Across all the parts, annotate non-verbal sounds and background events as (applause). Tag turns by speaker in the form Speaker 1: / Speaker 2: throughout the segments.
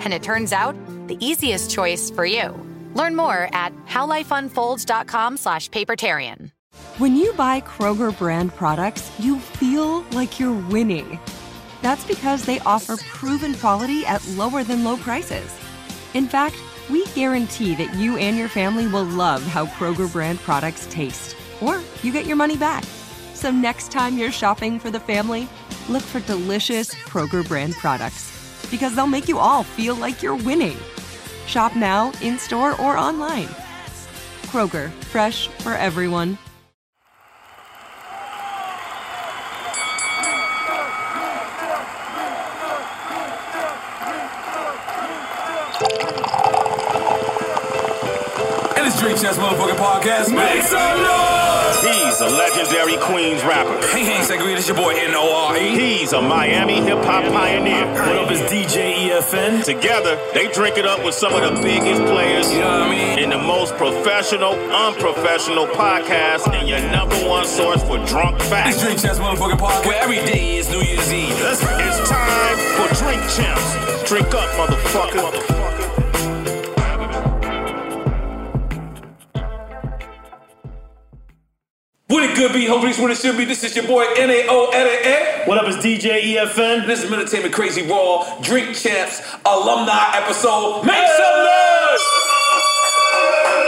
Speaker 1: And it turns out, the easiest choice for you. Learn more at howlifeunfolds.com slash papertarian.
Speaker 2: When you buy Kroger brand products, you feel like you're winning. That's because they offer proven quality at lower than low prices. In fact, we guarantee that you and your family will love how Kroger brand products taste, or you get your money back. So next time you're shopping for the family, look for delicious Kroger brand products because they'll make you all feel like you're winning. Shop now, in store, or online. Kroger, fresh for everyone.
Speaker 3: And it's Drake Chess Motherfucking Podcast. Make some noise!
Speaker 4: He's a legendary Queens rapper.
Speaker 3: Hey, hey, Segreed, it's your boy N-O-R-E.
Speaker 4: He's a Miami hip hop pioneer.
Speaker 3: E. What up, it's E DJ EFN.
Speaker 4: Together, they drink it up with some of the biggest players
Speaker 3: You know what I mean?
Speaker 4: in the most professional, unprofessional podcast, and your number one source for drunk
Speaker 3: It's
Speaker 4: facts.
Speaker 3: Drake Chess Motherfucking Podcast, where every day is New Year's Eve. Let's go.
Speaker 4: It's time for Drink Champs. Drink up, motherfucker.
Speaker 3: What it could be, hopefully it's what it should be. This is your boy N-A-O N-A-A.
Speaker 4: What up, it's E DJ EFN.
Speaker 3: eh? This is Entertainment Crazy Raw Drink Champs alumni episode. Make some noise!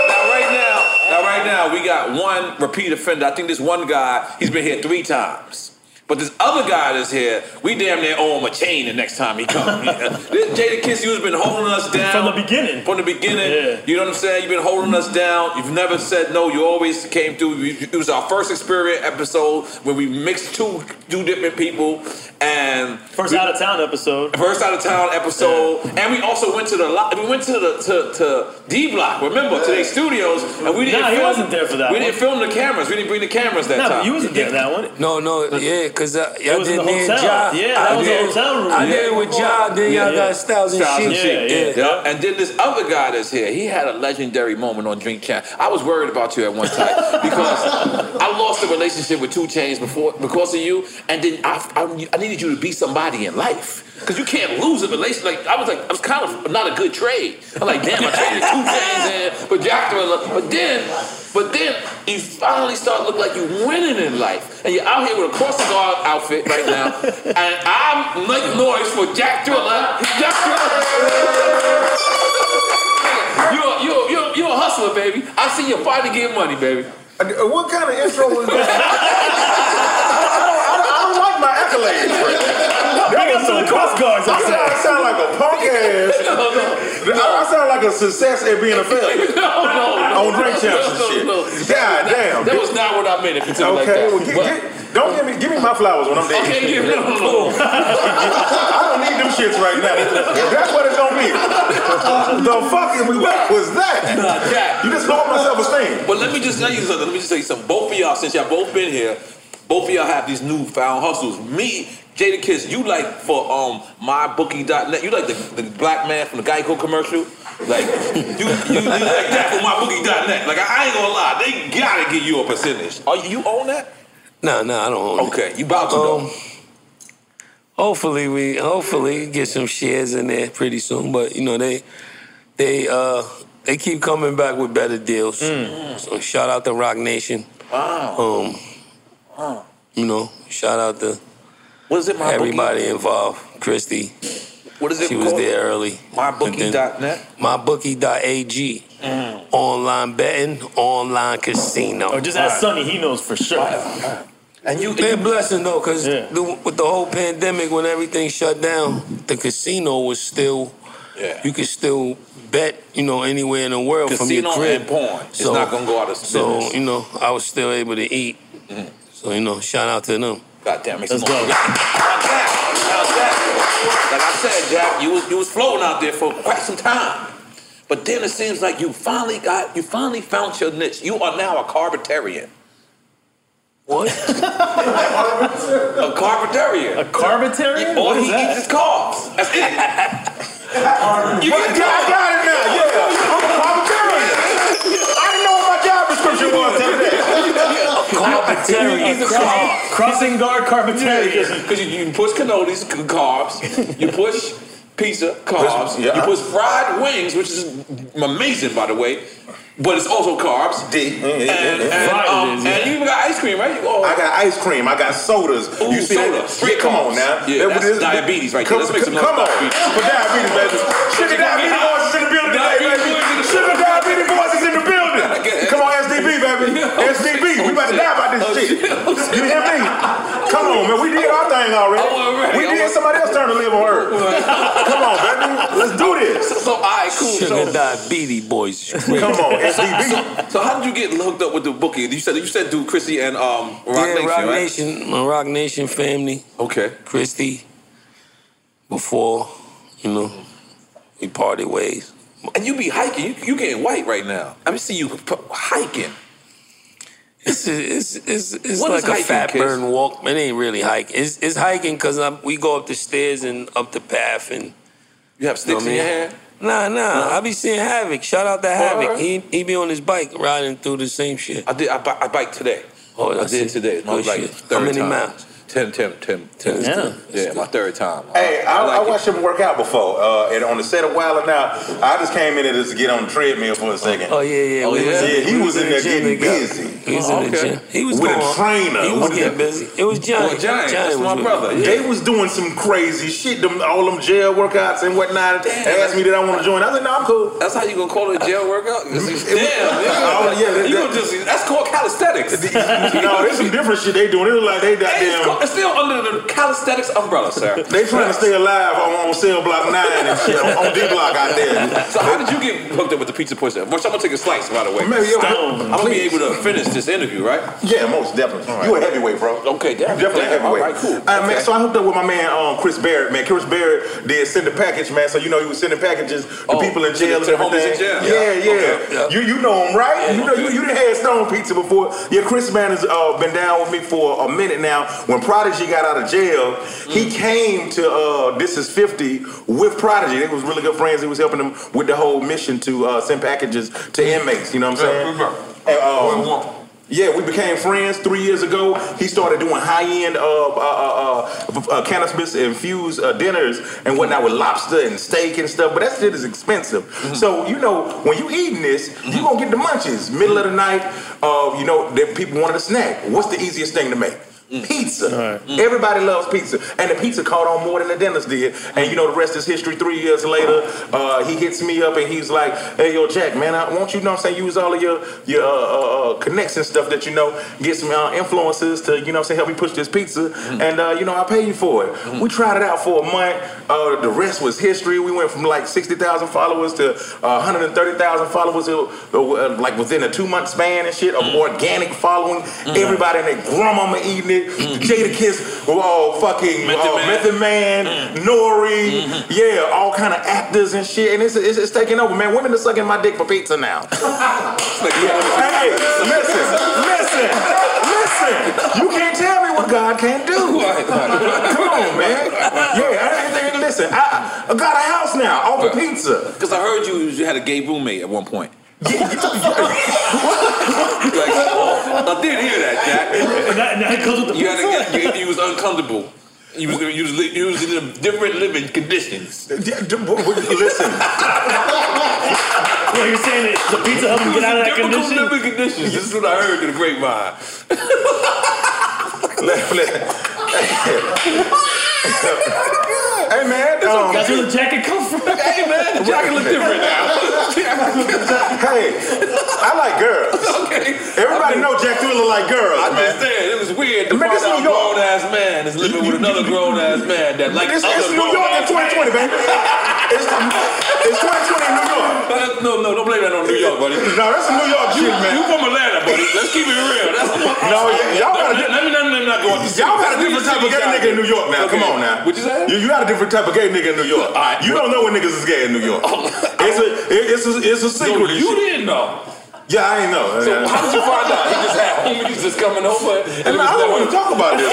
Speaker 3: Now, right now, now, right now, we got one repeat offender. I think this one guy, he's been here three times. But this other guy that's here, we damn near owe him a chain the next time he (laughs) comes. this Jada Kiss, you've been holding us down.
Speaker 5: From the beginning.
Speaker 3: From the beginning.
Speaker 5: Yeah.
Speaker 3: You know what I'm saying? You've been holding us down. You've never said no. You always came through. You- It was our first experience episode when we mixed two, two different people. And
Speaker 5: First out of town episode.
Speaker 3: First out of town episode, and we also went to the lo- we went to the to, to D Block. Remember to their studios, and we didn't.
Speaker 5: Nah, he
Speaker 3: film,
Speaker 5: wasn't there for that
Speaker 3: We
Speaker 5: one.
Speaker 3: didn't film the cameras. We didn't bring the cameras that
Speaker 5: Nah,
Speaker 3: time.
Speaker 5: but you wasn't there for that one.
Speaker 6: No, no, yeah, because uh, y'all
Speaker 5: It was in the
Speaker 6: did me and
Speaker 5: hotel.
Speaker 6: Ja.
Speaker 5: Yeah, that
Speaker 6: I
Speaker 5: was a
Speaker 6: did-
Speaker 5: hotel room.
Speaker 6: I
Speaker 5: Yeah.
Speaker 6: did it with Ja, then
Speaker 5: Yeah,
Speaker 6: y'all
Speaker 5: yeah.
Speaker 6: got Styles and
Speaker 3: Styles and
Speaker 6: Chic.
Speaker 3: Chic,
Speaker 5: yeah,
Speaker 6: yeah.
Speaker 3: Yeah, And then this other guy that's here, he had a legendary moment on Drink Champ. I was worried about you at one time
Speaker 5: (laughs)
Speaker 3: because I lost a relationship with Two Chains before because of you, and then I, I, I needed you to be somebody in life because you can't lose a relationship. Like I was like, I was kind of not a good trade. I'm like, damn, I traded Two Chains in, but Jack, but then. But then you finally start looking like you're winning in life, and you're out here with a crossing guard outfit right now, and I'm making noise for Jack Thriller. Jack Thriller. You're, you're, you're, you're a hustler, baby. I see your body get money, baby.
Speaker 7: Uh, What kind
Speaker 3: (laughs)
Speaker 7: of intro was that? I, I, don't, I, don't, I don't like my accolades. Right? No, Big up to the Coast Guards.
Speaker 8: I sound, I sound like a punk
Speaker 3: (laughs)
Speaker 8: ass. I, I sound like a success at being a failure.
Speaker 3: (laughs) No, no, no.
Speaker 8: On drink champs and
Speaker 3: No, no,
Speaker 8: shit.
Speaker 3: no.
Speaker 8: God
Speaker 3: That-
Speaker 8: damn.
Speaker 3: that was not what I meant, if you took it like
Speaker 8: Okay,
Speaker 3: that.
Speaker 8: well, get,
Speaker 3: But-
Speaker 8: get, don't give me give me my flowers when I'm dead.
Speaker 3: Okay, give me- no, no, no. (laughs)
Speaker 8: I don't need them shits right now. That's what it's gonna be. the fuck is- what was that? You just lowered my self esteem.
Speaker 3: But let me just tell you something. Let me just tell you something. Both of y'all, since y'all both been here, both of y'all have these newfound hustles. Me, Jada Kiss, you like for um mybookie.net. You like the, the black man from the Geico commercial. Like (laughs) you, you, you like that for mybookie.net. Like I, I ain't gonna lie, they gotta give you a percentage. Are you, you own that?
Speaker 6: No, no, I don't own Um,
Speaker 3: Okay, you about to
Speaker 6: though. Hopefully we hopefully get some shares in there pretty soon. But you know, they they uh they keep coming back with better deals. So shout out to Rock Nation.
Speaker 3: Mm. Wow.
Speaker 6: Um you know, shout out to
Speaker 3: what is it, my
Speaker 6: everybody involved. Christy.
Speaker 3: What is it
Speaker 6: She was
Speaker 3: called?
Speaker 6: there early.
Speaker 3: Mybookie.net.
Speaker 6: Mybookie.ag. Online betting, online casino.
Speaker 5: Or Mm. Oh, just ask Sonny, he knows for sure.
Speaker 6: And you been blessing though, because with the whole pandemic, when everything shut down, the casino was still.
Speaker 3: Yeah.
Speaker 6: You could still bet, you know, anywhere in the world
Speaker 3: Casino
Speaker 6: from your crib.
Speaker 3: and porn. It's not gonna go out of
Speaker 6: So
Speaker 3: business.
Speaker 6: you know, I was still able to eat. So you know, shout out to them.
Speaker 3: God damn, make some Let's noise. go. Like I said, Jack, you was you was floating out there for quite some time. But then it seems like you finally got you finally found your niche. You are now a carpentarian. What? (laughs) a carpentarian. A
Speaker 5: carpentarian?
Speaker 3: All
Speaker 5: What
Speaker 3: he
Speaker 5: is that?
Speaker 3: eats is carbs. That's it.
Speaker 8: (laughs)
Speaker 3: you
Speaker 8: Well, yeah, I got it now. Yeah, I'm a carpentarian. I didn't know what my job description was the other day.
Speaker 5: Carpentarian.
Speaker 3: He's a
Speaker 5: Cross-
Speaker 3: carb.
Speaker 5: Crossing guard carpentarian.
Speaker 3: Because you, you push cannolis, c- carbs. You push pizza, carbs.
Speaker 8: yeah.
Speaker 3: You push fried wings, which is amazing, by the way. But it's also carbs.
Speaker 8: D. And,
Speaker 3: and, um, and you even got ice cream, right? Oh.
Speaker 8: I got ice cream. I got sodas. you see
Speaker 3: soda.
Speaker 8: that?
Speaker 3: Straight
Speaker 8: Yeah, come on
Speaker 3: carbs.
Speaker 8: now.
Speaker 3: Yeah, that's
Speaker 8: this-
Speaker 3: diabetes right there.
Speaker 8: come,
Speaker 3: Let's make some noise
Speaker 8: Come on.
Speaker 3: for diabetes.
Speaker 8: For diabetes, baby. Sugar diabetes boys is in the building today, baby. Sugar diabetes boys is in the building. Come on, SDB,
Speaker 3: (laughs)
Speaker 8: baby.
Speaker 3: Oh,
Speaker 8: SDB, we about to die about this shit. You hear me? Come on, man. We did our thing already. We did somebody else turn to live on
Speaker 3: (laughs)
Speaker 8: Earth. Come on, baby. Let's do this.
Speaker 3: So, so all right, cool.
Speaker 6: Sugar
Speaker 3: so,
Speaker 6: diabetes boys.
Speaker 3: Come on, So, so how did you get hooked up with the bookie? You said you said dude Chrissy and um Rock
Speaker 6: yeah,
Speaker 3: Nation,
Speaker 6: Rock
Speaker 3: right?
Speaker 6: Nation, my Rock Nation family.
Speaker 3: Okay.
Speaker 6: Christy, before, you know, we parted ways.
Speaker 3: And you be hiking. You, you getting white right now. I see you p- hiking.
Speaker 6: It's it's it's, it's
Speaker 3: What is
Speaker 6: like a
Speaker 3: hiking,
Speaker 6: fat
Speaker 3: Kiss?
Speaker 6: burn walk. It ain't really hiking. It's, it's hiking because we go up the stairs and up the path and.
Speaker 3: You have sticks in your hand?
Speaker 6: Nah, nah.
Speaker 3: No?
Speaker 6: I be seeing Havoc. Shout out to Havoc.
Speaker 3: Alright.
Speaker 6: He he be on his bike riding through the same shit.
Speaker 3: I did. I, bi- I bike today.
Speaker 6: Oh,
Speaker 3: I
Speaker 6: that's
Speaker 3: did
Speaker 6: it.
Speaker 3: today. My
Speaker 6: Good
Speaker 3: like
Speaker 6: shit.
Speaker 3: third
Speaker 6: How many
Speaker 3: time.
Speaker 6: miles?
Speaker 3: 10, 10, 10, 10.
Speaker 6: Yeah.
Speaker 3: Yeah, my third time.
Speaker 8: Hey, I, I, watched him work out before, uh, and on the set a while and now, I just came in there just to get on the treadmill for a second.
Speaker 6: Oh yeah, yeah.
Speaker 8: Oh,
Speaker 6: We
Speaker 8: yeah? Yeah, he
Speaker 6: we
Speaker 8: was in there
Speaker 6: gym
Speaker 8: getting
Speaker 6: together.
Speaker 8: busy.
Speaker 6: He was
Speaker 8: Oh,
Speaker 6: in the
Speaker 8: okay.
Speaker 6: gym. He was
Speaker 8: With a
Speaker 6: going-
Speaker 8: trainer.
Speaker 6: He
Speaker 8: With
Speaker 6: was
Speaker 8: a-
Speaker 6: getting busy. It was Johnny.
Speaker 8: Oh, Giant, that's
Speaker 6: was
Speaker 8: my
Speaker 6: with
Speaker 8: brother.
Speaker 6: me.
Speaker 8: They was doing some crazy shit, them all them jail workouts and whatnot. They asked me did I want to join. I said, no, I'm cool.
Speaker 3: That's how you gonna call it a jail workout? Damn,
Speaker 6: (laughs)
Speaker 8: Oh, yeah, that-
Speaker 3: nigga. you gonna just that's called calisthenics.
Speaker 8: no, there's some different shit they doing. It look like they got
Speaker 3: It's,
Speaker 8: damn.
Speaker 3: called, it's still under the calisthenics umbrella, sir.
Speaker 8: (laughs) They trying to stay alive on, on cell block nine and shit on, on D block out there.
Speaker 3: So how did you get hooked up with the pizza pusher? Which I'm gonna take a slice, by the way.
Speaker 8: Man, yeah,
Speaker 3: I'm gonna be
Speaker 8: please.
Speaker 3: able to finish this interview, right?
Speaker 8: Yeah, most definitely. You a heavyweight, bro.
Speaker 3: Okay, damn.
Speaker 8: You definitely a
Speaker 3: damn.
Speaker 8: heavyweight.
Speaker 3: All right, cool.
Speaker 8: All right, Uh, man, so I hooked up with my man um, Chris Barrett, man. Chris Barrett did send a package, man. So you know he was sending packages to people in
Speaker 3: Oh, to
Speaker 8: jail
Speaker 3: the- to
Speaker 8: and
Speaker 3: the
Speaker 8: everything.
Speaker 3: homies in jail.
Speaker 8: Yeah,
Speaker 3: Yeah.
Speaker 8: yeah.
Speaker 3: Okay, yeah.
Speaker 8: You you know him, right? you know you, you done had Stone Pizza before. Yeah, Chris man has uh, been down with me for a minute now. When Prodigy got out of jail,
Speaker 3: Mm.
Speaker 8: he came to uh, This Is 50 with Prodigy. They was really good friends. He was helping them with the whole mission to uh, send packages to inmates. You know what I'm
Speaker 3: mm-hmm.
Speaker 8: saying? And, um, yeah, we became friends three years ago. He started doing high end uh, uh, uh, uh, uh, cannabis infused uh, dinners and whatnot with lobster and steak and stuff. But that shit is expensive. So you know when you eating this, you gonna get the munchies. Middle of the night, uh, you know that people wanted a snack. What's the easiest thing to make? Pizza. Mm. Everybody loves pizza, and the pizza caught on more than the dentist did. And you know the rest is history. Three years later, uh, he hits me up and he's like, "Hey, yo, Jack, man, I want you, you know what I'm saying, use all of your your uh, uh, uh, connects and stuff that you know, get some uh, influences to you know what I'm saying, help me push this pizza, and uh, you know I'll pay you for it." We tried it out for a month. Uh, the rest was history. We went from like sixty thousand followers to uh, one hundred and thirty thousand followers, uh, uh, like within a two month span and shit of organic following. Everybody and their grandmama eating it. Jada Kiss, oh fucking Method Man, Method Man Nori, yeah, all kind of actors and shit. And it's, it's it's taking over, man. Women are sucking my dick for pizza now. Hey, listen, listen, listen. You can't tell me what God can't do. Come on, man. Yeah, I, I, listen, I, I got a house now Oh, off of pizza.
Speaker 3: Because I heard you you had a gay roommate at one point. (laughs) like, oh, I did hear that, Jack. you had a, you, you was uncomfortable. You was you was, li- you was in a different living conditions.
Speaker 8: Listen.
Speaker 3: Well, you're saying that the
Speaker 5: pizza helped you get out of that condition?
Speaker 3: Living conditions. This is what I heard in the
Speaker 8: (laughs)
Speaker 3: grapevine.
Speaker 8: (laughs) Hey man, um,
Speaker 5: that's where the jacket come from. Hey
Speaker 3: man, the jacket look different
Speaker 8: now. (laughs) hey, I like girls. Okay, everybody know Jack Thriller like girls.
Speaker 3: I
Speaker 8: man.
Speaker 3: understand. It was weird to
Speaker 8: Man,
Speaker 3: find
Speaker 8: this
Speaker 3: out a
Speaker 8: New York.
Speaker 3: grown ass man is living with another grown ass man that like
Speaker 8: It's,
Speaker 3: other
Speaker 8: it's New York in
Speaker 3: grown-ass
Speaker 8: 2020, man.
Speaker 3: men.
Speaker 8: It's, it's 2020 in New York.
Speaker 3: No, no, don't blame that on New York, buddy.
Speaker 8: No, that's some New York
Speaker 3: you,
Speaker 8: shit, man.
Speaker 3: You from Atlanta, buddy? Let's keep it real. That's
Speaker 8: No, y- y'all got a
Speaker 3: let,
Speaker 8: di-
Speaker 3: let me let me not go out the city.
Speaker 8: Y'all got a
Speaker 3: Let's leave
Speaker 8: different type of
Speaker 3: the city
Speaker 8: gay
Speaker 3: side
Speaker 8: nigga in New York now. Come
Speaker 3: Okay.
Speaker 8: on now.
Speaker 3: What you say?
Speaker 8: You, you got a different type of gay nigga in New York. you don't know when niggas is gay in New York. It's a it- it's a it's a secret.
Speaker 3: Oh, you didn't know.
Speaker 8: Yeah, I ain't know.
Speaker 3: So how did you
Speaker 8: (laughs)
Speaker 3: find out? He just had homies just coming over. And
Speaker 8: I don't want to talk about
Speaker 3: (laughs)
Speaker 8: this.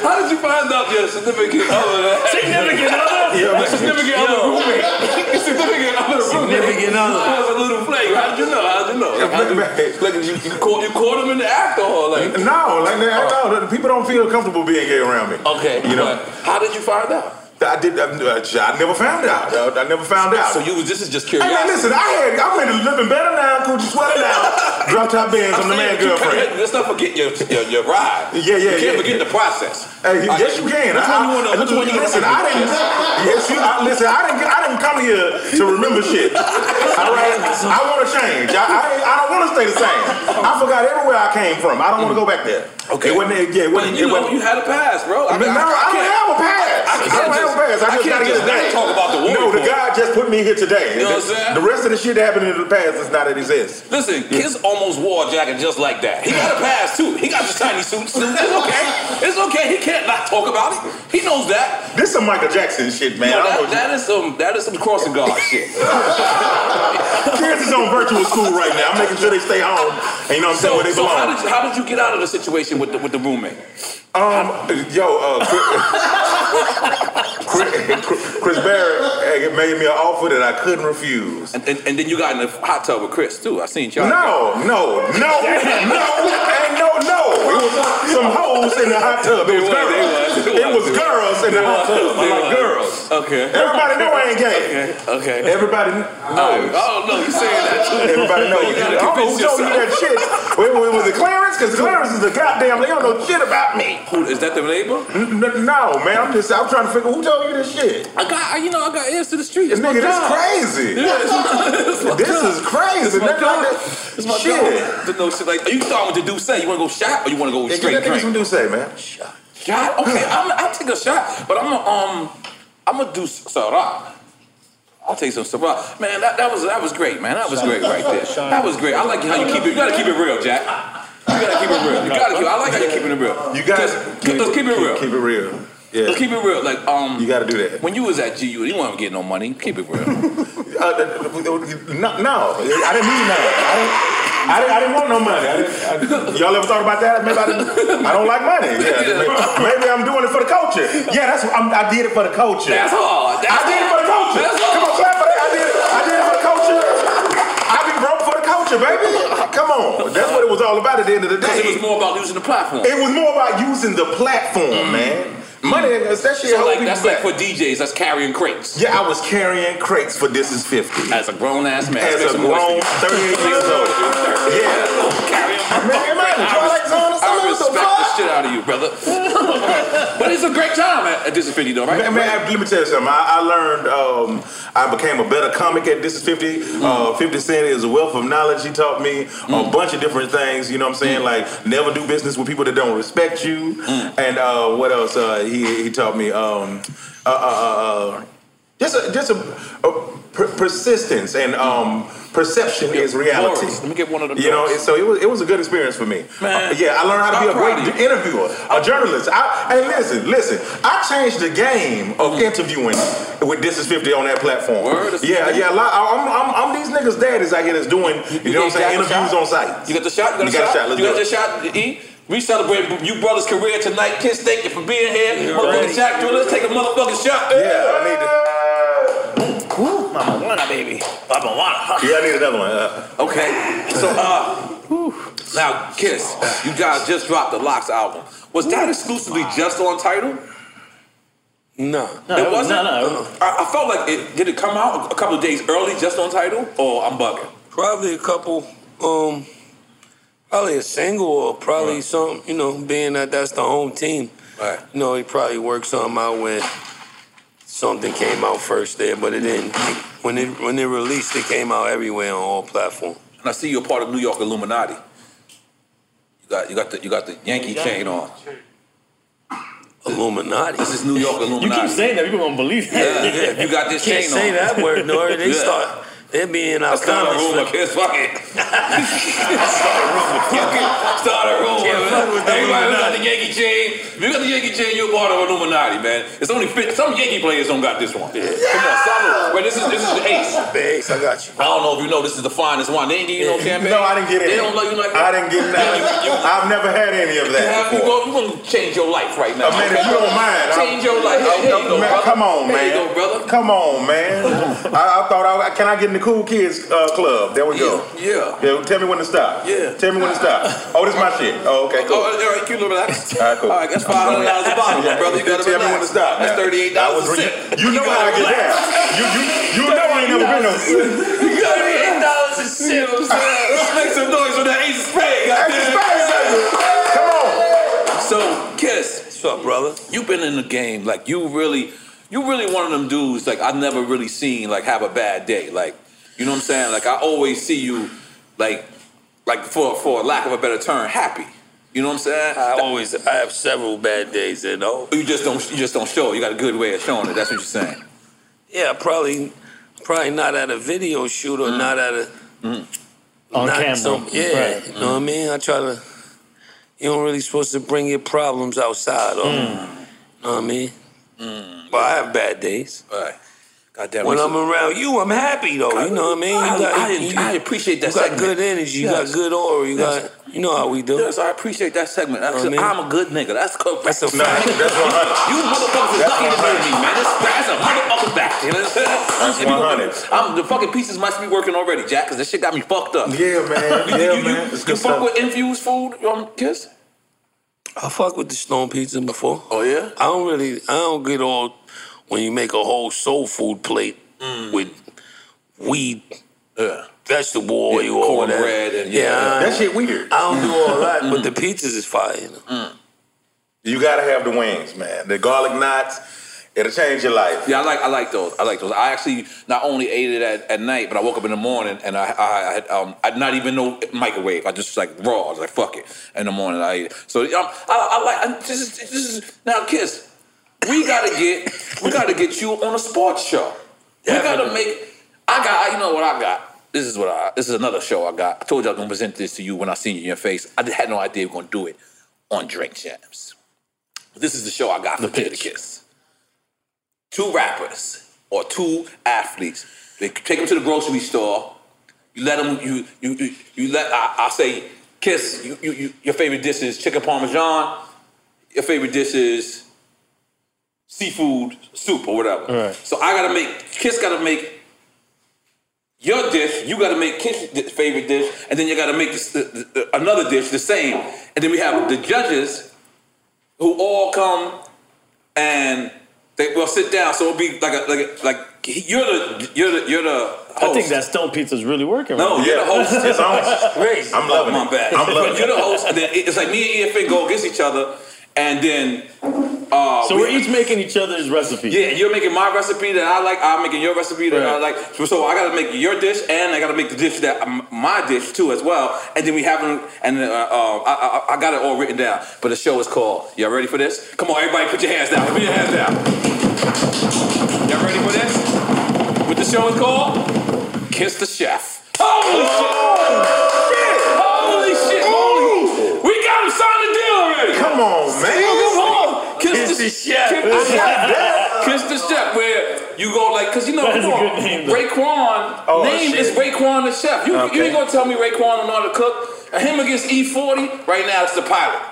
Speaker 3: How did you find out your significant other?
Speaker 5: Significant other?
Speaker 3: Yeah,
Speaker 5: Yo.
Speaker 3: significant other (laughs) roommate. Your significant other roommate.
Speaker 5: Significant other.
Speaker 3: Was a little flake. How did you know? How did you know? Like, how did you, like you, you caught you caught him in the act or like Oh.
Speaker 8: No, like that, no, people don't feel comfortable being gay around me.
Speaker 3: Okay,
Speaker 8: you know.
Speaker 3: How did you find out?
Speaker 8: I did. I, I never found out. I, I never found out.
Speaker 3: So you was this is just
Speaker 8: Hey
Speaker 3: curiosity.
Speaker 8: man, listen, I had I'm ready to living better now, coochie sweating
Speaker 3: (laughs)
Speaker 8: now. Drop top bands, I'm the man
Speaker 3: You can't-
Speaker 8: girlfriend.
Speaker 3: Let's not forget your your, your ride.
Speaker 8: Yeah, yeah,
Speaker 3: You can't
Speaker 8: yeah.
Speaker 3: forget the process.
Speaker 8: Hey,
Speaker 3: I-
Speaker 8: yes, you can.
Speaker 3: Which one
Speaker 8: I-
Speaker 3: you want to? Which one you want
Speaker 8: listen, I didn't. (laughs) Yes, you. I, listen, I didn't. I didn't come here to remember shit. All right, I want to change. I, I, I don't want to stay the same. I forgot everywhere I came from. I don't want to go back there. Okay. It wasn't, yeah, it
Speaker 3: But
Speaker 8: wasn't, it
Speaker 3: you know,
Speaker 8: wasn't,
Speaker 3: you had a pass, bro.
Speaker 8: I mean, no, I don't
Speaker 3: can't-
Speaker 8: have a pass.
Speaker 3: I
Speaker 8: I, don't
Speaker 3: can't just-
Speaker 8: have a pass. I,
Speaker 3: I
Speaker 8: just
Speaker 3: can't
Speaker 8: gotta get it
Speaker 3: just
Speaker 8: done.
Speaker 3: talk about the
Speaker 8: No,
Speaker 3: woman
Speaker 8: the
Speaker 3: part.
Speaker 8: God just put me here today.
Speaker 3: You know what
Speaker 8: The-
Speaker 3: I'm saying?
Speaker 8: The rest of the shit that happened in the past is not in existence.
Speaker 3: Listen, Kiss almost wore a jacket just like that. He got a pass too. He got the shiny suit. suit. It's okay. It's okay. He can't not talk about it. He knows that.
Speaker 8: This some Michael Jackson shit, man.
Speaker 3: No,
Speaker 8: I don't
Speaker 3: that,
Speaker 8: know. (laughs)
Speaker 3: that is some that is some crossing guard shit.
Speaker 8: Kids is on virtual school right now. I'm making sure they stay home. And you know what I'm saying?
Speaker 3: So,
Speaker 8: Where they
Speaker 3: so
Speaker 8: belong.
Speaker 3: how did you, how did you get out of the situation with the with the roommate?
Speaker 8: Um, yo, uh, Chris, Chris, Chris Barrett uh, made me an offer that I couldn't refuse.
Speaker 3: And, and, and then you got in the hot tub with Chris too. I seen y'all.
Speaker 8: No, no, no, no, and no, no. It was some hoes in the hot tub. It was girls. It was girls in the hot tub. I like girls.
Speaker 3: Okay.
Speaker 8: Everybody know I ain't gay.
Speaker 3: Okay.
Speaker 8: Everybody knows.
Speaker 3: Oh no, you saying that too?
Speaker 8: Everybody knows.
Speaker 3: You gotta
Speaker 8: I don't know who
Speaker 3: convince
Speaker 8: told you
Speaker 3: yourself.
Speaker 8: that shit. Wait, wait, was it Clarence? Because Clarence is the goddamn. They don't know shit about me.
Speaker 3: Who is that? The neighbor?
Speaker 8: N- n- No, man. I'm just. I'm trying to figure who told you this shit.
Speaker 3: I got I- you know I got ears to the street. It's my
Speaker 8: Nigga,
Speaker 3: job.
Speaker 8: that's crazy.
Speaker 3: Yeah, it's
Speaker 8: (laughs)
Speaker 3: my- it's my
Speaker 8: This
Speaker 3: job.
Speaker 8: is crazy.
Speaker 3: It's my
Speaker 8: Nothing
Speaker 3: job.
Speaker 8: like that.
Speaker 3: It's my
Speaker 8: Shit.
Speaker 3: job. To know shit like you thought what to do say. You want to go shot or you want to go
Speaker 8: Yeah,
Speaker 3: straight
Speaker 8: give that nigga some do
Speaker 3: drink?
Speaker 8: say, man.
Speaker 3: Shot? Okay, I'm, I'll take a shot, but I'm gonna um, I'm gonna do Syrah. I'll take some Syrah. Man, that, that was that was great, man. That was great right there. That was great. I like how you keep it. You gotta keep it real, Jack. You gotta keep it reil. You gotta keep. I like how you're keeping it real.
Speaker 8: You guys,
Speaker 3: Let's keep it real.
Speaker 8: Keep it real. Yeah.
Speaker 3: Let's keep it real. Like um,
Speaker 8: You got to do that.
Speaker 3: when you was at GU, you weren't getting no money. Keep it real.
Speaker 8: Uh, no, no, I didn't need none. I didn't, I didn't, I didn't want no money. I didn't, I, y'all ever thought about that? Maybe I, didn't, I don't like money. Yeah, maybe I'm doing it for the culture. Yeah, that's what I'm, I did it for the culture.
Speaker 3: That's hard. That's
Speaker 8: I did it for the culture.
Speaker 3: That's hard.
Speaker 8: Come on, clap for that. I did it. I did it for the culture. I be broke for the culture, baby. Come on, that's what it was all about at the end of the
Speaker 3: Because
Speaker 8: day.
Speaker 3: it was more about using the platform. Mm.
Speaker 8: It was more about using the
Speaker 3: Mm-hmm.
Speaker 8: platform, man. Money, that's that shit.
Speaker 3: So
Speaker 8: hold
Speaker 3: like
Speaker 8: people
Speaker 3: that's
Speaker 8: back.
Speaker 3: like for DJs, that's carrying crates.
Speaker 8: Yeah, I was carrying crates for This Is 50.
Speaker 3: As a grown ass man.
Speaker 8: As
Speaker 3: Make
Speaker 8: a
Speaker 3: some noise
Speaker 8: grown
Speaker 3: for (laughs)
Speaker 8: 38 years old.
Speaker 3: you.
Speaker 8: Yeah.
Speaker 3: Carrying
Speaker 8: Man, imagine,
Speaker 3: I was-
Speaker 8: Twilight Zone or something
Speaker 3: respect the shit out of you, brother. but it's a great time at, at This Is 50, though, right?
Speaker 8: Man, man, let me tell you something. I, I learned, um, I became a better comic at This Is 50. Uh, 50 Cent is a wealth of knowledge. He taught me a bunch of different things. You know what I'm saying? Like, never do business with people that don't respect you. And uh, what else? Uh, he, he taught me um, uh, uh, uh, uh, just a, just a, a per- persistence and um, perception is reality.
Speaker 3: Doris. Let me get one of them.
Speaker 8: You know,
Speaker 3: Doris.
Speaker 8: and so it was, it was a good experience for me.
Speaker 3: Man.
Speaker 8: Uh, yeah, I learned how to
Speaker 3: I'm
Speaker 8: be a
Speaker 3: proud
Speaker 8: great interviewer, a journalist. I, hey, listen, listen. I changed the game of
Speaker 3: Mm.
Speaker 8: interviewing with This Is 50 on that platform. yeah, yeah. A lot, I- I'm, I'm, I'm these niggas' daddies, I get is doing, you, know what I'm saying,
Speaker 3: get Jack the
Speaker 8: interviews
Speaker 3: shot?
Speaker 8: on site.
Speaker 3: You got the shot. You
Speaker 8: You
Speaker 3: got, the
Speaker 8: got
Speaker 3: shot.
Speaker 8: the shot, let's
Speaker 3: you
Speaker 8: do
Speaker 3: got
Speaker 8: it.
Speaker 3: the shot. E. We celebrate you brother's career tonight. Kids, thank you for being here. Motherfucking Jack Drew, let's take a motherfucking shot.
Speaker 8: Yeah, I need
Speaker 3: it.
Speaker 5: Mama wanna, baby. Mama wanna. (laughs)
Speaker 8: Yeah, I need another one. uh.
Speaker 3: Okay. So, uh, now, Kiss, you guys just dropped the Locks album. Was that exclusively just on title?
Speaker 6: No.
Speaker 3: No, it wasn't. I, I felt like it. Did it come out a couple of days early, just on title, or I'm bugging?
Speaker 6: Probably a couple, um, probably a single or probably some, you know, being that that's the home team.
Speaker 3: Right.
Speaker 6: You know, he probably worked something out when something came out first there, but it didn't. When it when it released, it came out everywhere on all platforms.
Speaker 3: And I see you're part of New York Illuminati. You got you got the you got the Yankee chain on.
Speaker 6: Illuminati.
Speaker 3: This is New York Illuminati.
Speaker 6: keep saying
Speaker 3: that people don't believe
Speaker 6: that.
Speaker 3: Yeah, yeah, you got this
Speaker 6: Can't
Speaker 3: chain
Speaker 6: say
Speaker 3: on.
Speaker 6: that word, Nori. They
Speaker 3: Yeah.
Speaker 6: start. They be in our
Speaker 3: That's not a
Speaker 6: comments.
Speaker 3: rumor, Kiss. Fuck it.
Speaker 6: (laughs)
Speaker 3: Start a rumor. Fuck it. Start a rumor. Everybody who got the Yankee chain, if you got the Yankee chain, you're part of Illuminati, man. It's only fit. Some Yankee players don't got this one. Come on, solid. But this is this is the ace.
Speaker 6: Ace, I got you.
Speaker 3: I don't know if you know this is the finest one. They ain't give you no champagne.
Speaker 8: No, I didn't get it.
Speaker 3: They don't love you like
Speaker 8: I didn't
Speaker 3: (laughs)
Speaker 8: get
Speaker 3: that. You- you-
Speaker 8: I've never had any of
Speaker 3: You
Speaker 8: that.
Speaker 3: have-
Speaker 8: before.
Speaker 3: you go, you're gonna change your life right now.
Speaker 8: Uh, man, if you don't mind, I'll-
Speaker 3: change your life.
Speaker 8: Oh,
Speaker 3: Here you
Speaker 8: oh,
Speaker 3: go,
Speaker 8: man,
Speaker 3: brother.
Speaker 8: come on,
Speaker 3: Here
Speaker 8: man.
Speaker 3: You go, brother.
Speaker 8: Come on, man. I, I thought I can I get in the cool kids uh, club. There we go.
Speaker 3: Yeah.
Speaker 8: Yeah. Tell me when to stop. Yeah. Tell me when to stop. Oh, this is my shit. Oh, okay, cool.
Speaker 3: Oh, all right, cute little relax.
Speaker 8: All right, cool.
Speaker 3: All right, that's five hundred dollars a bottle, my brother. You gotta
Speaker 8: Tell me when to
Speaker 3: relax.
Speaker 8: stop.
Speaker 3: That's
Speaker 8: now.
Speaker 3: thirty-eight
Speaker 8: I was
Speaker 3: dollars a
Speaker 8: re-
Speaker 3: sip.
Speaker 8: You know how I get down. You you you know I ain't never been no.
Speaker 3: Thirty-eight dollars a sip. You know what I'm saying? Let's make some noise with that ace of spades.
Speaker 8: Ace of spades, baby. Come on.
Speaker 3: So, Kiss.
Speaker 6: What's up, brother?
Speaker 3: You've been in the game. Like you really, you really one of them dudes. Like I've never really seen like have a bad day. Like you know what I'm saying? Like I always see you, like, like for for lack of a better term, happy. You know what I'm saying?
Speaker 6: I always I have several bad days, you know.
Speaker 3: You just don't you just don't show. it. You got a good way of showing it. That's what you're saying.
Speaker 6: Yeah, probably, probably not at a video shoot or not at a
Speaker 3: Mm. On
Speaker 6: not
Speaker 3: camera.
Speaker 6: some- yeah,
Speaker 3: Right.
Speaker 6: you know what I mean. I try to. You don't really supposed to bring your problems outside, or
Speaker 3: Mm.
Speaker 6: know what I mean. But I have bad days.
Speaker 3: Right. God damn.
Speaker 6: when
Speaker 3: we
Speaker 6: I'm
Speaker 3: should-
Speaker 6: around you, I'm happy though. you know what I mean. You
Speaker 3: I- I-
Speaker 6: you-
Speaker 3: I appreciate that
Speaker 6: You got
Speaker 3: segment.
Speaker 6: good energy. You
Speaker 3: Yes.
Speaker 6: got good aura. You
Speaker 3: Yes.
Speaker 6: got. You know how we do.
Speaker 3: Yes, I appreciate that segment. That's-
Speaker 6: Know what I mean?
Speaker 3: I'm a good nigga. That's correct. That's
Speaker 6: a fact.
Speaker 8: That's 100.
Speaker 3: (laughs) You motherfuckers is
Speaker 8: That's
Speaker 3: lucky to know
Speaker 8: 100.
Speaker 3: me, man. That's, that's a motherfucker back. You know what I'm saying?
Speaker 8: 100.
Speaker 3: I'm, the fucking pieces must be working already, Jack, because this shit got me fucked up.
Speaker 8: Yeah, man.
Speaker 3: you,
Speaker 8: Yeah,
Speaker 3: you,
Speaker 8: man.
Speaker 3: You,
Speaker 8: It's
Speaker 3: you
Speaker 8: good
Speaker 3: fuck
Speaker 8: stuff.
Speaker 3: with infused food, um, Kiss?
Speaker 6: I fuck with the stone pizza before.
Speaker 3: Oh yeah.
Speaker 6: I don't really. I don't get all when you make a whole soul food plate
Speaker 3: Mm.
Speaker 6: with weed, vegetable oil,
Speaker 3: Yeah,
Speaker 6: all that.
Speaker 3: cornbread and-
Speaker 6: yeah,
Speaker 3: yeah. Mm.
Speaker 6: I-
Speaker 8: That shit weird.
Speaker 6: I don't do all that, but the pizzas is fire. You know?
Speaker 8: You gotta have the wings, man. The garlic knots. It'll change your life.
Speaker 3: Yeah, I like I like those. I like those. I actually not only ate it at, at night, but I woke up in the morning and I I, I had um I not even no microwave. I just like raw. I was like fuck it. In the morning I ate it. So um, I, I like I, this is this is now kiss. We gotta get we gotta get you on a sports show. We gotta make. I got. You know what I got. This is what I. This is another show I got. I told you I was gonna present this to you when I seen you in your face. I had no idea we were gonna do it on Drink Jams. This is the show I got for Play the Kiss. Two rappers or two athletes. They take them to the grocery store. You let them. You you you, you let. I, I say, Kiss. You, you you your favorite dish is chicken parmesan. Your favorite dish is seafood soup or whatever. So I gotta make Kiss gotta make your dish. You gotta make Kiss' di- favorite dish, and then you gotta make this, the, the, another dish the same. And then we have the judges who all come and they will sit down. So it'll be like a like a, like you're the you're the you're the
Speaker 7: I think that stone pizza's really working.
Speaker 3: No,
Speaker 7: right
Speaker 3: you're
Speaker 7: now.
Speaker 3: the host. It's on. Great. I'm loving my bad.
Speaker 7: I'm loving
Speaker 3: You're
Speaker 7: it.
Speaker 3: the host, and then it- it's like me and EFN go against each other, and then.
Speaker 7: (laughs)
Speaker 3: Uh,
Speaker 7: So we're each making each other's recipe.
Speaker 3: Yeah, you're making my recipe that I like. I'm making your recipe that I like. So, so I gotta make your dish, and I gotta make the dish that um, my dish too as well. And then we haven't. And uh, uh, I, I, I got it all written down. But the show is called. Y'all ready for this? Come on, everybody, put your hands down. Put your hands down. Y'all ready for this? What the show is called? Kiss the Chef. Holy shit! Holy shit! Holy! We got him signed the deal already.
Speaker 8: Come on, man.
Speaker 3: Come on. Kiss, the, chef. Kiss the chef. Kiss the chef. Where you go like, cause you know,
Speaker 7: That is
Speaker 3: come
Speaker 7: a
Speaker 3: on,
Speaker 7: good name, though.
Speaker 3: Raekwon.
Speaker 7: Oh,
Speaker 3: name
Speaker 7: shit.
Speaker 3: is Raekwon the chef. You,
Speaker 7: Okay.
Speaker 3: you ain't gonna tell me Raekwon don't know how to cook. And him against E40 right now, it's the pilot.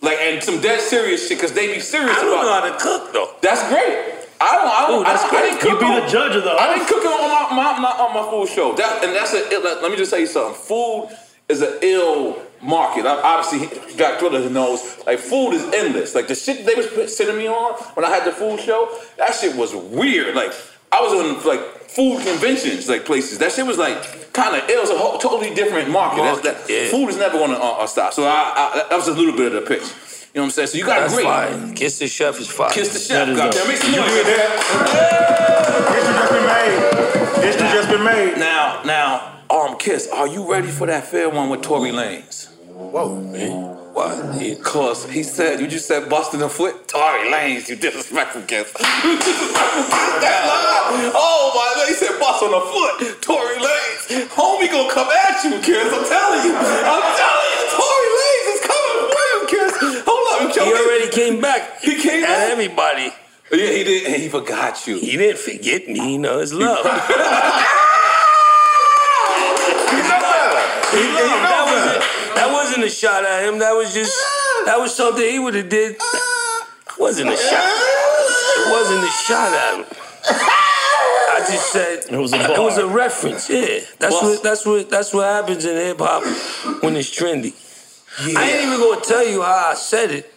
Speaker 3: Like and some dead serious shit, cause they be serious about. I don't know how to cook though. That's great. I don't. I don't.
Speaker 7: Ooh, that's
Speaker 3: I, don't I
Speaker 7: great.
Speaker 3: didn't cook.
Speaker 7: You be
Speaker 3: on-
Speaker 7: the judge of the
Speaker 3: I didn't cook on my, my, my on my food show. That and that's a. It, let, let me just tell you something. Food is an ill market. I, obviously, Jack Twitter knows. Like food is endless. Like the shit they was put- sending me on when I had the food show. That shit was weird. Like I was on like food conventions, like places. That shit was like kind of. It was a whole, totally different market. That's, that, Food is never going to uh, uh, stop. So I, I, that was just a little bit of the pitch. You know what I'm saying? So you got
Speaker 6: That's
Speaker 3: great.
Speaker 6: fire. Kiss the chef is fire.
Speaker 3: Kiss the chef. Goddamn, make some noise.
Speaker 8: History just been made.
Speaker 3: Now, now, um, Kiss, are you ready for that fair one with Tory Lanez?
Speaker 8: Whoa,
Speaker 3: man. Why? Cause he said, you just said busting a foot? Tory Lanez, you disrespectful Kiss. You disrespectful Kiss, that line. Oh my, they said busting a foot. Tory Lanez. Homie gonna come at you, Kiss. I'm telling you. I'm telling you, Tory Lanez is coming for you, Kiss. Hold up,
Speaker 6: He already came back.
Speaker 3: He came
Speaker 6: at back. everybody.
Speaker 3: Yeah, he did. and He forgot you.
Speaker 6: He didn't forget me. You know, it's love. (laughs) He loved. That wasn't, that wasn't a shot at him. That was just that was something he would have did. Wasn't a shot. It wasn't a shot at him. I just said it was
Speaker 7: a
Speaker 6: It was a
Speaker 7: bar.
Speaker 6: reference. Yeah, that's
Speaker 7: Bus.
Speaker 6: what that's what that's what happens in hip hop when it's trendy. I ain't even gonna tell you how I said it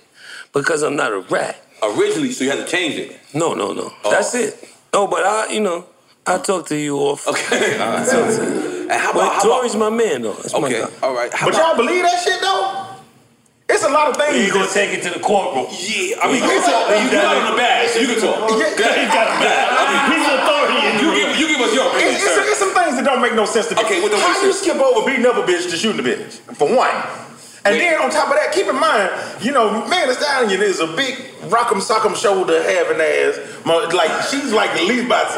Speaker 6: because I'm not a rat.
Speaker 3: Originally, so you had to change it. Oh.
Speaker 6: No, no, no. That's it. No, but I, you know, I talk to you off.
Speaker 3: Okay.
Speaker 6: I talk to you. but Tori's my man, though. That's okay. My guy.
Speaker 3: All right.
Speaker 8: But y'all believe that shit though? It's a lot of things. You
Speaker 7: gonna take it to the courtroom?
Speaker 3: Yeah, I mean, you can talk. You got it in the bag, so you can talk.
Speaker 7: He's got a bag. I mean, he's an authority. In the
Speaker 3: You
Speaker 7: room.
Speaker 3: give, you give us your opinion,
Speaker 8: It's, it's,
Speaker 3: sir.
Speaker 8: it's some things that don't make no sense to me.
Speaker 3: Okay, what don't
Speaker 8: How
Speaker 3: make
Speaker 8: do you
Speaker 3: sense?
Speaker 8: skip over beating up a bitch to shooting a bitch? For one. And then on top of that, keep in mind, you know, Man Thee Stallion is a big rock'em sock'em shoulder having ass. mo- Like she's like at least about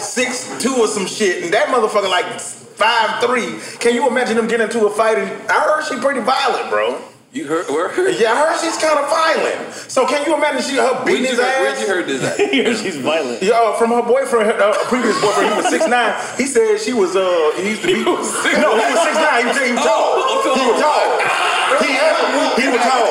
Speaker 8: six two or some shit, and that motherfucker like five three. Can you imagine them getting into a fight? And I heard she pretty violent, bro.
Speaker 3: You heard where?
Speaker 8: Yeah, I heard she's kind of violent. So can you imagine she her beating
Speaker 3: Where'd you,
Speaker 8: his
Speaker 3: heard,
Speaker 8: ass?
Speaker 3: where'd you heard this at?
Speaker 7: she's violent.
Speaker 8: Yeah, uh, from her boyfriend, her uh, previous boyfriend, he was six nine. He said she was uh, he used to be. no, he was six nine. He was, he was tall.
Speaker 3: Oh,
Speaker 8: he was tall. He had, he was tall.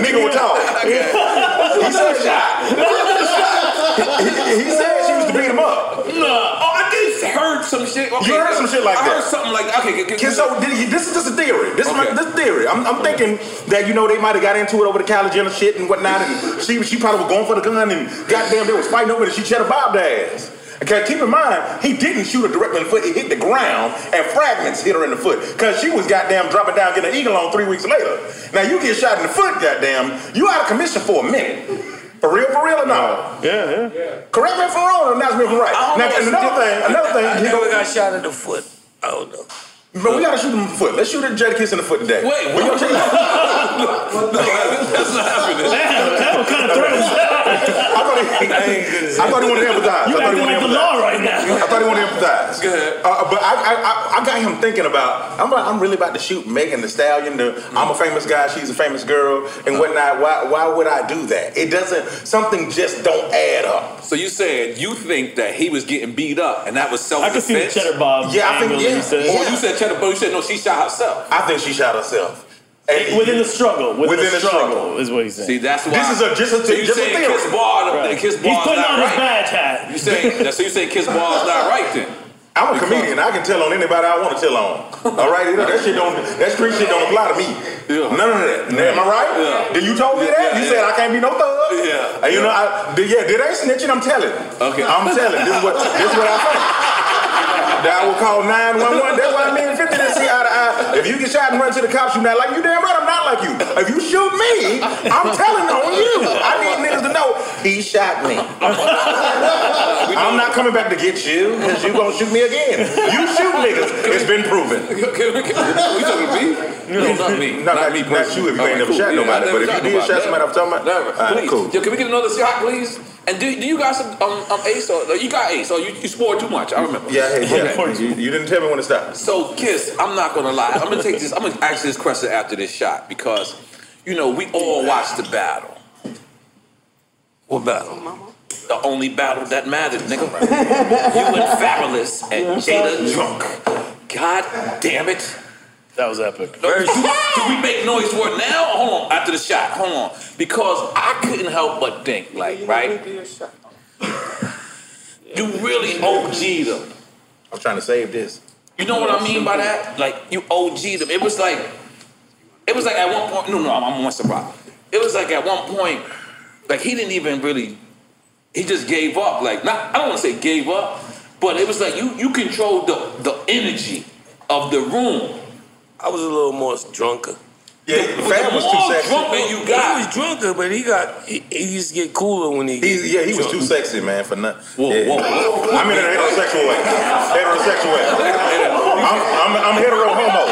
Speaker 8: Nigga was tall. He said he, he said she used to beat him up.
Speaker 3: No. Oh, I did heard some shit. Okay,
Speaker 8: You heard some shit like
Speaker 3: I
Speaker 8: that.
Speaker 3: heard something like that. Okay, okay,
Speaker 8: Okay, so did he- this is just a theory. This is my, this theory. I'm, I'm thinking that you know they might have got into it over the college and shit and whatnot, and she she probably was going for the gun and goddamn they was fighting over it. And she cheddar bobbed the ass. Okay, keep in mind he didn't shoot her directly in the foot. He hit the ground and fragments hit her in the foot because she was goddamn dropping down getting an eagle on three weeks later. Now you get shot in the foot, goddamn, you out of commission for a minute. For real, for real or no?
Speaker 7: Yeah,
Speaker 8: yeah. Correct me if I'm wrong, or not me if I'm right.
Speaker 6: I
Speaker 8: Now,
Speaker 6: don't know.
Speaker 8: and another thing, another thing.
Speaker 6: I
Speaker 8: you know-
Speaker 6: never got shot in the foot. I don't know.
Speaker 8: Bro, we gotta shoot him in the foot. Let's shoot a jet kiss in the foot today. Wait, what? no,
Speaker 3: (laughs)
Speaker 6: (laughs)
Speaker 3: that's not happening.
Speaker 8: That kind of
Speaker 3: (laughs)
Speaker 8: threat I thought he, I thought he wanted to empathize.
Speaker 7: You
Speaker 8: I thought he
Speaker 7: acting like
Speaker 8: wanted to
Speaker 7: the
Speaker 8: empathize.
Speaker 7: law right now.
Speaker 8: I thought he wanted to empathize. Uh, but I, I, I, I got him thinking about. I'm, like, I'm really about to shoot Megan the Stallion. The, I'm a famous guy. She's a famous girl, and whatnot. Why, why would I do that? It doesn't. Something just don't add up.
Speaker 3: So you said you think that he was getting beat up and that was self
Speaker 8: I could
Speaker 3: defense?
Speaker 8: see the cheddar bob Yeah, I think- angle that you yeah. said.
Speaker 3: Or
Speaker 8: Yeah.
Speaker 3: you said cheddar bob. You said no, she shot herself.
Speaker 8: I think she shot herself. And-
Speaker 7: Within the struggle. Within,
Speaker 8: Within
Speaker 7: the
Speaker 8: the
Speaker 7: struggle,
Speaker 8: struggle.
Speaker 7: is what he's saying.
Speaker 3: See, that's why.
Speaker 8: This is a- just a-
Speaker 3: so you
Speaker 8: just a
Speaker 3: saying
Speaker 8: theory.
Speaker 3: Kiss Bar,
Speaker 7: Right.
Speaker 3: Kiss
Speaker 7: He's
Speaker 3: Bar's
Speaker 7: putting
Speaker 3: not
Speaker 7: on
Speaker 3: right.
Speaker 7: his badge hat.
Speaker 3: You saying so you saying Kiss Bar's not right
Speaker 8: (laughs)
Speaker 3: then?
Speaker 8: I'm a comedian. I can tell on anybody I want to tell
Speaker 3: (laughs)
Speaker 8: on. All right, that shit don't. That street shit don't apply to me. None of that. Am I right? Then you told me that. you said I can't be no thug.
Speaker 3: Yeah.
Speaker 8: And you know, I, yeah, did I snitching? I'm telling.
Speaker 3: Okay. (laughs)
Speaker 8: I'm telling. This is what. This is what I think. I will call 911. That's why me and 50 didn't see eye to eye. If you get shot and run to the cops, you're not like you. Damn right, I'm not like you. If you shoot me, I'm telling on you. I need niggas to know he shot
Speaker 3: (laughs)
Speaker 8: me. I'm not coming back to get you because you gonna shoot me again. You shoot niggas. It's been
Speaker 3: (laughs)
Speaker 8: proven.
Speaker 3: We talking me? No, not me.
Speaker 8: No, not, me. Not you if you ain't never shot nobody. but if you did shot somebody, I'm talking about.
Speaker 3: Never.
Speaker 8: All right,
Speaker 3: Please.
Speaker 8: cool.
Speaker 3: Yo, can we get another shot, please? And do, do you got some um, um ace or no, you got ace or you, you scored too much? I remember.
Speaker 8: Yeah, hey, yeah.
Speaker 3: Okay.
Speaker 8: You, you didn't tell me when to stop.
Speaker 3: So kiss, I'm not gonna lie. I'm gonna take this. I'm gonna ask this question after this shot because you know we all watched the battle.
Speaker 6: What battle?
Speaker 3: The only battle that mattered, nigga. you and Fabulous and Jada drunk. God damn it.
Speaker 7: That was epic.
Speaker 3: Do, do we make noise for it now? Or hold on, after the shot. Hold on, because I couldn't help but think, like, right? You really OG them.
Speaker 8: I'm trying to save this.
Speaker 3: You know what I mean by that? Like you OG them. It was like, it was like at one point. No, no, I'm, I'm on Rock. It was like at one point, like he didn't even really. He just gave up. Like not, I don't want to say gave up, but it was like you you controlled the the energy of the room.
Speaker 6: I was a little more drunker.
Speaker 8: Yeah, Fab was too sexy.
Speaker 3: you got.
Speaker 6: He was drunker, but he got he, he used to get cooler when he.
Speaker 8: He, yeah, he was too sexy, man, for nothing. Yeah.
Speaker 6: whoa, whoa.
Speaker 8: I'm in an heterosexual way. Heterosexual way. I'm, I'm, I'm hetero homo.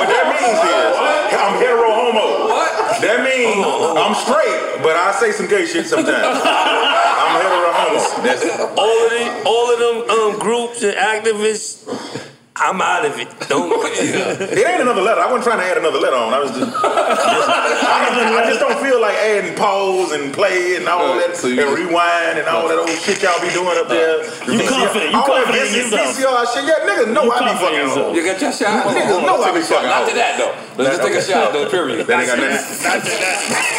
Speaker 8: What that means is I'm hetero homo. What? That means I'm straight, but I say some gay shit sometimes. I'm hetero homo. That's it.
Speaker 6: all of the, all of them um, groups and activists. I'm out of it. Don't.
Speaker 8: It ain't another letter. I wasn't trying to add another letter on. I was just, just- I, just I just don't feel like adding pause and play and
Speaker 7: Uh,
Speaker 8: all that and rewind and all that old shit y'all be doing up there.
Speaker 7: You confident. You
Speaker 8: all that
Speaker 7: confident in
Speaker 8: VC-
Speaker 7: yourself.
Speaker 8: VCR shit. Yeah, niggas know
Speaker 7: You confident
Speaker 8: I be
Speaker 7: in
Speaker 8: fucking
Speaker 7: yourself.
Speaker 8: on.
Speaker 3: You got your shot. Hold on,
Speaker 8: Niggas
Speaker 3: hold on,
Speaker 8: know
Speaker 3: let's
Speaker 8: I
Speaker 3: take
Speaker 8: be
Speaker 3: a shot.
Speaker 8: fucking
Speaker 3: Not
Speaker 8: on.
Speaker 3: to that though. Let's
Speaker 8: That-
Speaker 3: just take a
Speaker 8: okay.
Speaker 3: shot though. Period.
Speaker 8: That ain't got nothing.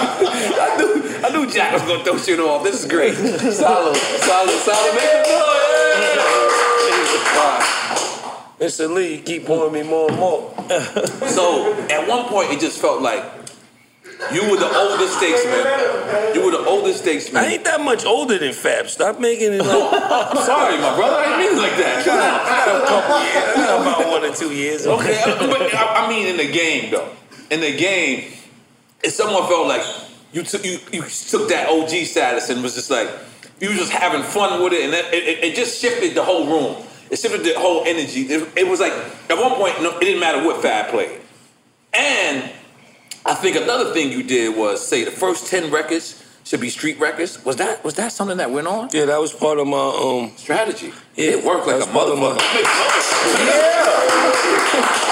Speaker 3: I knew Jack was gonna throw shit off. This is great. Solid, solid, solid. Make some noise.
Speaker 6: Mr. Lee, you keep pouring me more and more.
Speaker 3: So at one point, it just felt like you were the oldest statesman. You were the oldest statesman.
Speaker 6: I ain't that much older than Fab. Stop making it
Speaker 3: No,
Speaker 6: like.
Speaker 3: I'm (laughs) sorry, my brother. I didn't mean it like that. Come on.
Speaker 6: I got a couple years. I got about one or two years.
Speaker 3: Okay, I- but I, I mean in the game though. In the game, if someone felt like you took you, you took that OG status and was just like you was just having fun with it, and that, it, it, it just shifted the whole room. It shifted the whole energy. It, it was like at one point no, it didn't matter what Fab played, and I think another thing you did was say the first ten records should be street records. Was that was that something that went on?
Speaker 6: Yeah, that was part of my um.
Speaker 3: Strategy.
Speaker 6: Yeah,
Speaker 3: It worked like
Speaker 6: that
Speaker 3: a
Speaker 6: was part of my-
Speaker 3: motherfucker.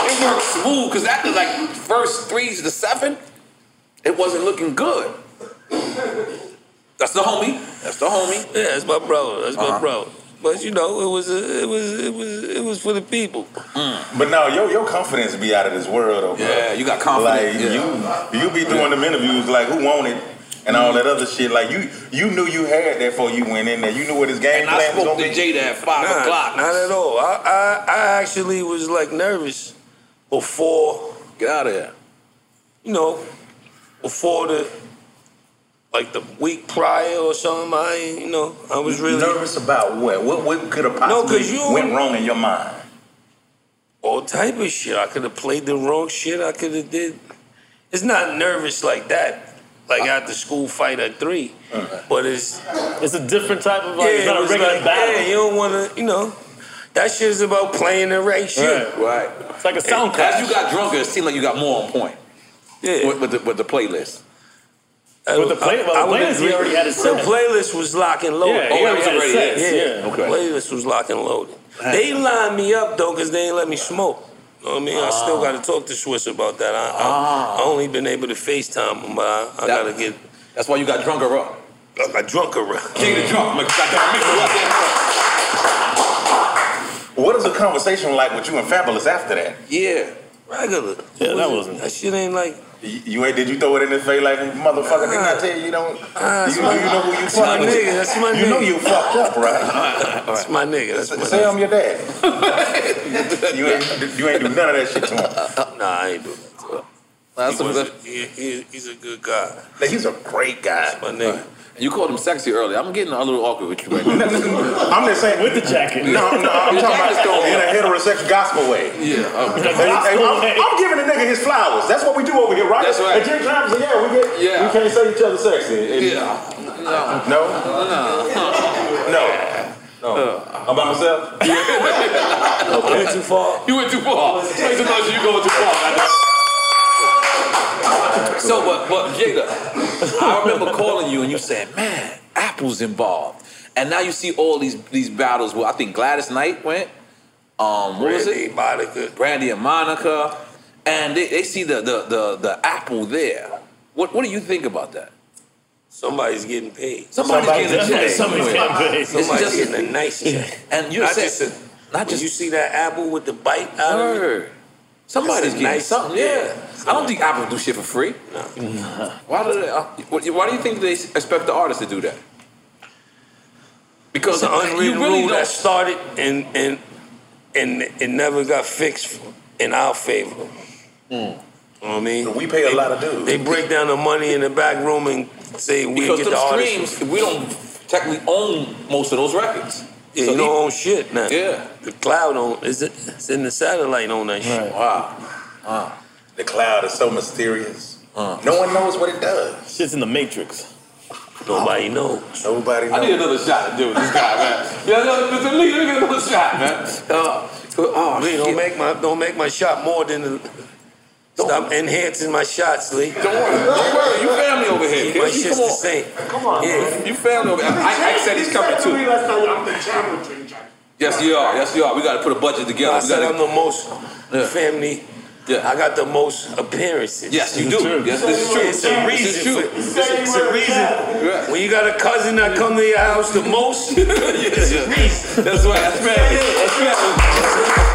Speaker 3: It worked smooth because after like first threes to seven, it wasn't looking good. That's the homie. That's the homie.
Speaker 6: Yeah, that's my brother. That's
Speaker 8: Uh-huh.
Speaker 6: my brother. But you know, it was a, it was it was it was for the people.
Speaker 8: Mm. But no, your your confidence be out of this world, though. Bro.
Speaker 3: Yeah, you got confidence,
Speaker 8: Like
Speaker 3: yeah.
Speaker 8: you, you be doing them interviews like who won it and all that other shit. Like you, you knew you had that before you went in there. You knew what his game
Speaker 3: And I
Speaker 8: plan was
Speaker 3: spoke
Speaker 8: gonna
Speaker 3: to
Speaker 8: be.
Speaker 3: Jada at five
Speaker 6: Nah,
Speaker 3: o'clock.
Speaker 6: Not at all. I, I I actually was like nervous before
Speaker 3: Get out of here.
Speaker 6: you know before the like the week prior or something. I ain't- you know I was really
Speaker 8: nervous about what? What, what could have
Speaker 6: No, 'cause
Speaker 8: possibly
Speaker 6: you-
Speaker 8: went wrong in your mind?
Speaker 6: all type of shit. I could have played the wrong shit. I could have did. It's not nervous like that. Like
Speaker 8: Uh-huh.
Speaker 6: after school fight at three, but it's
Speaker 7: It's a different type of like, it's
Speaker 6: it
Speaker 7: not a
Speaker 6: was
Speaker 7: regular
Speaker 6: like,
Speaker 7: battle.
Speaker 6: Yeah, you don't want to, you know. That shit is about playing the right shit.
Speaker 3: Right.
Speaker 7: It's like a sound
Speaker 3: As
Speaker 7: clash.
Speaker 3: you got drunker, it seemed like you got more on point
Speaker 6: Yeah.
Speaker 3: with, with, the, with the playlist.
Speaker 6: I-
Speaker 7: With the play- well, the
Speaker 6: I wouldn't
Speaker 7: playlist, he
Speaker 6: agree.
Speaker 7: already had it
Speaker 6: The
Speaker 7: set.
Speaker 6: playlist was lock and loaded.
Speaker 7: Yeah, he
Speaker 3: Oh, that was
Speaker 7: already had it
Speaker 3: already
Speaker 7: set.
Speaker 6: yeah,
Speaker 7: Yeah.
Speaker 6: the playlist was lock and loaded. They lined me up though because they ain't let me smoke. You know what I
Speaker 8: Ah.
Speaker 6: mean? I still got to talk to Swiss about that. I, I, I only been able to FaceTime him, but I,
Speaker 3: That-
Speaker 6: I gotta
Speaker 8: (laughs)
Speaker 6: get
Speaker 3: That's why you got drunker up.
Speaker 6: I got drunk around.
Speaker 3: King of drunk. Like, goddamn, make some goddamn noise.
Speaker 8: What is the conversation like with you and Fabulous after that?
Speaker 3: Yeah.
Speaker 6: Regular.
Speaker 7: Yeah, that wasn't-
Speaker 6: That shit ain't like.
Speaker 8: You, you ain't? Did you throw it in his face like motherfucker? Didn't I tell you you don't?
Speaker 6: Ah,
Speaker 8: you,
Speaker 6: it's my-
Speaker 8: you know who you
Speaker 6: it's my
Speaker 8: fucking
Speaker 6: nigga, that's my
Speaker 8: You know
Speaker 6: nigga.
Speaker 8: you fucked up, right?
Speaker 6: (laughs) That's my nigga. That's my
Speaker 8: Say
Speaker 6: nigga.
Speaker 8: I'm your dad. (laughs) you ain't you ain't do none of that shit to him.
Speaker 6: Nah, I ain't doing that. to him.
Speaker 3: That's
Speaker 6: He
Speaker 3: some
Speaker 6: was a- he- he- he's a good guy.
Speaker 8: Like, he's a great guy.
Speaker 6: My nigga.
Speaker 3: You called him sexy earlier. I'm getting a little awkward with you right now.
Speaker 8: I'm just saying.
Speaker 3: With the jacket.
Speaker 8: No, no, I'm talking about
Speaker 6: (laughs)
Speaker 8: in a heterosexual gospel way.
Speaker 3: Yeah. um,
Speaker 8: Hey, hey, I'm, I'm giving the nigga his flowers. That's what we do over here, right?
Speaker 3: That's right.
Speaker 8: At Jim Thompson, yeah, we get.
Speaker 3: Yeah.
Speaker 8: We can't say each other sexy. And-
Speaker 3: Yeah.
Speaker 8: No.
Speaker 3: No.
Speaker 8: No. No. I'm by myself.
Speaker 3: You went too far. You went too far. Thanks so much. You going too far. man. So, but, but Jada, I remember calling you and you said, "Man, Apple's involved." And now you see all these these battles where I think Gladys Knight went. Um, what was it? Monica. Brandy and Monica, and they, they see the, the the the Apple there. What what do you think about that?
Speaker 6: Somebody's getting paid.
Speaker 3: Somebody's getting a check. Somebody's getting paid. It's
Speaker 6: Somebody's
Speaker 3: just-
Speaker 6: getting a nice check.
Speaker 3: And you're
Speaker 6: not
Speaker 3: saying-
Speaker 6: just, a, not just you see that apple with the bite out of it.
Speaker 3: Word. Somebody's
Speaker 6: That's a
Speaker 3: getting
Speaker 6: nice-
Speaker 3: something. Yeah. I don't think Apple do shit for free. (laughs) Why do they, uh, what- why do you think they expect the artists to do that? Because
Speaker 6: It's an
Speaker 3: you
Speaker 6: unwritten
Speaker 3: really
Speaker 6: rule
Speaker 3: don't-
Speaker 6: that started and and and it never got fixed in our favor. Mm. You know what I mean?
Speaker 8: We pay a lot of dues.
Speaker 6: They break down the money in the back room and say we
Speaker 3: because
Speaker 6: get
Speaker 3: the
Speaker 6: the artist.
Speaker 3: streams, we don't technically own most of those records.
Speaker 6: Yeah,
Speaker 3: So
Speaker 6: you
Speaker 3: he-
Speaker 6: don't own shit now.
Speaker 3: Yeah.
Speaker 6: The cloud on is it? It's in the satellite on that shit.
Speaker 3: Wow.
Speaker 8: Uh. The cloud is so mysterious.
Speaker 3: Uh.
Speaker 8: No one knows what it does.
Speaker 7: Shit's in the matrix.
Speaker 6: Nobody knows.
Speaker 8: Nobody knows.
Speaker 3: I need another shot to do with this guy,
Speaker 8: (laughs)
Speaker 3: man. Yeah, no, Mr. Lee, let me get another shot, man. Uh, oh,
Speaker 6: Lee, don't make my don't make my shot more than the. Stop enhancing my shots, Lee.
Speaker 3: Don't worry, don't worry. You family over here.
Speaker 6: Keep my
Speaker 3: kid.
Speaker 6: shit's
Speaker 3: Come
Speaker 6: the
Speaker 3: on.
Speaker 6: same.
Speaker 3: Come on, yeah. You family over here. I, I said he's coming too.
Speaker 8: I'm the channel
Speaker 3: Yes, you are. Yes, you are. We got to put a budget together.
Speaker 6: I
Speaker 3: We
Speaker 6: said
Speaker 3: gotta-
Speaker 6: I'm the most family.
Speaker 3: Yeah.
Speaker 6: I got the most appearances.
Speaker 3: Yes, you do. Yes, this is true.
Speaker 6: It's a
Speaker 3: This
Speaker 6: reason.
Speaker 3: is true.
Speaker 6: for- it's a reason.
Speaker 3: Yeah.
Speaker 6: When you got a cousin that come to your house the most,
Speaker 3: (laughs)
Speaker 6: (laughs) it's a reason.
Speaker 3: That's right. That's family. That's family.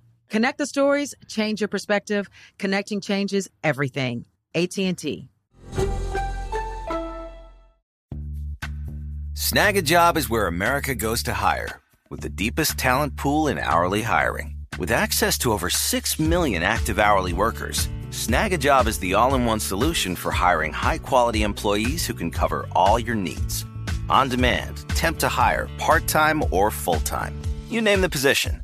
Speaker 9: Connect the stories, change your perspective. Connecting changes everything. AT&T.
Speaker 10: Snag a job is where America goes to hire, with the deepest talent pool in hourly hiring. With access to over 6 million active hourly workers, Snag a job is the all in one solution for hiring high quality employees who can cover all your needs. On demand, temp to hire, part time or full time. You name the position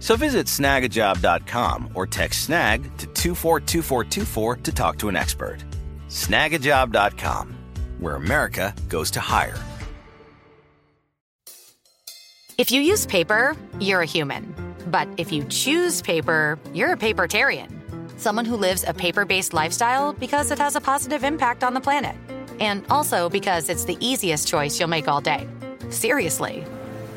Speaker 10: So visit snagajob.com or text snag to 242424 to talk to an expert. Snagajob.com, where America goes to hire.
Speaker 1: If you use paper, you're a human. But if you choose paper, you're a papertarian. Someone who lives a paper based lifestyle because it has a positive impact on the planet. And also because it's the easiest choice you'll make all day. Seriously.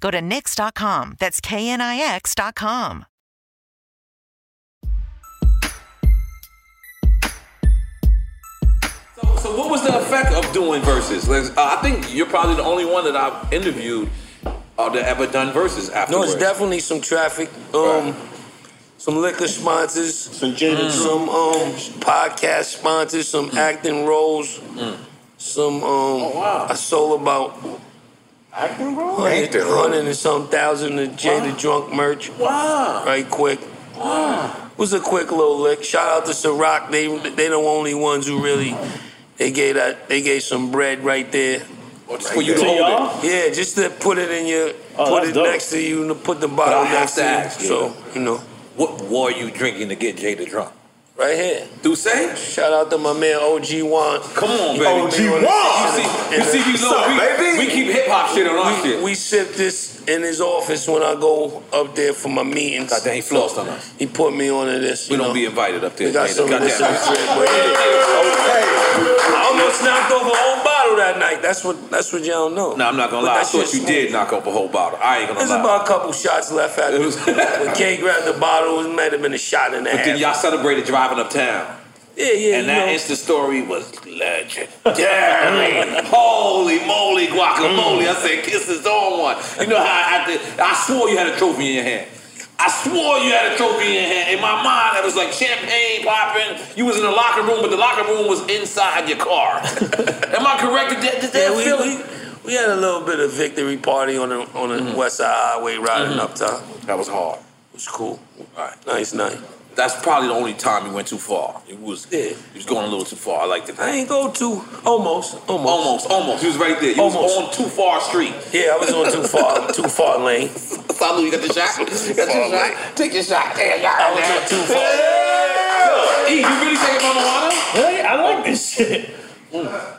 Speaker 11: Go to NYX.com. That's KNIX.com.
Speaker 3: So what was the effect of doing verses? Like, uh, I think you're probably the only one that I've interviewed uh, that ever done verses
Speaker 6: No,
Speaker 3: afterwards.
Speaker 6: it's definitely some traffic, um, some liquor sponsors, some
Speaker 3: Jada Drew.
Speaker 6: some Hmm. um, podcast sponsors, some acting roles, some. Um,
Speaker 3: Oh,
Speaker 6: I sold about
Speaker 5: Acting role?
Speaker 6: hundred hundred and some thousand of Jada Drunk merch.
Speaker 3: Wow!
Speaker 6: Right quick. Wow. It was a quick little lick. Shout out to Ciroc. They they the only ones who really they gave that they gave some bread right there.
Speaker 3: for you to hold
Speaker 6: Yeah, just to put it in your
Speaker 3: Oh,
Speaker 6: put
Speaker 3: that's
Speaker 6: it
Speaker 3: dope.
Speaker 6: next to you and to put the
Speaker 3: But
Speaker 6: bottle
Speaker 3: I have
Speaker 6: next
Speaker 3: to ask
Speaker 6: to
Speaker 3: you.
Speaker 6: you. So you know.
Speaker 3: What were you drinking to get Jada drunk?
Speaker 6: right here.
Speaker 3: Do say?
Speaker 6: Shout out to my man OG Juan.
Speaker 3: Come on, baby. You see, you see, you know, we, we keep hip hop shit on our
Speaker 6: we,
Speaker 3: shit.
Speaker 6: We sip this in his office when I go up there for my meetings. God
Speaker 3: damn, he flossed on us.
Speaker 6: He put me on to this.
Speaker 3: We don't be invited up there.
Speaker 6: We got
Speaker 3: Jada.
Speaker 6: some of this
Speaker 3: Goddamn.
Speaker 6: up there, but- I almost knocked over a whole bottle that night. That's what that's what y'all don't know.
Speaker 3: No, I'm not gonna
Speaker 6: But
Speaker 3: lie. I
Speaker 6: that
Speaker 3: thought
Speaker 6: shit's
Speaker 3: you did knock up a whole bottle. I ain't gonna
Speaker 6: There's
Speaker 3: lie.
Speaker 6: about a couple shots left after.
Speaker 3: (laughs)
Speaker 6: when K grabbed the bottle, it might have been a shot and a
Speaker 3: but
Speaker 6: half.
Speaker 3: then y'all celebrated driving uptown.
Speaker 6: Yeah, yeah.
Speaker 3: And
Speaker 6: you
Speaker 3: that
Speaker 6: know.
Speaker 3: Insta story was
Speaker 6: (laughs)
Speaker 3: Mm. legendary. Holy moly, guacamole.
Speaker 6: Mm.
Speaker 3: I said, kisses on one. You know how I, I, did- I swore you had a trophy in your hand. I swore you had a trophy in your hand. In my mind, it was like champagne popping. You was in the locker room, but the locker room was inside your car. (laughs) Am I correct? Did that, did that
Speaker 6: Yeah, we-
Speaker 3: feel
Speaker 6: we- We had a little bit of victory party on the on the
Speaker 3: Mm-hmm.
Speaker 6: West Side Highway riding
Speaker 3: Mhm.
Speaker 6: uptown.
Speaker 3: That was hard.
Speaker 6: It was cool.
Speaker 3: All right.
Speaker 6: Nice night.
Speaker 3: That's probably the only time you went too far. It was, you was going a little too far. I liked it.
Speaker 6: I ain't go too almost, almost,
Speaker 3: almost, almost. You was right there. You
Speaker 6: Almost.
Speaker 3: was on too far street.
Speaker 6: Yeah, I was on too
Speaker 3: (laughs)
Speaker 6: far, too far lane.
Speaker 3: Salud, you got the shot. You got your shot. Take your shot. Damn, y'all.
Speaker 6: I was on too far.
Speaker 3: E, you really taking my marijuana?
Speaker 7: Really? I like this shit.
Speaker 6: Mm.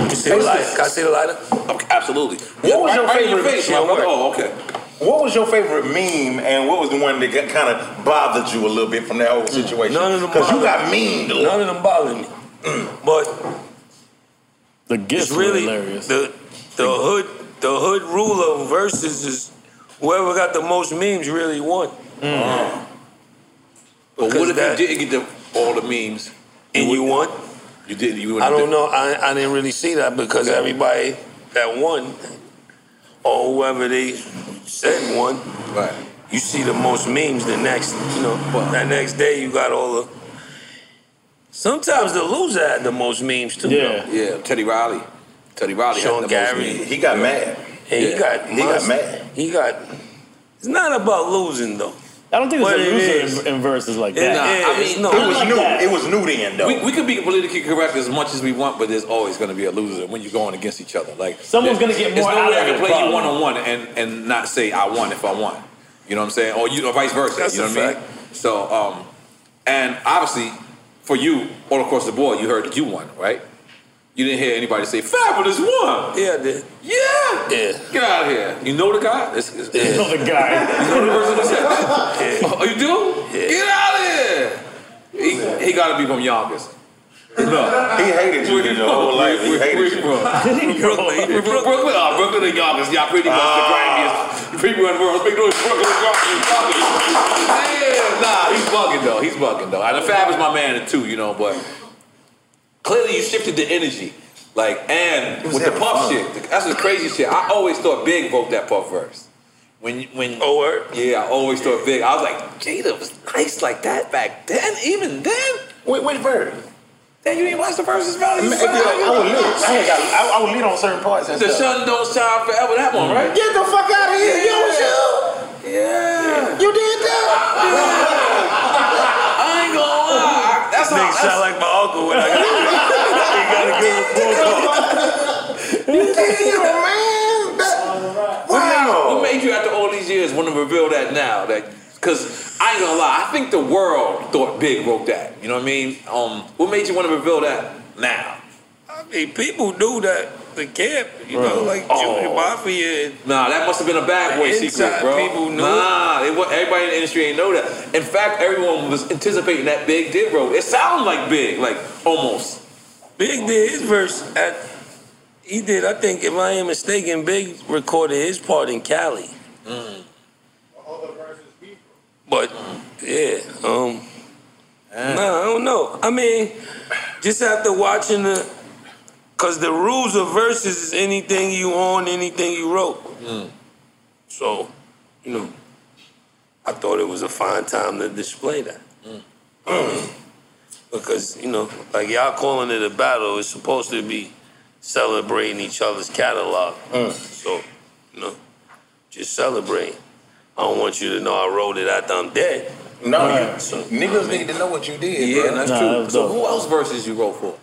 Speaker 6: You see the lighter? Can I see the lighter?
Speaker 3: absolutely.
Speaker 8: What was your
Speaker 6: Right in your
Speaker 8: favorite?
Speaker 6: face, my brother.
Speaker 3: oh, okay.
Speaker 8: What was your favorite meme, and what was the one that got, kind of bothered you a little bit from that whole situation? None of them. Because you got memed. a lot.
Speaker 6: None of them bothered me.
Speaker 3: Mm.
Speaker 6: but
Speaker 7: the gift
Speaker 6: really hilarious. The the hood the hood rule of verses is whoever got the most memes really won. Mm.
Speaker 3: But
Speaker 6: Because
Speaker 3: what if
Speaker 6: that-
Speaker 3: you didn't get the, all the memes?
Speaker 6: And you won?
Speaker 3: You didn't. You
Speaker 6: I don't know. I, I didn't really see that because everybody that won, or whoever they said won,
Speaker 3: right.
Speaker 6: you see the most memes the next, you know, that next day you got all the. Sometimes the loser had the most memes too.
Speaker 3: Yeah. Yeah, Teddy Riley. Teddy Riley
Speaker 6: Sean
Speaker 3: had the most
Speaker 6: Gary.
Speaker 3: memes.
Speaker 6: Yeah. And
Speaker 3: Yeah.
Speaker 6: he got monster- He got. It's not about losing though.
Speaker 7: I don't think
Speaker 6: But
Speaker 7: it's a
Speaker 6: it
Speaker 7: loser
Speaker 6: is.
Speaker 7: in,
Speaker 6: (laughs)
Speaker 7: in verses like
Speaker 6: It
Speaker 7: that.
Speaker 6: is.
Speaker 3: I mean,
Speaker 6: No, it was new. It was new then, though.
Speaker 3: We, we could be politically correct as much as we want, but there's always going to be a loser when you're going against each other. Like
Speaker 7: Someone's
Speaker 3: there-
Speaker 7: gonna get
Speaker 3: there's
Speaker 7: more
Speaker 3: no
Speaker 7: out
Speaker 3: way
Speaker 7: of
Speaker 3: I can
Speaker 7: it,
Speaker 3: play you
Speaker 7: probably.
Speaker 3: one on one and and not say I won if I won. You know what I'm saying? Or you or vice versa.
Speaker 6: That's
Speaker 3: you know
Speaker 6: a
Speaker 3: what I mean? So um, and obviously for you all across the board, you heard that you won, right? You didn't hear anybody say fabulous won.
Speaker 6: Yeah, I did.
Speaker 3: Yeah.
Speaker 6: Yeah.
Speaker 3: Get out of here. You know the guy? It's, it's,
Speaker 6: You
Speaker 7: know the
Speaker 3: (laughs)
Speaker 7: guy.
Speaker 3: you know the person who said that? Oh, you do? Get out of here. He, he got to be from Yonkers. No.
Speaker 8: He hated you his whole life. He hated (laughs) you.
Speaker 3: Brooklyn. Brooklyn. Brooklyn. Oh, Brooklyn and Yonkers. Y'all pretty much
Speaker 8: Ah.
Speaker 3: the grimiest people in the world. Make noise. Brooklyn and Yonkers. Yonkers. Yeah, nah, he's bugging though. He's bugging though. And the Fab is my man too, you know, but clearly you shifted the energy. Like, and with the
Speaker 8: having
Speaker 3: Puff
Speaker 8: fun.
Speaker 3: shit. That's the crazy shit. I always thought Big wrote that Puff verse. When when oh yeah, I always thought big. I was like Jada was nice like that back then. Even then,
Speaker 8: wait, wait, Bird.
Speaker 3: Then you didn't watch the versus Valley.
Speaker 8: Man, yeah, I would lit. I ain't got. I, I would lit on certain parts. And
Speaker 3: The
Speaker 8: stuff.
Speaker 3: sun don't shine forever. That one, right?
Speaker 8: Get the fuck out of here. You was
Speaker 3: you. Yeah.
Speaker 8: You did that.
Speaker 3: (laughs) I ain't gonna lie. That's
Speaker 6: Nigga sound like my uncle when I got, he got a good
Speaker 8: card.
Speaker 6: report
Speaker 8: You did it, man.
Speaker 3: wow. What made you after all these years want to reveal that now? That because I ain't gonna lie, I think the world thought Big wrote that. You know what I mean? Um, what made you want to reveal that now?
Speaker 6: I mean, people knew that the camp, you know, like Junior Mafia and
Speaker 3: Oh. Nah, that must have been a bad boy secret,
Speaker 6: Inside
Speaker 3: bro.
Speaker 6: people knew.
Speaker 3: Nah, they, wa- everybody in the industry ain't know that. In fact, everyone was anticipating that Big did wrote. It sounded like Big, like almost.
Speaker 6: Big did his verse at he did, I think if I ain't mistaken, Big recorded his part in Cali. But yeah, um nah, I don't know. I mean, just after watching the cause the rules of verses is anything you own, anything you wrote.
Speaker 3: Hmm.
Speaker 6: So, you know, I thought it was a fine time to display that. Um, because, you know, like y'all calling it a battle, it's supposed to be celebrating each other's catalog.
Speaker 8: Mm.
Speaker 6: So, you know, just celebrate. I don't want you to know I wrote it after I'm dead.
Speaker 8: No, you-
Speaker 6: So,
Speaker 8: niggas need to know what you did.
Speaker 6: yeah,
Speaker 8: bro.
Speaker 6: that's true. so who else
Speaker 3: verses you wrote for?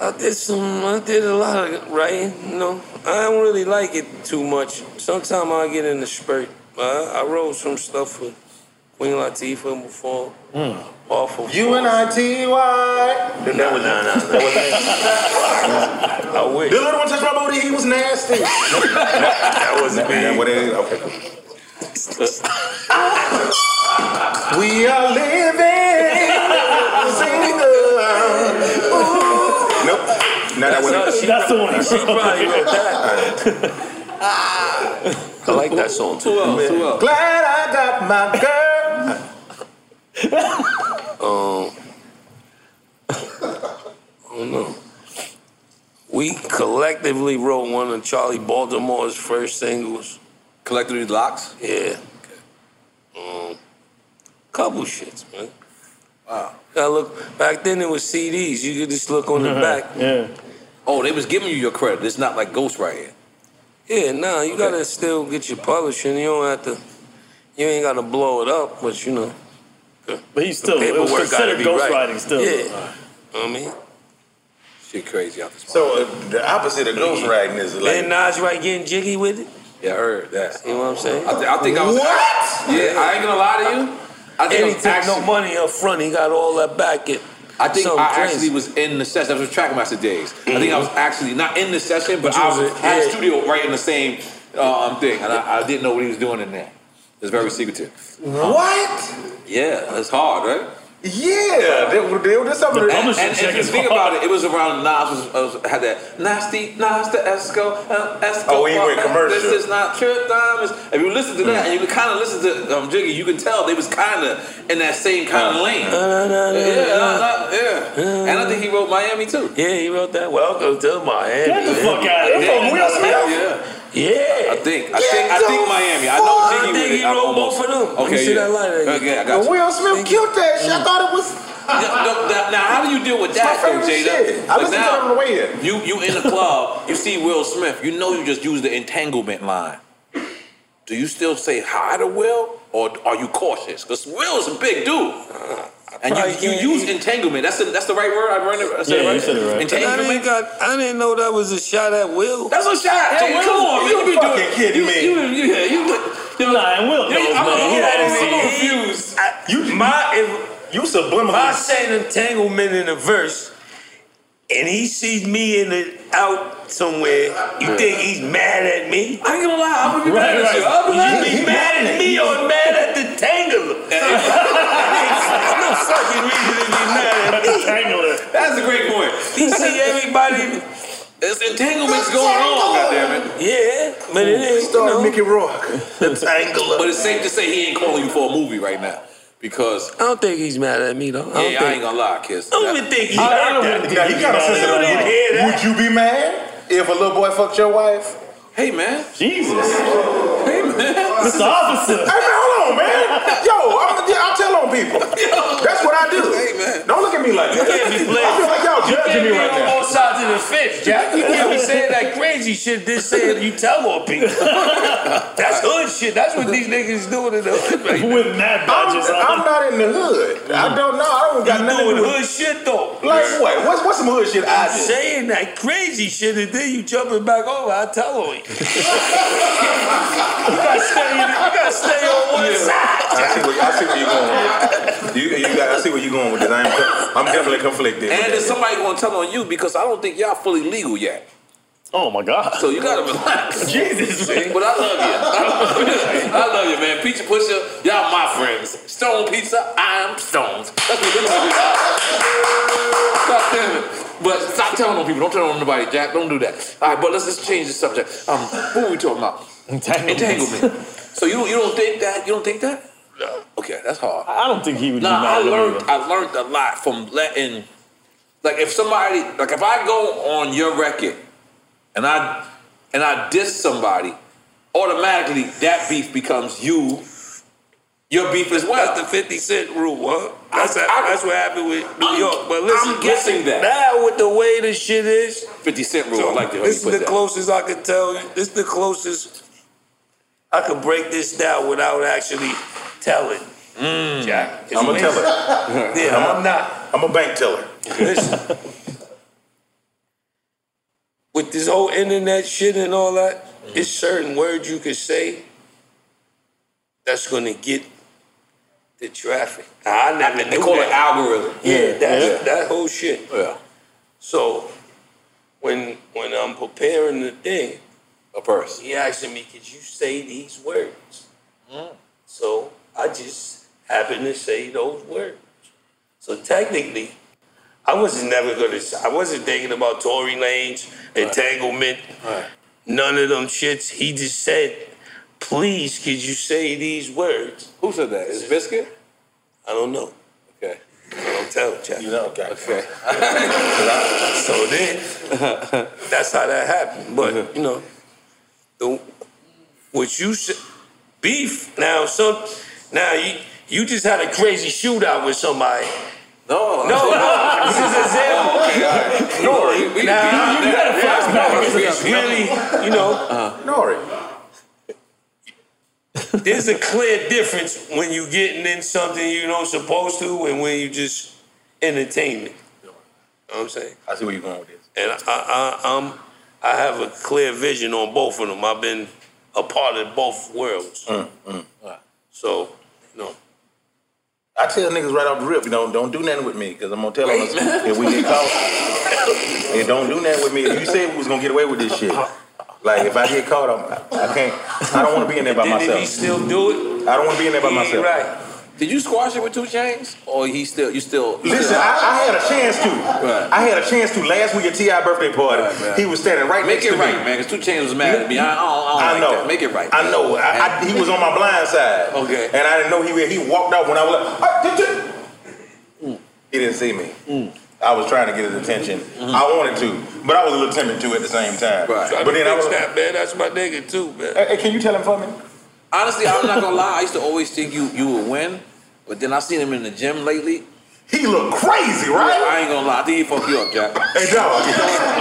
Speaker 6: I did some. I did a lot of writing. You know, I don't really like it too much. Sometimes I get in the spurt. But I, I wrote some stuff for Queen Latifah before.
Speaker 2: 嗯
Speaker 6: Awful.
Speaker 8: U N I T Y.
Speaker 6: No, no, no, no. I wish.
Speaker 8: The little one touched my booty. He was nasty. that
Speaker 6: wasn't me.
Speaker 8: That, what it is? Okay. we are living single. Ooh. Nope. Not that one.
Speaker 6: That's, that's the one. She probably wrote that. (laughs) I like that song too.
Speaker 8: Glad I got my girl.
Speaker 6: Um, I don't know. We collectively wrote one of Charlie Baltimore's first singles.
Speaker 3: Collectively locks?
Speaker 6: Yeah. Um, couple shits, man. Wow. I look back then it was CDs. You could just look on the
Speaker 7: (laughs)
Speaker 3: (laughs)
Speaker 6: back.
Speaker 3: Yeah. Oh, they was giving you your credit. It's not like Ghost right here.
Speaker 6: Yeah, nah, you gotta still get your publishing. You don't have to. You ain't gotta blow it up, but you know.
Speaker 7: But he's still- it was considered ghostwriting still. Uh,
Speaker 6: Yeah, I mean.
Speaker 3: Shit crazy out this.
Speaker 8: So uh, the opposite of ghostwriting is like.
Speaker 6: And Nas right getting jiggy with it.
Speaker 3: Yeah, I heard that.
Speaker 6: You know what I'm saying?
Speaker 3: I, thi- I think I was.
Speaker 6: What?
Speaker 3: Yeah, I ain't gonna lie to you. I think
Speaker 6: and
Speaker 3: I
Speaker 6: he
Speaker 3: was
Speaker 6: took
Speaker 3: actually,
Speaker 6: no money up front. He got all that back. It.
Speaker 3: I think
Speaker 6: something
Speaker 3: I
Speaker 6: crazy.
Speaker 3: actually
Speaker 6: Mm-hmm.
Speaker 3: was in the session. I was Trackmaster days. I think I was actually not in the session, but,
Speaker 6: But you
Speaker 3: I
Speaker 6: was
Speaker 3: was
Speaker 6: in-
Speaker 3: at the
Speaker 6: yeah.
Speaker 3: studio right in the same uh, um, thing, and I, I didn't know what he was doing in there. It's very secretive.
Speaker 8: What?
Speaker 3: Yeah, it's hard, right?
Speaker 8: Yeah, that, that, that's something.
Speaker 3: And, and, and if you think about it, it was around Nas Oh, was, was, had that nasty Nas the Esco uh, Esco.
Speaker 8: Oh, he went
Speaker 3: uh,
Speaker 8: commercial.
Speaker 3: This is not Trip Diamonds. If you listen to
Speaker 6: Mm.
Speaker 3: that, and you kind of listen to um, Jiggy, you can tell they was kind of in that same kind of lane. yeah, nah, nah, yeah. and I think he wrote Miami too.
Speaker 6: Yeah, he wrote that. Welcome to Miami.
Speaker 3: Get the fuck out of here. From Will Smith?
Speaker 6: Yeah. Yeah.
Speaker 3: I think. I think. I think Miami. I know Jiggy.
Speaker 6: fuck- I think
Speaker 3: with
Speaker 6: he
Speaker 3: it. I'm
Speaker 6: wrote
Speaker 3: almost-
Speaker 6: both of them. Let me
Speaker 3: Okay,
Speaker 6: see
Speaker 3: yeah.
Speaker 6: that light again.
Speaker 3: Okay, I got you. Mm.
Speaker 8: Will Smith killed that shit. I thought it was. (laughs)
Speaker 3: Yeah, no, now, now, how do you deal with that, though,
Speaker 8: favorite
Speaker 3: Jada?
Speaker 8: shit. I
Speaker 3: But
Speaker 8: listened to
Speaker 3: now,
Speaker 8: it on the way here.
Speaker 3: You you in the club, you see Will Smith, you know you just used the entanglement line. Do you still say hi to Will, or are you cautious? Because Will's a big
Speaker 8: Uh,
Speaker 3: dude, and you, you use entanglement. That's the that's the right word. I learned it. I said it right.
Speaker 6: I
Speaker 3: Entanglement.
Speaker 6: didn't, got, I didn't know that was a shot at Will.
Speaker 3: That's a shot.
Speaker 6: at
Speaker 3: Hey, come on, man. You be doing- you- You, you, yeah, you, you, nah, and Will.
Speaker 6: knows,
Speaker 3: I'm,
Speaker 6: man. He
Speaker 3: I'm,
Speaker 6: had his
Speaker 3: I'm, I'm
Speaker 6: own
Speaker 3: confused.
Speaker 6: You my if
Speaker 8: you subliminal.
Speaker 6: If I say an entanglement in a verse, and he sees me in the out somewhere, you think he's mad at me?
Speaker 3: I ain't gonna lie, I'm gonna be mad at you. I'll be mad at
Speaker 6: you.
Speaker 3: you.
Speaker 6: be mad at me or mad at the
Speaker 8: (laughs)
Speaker 6: (laughs) tangler? There's no fucking reason to be mad at me.
Speaker 3: That's a great point.
Speaker 6: You see everybody.
Speaker 3: There's entanglements going on, goddammit.
Speaker 6: Yeah, but it is.
Speaker 8: Starring Mickey
Speaker 6: (laughs)
Speaker 8: Rourke. Entangler.
Speaker 3: But it's safe to say he ain't calling you for a movie right now. Because
Speaker 6: I don't think he's mad at me though.
Speaker 3: yeah,
Speaker 6: I don't
Speaker 3: I
Speaker 6: think-
Speaker 3: ain't gonna lie, Kiss.
Speaker 6: I don't even think he heard that.
Speaker 8: Now, he got a sense of
Speaker 6: He
Speaker 8: that.
Speaker 6: didn't hear that.
Speaker 8: Would you be mad if a little boy fucked your wife?
Speaker 3: Hey man.
Speaker 7: Jesus.
Speaker 3: (laughs) Hey man.
Speaker 7: Mr. Officer.
Speaker 8: Hey man, hold on, man. Yo, I'm, yeah, I'm telling on
Speaker 3: (laughs)
Speaker 8: people. That's what I do. Hey man. Don't look at me like that.
Speaker 3: You can't be
Speaker 8: I
Speaker 3: blamed.
Speaker 8: feel like y'all
Speaker 3: You
Speaker 8: judging me
Speaker 3: can't be
Speaker 8: right
Speaker 3: on
Speaker 8: now.
Speaker 3: both sides of the fence, Jack. You can't be saying that crazy shit. This saying you tell on people. (laughs) That's hood shit. That's what these niggas doing in the hood right now.
Speaker 7: With mad Mm.
Speaker 8: I'm, I'm not in the hood. I don't know. I don't got
Speaker 3: You
Speaker 8: nothing to
Speaker 3: doing
Speaker 8: do with
Speaker 3: hood shit though.
Speaker 8: Like what? What's, what's some hood shit I
Speaker 3: You
Speaker 8: did?
Speaker 3: saying that crazy shit and then you jumping back over. I tell on you. (laughs) you gotta stay. You gotta stay on one side.
Speaker 8: I see where, I see where you're going. With it. You, you got, I see where you're going with this. I am, I'm definitely conflicted. with
Speaker 3: And
Speaker 8: that.
Speaker 3: there's somebody gonna tell on you because I don't think y'all fully legal yet.
Speaker 7: Oh my God.
Speaker 3: So you gotta relax.
Speaker 7: (laughs) Jesus.
Speaker 3: But I love you. (laughs) I love you, man. Pizza Pusher, y'all my friends. Stone Pizza, I'm Stones. That's what this is. God damn it. But stop telling on people. Don't tell on nobody, Jack. Don't do that. All right, but let's just change the subject. Um, what were we talking about?
Speaker 7: (laughs) Entanglements.
Speaker 3: Entanglement. So you you don't think that? You don't think that? No. Okay, that's hard.
Speaker 7: I don't think he would.
Speaker 3: Nah,
Speaker 7: be
Speaker 3: I
Speaker 7: mad at me,
Speaker 3: learned
Speaker 7: though.
Speaker 3: I learned a lot from letting like if somebody like if I go on your record and I and I diss somebody, automatically that beef becomes you your beef as well.
Speaker 6: That's the 50 Cent rule, huh? That's, that's what happened with New
Speaker 3: I'm-
Speaker 6: York. But listen,
Speaker 3: I'm guessing that.
Speaker 6: listen, Now with the way this shit is,
Speaker 3: 50 Cent rule. I like the way
Speaker 6: this
Speaker 3: you
Speaker 6: is
Speaker 3: put
Speaker 6: the
Speaker 3: that.
Speaker 6: closest I could tell you. This is the closest I could break this down without actually telling.
Speaker 8: Mm.
Speaker 6: Jack,
Speaker 8: I'm a teller.
Speaker 6: Yeah, I'm, not.
Speaker 8: I'm a bank teller.
Speaker 6: Listen, with this whole internet shit and all that, it's certain words you can say that's gonna get the traffic. I never
Speaker 3: They
Speaker 6: knew
Speaker 3: call
Speaker 6: that.
Speaker 3: it algorithm.
Speaker 6: Yeah, that
Speaker 3: Yeah.
Speaker 6: that whole shit.
Speaker 3: Yeah.
Speaker 6: So when when I'm preparing the thing,
Speaker 3: A person.
Speaker 6: he asking me, "Could you say these words?" So I just happened to say those words. So technically, I was never gonna. I wasn't thinking about Tory Lanez, entanglement, none of them shits. He just said, "Please, could you say these words?"
Speaker 3: Who said that? Is Biscuit?
Speaker 6: I don't know.
Speaker 3: Okay.
Speaker 6: I don't tell, Jack.
Speaker 8: You know, okay.
Speaker 3: (laughs) Okay.
Speaker 6: So then,
Speaker 3: (laughs)
Speaker 6: that's how that happened. But you know, the, what you said, beef. Now some, now you you just had a crazy shootout with somebody.
Speaker 3: No,
Speaker 6: No, (laughs) no, this is example.
Speaker 3: Nori. We,
Speaker 6: Nah,
Speaker 3: we, we,
Speaker 7: got a flashback.
Speaker 6: It's really, you know,
Speaker 8: Nori.
Speaker 6: there's a clear difference when you getting in something you don't supposed to, and when you just entertainment. You know what I'm saying?
Speaker 8: I see where you're going with this.
Speaker 6: and I, I, I'm, I have a clear vision on both of them. I've been a part of both worlds.
Speaker 8: Mm.
Speaker 6: So, you know,
Speaker 8: I tell niggas right off the rip, you know, don't do nothing with me, because I'm gonna tell on us if we get caught. and don't do nothing with me. You said we was gonna get away with this shit. Like if I get caught, I'm, I can't. I don't want to be in there by
Speaker 6: then if he
Speaker 8: myself.
Speaker 6: still do it,
Speaker 8: I don't want to be in there by
Speaker 6: he ain't
Speaker 8: myself.
Speaker 6: right.
Speaker 3: did you squash it with two chains? Or he still you still you
Speaker 8: Listen,
Speaker 3: still-
Speaker 8: I, I had a chance to.
Speaker 3: Right.
Speaker 8: I had a chance to last week at Ti birthday party.
Speaker 3: Right, man.
Speaker 8: he was standing right
Speaker 3: Make
Speaker 8: next
Speaker 3: it
Speaker 8: to
Speaker 3: right,
Speaker 8: me.
Speaker 3: man. Cause two chains was mad at me. I, I don't, I
Speaker 8: I
Speaker 3: don't like
Speaker 8: know.
Speaker 3: that. Make it right.
Speaker 8: I know. I, I, he was on my blind side.
Speaker 3: Okay.
Speaker 8: And I didn't know he he walked out when I was like, "Ah, did you-" he didn't see me.
Speaker 3: Mm.
Speaker 8: I was trying to get his attention. I wanted to, but I was a little timid too at the same time.
Speaker 3: Mm-hmm. Right.
Speaker 6: Try
Speaker 8: But
Speaker 6: to
Speaker 8: then I
Speaker 6: fix
Speaker 8: was like,
Speaker 6: that, man. That's my nigga too, man.
Speaker 8: hey, hey, can you tell him for me?
Speaker 3: Honestly, I'm not gonna lie. I used to always think you you would win, but then I seen him in the gym lately.
Speaker 8: He looked crazy,
Speaker 3: I
Speaker 8: right?
Speaker 3: ain't gonna lie. I think he fuck you up, Jack.
Speaker 8: Hey, dog.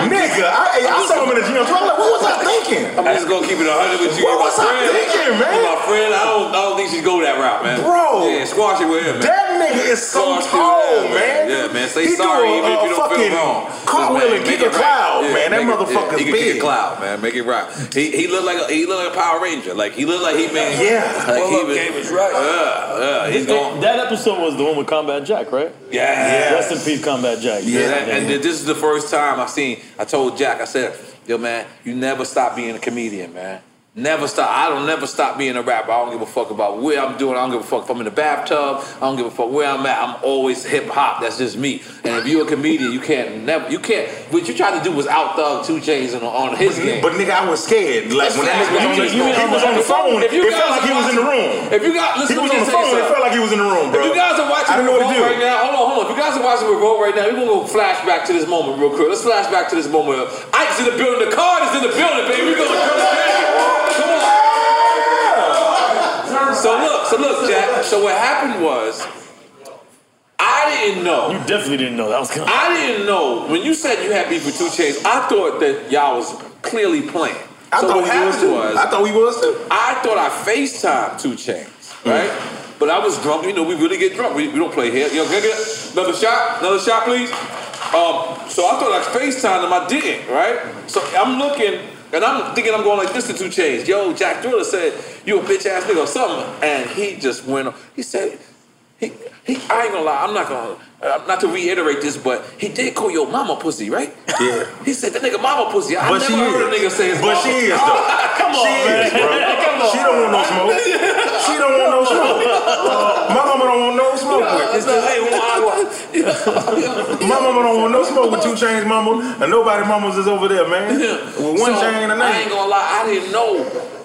Speaker 8: Nigga, I, hey, I saw him in the gym. So I'm like, what was I thinking?
Speaker 3: I'm just gonna keep it 100 with you.
Speaker 8: What
Speaker 3: my
Speaker 8: was I
Speaker 3: friend,
Speaker 8: thinking, man?
Speaker 3: you My friend, I don't, I don't think she go that route, man.
Speaker 8: Bro.
Speaker 3: Yeah, squash it with him, man.
Speaker 8: That nigga is so
Speaker 3: Squash it,
Speaker 8: tall,
Speaker 3: yeah,
Speaker 8: Oh, man.
Speaker 3: Yeah, man. Say
Speaker 8: He
Speaker 3: sorry
Speaker 8: do a,
Speaker 3: even
Speaker 8: uh,
Speaker 3: if you don't
Speaker 8: fucking
Speaker 3: feel wrong.
Speaker 8: Cartwheel
Speaker 3: Just,
Speaker 8: and kick a
Speaker 3: make it right.
Speaker 8: cloud,
Speaker 3: Yeah,
Speaker 8: man. That
Speaker 3: make it-
Speaker 8: motherfucker's
Speaker 3: yeah, he can Kick a
Speaker 8: big.
Speaker 3: cloud, man. Make it right. He he looked like a, he looked like a Power Ranger. Like he looked like he made.
Speaker 8: Yeah.
Speaker 3: Like
Speaker 6: Pull
Speaker 3: he
Speaker 6: up
Speaker 3: was.
Speaker 6: game is right.
Speaker 3: Yeah, yeah. He's gone.
Speaker 7: That episode was the one with Combat Jack, right?
Speaker 3: Yeah.
Speaker 7: Rest in peace, Combat Jack.
Speaker 3: Yeah, that- and th- this is the first time I've seen. I told Jack, I said, "Yo, man, you never stop being a comedian, man. Never stop. I don't never stop being a rapper. I don't give a fuck about where I'm doing. I don't give a fuck if I'm in the bathtub. I don't give a fuck where I'm at. I'm always hip hop. That's just me. And if you're a comedian, you can't never. You can't. What you tried to do was out thug two chains on, on his game.
Speaker 8: But nigga, I was scared. Like when that nigga was on
Speaker 7: You-
Speaker 8: the,
Speaker 7: you-
Speaker 8: he was on the phone,
Speaker 3: If you
Speaker 8: it felt
Speaker 3: guys
Speaker 8: like he
Speaker 3: are
Speaker 8: was in the
Speaker 3: watching-
Speaker 8: room.
Speaker 3: If you got
Speaker 8: He
Speaker 3: listen,
Speaker 8: was on
Speaker 3: let me
Speaker 8: the phone, it
Speaker 3: just tell you something.
Speaker 8: felt like he was in the room, bro.
Speaker 3: If you guys are watching
Speaker 8: I don't know
Speaker 3: Revolt
Speaker 8: what to do.
Speaker 3: right now, hold on, hold on. If you guys are watching Revolt right now, we're gonna go flash back to this moment real quick. Let's flash back to this moment. Ike's in the building. The card is in the building, baby. We're gonna come back. So look, so look, Jack. So what happened was, I didn't know. You definitely didn't know that was coming. I didn't know when you said you had beef with Two Chains. I thought that y'all was clearly playing.
Speaker 8: I
Speaker 3: so
Speaker 8: thought
Speaker 3: what
Speaker 8: we
Speaker 3: happened
Speaker 8: was too. I thought we was too.
Speaker 3: I thought I FaceTime Two Chains, right? But I was drunk. You know, we really get drunk. We, we don't play here. You know, can I get another shot? Another shot, please. Um, so I thought I FaceTimed him. I didn't, right? So I'm looking and I'm thinking I'm going like this to Two Chains. Yo, Jack Thriller said, you a bitch ass nigga or something. And he just went on. He said, he, he, I ain't gonna lie, I'm not gonna, uh, not to reiterate this, but he did call your mama pussy, right? Yeah. he said, that nigga mama pussy. I
Speaker 8: But
Speaker 3: never
Speaker 8: she is.
Speaker 3: heard a nigga say his
Speaker 8: But
Speaker 3: mama.
Speaker 8: she is, though.
Speaker 3: (laughs) Come on,
Speaker 8: She
Speaker 3: man.
Speaker 8: is, bro.
Speaker 3: (laughs) Come on.
Speaker 8: She don't want no smoke. She don't want no smoke. My mama don't want no smoke with. It's just, my mama don't want no smoke with two chains, mama, and nobody mamas is over there, man. With one
Speaker 3: So,
Speaker 8: chain and a
Speaker 3: I ain't
Speaker 8: name.
Speaker 3: gonna lie, I didn't know.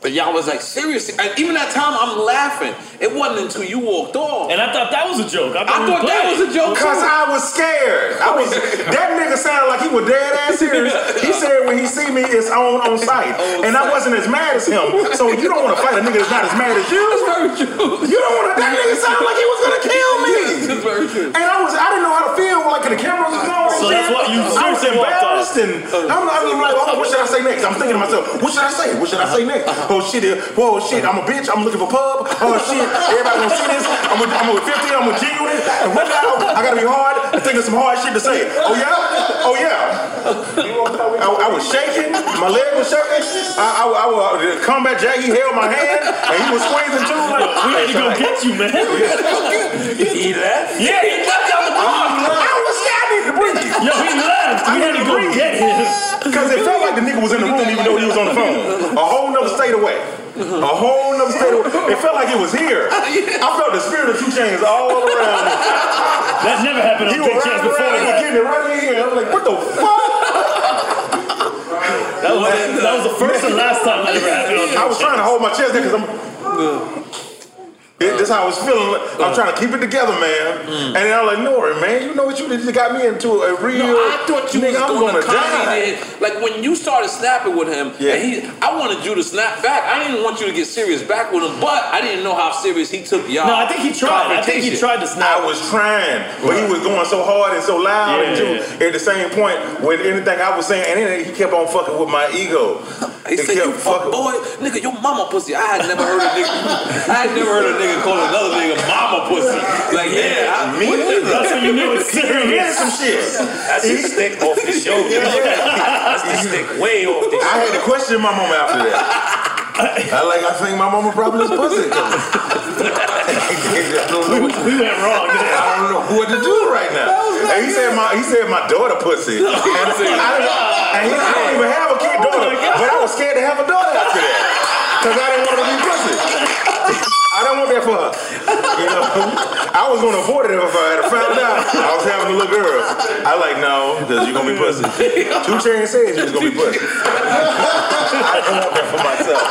Speaker 3: But y'all was like, seriously? And even that time, I'm laughing. It wasn't until you walked off. And I thought that was a joke. I
Speaker 8: thought
Speaker 3: thought,
Speaker 8: we
Speaker 3: that
Speaker 8: played.
Speaker 3: was a joke.
Speaker 8: Cause
Speaker 3: too.
Speaker 8: I was scared. I was that nigga sounded like he was dead ass serious. He said when he see me, it's on on sight, and I wasn't as mad as him. So you don't want to fight a nigga that's not as mad as you. That's
Speaker 3: very true.
Speaker 8: You don't want to. That nigga sounded like he was gonna kill me.
Speaker 3: That's very true.
Speaker 8: And I was I didn't know how to feel like the camera was going.
Speaker 7: So
Speaker 8: and
Speaker 7: that's
Speaker 8: shit.
Speaker 7: why you
Speaker 8: I was
Speaker 7: seriously walked off.
Speaker 8: embarrassed and I'm, I'm like, oh, what should I say next? I'm thinking to myself, what should I say? What should I say next? Oh shit! eh, Whoa shit! I'm a bitch. I'm looking for pub. Oh shit! Everybody gonna see this. I'm with, I'm with 50. I'm with G Unit. And what now? I gotta be hard. I'm thinking some hard shit to say. Oh yeah. Oh yeah. I, I was shaking. My leg was shaking. I, I, I, I, the combat Jackie held my hand and he was squeezing too. Like,
Speaker 7: We need to go get you, man.
Speaker 8: He left.
Speaker 7: Yeah, he left out the bar.
Speaker 8: I was scared. I needed to bring
Speaker 7: (laughs)
Speaker 8: you.
Speaker 7: Yo, he left. We
Speaker 8: I
Speaker 7: had
Speaker 8: needed
Speaker 7: to go
Speaker 8: breathe.
Speaker 7: get him.
Speaker 8: Because it felt like the nigga was in the room even though he was on the phone. A whole nother state away. A whole nother state away. It felt like it was here. I felt the spirit of two chains all around me.
Speaker 7: That never happened on
Speaker 8: You
Speaker 7: Big
Speaker 8: were
Speaker 7: Chance
Speaker 8: riding
Speaker 7: before.
Speaker 8: around, you were getting it right in here. I was like, what the fuck?
Speaker 7: That was, that was the first and last time that ever happened on Big
Speaker 8: I was trying to hold my chest there because I'm. It, that's how I was feeling.
Speaker 3: Uh.
Speaker 8: I'm trying to keep it together, man. And then I'm like, no, man, you know what you did? You got me into a real.
Speaker 3: Mm. No, I thought you
Speaker 8: nigga,
Speaker 3: was
Speaker 8: I'm
Speaker 3: going to
Speaker 8: die.
Speaker 3: comedy. then. Like when you started snapping with him,
Speaker 8: Yeah.
Speaker 3: and he, I wanted you to snap back. I didn't want you to get serious back with him, but I didn't know how serious he took y'all. confrontation.
Speaker 8: snap. I was trying, but he was going so hard and so loud. and
Speaker 3: Yeah.
Speaker 8: too, at the same point, with anything I was saying, and then he kept on fucking with my ego.
Speaker 3: He said, "You fuck boy, nigga, your mama pussy." I had never
Speaker 8: (laughs)
Speaker 3: heard a nigga. I had never heard a nigga call another nigga mama pussy. Like yeah, I,
Speaker 8: Me neither. He invented some shit.
Speaker 3: That's
Speaker 8: He-
Speaker 3: his (laughs) stick off his shoulder.
Speaker 8: That's the stick way off. I had to question my mama after (laughs) that. I like. I think my mama probably is pussy. we went wrong. I don't know what to do right now. And he said my he said my daughter pussy. And, (laughs) I, didn't- and he, I don't even have a kid daughter, but I was scared to have a daughter after that because I didn't want her to be pussy. I don't want that for her. You know, I was gonna avoid it if I had found out I was having a little girl. I like no, because you're gonna be pussy. Two Chainz said you was gonna be pussy. I don't want that for myself.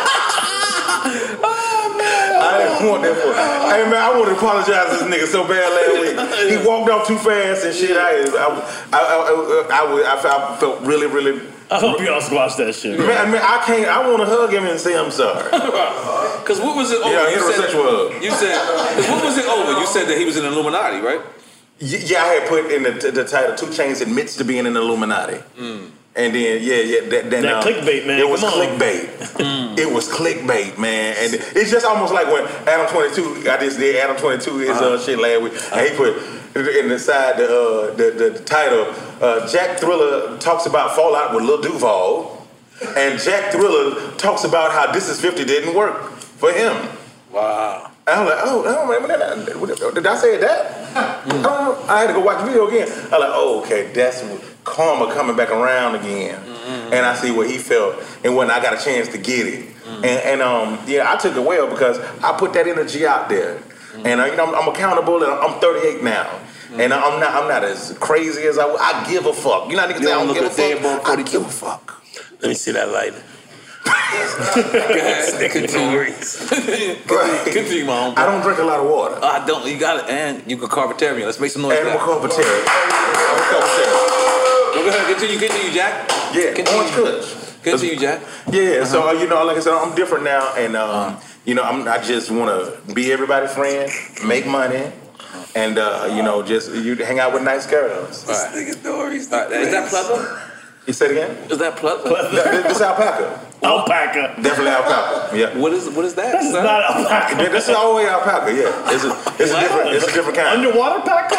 Speaker 8: I didn't want that for. Hey man, I want to apologize to this nigga so bad last week. He walked off too fast and shit. I, I, I, I, I, I, I felt really, really.
Speaker 7: I hope y'all squash that shit.
Speaker 8: Man, man, I can't. I want to hug him and say I'm sorry.
Speaker 3: Because what was it over?
Speaker 8: Yeah,
Speaker 3: you said,
Speaker 8: heterosexual
Speaker 3: You said, 'cause what was it over? You said that he was an Illuminati, right?
Speaker 8: Y- Yeah, I had put in the, the title Two Chains admits to being an Illuminati.
Speaker 3: Mm.
Speaker 8: And then yeah, yeah, that, that,
Speaker 7: That
Speaker 8: uh,
Speaker 7: clickbait, man,
Speaker 8: It was
Speaker 7: come on. Mm.
Speaker 8: clickbait. It was clickbait, man. And it's just almost like when Adam Twenty Two. I just did Adam Twenty Two his
Speaker 7: Uh-huh.
Speaker 8: uh, shit last week, and he put in the side the uh, the, the, the title uh, Jack Thriller talks about fallout with Lil Duval, and Jack Thriller talks about how This Is Fifty didn't work for him. Wow. And I'm like, oh, no, man, that- that- did I say that? Oh, I had to go watch the video again. I'm like, oh, okay, that's karma coming back around again.
Speaker 6: Mm-hmm.
Speaker 8: And I see what he felt and when I got a chance to get it.
Speaker 6: Mm-hmm.
Speaker 8: And, and um, yeah, I took it well because I put that energy out there.
Speaker 6: Mm-hmm.
Speaker 8: And uh, you know, I'm, I'm accountable and I'm 38 now. And I'm not, I'm not as crazy as I was. I give a fuck. You know, niggas say I don't give a fuck. I give a fuck.
Speaker 6: Let me see that lighter.
Speaker 7: (laughs)
Speaker 3: Continue, (laughs) Continue, my own.
Speaker 8: I don't drink a lot of water.
Speaker 3: I don't. You got it, and you can carpetarian. Let's make some noise.
Speaker 8: Animal
Speaker 3: carpetarian. Go ahead. Continue, continue, Jack.
Speaker 8: Yeah,
Speaker 3: continue.
Speaker 8: Orange Kush.
Speaker 3: Continue, Jack. Uh-huh.
Speaker 8: Yeah, so uh, you know, like I said, I'm different now, and um, you know, I'm, I just want to be everybody's friend, make money, and uh, you know, just you hang out with nice girls.
Speaker 3: All right. All right. Is that pleather?
Speaker 8: You said again?
Speaker 3: Is that pleather?
Speaker 8: Th- This alpaca.
Speaker 7: Alpaca.
Speaker 8: Definitely alpaca. Yeah.
Speaker 3: What is what is (laughs) that? That's
Speaker 8: son?
Speaker 7: not alpaca.
Speaker 8: Yeah, this is always alpaca. Yeah. It's a, it's a different it's a different kind.
Speaker 7: Underwater packer?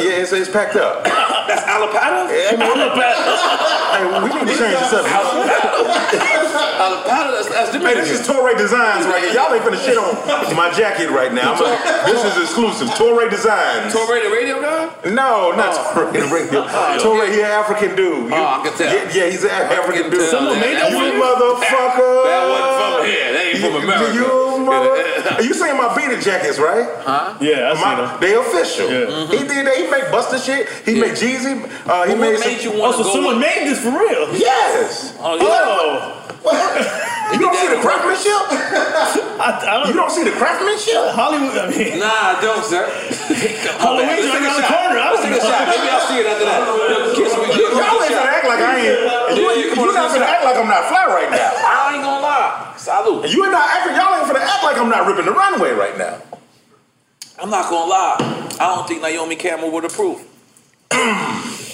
Speaker 8: Yeah, it's, it's packed up.
Speaker 3: That's alapata?
Speaker 8: Yeah, I mean,
Speaker 7: Alapata.
Speaker 8: Hey, we need to change this up.
Speaker 3: Alapata, that's, that's
Speaker 8: Hey, this is Torre Designs right here. Y'all ain't finna shit on my jacket right now. I'm a- this is exclusive. Torre Designs.
Speaker 3: Torre the radio guy?
Speaker 8: No, not Torre the radio. Torre, he an African dude.
Speaker 3: oh, I can tell.
Speaker 8: Yeah, yeah, he's an African dude.
Speaker 3: Someone made that
Speaker 8: you
Speaker 3: one?
Speaker 8: motherfucker.
Speaker 3: That wasn't from here. That ain't from America.
Speaker 8: You mother- Are you saying my beaded jackets, right?
Speaker 3: Huh?
Speaker 7: Yeah, I see
Speaker 8: My-
Speaker 7: them.
Speaker 8: They official.
Speaker 7: Yeah.
Speaker 8: He did. that. He make Buster shit. He make Jeezy. Uh, he
Speaker 3: But what
Speaker 8: made.
Speaker 3: made you
Speaker 8: some,
Speaker 3: wanna Oh, so go someone with-
Speaker 7: made this for real?
Speaker 8: Yes.
Speaker 3: Oh, yeah.
Speaker 7: Oh,
Speaker 3: (laughs)
Speaker 8: You don't see the craftsmanship.
Speaker 7: (laughs) I, I don't,
Speaker 8: you don't see the craftsmanship.
Speaker 7: Hollywood, I mean,
Speaker 3: Nah, I
Speaker 7: (laughs)
Speaker 3: don't, sir.
Speaker 7: Halloween's
Speaker 3: Let's
Speaker 7: right
Speaker 3: take a
Speaker 7: around the
Speaker 3: shot.
Speaker 7: corner. I don't
Speaker 3: Let's take a
Speaker 7: know.
Speaker 3: shot. Maybe I'll see it after that. Look, Kiss me. Give me
Speaker 8: Y'all
Speaker 3: a
Speaker 8: ain't
Speaker 3: shot.
Speaker 8: gonna act like I ain't. You,
Speaker 3: Yeah, yeah,
Speaker 8: ain't-
Speaker 3: come on,
Speaker 8: you not
Speaker 3: let's
Speaker 8: gonna
Speaker 3: go.
Speaker 8: act like I'm not fly right now.
Speaker 3: I ain't gonna lie.
Speaker 8: (laughs)
Speaker 3: Salute.
Speaker 8: You ain't not acting. Y'all ain't gonna act like I'm not ripping the runway right now.
Speaker 3: I'm not gonna lie. I don't think Naomi Campbell would
Speaker 8: (clears throat)
Speaker 3: approve.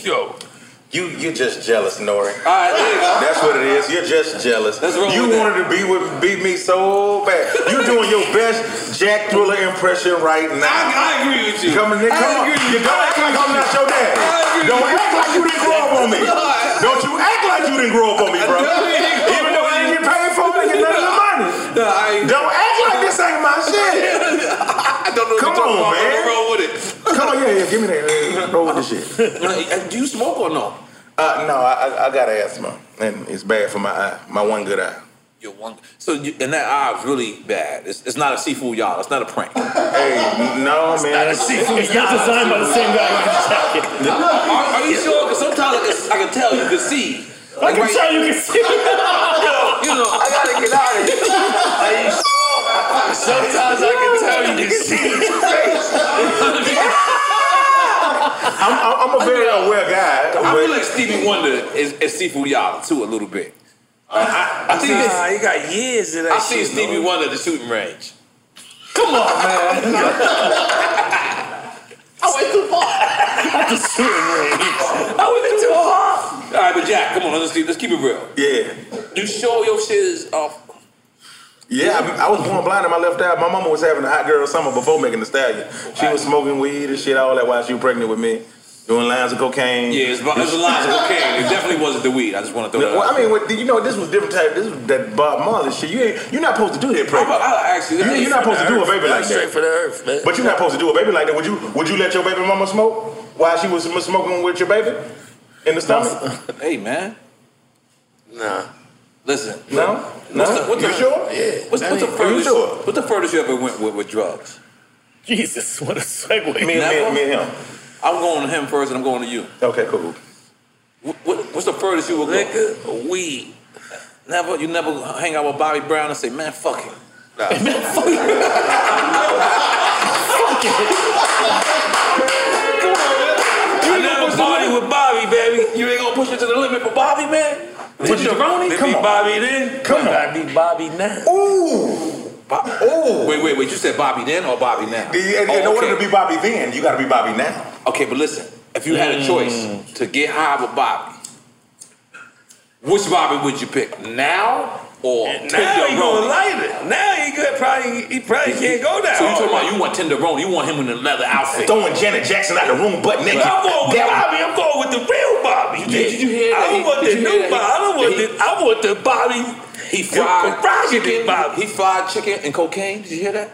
Speaker 3: Yo.
Speaker 8: You you just jealous, Nori.
Speaker 3: All right, there you go.
Speaker 8: That's what it is. You're just jealous.
Speaker 3: Let's roll
Speaker 8: you
Speaker 3: with that.
Speaker 8: wanted to be with beat me so bad. You doing your best Jack Thriller impression right now.
Speaker 3: I, I agree with you.
Speaker 8: Coming in,
Speaker 3: I
Speaker 8: come on.
Speaker 3: agree with
Speaker 8: You don't act like I'm not your
Speaker 3: I
Speaker 8: daddy.
Speaker 3: agree
Speaker 8: Don't
Speaker 3: with you.
Speaker 8: act like you didn't grow up
Speaker 3: (laughs)
Speaker 8: on me.
Speaker 3: I-
Speaker 8: Don't you act like you didn't grow up on me, bro.
Speaker 3: I know you didn't grow
Speaker 8: Even
Speaker 3: up
Speaker 8: though
Speaker 3: on
Speaker 8: you
Speaker 3: me.
Speaker 8: didn't get paid for it, you none of the money.
Speaker 3: No, I ain't.
Speaker 8: Don't act like this ain't
Speaker 3: (laughs)
Speaker 8: my shit.
Speaker 3: I don't know what
Speaker 8: Come
Speaker 3: you're talking
Speaker 8: on,
Speaker 3: about.
Speaker 8: man.
Speaker 3: Roll with (laughs)
Speaker 8: Come on, yeah, yeah, give me that. Roll with this shit.
Speaker 3: it. eh, Do you smoke or no?
Speaker 8: Uh, no, I, I, I got asthma, and it's bad for my eye, my one good eye.
Speaker 3: You're one. So you, and that eye is really bad. It's, it's not a seafood y'all. It's not a prank. are,
Speaker 8: Hey, no, man.
Speaker 7: it's
Speaker 8: (laughs)
Speaker 7: not designed by the same guy who did the jacket.
Speaker 3: are you sure? Because sometimes I can, I can tell you can see.
Speaker 7: I can
Speaker 3: right-
Speaker 7: tell you can see.
Speaker 3: (laughs) You know, I gotta get out of here. (laughs) Are you sure? Sometimes I can tell you can see.
Speaker 8: I'm, I'm, I'm a very aware guy.
Speaker 3: I
Speaker 8: but-
Speaker 3: feel like Stevie Wonder is, is seafood y'all too a little bit. I, I, I think it's-
Speaker 6: Uh, Nah, he got years of that
Speaker 3: I seen
Speaker 6: shit.
Speaker 3: Stevie Wonder at the shooting range.
Speaker 7: Come on,
Speaker 3: (laughs)
Speaker 7: man.
Speaker 6: (laughs)
Speaker 3: I went too far.
Speaker 7: Not the shooting range.
Speaker 3: I went too far. All right, but Jack, come on, let's keep, let's keep it real.
Speaker 8: yeah,
Speaker 3: You sure your shit is off?
Speaker 8: yeah. I, I was born blind in my left eye. My mama was having a hot girl summer before making the stallion. She was smoking weed and shit, all that while she was pregnant with me, doing lines of cocaine.
Speaker 3: Yeah, it's, about- it's a line of cocaine. It definitely wasn't the weed. I just want to throw that.
Speaker 8: Well,
Speaker 3: out.
Speaker 8: I mean, what, you know, this was different type. This was that Bob Marley shit. You ain't, you're not supposed to do that,
Speaker 3: I,
Speaker 8: pregnant.
Speaker 3: I actually,
Speaker 8: You, you're not supposed to do a baby like
Speaker 6: Straight
Speaker 8: that.
Speaker 6: for the earth, man.
Speaker 8: But you're not supposed to do a baby like that. Would you? Would you let your baby mama smoke while she was smoking with your baby in the stomach?
Speaker 3: Hey man,
Speaker 6: nah.
Speaker 3: listen.
Speaker 8: No, no.
Speaker 3: What's the- what's
Speaker 8: you
Speaker 3: the-
Speaker 8: sure?
Speaker 6: Yeah.
Speaker 3: What's, what's the
Speaker 8: You
Speaker 3: furthest?
Speaker 8: sure?
Speaker 3: What's the furthest you ever went with, with drugs?
Speaker 7: Jesus, what a segue.
Speaker 8: Me
Speaker 3: Never?
Speaker 8: and, me, me and him.
Speaker 3: I'm going to him first, and I'm going to you.
Speaker 8: Okay, cool.
Speaker 3: What, what, what's the furthest you would go?
Speaker 6: Nigga, weed.
Speaker 3: Never. You never hang out with Bobby Brown and say, "Man, fuck him." (laughs)
Speaker 6: You
Speaker 3: I never party with Bobby, baby. You ain't gonna push it to the limit for Bobby, man. With your Ronnie?
Speaker 6: Come on. Bobby then? Come on. I be Bobby now.
Speaker 8: Ooh. Ooh.
Speaker 3: Wait, wait, wait. You said Bobby then or Bobby now?
Speaker 8: And- and
Speaker 3: Oh,
Speaker 8: in order
Speaker 3: okay.
Speaker 8: to be Bobby then, you gotta be Bobby now.
Speaker 3: Okay, but listen, if you had a choice
Speaker 6: Mm.
Speaker 3: to get high with Bobby, which Bobby would you pick? Now or
Speaker 6: Now he gonna
Speaker 3: Tenderoni?
Speaker 6: light it. Now he could probably he probably can't go down.
Speaker 3: So you talking about you want Tenderoni? You want him in a leather outfit?
Speaker 8: Throwing Janet Jackson out the room butt naked.
Speaker 6: I'm going with
Speaker 8: That-
Speaker 6: Bobby. I'm going with the real Bobby.
Speaker 3: Did you hear that?
Speaker 6: I don't want
Speaker 3: Did
Speaker 6: the
Speaker 3: you hear
Speaker 6: new
Speaker 3: that?
Speaker 6: Bobby. I don't want
Speaker 3: Did
Speaker 6: the. I want the Bobby.
Speaker 3: He fried
Speaker 6: fried
Speaker 3: chicken.
Speaker 6: chicken, Bobby.
Speaker 3: He fried chicken and cocaine. Did you hear that?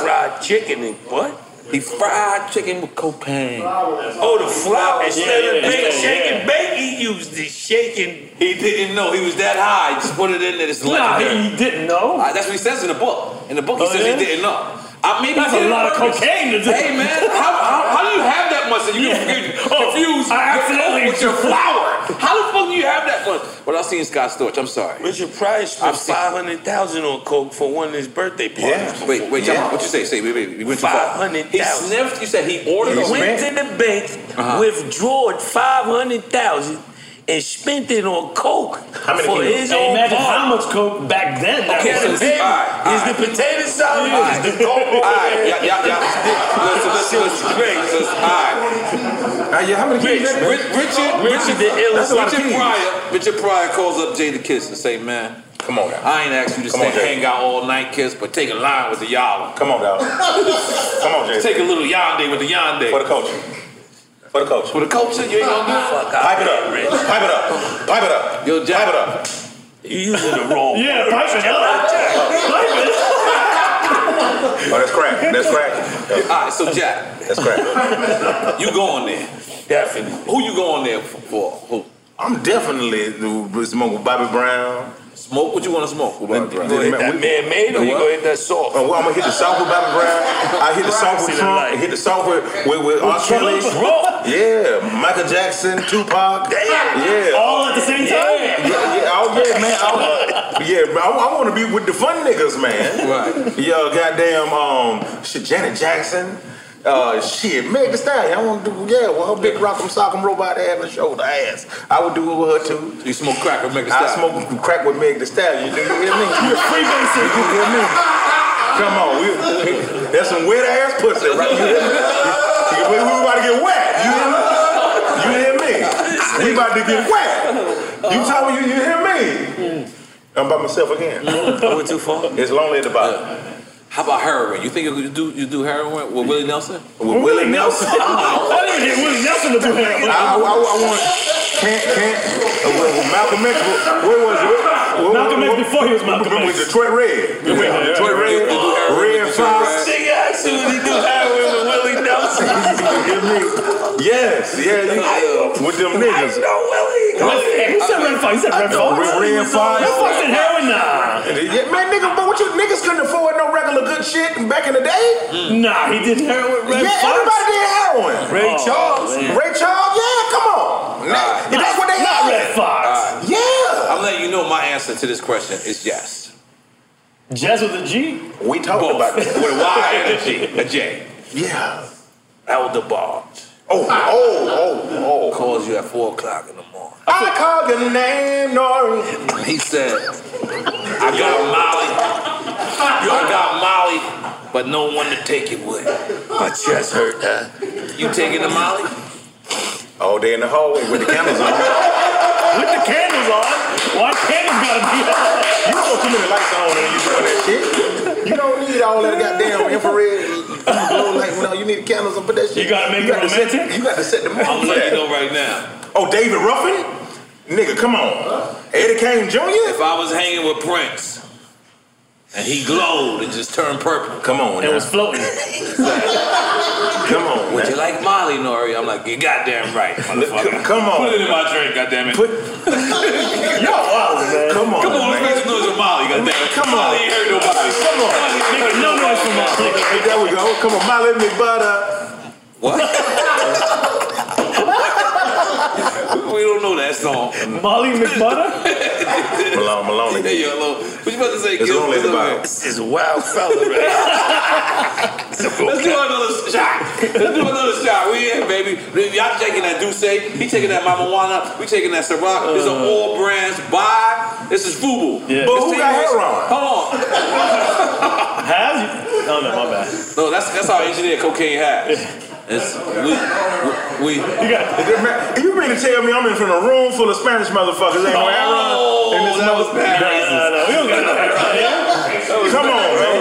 Speaker 6: Fried chicken and what?
Speaker 3: He fried chicken with cocaine.
Speaker 6: Oh, the flour instead
Speaker 7: yeah,
Speaker 6: of
Speaker 7: yeah,
Speaker 6: bake,
Speaker 7: yeah.
Speaker 6: shake and bake. He used the shaking.
Speaker 3: He didn't know he was that high. He just put it in there. It's
Speaker 7: Nah,
Speaker 3: legendary.
Speaker 7: he didn't know.
Speaker 3: Uh, that's what he says in the book. In the book, he
Speaker 7: Oh,
Speaker 3: says
Speaker 7: yeah?
Speaker 3: he didn't know. Uh, I mean,
Speaker 7: That's a lot of cocaine to do.
Speaker 3: Hey man, how, how, how do you have that much that you
Speaker 7: Yeah.
Speaker 3: get
Speaker 7: (laughs) Oh,
Speaker 3: confused
Speaker 7: I accidentally-
Speaker 3: with your flour? How the fuck do you have that much? What I seen Scott Storch. I'm sorry.
Speaker 6: Richard Price spent
Speaker 3: I've seen-
Speaker 6: five hundred thousand on coke for one of his birthday parties.
Speaker 8: Yeah.
Speaker 6: before.
Speaker 3: Wait, wait,
Speaker 8: Yeah.
Speaker 3: yeah. what you say? Say, wait, wait, you went too far. He
Speaker 6: 500,000.
Speaker 3: sniffed. You said he ordered.
Speaker 8: He
Speaker 3: a
Speaker 8: spent-
Speaker 6: Went to the bank,
Speaker 3: Uh-huh.
Speaker 6: withdrawed five hundred thousand, and spent it on coke
Speaker 5: How many
Speaker 6: for
Speaker 5: kilos?
Speaker 6: his
Speaker 5: Hey,
Speaker 6: own
Speaker 5: imagine
Speaker 6: bar.
Speaker 5: how much coke back then that
Speaker 6: Okay,
Speaker 5: was.
Speaker 6: so it's,
Speaker 5: All right, all
Speaker 6: it's
Speaker 5: right.
Speaker 6: the potato salad,
Speaker 5: All right.
Speaker 6: it's the coke.
Speaker 5: All right,
Speaker 8: yeah, yeah,
Speaker 6: Listen, listen, listen,
Speaker 8: Now, yeah, how many
Speaker 3: Rich,
Speaker 8: kids?
Speaker 3: Rich, Richard, Richard, Richard,
Speaker 8: That's a lot of
Speaker 3: Richard
Speaker 8: kids.
Speaker 3: Pryor, Richard Pryor calls up Jada Kiss and say, "Man,
Speaker 5: come on, now.
Speaker 3: I ain't asked you to
Speaker 5: Come
Speaker 3: stay
Speaker 5: on, Jada.
Speaker 3: hang out all night, Kiss, but take a line with the y'all.
Speaker 8: Come on, dog. Come on, Jada.
Speaker 3: Take a little yonder with the yonder for
Speaker 8: the culture. For the culture.
Speaker 3: For the culture, you ain't gonna do it.
Speaker 8: Pipe it up, Rich. Pipe it up. Pipe it up.
Speaker 3: Yo, Jack.
Speaker 8: Pipe it up.
Speaker 6: You using the wrong
Speaker 5: Yeah, pipe it up.
Speaker 8: Oh, that's crack. That's crack.
Speaker 3: All right, so Jack.
Speaker 8: That's crack.
Speaker 3: you going there?
Speaker 6: Definitely.
Speaker 3: Who you going there for? for? Who?
Speaker 8: I'm definitely the- smoke with Bobby Brown.
Speaker 3: Smoke? What you want to smoke with Bobby Brown?
Speaker 6: You gonna hit that man-made or you gonna hit that soft?
Speaker 8: Oh, well, I'm gonna hit the soft with Bobby Brown. I hit the soft with
Speaker 6: Privacy
Speaker 8: Trump.
Speaker 6: tonight.
Speaker 8: hit the soft with with, with R.
Speaker 6: Trump?
Speaker 8: Kelly. Yeah, Michael Jackson, Tupac. Yeah,
Speaker 5: All at the same
Speaker 8: Yeah.
Speaker 5: time?
Speaker 8: Yeah, yeah, oh, yeah man. I, yeah, man, I, want to be with the fun niggas, man.
Speaker 3: Right.
Speaker 8: Yo, goddamn, um, shit, Janet Jackson. Uh, shit, Meg Thee Stallion. I want to do, yeah, well, her big rock'em sock'em robot ass and shoulder ass. I would do it with her too.
Speaker 3: You smoke crack with Meg Thee
Speaker 8: I
Speaker 3: Stallion?
Speaker 8: smoke crack with Meg Thee Stallion. Do you hear me? You
Speaker 5: a freemason.
Speaker 8: You hear me? Come on, we, that's some wet ass pussy, right? You hear me? You- We, we about to get wet. You hear me? You hear me? We about to get wet. You talking? You, you hear me? I'm by myself again.
Speaker 6: I went too far.
Speaker 8: It's lonely at the bottom.
Speaker 3: How about heroin? You think you do you do heroin with Willie Nelson?
Speaker 8: With Willie Nelson.
Speaker 5: (laughs) I didn't get Willie Nelson to do
Speaker 8: I,
Speaker 5: that.
Speaker 8: I, I, I want can't can't. Uh, well, well, Malcolm X. Where was it? Well,
Speaker 5: Malcolm X before he was Malcolm
Speaker 8: Remember
Speaker 5: X.
Speaker 8: Detroit Red. Detroit Red. Red Fox.
Speaker 6: Nigga actually do heroin with Willie Nelson.
Speaker 8: Give me. Yes, yeah, you, with them
Speaker 5: Who
Speaker 8: niggas.
Speaker 5: said Red Fox? You said Red Fox?
Speaker 8: Red Fox.
Speaker 5: Red Fox and heroin? Nah.
Speaker 8: Yeah, man, nigga, but what you niggas couldn't afford no regular good shit back in the day?
Speaker 5: Mm. Nah, he did heroin with Red
Speaker 8: yeah,
Speaker 5: Fox.
Speaker 8: everybody did heroin. Oh,
Speaker 6: Ray Charles.
Speaker 8: Ray Charles, yeah, come on. Now,
Speaker 5: Not-
Speaker 8: that's what they
Speaker 5: Not
Speaker 8: had.
Speaker 5: Red Fox.
Speaker 8: Yeah.
Speaker 3: I'm letting you know my answer to this question is yes.
Speaker 5: Jazz with a G?
Speaker 8: We talked
Speaker 3: Both.
Speaker 8: about
Speaker 3: With
Speaker 8: that.
Speaker 3: a Y and a G, a J.
Speaker 8: Yeah.
Speaker 3: Elderbar.
Speaker 8: Oh, oh, oh, oh.
Speaker 3: Calls you at
Speaker 8: (laughs)
Speaker 3: 4 o'clock in the morning.
Speaker 8: I call your name, Nori.
Speaker 3: He said, I got Molly. You I got Molly, but no one to take it with.
Speaker 6: My chest hurt. Huh?
Speaker 3: You taking the Molly?
Speaker 8: All day in the hallway with the cameras on.
Speaker 5: With the candles on? Why candles gotta be on?
Speaker 8: You don't too many lights on and you doing that shit. You don't need all that goddamn infrared blue light. No, you need candles and put that shit.
Speaker 5: You gotta make it
Speaker 8: to set-
Speaker 5: romantic?
Speaker 8: you got to set the mood
Speaker 3: I'm
Speaker 8: for
Speaker 3: letting you
Speaker 8: that.
Speaker 3: know right now.
Speaker 8: Oh, David Ruffin? Nigga, come on. Eddie Kane
Speaker 3: If
Speaker 8: Jr.?
Speaker 3: I was hanging with Prince and he glowed and just turned purple,
Speaker 8: Come on,
Speaker 5: It
Speaker 8: now.
Speaker 5: was floating.
Speaker 6: (laughs)
Speaker 8: come on.
Speaker 3: would
Speaker 8: now.
Speaker 3: you like Molly, Nori? I'm like, you goddamn
Speaker 8: (laughs)
Speaker 3: right,
Speaker 8: Come-
Speaker 3: motherfucker.
Speaker 8: Come
Speaker 3: Put it
Speaker 8: on.
Speaker 3: in my drink, goddamn it.
Speaker 5: (laughs)
Speaker 8: Put-
Speaker 5: Yo, wow, man.
Speaker 8: Come on.
Speaker 3: Come on, let's
Speaker 8: man.
Speaker 3: make some noise with Molly, goddamn it.
Speaker 8: Come on.
Speaker 3: Molly ain't hurt nobody.
Speaker 8: Come on.
Speaker 3: Molly ain't hurt
Speaker 5: Make no noise from that nigga.
Speaker 8: Hey, there we go. Come on, Molly McButter.
Speaker 3: What? (laughs) we don't know that song.
Speaker 5: Molly McButter?
Speaker 8: Malone, Malone.
Speaker 3: Hey, yo, Lo, what you about to say?
Speaker 8: It's
Speaker 3: Gil?
Speaker 8: only
Speaker 3: What's up,
Speaker 8: about-
Speaker 3: man?
Speaker 6: This is a wild fella, right?
Speaker 3: Let's do another shot. Let's do another shot. We in, baby. Y'all taking that Douce. He taking that Mama Juana. We taking that Ciroc. This is an all brands buy. This is Fubu.
Speaker 5: Uh. Yeah.
Speaker 8: But who
Speaker 3: It's
Speaker 8: got hair on?
Speaker 3: Hold on.
Speaker 5: Have you? Oh, no, my bad.
Speaker 3: No, that's that's how engineer cocaine has. It's, we, we, we
Speaker 5: You got
Speaker 8: You mean to tell me I'm in front of a room full of Spanish motherfuckers? Ain't no
Speaker 3: Oh,
Speaker 8: Aaron in this
Speaker 3: that was bad.
Speaker 5: No, no, we don't got no hair on here.
Speaker 8: motherfucker. Come on, man.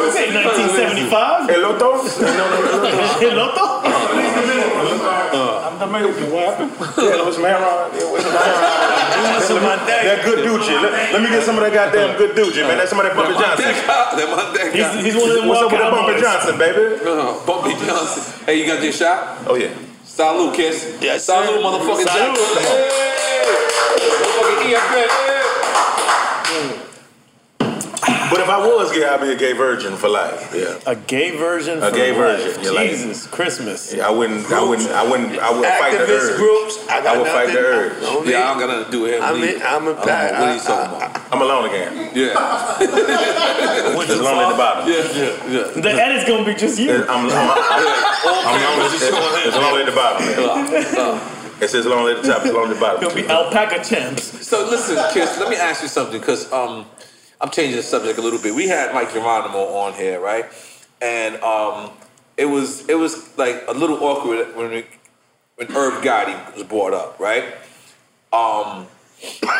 Speaker 5: This ain't 1975.
Speaker 8: El Loto? No, no, no, no.
Speaker 7: (laughs)
Speaker 5: Hey, Lotto?
Speaker 8: I'm Dominican. What happened? Yeah, it was Maron. It was Maron. That good Ducci. Let, let me get some of that goddamn good Ducci, man. That's some of that Bumper Johnson.
Speaker 3: that Monteca.
Speaker 5: He's, he's one of them
Speaker 8: What's
Speaker 5: wild
Speaker 8: up with that Bumper
Speaker 5: cowboys.
Speaker 8: Johnson, baby?
Speaker 3: Uh, Bumpy Johnson. Hey, you got your shot?
Speaker 8: Oh, yeah.
Speaker 3: Salute, kiss.
Speaker 6: Yes, sir.
Speaker 3: Salute, motherfucking Jack.
Speaker 6: Salute.
Speaker 3: Hey! Motherfucking EFN. Hey!
Speaker 8: But if I was gay, I'd be a gay virgin for life. Yeah.
Speaker 5: A gay version.
Speaker 8: A
Speaker 5: for
Speaker 8: gay
Speaker 5: life.
Speaker 8: version, you like it.
Speaker 5: Jesus, Christmas.
Speaker 8: Yeah, I wouldn't. I wouldn't. I wouldn't. I would fight the
Speaker 6: Activist
Speaker 8: urge.
Speaker 6: groups. I, got
Speaker 8: I would fight the
Speaker 6: nothing.
Speaker 8: urge.
Speaker 6: I'm-
Speaker 3: Yeah, I don't got nothing to do with him.
Speaker 6: I'm
Speaker 3: Leave.
Speaker 6: in- I'm
Speaker 3: I don't
Speaker 6: in
Speaker 3: know
Speaker 6: Pat-
Speaker 3: What are
Speaker 6: I-
Speaker 3: you talking about?
Speaker 8: I'm alone again. (laughs)
Speaker 3: Yeah,
Speaker 6: Went
Speaker 8: It's
Speaker 6: too
Speaker 8: lonely at the
Speaker 6: far.
Speaker 8: bottom.
Speaker 3: yeah, yeah, yeah.
Speaker 5: The edit's gonna be just you.
Speaker 8: I'm, I'm, I'm,
Speaker 3: All
Speaker 8: I'm
Speaker 3: cameras
Speaker 8: lonely.
Speaker 3: is showing
Speaker 8: It's lonely at the bottom.
Speaker 3: him. Uh, uh,
Speaker 8: It says long at the top, it's long at the bottom.
Speaker 3: Gonna be alpaca champs. So listen, Kiss, let me ask you something because um, I'm changing the subject a little bit. We had Mike Geronimo on here, right? And um, it was it was like a little awkward when we, when Herb Gotti was brought up, right? Um, (coughs)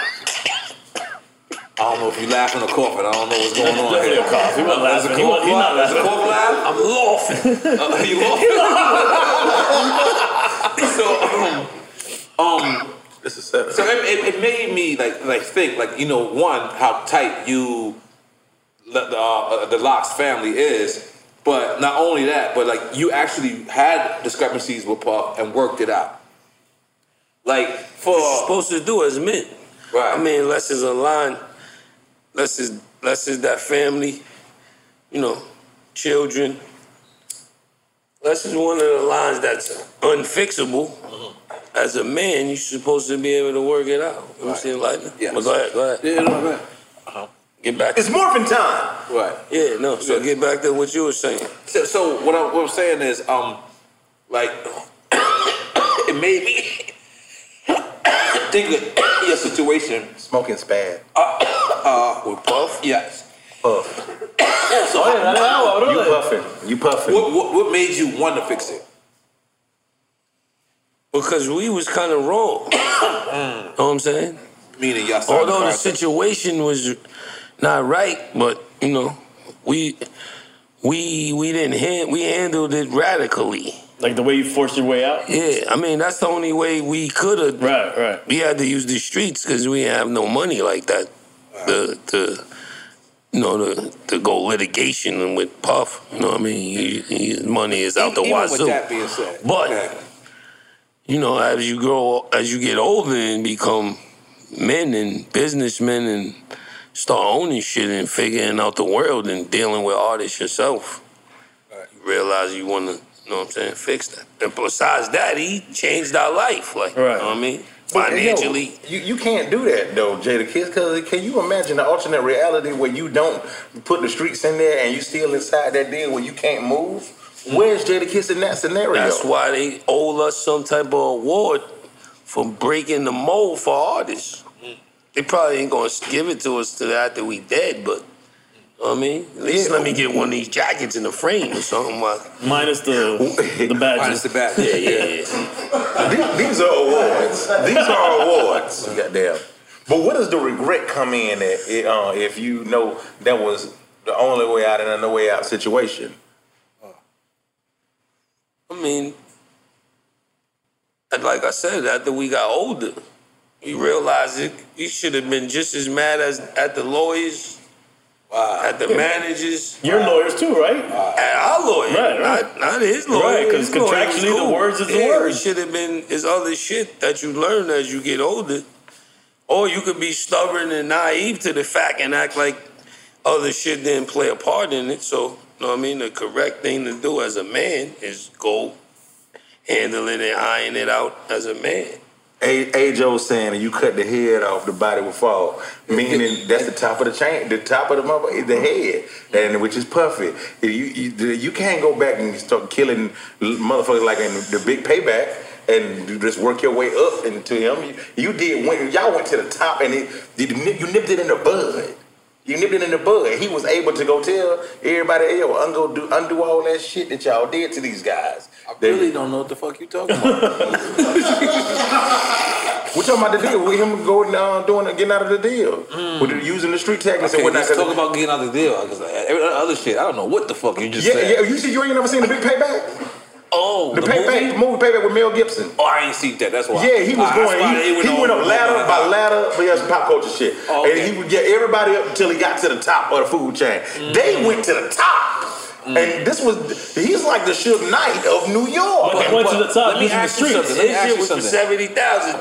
Speaker 3: I don't know if you laughing or coughing. I don't know what's going on
Speaker 7: Definitely
Speaker 3: here.
Speaker 7: a cough. He wasn't
Speaker 3: Is the
Speaker 7: laughing. He
Speaker 3: cough
Speaker 7: wa- he not
Speaker 3: live? Is the
Speaker 7: laughing.
Speaker 3: cough live? I'm laughing. (laughs) Uh, you laughing? (laughs) so, um, this is so it, it, it made me like like think like you know one how tight you the, the, uh, the Locks family is. But not only that, but like you actually had discrepancies with Puff and worked it out. Like for
Speaker 6: supposed to do as men. Right. I mean, less is a line, less is less is that family, you know, children. Less is one of the lines that's unfixable. As a man, you're supposed to be able to work it out. You know what I'm saying? Like, yeah. but go ahead, go ahead.
Speaker 3: Yeah, no, go ahead.
Speaker 6: Get back.
Speaker 8: It's morphin' time.
Speaker 3: Right.
Speaker 6: Yeah, no. So get back to what you were saying.
Speaker 3: So, so what, I, what I'm saying is, um, like, (coughs) it made me (coughs) think of your situation.
Speaker 8: Smoking's bad.
Speaker 3: Uh, (coughs) uh, with Puff? Yes. (coughs)
Speaker 8: Puff.
Speaker 3: so,
Speaker 8: Oh, yeah, that's how I wrote You it. puffing. You puffing.
Speaker 3: What, what, what made you want to fix it?
Speaker 6: Because we was kind of
Speaker 3: (coughs)
Speaker 6: wrong. know what I'm saying?
Speaker 3: Mm. Meaning y'all started
Speaker 6: Although the
Speaker 3: fighting.
Speaker 6: situation was not right, but you know, we we we didn't hand, we handled it radically.
Speaker 7: Like the way you forced your way out.
Speaker 6: Yeah, I mean that's the only way we could have.
Speaker 7: Right, right.
Speaker 6: We had to use the streets because we didn't have no money like that. The the you know the to go litigation with Puff. You know what I mean? He, his money is out the
Speaker 3: Even
Speaker 6: wazoo.
Speaker 3: with that being said.
Speaker 6: But you know, as you grow, as you get older and become men and businessmen and start owning shit and figuring out the world and dealing with artists yourself, you realize you want to, you know what I'm saying, fix that. And besides that, he changed our life, like you know what I mean, financially.
Speaker 8: But, yo, you, you can't do that though, Jada Kids, because can you imagine the alternate reality where you don't put the streets in there and you still inside that deal where you can't move? Where's Jada Kiss in that scenario?
Speaker 6: That's why they owe us some type of award for breaking the mold for artists. They probably ain't gonna give it to us till after we dead, but you know what I mean, at least let me get one of these jackets in the frame or something. Like,
Speaker 7: Minus the
Speaker 6: (laughs)
Speaker 7: the badges. Minus
Speaker 3: the badges.
Speaker 6: Yeah, yeah, yeah.
Speaker 8: these, these are awards. These are awards. Goddamn. But where does the regret come in at, it, uh, if you know that was the only way out in a no way out situation?
Speaker 6: I mean, and like I said, after we got older, we realized it. You should have been just as mad as at the lawyers, at the managers.
Speaker 7: Your lawyers too, right?
Speaker 6: At Uh, our lawyer,
Speaker 7: Right, right.
Speaker 6: Not, not his lawyer.
Speaker 7: Right, 'cause
Speaker 6: His lawyer was
Speaker 7: contractually the
Speaker 6: cool.
Speaker 7: words is the
Speaker 6: yeah,
Speaker 7: words.
Speaker 6: It should have been his other shit that you learn as you get older. Or you could be stubborn and naive to the fact and act like other shit didn't play a part in it. So, you know what I mean? The correct thing to do as a man is go handle it and iron it out as a man.
Speaker 8: A- Ajo's saying you cut the head off, the body will fall. Meaning that's the top of the chain, the top of the mother, the head, and which is puffy. You, you, you can't go back and start killing motherfuckers like in the big payback and you just work your way up into him. You, you did when y'all went to the top and it, you nip- you nipped it in the bud. You nipped it in the bud. He was able to go tell everybody, yo, undo, do undo all that shit that y'all did to these guys. I
Speaker 3: really don't know what the fuck you talking about.
Speaker 8: We're talking about the deal with him going uh, doing getting out of the deal. With the, using the street tactics
Speaker 3: Okay,
Speaker 8: and whatnot.
Speaker 3: let's talk about getting out the deal. Cause like, every other shit, I don't know what the fuck you just
Speaker 8: yeah,
Speaker 3: said.
Speaker 8: yeah, you see, you ain't never seen the big payback.
Speaker 3: Oh,
Speaker 8: the,
Speaker 3: the
Speaker 8: payback, movie? the movie payback with Mel Gibson.
Speaker 3: Oh, I ain't seen that. That's why.
Speaker 8: Yeah, he was
Speaker 3: I- I
Speaker 8: going.
Speaker 3: spotted
Speaker 8: He,
Speaker 3: it
Speaker 8: he
Speaker 3: on-
Speaker 8: went up ladder by
Speaker 3: on-
Speaker 8: ladder, but yeah, some pop culture shit.
Speaker 6: Oh,
Speaker 8: And he would get everybody up until he got to the top of the food chain.
Speaker 6: Mm.
Speaker 8: They went to the top, and this was he's like the Suge Knight of New York.
Speaker 6: But they went to the top Let me using the ask you streets. something. Let me
Speaker 8: His
Speaker 6: ask
Speaker 8: shit
Speaker 6: you
Speaker 8: was for
Speaker 6: something.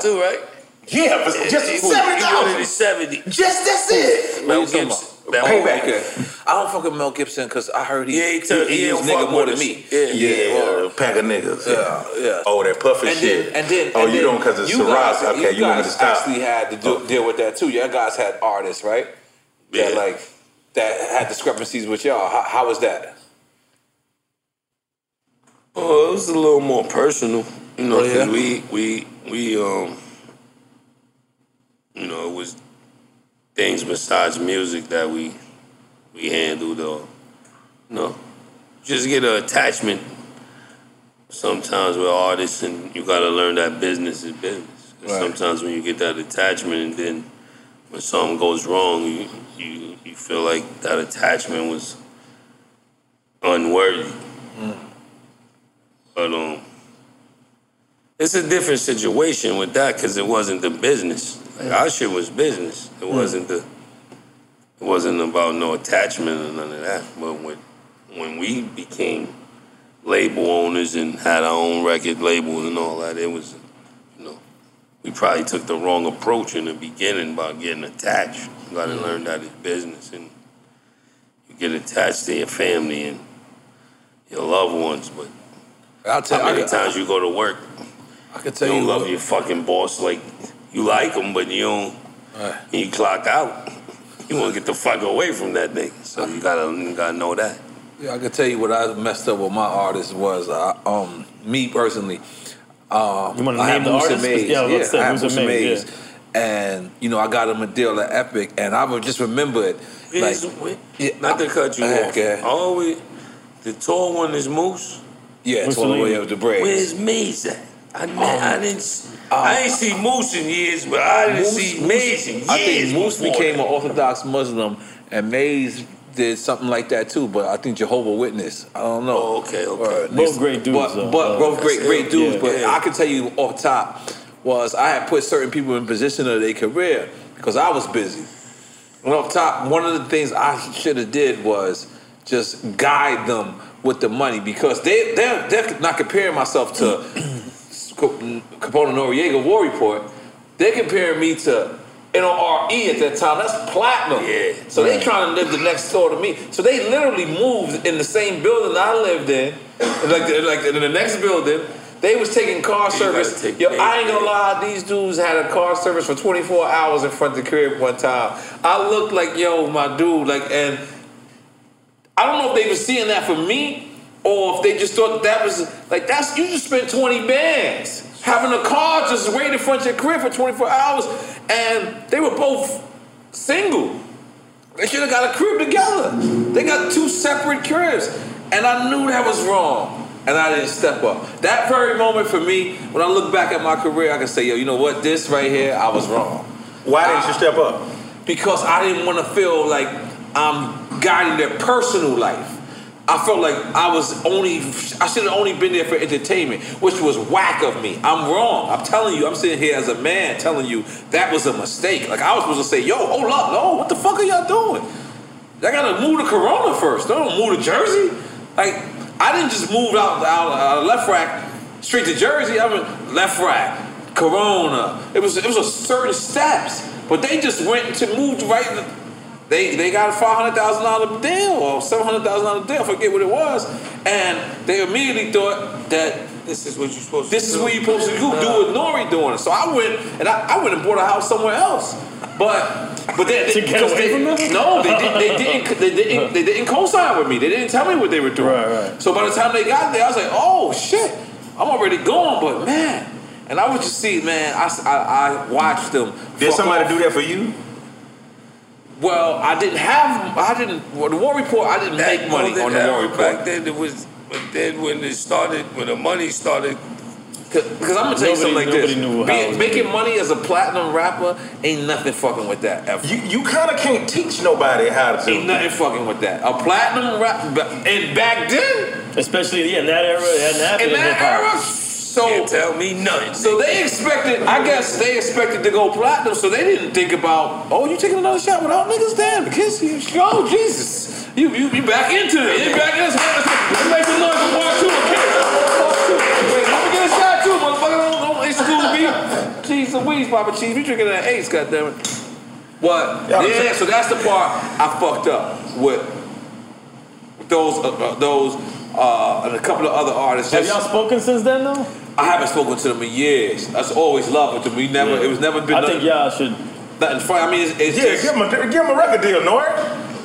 Speaker 8: 70,000
Speaker 6: too, right?
Speaker 8: Yeah, for just
Speaker 6: He- he wanted
Speaker 8: $70,000.
Speaker 6: his 70.
Speaker 8: Just that's it.
Speaker 3: Mel
Speaker 6: What you
Speaker 3: Gibson.
Speaker 6: talking about?
Speaker 3: Oh,
Speaker 6: Payback.
Speaker 3: okay. I don't fuck with Mel Gibson because I heard he,
Speaker 6: Yeah, he took- he
Speaker 3: used
Speaker 6: don't
Speaker 3: nigga
Speaker 6: fuck
Speaker 3: more
Speaker 6: with
Speaker 3: than
Speaker 6: us.
Speaker 3: me.
Speaker 6: Yeah.
Speaker 8: Yeah,
Speaker 3: well,
Speaker 8: a pack of niggas.
Speaker 3: Yeah, yeah.
Speaker 8: Oh, that puffy
Speaker 3: and
Speaker 8: shit.
Speaker 3: Then, and then,
Speaker 8: oh,
Speaker 3: and
Speaker 8: you
Speaker 3: then
Speaker 8: don't because it's
Speaker 3: you
Speaker 8: Ciroc.
Speaker 3: guys-
Speaker 8: Okay, you,
Speaker 3: guys
Speaker 8: want me to stop? Oh.
Speaker 3: actually had to do, deal with that too. Y'all guys had artists, right? Yeah. That, like that had discrepancies with y'all. How, how was that?
Speaker 6: Oh, it was a little more personal. You know,
Speaker 3: Oh, yeah?
Speaker 6: 'cause we we we um, you know, it was things besides music that we we handled or you know, just get an attachment. Sometimes we're artists, and you gotta learn that business is business. 'Cause
Speaker 3: Right.
Speaker 6: Sometimes when you get that attachment, and then when something goes wrong, you you, you feel like that attachment was unworthy. But um, it's a different situation with that because it wasn't the business. Like our shit was business. It wasn't the. It wasn't about no attachment or none of that. But when when we became label owners and had our own record label and all that, it was, you know, we probably took the wrong approach in the beginning about getting attached. You got to learn that it's business and you get attached to your family and your loved ones, but.
Speaker 3: I'll tell
Speaker 6: How many
Speaker 3: I-
Speaker 6: times you go to work?
Speaker 3: I could
Speaker 6: you don't love your fucking boss like you like him, but you don't. When you clock out, you want to get the fuck away from that nigga. So you gotta you gotta know that.
Speaker 3: Yeah, I can tell you what I messed up with my artist was. I, um, me personally, um,
Speaker 6: You wanna
Speaker 3: I had
Speaker 6: name the
Speaker 3: Musa
Speaker 6: artist?
Speaker 3: Mays.
Speaker 6: Yeah, I was about to say,
Speaker 3: I had
Speaker 6: Musa
Speaker 3: Musa
Speaker 6: Mays,
Speaker 3: Mays. And you know, I got him a deal at Epic, and I would just remember it.
Speaker 6: It
Speaker 3: like,
Speaker 6: is- wait,
Speaker 3: yeah,
Speaker 6: not to cut you off.
Speaker 3: Okay.
Speaker 6: Always the tall one is Moose.
Speaker 3: Yeah, Moose tall Lee. one with the braids.
Speaker 6: Where's Maze at? I, ne-
Speaker 3: Oh.
Speaker 6: I didn't. s I ain't see Moose in years, but I didn't
Speaker 3: Uh, Moose-
Speaker 6: see
Speaker 3: Moose-
Speaker 6: Maze in years.
Speaker 3: I think Moose
Speaker 6: before
Speaker 3: became
Speaker 6: that.
Speaker 3: an Orthodox Muslim, and Mays did something like that too. But I think Jehovah Witness. I don't know.
Speaker 6: Oh, okay, okay.
Speaker 3: Both great dudes, but,
Speaker 6: though.
Speaker 3: but
Speaker 6: Uh,
Speaker 3: both great
Speaker 6: that's
Speaker 3: great
Speaker 6: it.
Speaker 3: dudes.
Speaker 6: Yeah.
Speaker 3: but
Speaker 6: Yeah.
Speaker 3: I can tell you off top was I had put certain people in position of their career because I was busy. And off top, one of the things I should have did was just guide them with the money because they they're, they're not comparing myself
Speaker 6: (clears throat)
Speaker 3: to Capone Noriega War Report. They're comparing me to NORE E at that time. That's platinum. Yeah. So they
Speaker 6: Right.
Speaker 3: trying to live the next door to me. So they literally moved in the same building I lived in, like like in the next building. They was taking car service. Yo, I ain't gonna lie, these dudes had a car service for 24 hours in front of the crib one time. I looked like yo, my dude, like, and I don't know if they were seeing that for me or if they just thought that was like that's you just spent 20 bands having a car just waiting in front of your crib for 24 hours and they were both single they should have got a crib together they got two separate cribs and i knew that was wrong and i didn't step up that very moment for me when i look back at my career i can say yo you know what this right here i was wrong why didn't you step up Ah. because i didn't want to feel like i'm guiding their personal life I felt like I was only, I should have only been there for entertainment, which was whack of me. I'm wrong. I'm telling you, I'm sitting here as a man telling you that was a mistake. Like, I was supposed to say, yo, hold up, no, what the fuck are y'all doing? I gotta move to Corona first. They don't move to Jersey. Like, I didn't just move out, out uh, left rack straight to Jersey. I went left rack, Corona. It was, it was a certain steps, but they just went to moved right they they got a five hundred thousand dollar deal or seven hundred thousand dollar deal. I forget what it was, and they immediately thought that this is what you're supposed. This is what you're supposed to do. Do what Nori doing. So I went and I, I went and bought a house somewhere else, but. But they, they,
Speaker 7: To get
Speaker 3: 'cause
Speaker 7: away
Speaker 3: they-
Speaker 7: from them?
Speaker 3: no, they, did, they didn't. They didn't. They didn't co-sign with me. They didn't tell me what they were doing. So by the time they got there, I was like, "Oh shit, I'm already gone." But man, and I would just see, man, I, s- I- I watched them.
Speaker 8: Did somebody do that for
Speaker 3: you? Well, I didn't have, I didn't, well, the war report, I didn't make money on the war report.
Speaker 6: Back then, it was, but then when it started, when the money started,
Speaker 3: Because I'm going to tell you something like this. Being- making money as a platinum rapper ain't nothing fucking with that ever. You, you kind of can't teach nobody how to. Ain't nothing fucking with that. A platinum rap, and back then. Especially, yeah, in that era, it hadn't
Speaker 6: happened
Speaker 3: In
Speaker 6: in
Speaker 3: that
Speaker 6: hip-hop.
Speaker 3: era, so.
Speaker 6: tell me nothing.
Speaker 3: So they expected, I guess they expected to go platinum, so they didn't think about, oh, you taking another shot without niggas? Damn, because you, oh, Jesus. You, you, you back into it. You back into it. Let's make some noise for part two, okay? Part two. Wait, let me get a shot too, motherfucker. Don't, don't exclude me. Cheese and weeds, Papa Cheese. We drinking that ace, goddammit. What?
Speaker 8: Yeah, I'm
Speaker 3: Yeah,
Speaker 8: saying-
Speaker 3: so that's the part I fucked up with those, uh, uh, those, uh, and a couple of other artists.
Speaker 7: Have y'all spoken since then though?
Speaker 3: I haven't spoken to them in years. That's always love with them. We never, it was never been.
Speaker 7: I think
Speaker 3: y'all should. Nothing funny. I mean, it's, it's yeah, give them a give them a record deal, Nor.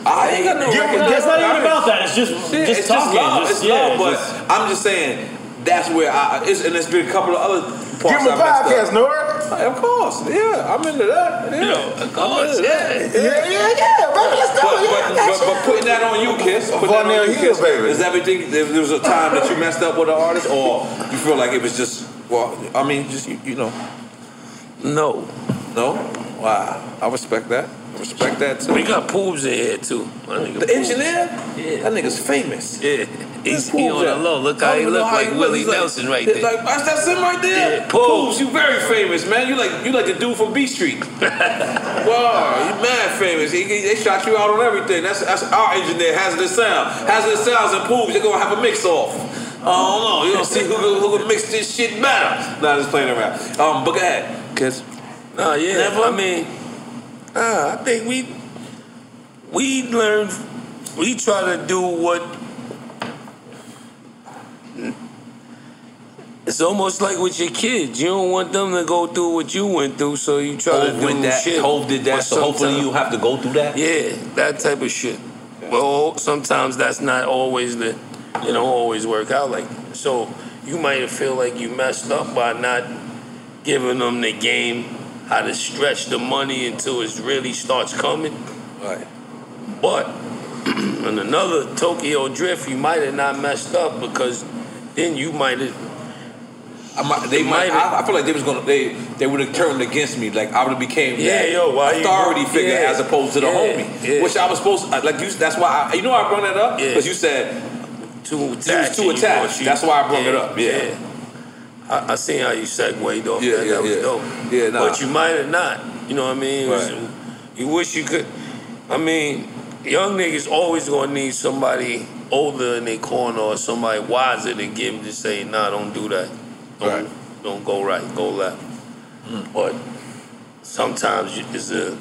Speaker 3: I ain't got no.
Speaker 7: Give 'em-
Speaker 3: record
Speaker 7: No,
Speaker 3: deal.
Speaker 7: it's not even
Speaker 3: I mean,
Speaker 7: about that. It's just-
Speaker 3: yeah,
Speaker 7: just
Speaker 3: it's
Speaker 7: talking.
Speaker 3: love.
Speaker 7: Just-
Speaker 3: it's
Speaker 7: yeah,
Speaker 3: love, but
Speaker 7: just-
Speaker 3: I'm just saying that's where I it's, and there's been a couple of other parts.
Speaker 8: Give him a
Speaker 3: I messed up.
Speaker 8: podcast, Nora.
Speaker 3: Of course, yeah, I'm into that. Yeah, of course, yeah,
Speaker 8: yeah, yeah, yeah, baby, let's do
Speaker 3: but,
Speaker 8: it. Yeah, I
Speaker 3: but,
Speaker 8: got
Speaker 3: but,
Speaker 8: you.
Speaker 3: but putting that on you, Kiss. Put that
Speaker 8: Varnell
Speaker 3: on you,
Speaker 8: Hill,
Speaker 3: Kiss.
Speaker 8: baby.
Speaker 3: Is everything? If there was a time that you messed up with an artist, or you feel like it was just well, I mean, just you, you know.
Speaker 6: No.
Speaker 3: No. Wow. I respect that. I respect that too.
Speaker 6: We got Poobs in here too. My nigga
Speaker 3: The
Speaker 6: Poobs.
Speaker 3: engineer? Yeah. That nigga's famous.
Speaker 6: Yeah. He's he
Speaker 3: Poobs
Speaker 6: on the
Speaker 3: at?
Speaker 6: low. Look
Speaker 3: I
Speaker 6: how
Speaker 3: don't
Speaker 6: he
Speaker 3: even know
Speaker 6: look
Speaker 3: how he
Speaker 6: like
Speaker 3: looks.
Speaker 6: Willie
Speaker 3: He's like-
Speaker 6: Nelson right
Speaker 3: It's
Speaker 6: there.
Speaker 3: like that's that's him right there.
Speaker 6: Yeah,
Speaker 3: Pools.
Speaker 6: Pools.
Speaker 3: you very famous, man. You like you like the dude from B Street. wow, you mad famous. He- he- they shot you out on everything. That's that's our engineer, Hazardous Sound. Hazardous Sounds and Pools, they're gonna have a mix off. I don't know. You're gonna see who who who can mix this shit better. Nah, just playing around. Um, but go ahead. Cause
Speaker 6: No, yeah.
Speaker 3: Never?
Speaker 6: I mean, uh, I think we we learned we try to do what it's almost like with your kids. You don't want them to go through what you went through, so you try
Speaker 3: Hov
Speaker 6: to do
Speaker 3: went that-
Speaker 6: shit.
Speaker 3: Hov did that,
Speaker 6: but
Speaker 3: so hopefully
Speaker 6: sometime-
Speaker 3: you have to go through that?
Speaker 6: Yeah, that type of shit. Well, sometimes that's not always the it don't always work out like that. so. You might feel like you messed up by not giving them the game, how to stretch the money until it really starts coming.
Speaker 3: Right.
Speaker 6: But (clears throat) on another Tokyo Drift, you might have not messed up because then you might have.
Speaker 3: I might, they might. I, I feel like they was gonna. They they would have turned against me. Like I would have became
Speaker 6: Yeah,
Speaker 3: that
Speaker 6: yo, why you-
Speaker 3: authority figure
Speaker 6: yeah,
Speaker 3: as opposed to the
Speaker 6: yeah,
Speaker 3: homie,
Speaker 6: yeah.
Speaker 3: which I was supposed. To, like you. That's why. I, you know why I brought that up
Speaker 6: Yeah.
Speaker 3: because you said
Speaker 6: Too
Speaker 3: you was
Speaker 6: attached.
Speaker 3: too
Speaker 6: and you thought
Speaker 3: attached.
Speaker 6: you-
Speaker 3: That's why I brought it up. Yeah.
Speaker 6: I, I seen how you segued off
Speaker 3: Yeah,
Speaker 6: that.
Speaker 3: yeah,
Speaker 6: that was
Speaker 3: yeah.
Speaker 6: dope.
Speaker 3: Yeah, nah.
Speaker 6: But you might have not. You know what I mean? It was-
Speaker 3: Right.
Speaker 6: You wish you could. I mean, young niggas always gonna need somebody older in their corner or somebody wiser to give to say, nah, don't do that. Don't, don't go right, go left.
Speaker 3: Mm-hmm.
Speaker 6: But sometimes you- it's a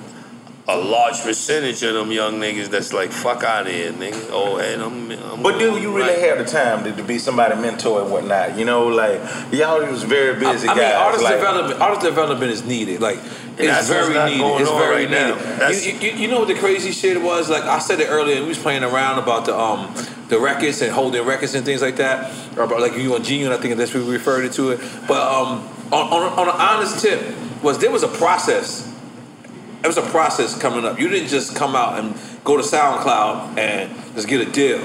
Speaker 6: a large percentage of them young niggas that's like, fuck out of here, nigga. Oh, and I'm, I'm
Speaker 8: But do you really have the time to, to be somebody mentor and whatnot? You know, like y'all was very busy
Speaker 3: I mean,
Speaker 8: guys.
Speaker 3: artist
Speaker 8: like,
Speaker 3: development. Artist development is needed. Like,
Speaker 8: that's
Speaker 3: it's
Speaker 8: what's
Speaker 3: very
Speaker 8: not
Speaker 3: needed.
Speaker 8: going
Speaker 3: It's
Speaker 8: on
Speaker 3: very
Speaker 8: right now.
Speaker 3: needed. You, you, you know what the crazy shit was? Like I said it earlier. We was playing around about the um the records and holding records and things like that. Or about like you on Genius. I think that's what we referred to it. But um on on, on an honest tip was there was a process. It was a process coming up. You didn't just come out and go to SoundCloud and just get a deal.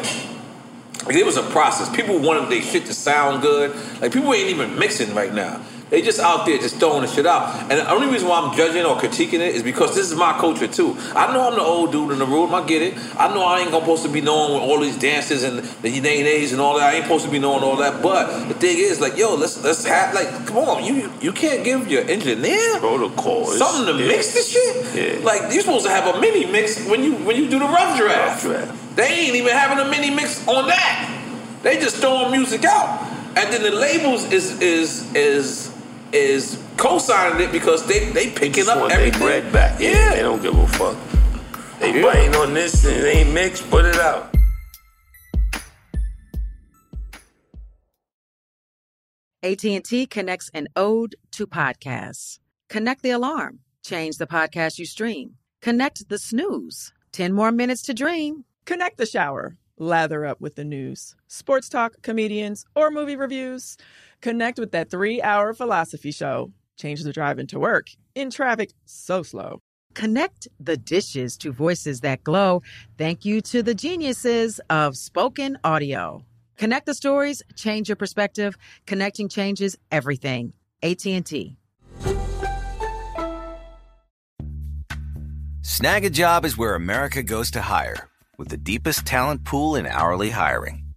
Speaker 3: Like, it was a process. People wanted their shit to sound good. Like people ain't even mixing right now. They just out there just throwing the shit out. And the only reason why I'm judging or critiquing it is because this is my culture too. I know I'm the old dude in the room. I get it. I know I ain't gonna supposed to be knowing with all these dances and the yay nays and all that. I ain't supposed to be knowing all that. But the thing is, like, yo, let's let's have like, come on, you you can't give your engineer
Speaker 6: protocol
Speaker 3: something to
Speaker 6: Yeah.
Speaker 3: mix this shit.
Speaker 6: Yeah.
Speaker 3: Like you're supposed to have a mini mix when you when you do the rough draft. They ain't even having a mini mix on that. They just throwing music out, and then the labels is is is is co-signing it because they they picking up
Speaker 6: want
Speaker 3: everything.
Speaker 6: their bread back. Yeah. They don't give a fuck. They biting on this and it ain't mixed, put it out.
Speaker 9: AT&T connects an ode to podcasts. Connect the alarm, change the podcast you stream. Connect the snooze, 10 more minutes to dream.
Speaker 12: Connect the shower. Lather up with the news, sports talk, comedians, or movie reviews. Connect with that three hour philosophy show. Change the drive into work. In traffic, so slow.
Speaker 9: Connect the dishes to voices that glow. Thank you to the geniuses of spoken audio. Connect the stories, change your perspective. Connecting changes everything. AT&T.
Speaker 10: Snag a job is where America goes to hire, with the deepest talent pool in hourly hiring.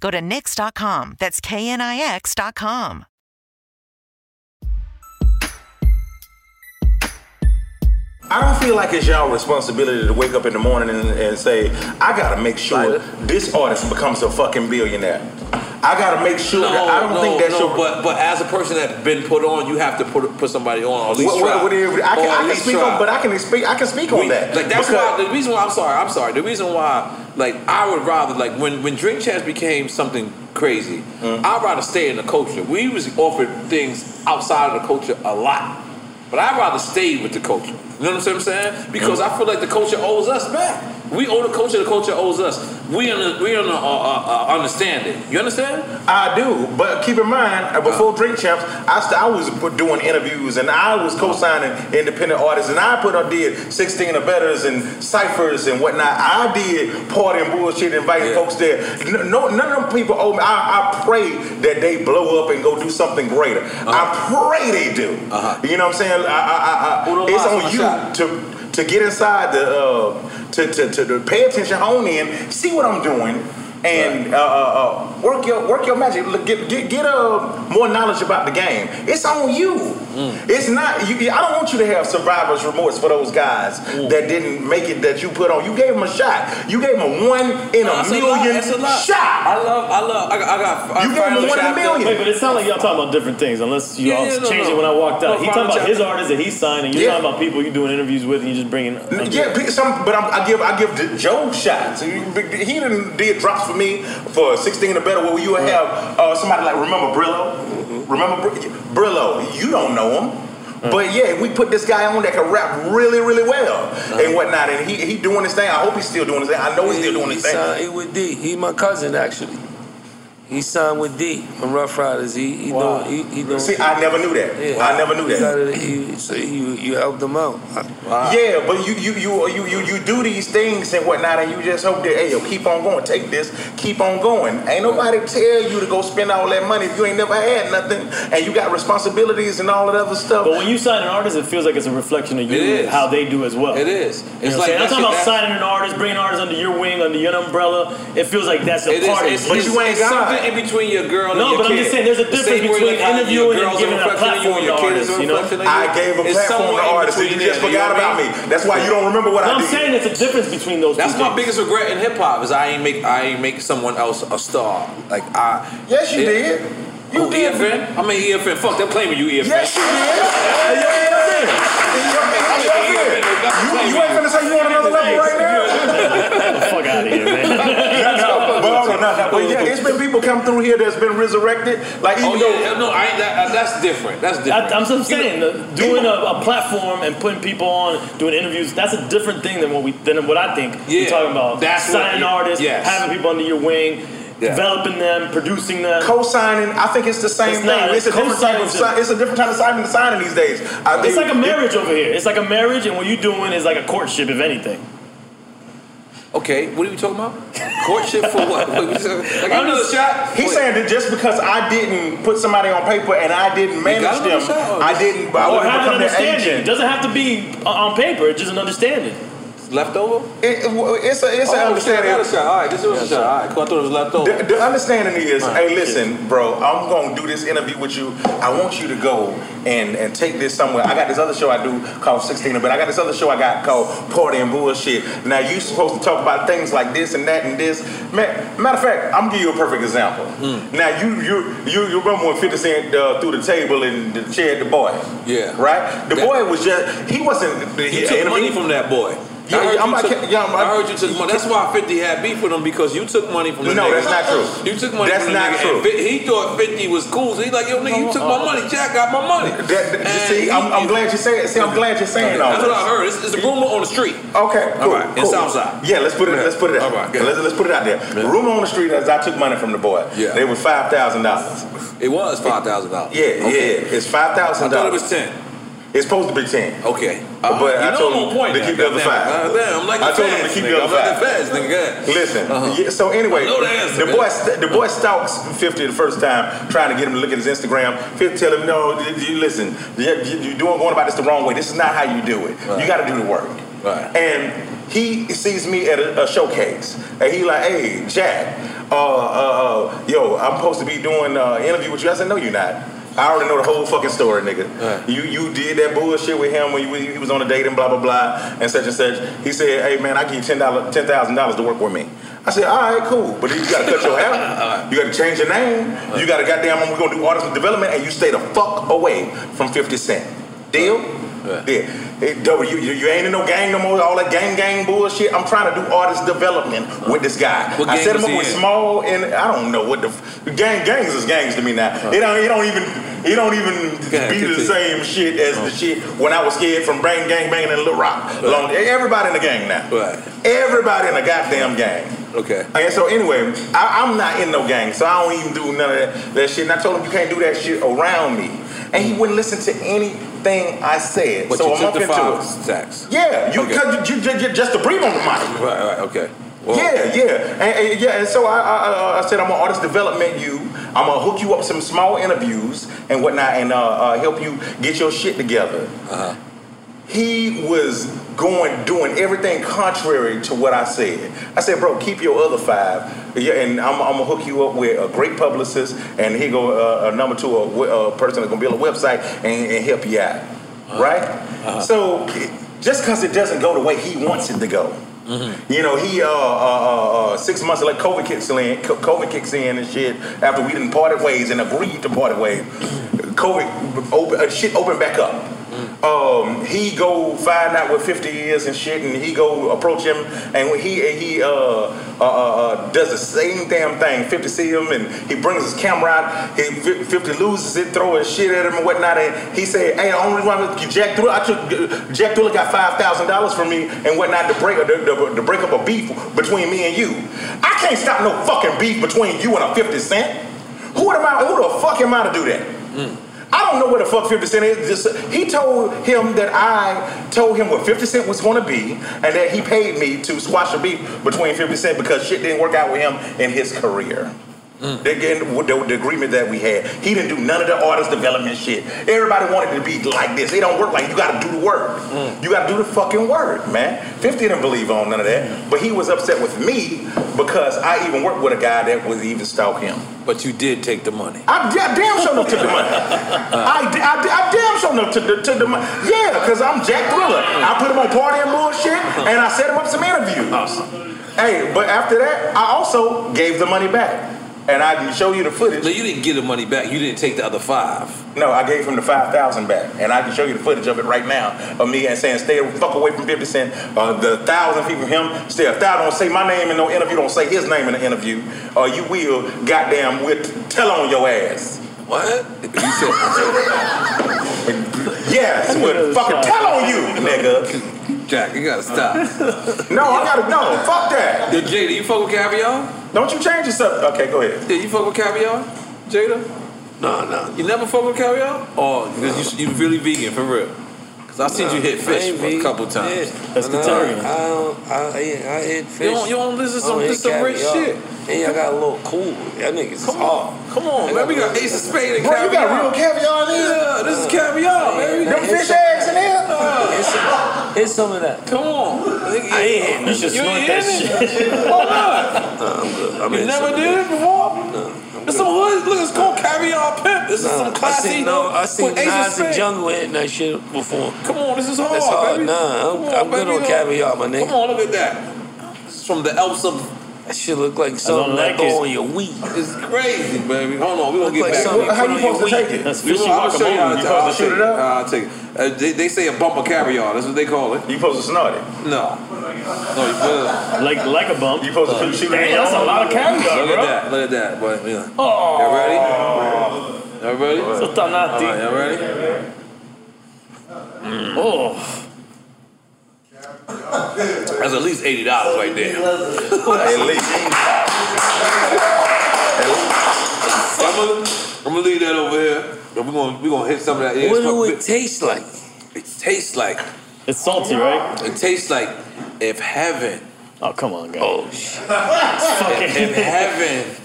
Speaker 11: Go to NYX.com. That's KNIX.com.
Speaker 8: I don't feel like it's y'all responsibility to wake up in the morning and, and say, I gotta make sure this artist becomes a fucking billionaire. I gotta make sure.
Speaker 3: No,
Speaker 8: that, I don't
Speaker 3: no,
Speaker 8: think that's
Speaker 3: no,
Speaker 8: your.
Speaker 3: but but as a person that's been put on, you have to put put somebody on or at least
Speaker 8: What-
Speaker 3: try.
Speaker 8: what- what do you- I can- I can speak on- but I can speak. I can speak on that.
Speaker 3: Like that's
Speaker 8: Because-
Speaker 3: why the reason why I'm sorry. I'm sorry. The reason why like I would rather like when when drink chats became something crazy,
Speaker 8: Mm.
Speaker 3: I'd rather stay in the culture. We was offered things outside of the culture a lot, but I'd rather stay with the culture. You know what I'm saying? Because I feel like the culture owes us back. We owe the culture. The culture owes us. We under, we under, uh, uh, uh, understand it. You understand?
Speaker 8: I do, but keep in mind, uh, before Drink Champs, I, st- I was put- doing interviews and I was co-signing independent artists, and I put up did sixteen or betters and ciphers and whatnot. I did party and bullshit, inviting folks there. N- No, none of them people owe me. I, I pray that they blow up and go do something greater.
Speaker 3: Uh.
Speaker 8: I pray they do. You know what I'm saying? I, I, I, I, it's
Speaker 3: lost my
Speaker 8: on you
Speaker 3: shot.
Speaker 8: to to get inside the uh, to, to, to to pay attention, hone in, see what I'm doing, and uh, uh, uh, work your work your magic. Look, get get, get uh, more knowledge about the game. It's on you.
Speaker 3: Mm.
Speaker 8: It's not. You, I don't want you to have survivor's remorse for those guys
Speaker 3: Mm.
Speaker 8: that didn't make it that you put on. You gave them a shot. You gave them a one in
Speaker 3: No,
Speaker 8: a
Speaker 3: that's
Speaker 8: million
Speaker 3: lot, that's
Speaker 8: shot.
Speaker 3: I love, I love, I got, I got. I
Speaker 8: You gave
Speaker 3: found
Speaker 8: him
Speaker 3: the
Speaker 8: one in a
Speaker 3: chapter.
Speaker 8: million.
Speaker 7: Wait, but it sounds like y'all talking about different things. Unless you
Speaker 8: Yeah,
Speaker 7: all
Speaker 8: yeah, no,
Speaker 7: changed
Speaker 8: no.
Speaker 7: it when I walked out.
Speaker 8: No,
Speaker 7: he talking
Speaker 8: probably
Speaker 7: about his
Speaker 8: chapter.
Speaker 7: artists that he signed, and you're
Speaker 8: Yeah.
Speaker 7: talking about people you're doing interviews with, and you're just bringing.
Speaker 8: Yeah, pick some, but I'm, I give I give the Joe shots. He he done did drops for me for 16 or better. Where you would have uh, somebody like remember Brillo?
Speaker 7: Mm-hmm.
Speaker 8: Remember Br- Brillo? You don't know him,
Speaker 7: Mm.
Speaker 8: but yeah, we put this guy on that can rap really, really well and whatnot. And he he doing his thing. I hope he's still doing his thing. I know he's still doing
Speaker 6: He
Speaker 8: his
Speaker 6: signed
Speaker 8: thing.
Speaker 6: he with D. He my cousin actually. He signed with D from Rough Riders. He he
Speaker 8: Wow.
Speaker 6: doing- he, he doing-
Speaker 8: See, I never knew that. I never knew
Speaker 6: He
Speaker 8: that.
Speaker 6: got it- he- so you you helped him out.
Speaker 8: Yeah, but you you, you you you you do these things and whatnot, and you just hope that hey, yo, keep on going, take this, keep on going. Ain't nobody tell you to go spend all that money if you ain't never had nothing, and you got responsibilities and all that other stuff.
Speaker 7: But when you sign an artist, it feels like it's a reflection of you,
Speaker 8: It is.
Speaker 7: how they do as well. It
Speaker 3: is.
Speaker 7: You know
Speaker 8: It's
Speaker 7: what I'm
Speaker 8: like
Speaker 7: saying? I'm
Speaker 8: that
Speaker 7: talking
Speaker 8: shit-
Speaker 7: about
Speaker 8: that-
Speaker 7: signing an artist, bringing artists under your wing, under your umbrella. It feels like that's a
Speaker 3: It is-
Speaker 7: part
Speaker 3: it's-
Speaker 7: of it.
Speaker 3: it's- it's something in between your girl and
Speaker 7: No,
Speaker 3: your
Speaker 7: but I'm
Speaker 3: kid.
Speaker 7: just saying there's a
Speaker 3: The
Speaker 7: difference
Speaker 3: same way
Speaker 7: between
Speaker 3: like how your
Speaker 7: interviewing and
Speaker 3: girl's a
Speaker 7: giving a
Speaker 3: reflection of you and your
Speaker 7: platform to
Speaker 3: kid is a
Speaker 7: artists, you know?
Speaker 3: reflection of you.
Speaker 8: I gave a
Speaker 3: It's
Speaker 8: platform to
Speaker 3: somewhere in
Speaker 8: artists, and you
Speaker 3: between
Speaker 8: just
Speaker 3: there, you
Speaker 8: forgot
Speaker 3: know what I
Speaker 8: about
Speaker 3: mean?
Speaker 8: me. That's why you don't remember what
Speaker 7: No,
Speaker 8: I
Speaker 7: I'm
Speaker 8: did.
Speaker 7: saying it's a difference between those
Speaker 3: That's
Speaker 7: two.
Speaker 3: my biggest regret in hip hop is I ain't make I ain't make someone else a star. Like I.
Speaker 8: Yes, you did.
Speaker 3: You did. EFN? I mean EFN. Fuck, they're playing with you, EFN.
Speaker 8: Yes, you did. saying. In your, in your field. You, you ain't finna say you on another level right now.
Speaker 7: (laughs) Fuck out of here, man.
Speaker 8: no, no, but hold on, no, no. But yeah, it's been people come through here that's been resurrected. Like even
Speaker 3: oh,
Speaker 8: though
Speaker 3: yeah, no, I ain't,
Speaker 7: uh,
Speaker 3: that, that's different. That's different.
Speaker 7: I, am just saying, the- doing a, a platform and putting people on, doing interviews, that's a different thing than what we than what I think
Speaker 3: Yeah.
Speaker 7: you're talking about.
Speaker 3: That's what-
Speaker 7: signing artists,
Speaker 3: yes.
Speaker 7: having people under your wing, developing them, producing them.
Speaker 8: Co-signing, I think it's the same
Speaker 7: It's
Speaker 8: thing.
Speaker 7: not.
Speaker 8: it's, a different type of,
Speaker 7: Co-signing's
Speaker 8: si- it's a different type of signing to signing these days. I
Speaker 7: It's
Speaker 8: think-
Speaker 7: like a marriage over here. It's like a marriage, and what you're doing is like a courtship, if anything.
Speaker 3: Okay, what are we talking about? Courtship for what? (laughs) Wait, we just- like,
Speaker 8: I'm
Speaker 3: another
Speaker 8: just-
Speaker 3: shot?
Speaker 8: He's saying that just because I didn't put somebody on paper and I didn't manage them, I didn't. I
Speaker 7: or
Speaker 8: wouldn't
Speaker 7: have an
Speaker 8: become their
Speaker 7: understanding.
Speaker 8: agent.
Speaker 7: It doesn't have to be o- on paper. It's just an understanding.
Speaker 3: Leftover?
Speaker 8: It, it's a, it's
Speaker 3: Oh,
Speaker 8: an understanding.
Speaker 3: another shot. All right, this was a shot. All right, cool. I thought it was leftover.
Speaker 8: The, the understanding is,
Speaker 3: All right,
Speaker 8: hey, listen, bro, I'm gonna do this interview with you. I want you to go and and take this somewhere. I got this other show I do called 16, but I got this other show I got called Party and Bullshit. Now you supposed to talk about things like this and that and this. Ma- Matter of fact, I'm gonna give you a perfect example.
Speaker 3: Hmm.
Speaker 8: Now you you you, you remember when 50 Cent uh, threw the table and the chair at the boy,
Speaker 3: Yeah.
Speaker 8: right? The boy was just he wasn't.
Speaker 3: He took money from that boy. I heard,
Speaker 8: Yeah, I'm
Speaker 3: you
Speaker 8: not
Speaker 3: took,
Speaker 8: kidding. Yeah, I'm-
Speaker 3: I heard you took money. That's why 50 had beef with him because you took money from the
Speaker 8: No,
Speaker 3: nigga.
Speaker 8: that's not true.
Speaker 3: You took money
Speaker 8: That's
Speaker 3: from the
Speaker 8: not
Speaker 3: nigga.
Speaker 8: true.
Speaker 3: and Fi- he thought 50 was cool. So he's like, yo, nigga, you took my money. Jack got my money.
Speaker 8: That, that- see, I'm, I'm glad you said. See, I'm glad you're saying all
Speaker 3: That's
Speaker 8: this.
Speaker 3: what I heard. It's, it's a rumor on the street.
Speaker 8: Okay, cool.
Speaker 3: All right, in
Speaker 8: cool.
Speaker 3: Southside.
Speaker 8: Yeah, let's put it. Let's put it out.
Speaker 3: All right, good.
Speaker 8: let's, let's put it out there. Rumor on the street is I took money from the boy.
Speaker 3: Yeah.
Speaker 8: they was five thousand dollars.
Speaker 3: It was five thousand dollars.
Speaker 8: Yeah, yeah, it's five thousand
Speaker 3: I thought it
Speaker 8: dollars.
Speaker 3: was ten.
Speaker 8: It's supposed to be ten.
Speaker 3: Okay, Uh,
Speaker 8: but
Speaker 3: you
Speaker 8: I
Speaker 3: know
Speaker 8: told
Speaker 3: I'm on
Speaker 8: him
Speaker 3: point
Speaker 8: to
Speaker 3: now,
Speaker 8: keep the other
Speaker 3: goddamn.
Speaker 8: five.
Speaker 3: Goddamn, I'm like the
Speaker 8: I told him to
Speaker 3: feds,
Speaker 8: keep the
Speaker 3: nigga.
Speaker 8: other
Speaker 3: I'm like the
Speaker 8: five.
Speaker 3: feds, nigga. Go ahead.
Speaker 8: Listen. yeah, so anyway,
Speaker 3: I know the answer,
Speaker 8: the
Speaker 3: man.
Speaker 8: boy st- the boy stalks Fifty the first time, trying to get him to look at his Instagram. Fifty tell him, no, you, you listen, you, you- you're doing going about this the wrong way. This is not how you do it. You got to do the work. Right. And he sees me at a, a showcase, and he like, hey, Jack, uh, uh, uh, yo, I'm supposed to be doing uh, interview with you. I said, no, you're not. I already know the whole fucking story, nigga. You you did that bullshit with him when you, when he was on a date and blah blah blah and such and such. He said, "Hey man, I give you ten dollars, ten thousand dollars to work with me." I said, "All right, cool, but then you gotta cut your hair, you gotta change your name, you gotta goddamn, we're gonna do artist development, and you stay the fuck away from Fifty Cent. Deal? Yeah. Hey, W, you, you- you ain't in no gang no more. All that gang gang bullshit. I'm trying to do artist development with this guy.
Speaker 3: Uh-huh. What
Speaker 8: I
Speaker 3: gang
Speaker 8: set him
Speaker 3: was
Speaker 8: up
Speaker 3: he
Speaker 8: with
Speaker 3: in?
Speaker 8: Small and I don't know what the f- gang gangs is gangs to me now.
Speaker 3: Uh-huh.
Speaker 8: It don't it don't even it don't even be the same shit as
Speaker 3: Uh-huh.
Speaker 8: the shit when I was scared from Brain Gang Banging and Little Rock. Long- everybody in the gang now. Everybody in the goddamn gang.
Speaker 3: Okay.
Speaker 8: And so anyway, I, I'm not in no gang, so I don't even do none of that, that shit. And I told him you can't do that shit around me, and he wouldn't listen to anything I said.
Speaker 3: But
Speaker 8: so
Speaker 3: you
Speaker 8: I'm
Speaker 3: took
Speaker 8: up
Speaker 3: the
Speaker 8: into
Speaker 3: five
Speaker 8: it.
Speaker 3: stacks.
Speaker 8: Yeah, you,
Speaker 3: Okay.
Speaker 8: cut you, you, you- just to breathe on the mic.
Speaker 3: Right, right, okay.
Speaker 8: Yeah, yeah, and, and- yeah. And so I, I, I- I said I'm gonna artist development you. I'm gonna hook you up some small interviews and whatnot, and uh, uh, help you get your shit together. Uh-huh. He was going doing everything contrary to what I said. I said, bro, keep your other five. Yeah, and I'm, I'm gonna hook you up with a great publicist, and he go uh, a number two, a, we- a person that's gonna build a website and, and help you out,
Speaker 13: Uh-huh.
Speaker 8: right?
Speaker 7: Uh-huh.
Speaker 8: So just because it doesn't go the way he wants it to go.
Speaker 3: Mm-hmm.
Speaker 8: You know, he uh, uh, uh, uh, six months like COVID kicks in, co- COVID kicks in and shit. After we didn't parted ways and agreed to parted ways, COVID open, uh, shit opened back up. Um, he go find out what fifty is and shit, and he go approach him, and when he and he uh, uh, uh, uh, does the same damn thing. Fifty see him, and he brings his camera out. He, fifty loses it, throw his shit at him and whatnot, and he said, "Hey, the only reason why Jack Thriller, I took Jack Thriller got five thousand dollars from me and whatnot to break to, to, to break up a beef between me and you. I can't stop no fucking beef between you and a fifty cent. Who am I? Who the fuck am I to do that?"
Speaker 3: Mm.
Speaker 8: I don't know where the fuck 50 Cent is. Just- he told him that I told him what 50 Cent was going to be and that he paid me to squash a beef between 50 Cent because shit didn't work out with him in his career. Again, with the, the agreement that we had, he didn't do none of the artist development shit. Everybody wanted to be like this. It don't work like you got to do the work. You got to do the fucking work, man. Fifty didn't believe on none of that, but he was upset with me because I even worked with a guy that was even stalk him.
Speaker 3: But you did take the money.
Speaker 8: I da- damn sure enough took the money. I, da- I, da- I damn sure enough took the, took the money. Yeah, because I'm Jack Thriller. I put him on party and bullshit, and I set him up some interviews. Hey, but after that, I also gave the money back. and I can show you the footage.
Speaker 3: No, you didn't get the money back. You didn't take the other five.
Speaker 8: No, I gave him the five thousand back, and I can show you the footage of it right now of me and saying, "Stay fuck away from Fifty Cent." Uh, the thousand feet from him, stay a thousand. Don't say my name in no interview. Don't say his name in the interview. Uh, you will, goddamn, will tell on your ass.
Speaker 3: What? You said?
Speaker 8: (laughs) yes, will fucking tell on
Speaker 3: (laughs)
Speaker 8: you, nigga.
Speaker 3: Jack, you gotta stop.
Speaker 8: (laughs) No, I gotta no. Fuck that.
Speaker 3: Yo, Jada, you fuck with caviar?
Speaker 8: Don't you change yourself? Okay, go ahead.
Speaker 3: Yeah, you fuck with caviar, Jada?
Speaker 6: No, no.
Speaker 3: You never fuck with caviar? Oh, because you you really vegan for real? Because I seen
Speaker 6: No,
Speaker 3: you hit
Speaker 6: I
Speaker 3: fish
Speaker 6: ain't
Speaker 3: for a
Speaker 6: vegan.
Speaker 3: couple times.
Speaker 6: Yeah.
Speaker 3: That's
Speaker 6: No,
Speaker 3: vegetarian.
Speaker 6: I don't. I, I, I hit fish.
Speaker 3: don't- you don't listen to
Speaker 6: I
Speaker 3: some-
Speaker 6: hit
Speaker 3: just some rich
Speaker 6: caviar.
Speaker 3: shit.
Speaker 6: And y'all got a little cool. Y'all niggas come on,
Speaker 3: come on, man. We got Ace of Spade and
Speaker 6: Bro, you
Speaker 3: caviar.
Speaker 6: got real
Speaker 8: caviar in
Speaker 3: here? Yeah, this is caviar, baby.
Speaker 6: Them fish
Speaker 8: eggs in here?
Speaker 6: It's some, it's some of that.
Speaker 3: Come on.
Speaker 6: I ain't hitting
Speaker 7: You
Speaker 6: it.
Speaker 7: should snort that shit.
Speaker 6: Nah, I'm good. I'm
Speaker 3: You
Speaker 6: in
Speaker 3: never
Speaker 6: some of
Speaker 3: did
Speaker 6: that.
Speaker 3: it before? It's some hood. Look, it's called caviar pimp. This is
Speaker 6: Nah,
Speaker 3: some classy.
Speaker 6: I seen, no, I seen
Speaker 3: with Ace of
Speaker 6: Nas and
Speaker 3: Spade.
Speaker 6: Jungle hitting that shit before.
Speaker 3: Come on, this is hard,
Speaker 6: That's hard.
Speaker 3: baby.
Speaker 6: Nah, I'm,
Speaker 3: Come on,
Speaker 6: I'm good
Speaker 3: baby,
Speaker 6: on caviar, my nigga.
Speaker 3: Come on, look at that. It's from the Alps of.
Speaker 6: That shit look like something that go on your wheat.
Speaker 3: It's crazy, baby. Hold on, we gonna
Speaker 6: Look
Speaker 3: get
Speaker 6: like
Speaker 3: back.
Speaker 6: something you
Speaker 3: How
Speaker 6: put
Speaker 3: you
Speaker 6: on your
Speaker 3: supposed to
Speaker 6: wheat.
Speaker 3: take it?
Speaker 6: That's
Speaker 3: You know,
Speaker 6: fishy
Speaker 3: I'll show you how
Speaker 6: guacamole.
Speaker 3: to
Speaker 6: You
Speaker 3: I'll
Speaker 6: supposed to
Speaker 3: take
Speaker 6: shoot
Speaker 3: it.
Speaker 6: it up?
Speaker 3: I'll take it. Uh, they, they say a bump of caviar. That's what they call it.
Speaker 8: You supposed to snort it?
Speaker 3: No. No, you put it.
Speaker 7: Like like a Oh. bump. You
Speaker 8: supposed
Speaker 7: to shoot it Damn, in. that's a lot of caviar,
Speaker 3: Look
Speaker 7: bro.
Speaker 3: at that. Look at that. But yeah.
Speaker 7: Oh.
Speaker 3: You ready? You ready?
Speaker 7: So tanati.
Speaker 3: All right, you ready?
Speaker 7: Oh.
Speaker 3: That's at least eighty dollars
Speaker 8: (laughs)
Speaker 3: right there.
Speaker 8: At least.
Speaker 3: I'm gonna, I'm gonna leave that over here. And we're gonna we're gonna hit some of that.
Speaker 6: What do
Speaker 3: it
Speaker 6: taste like?
Speaker 3: It tastes like.
Speaker 7: It's salty, right?
Speaker 3: It tastes like if heaven.
Speaker 7: Oh come on, guys.
Speaker 3: Oh shit!
Speaker 7: (laughs)
Speaker 3: if, if heaven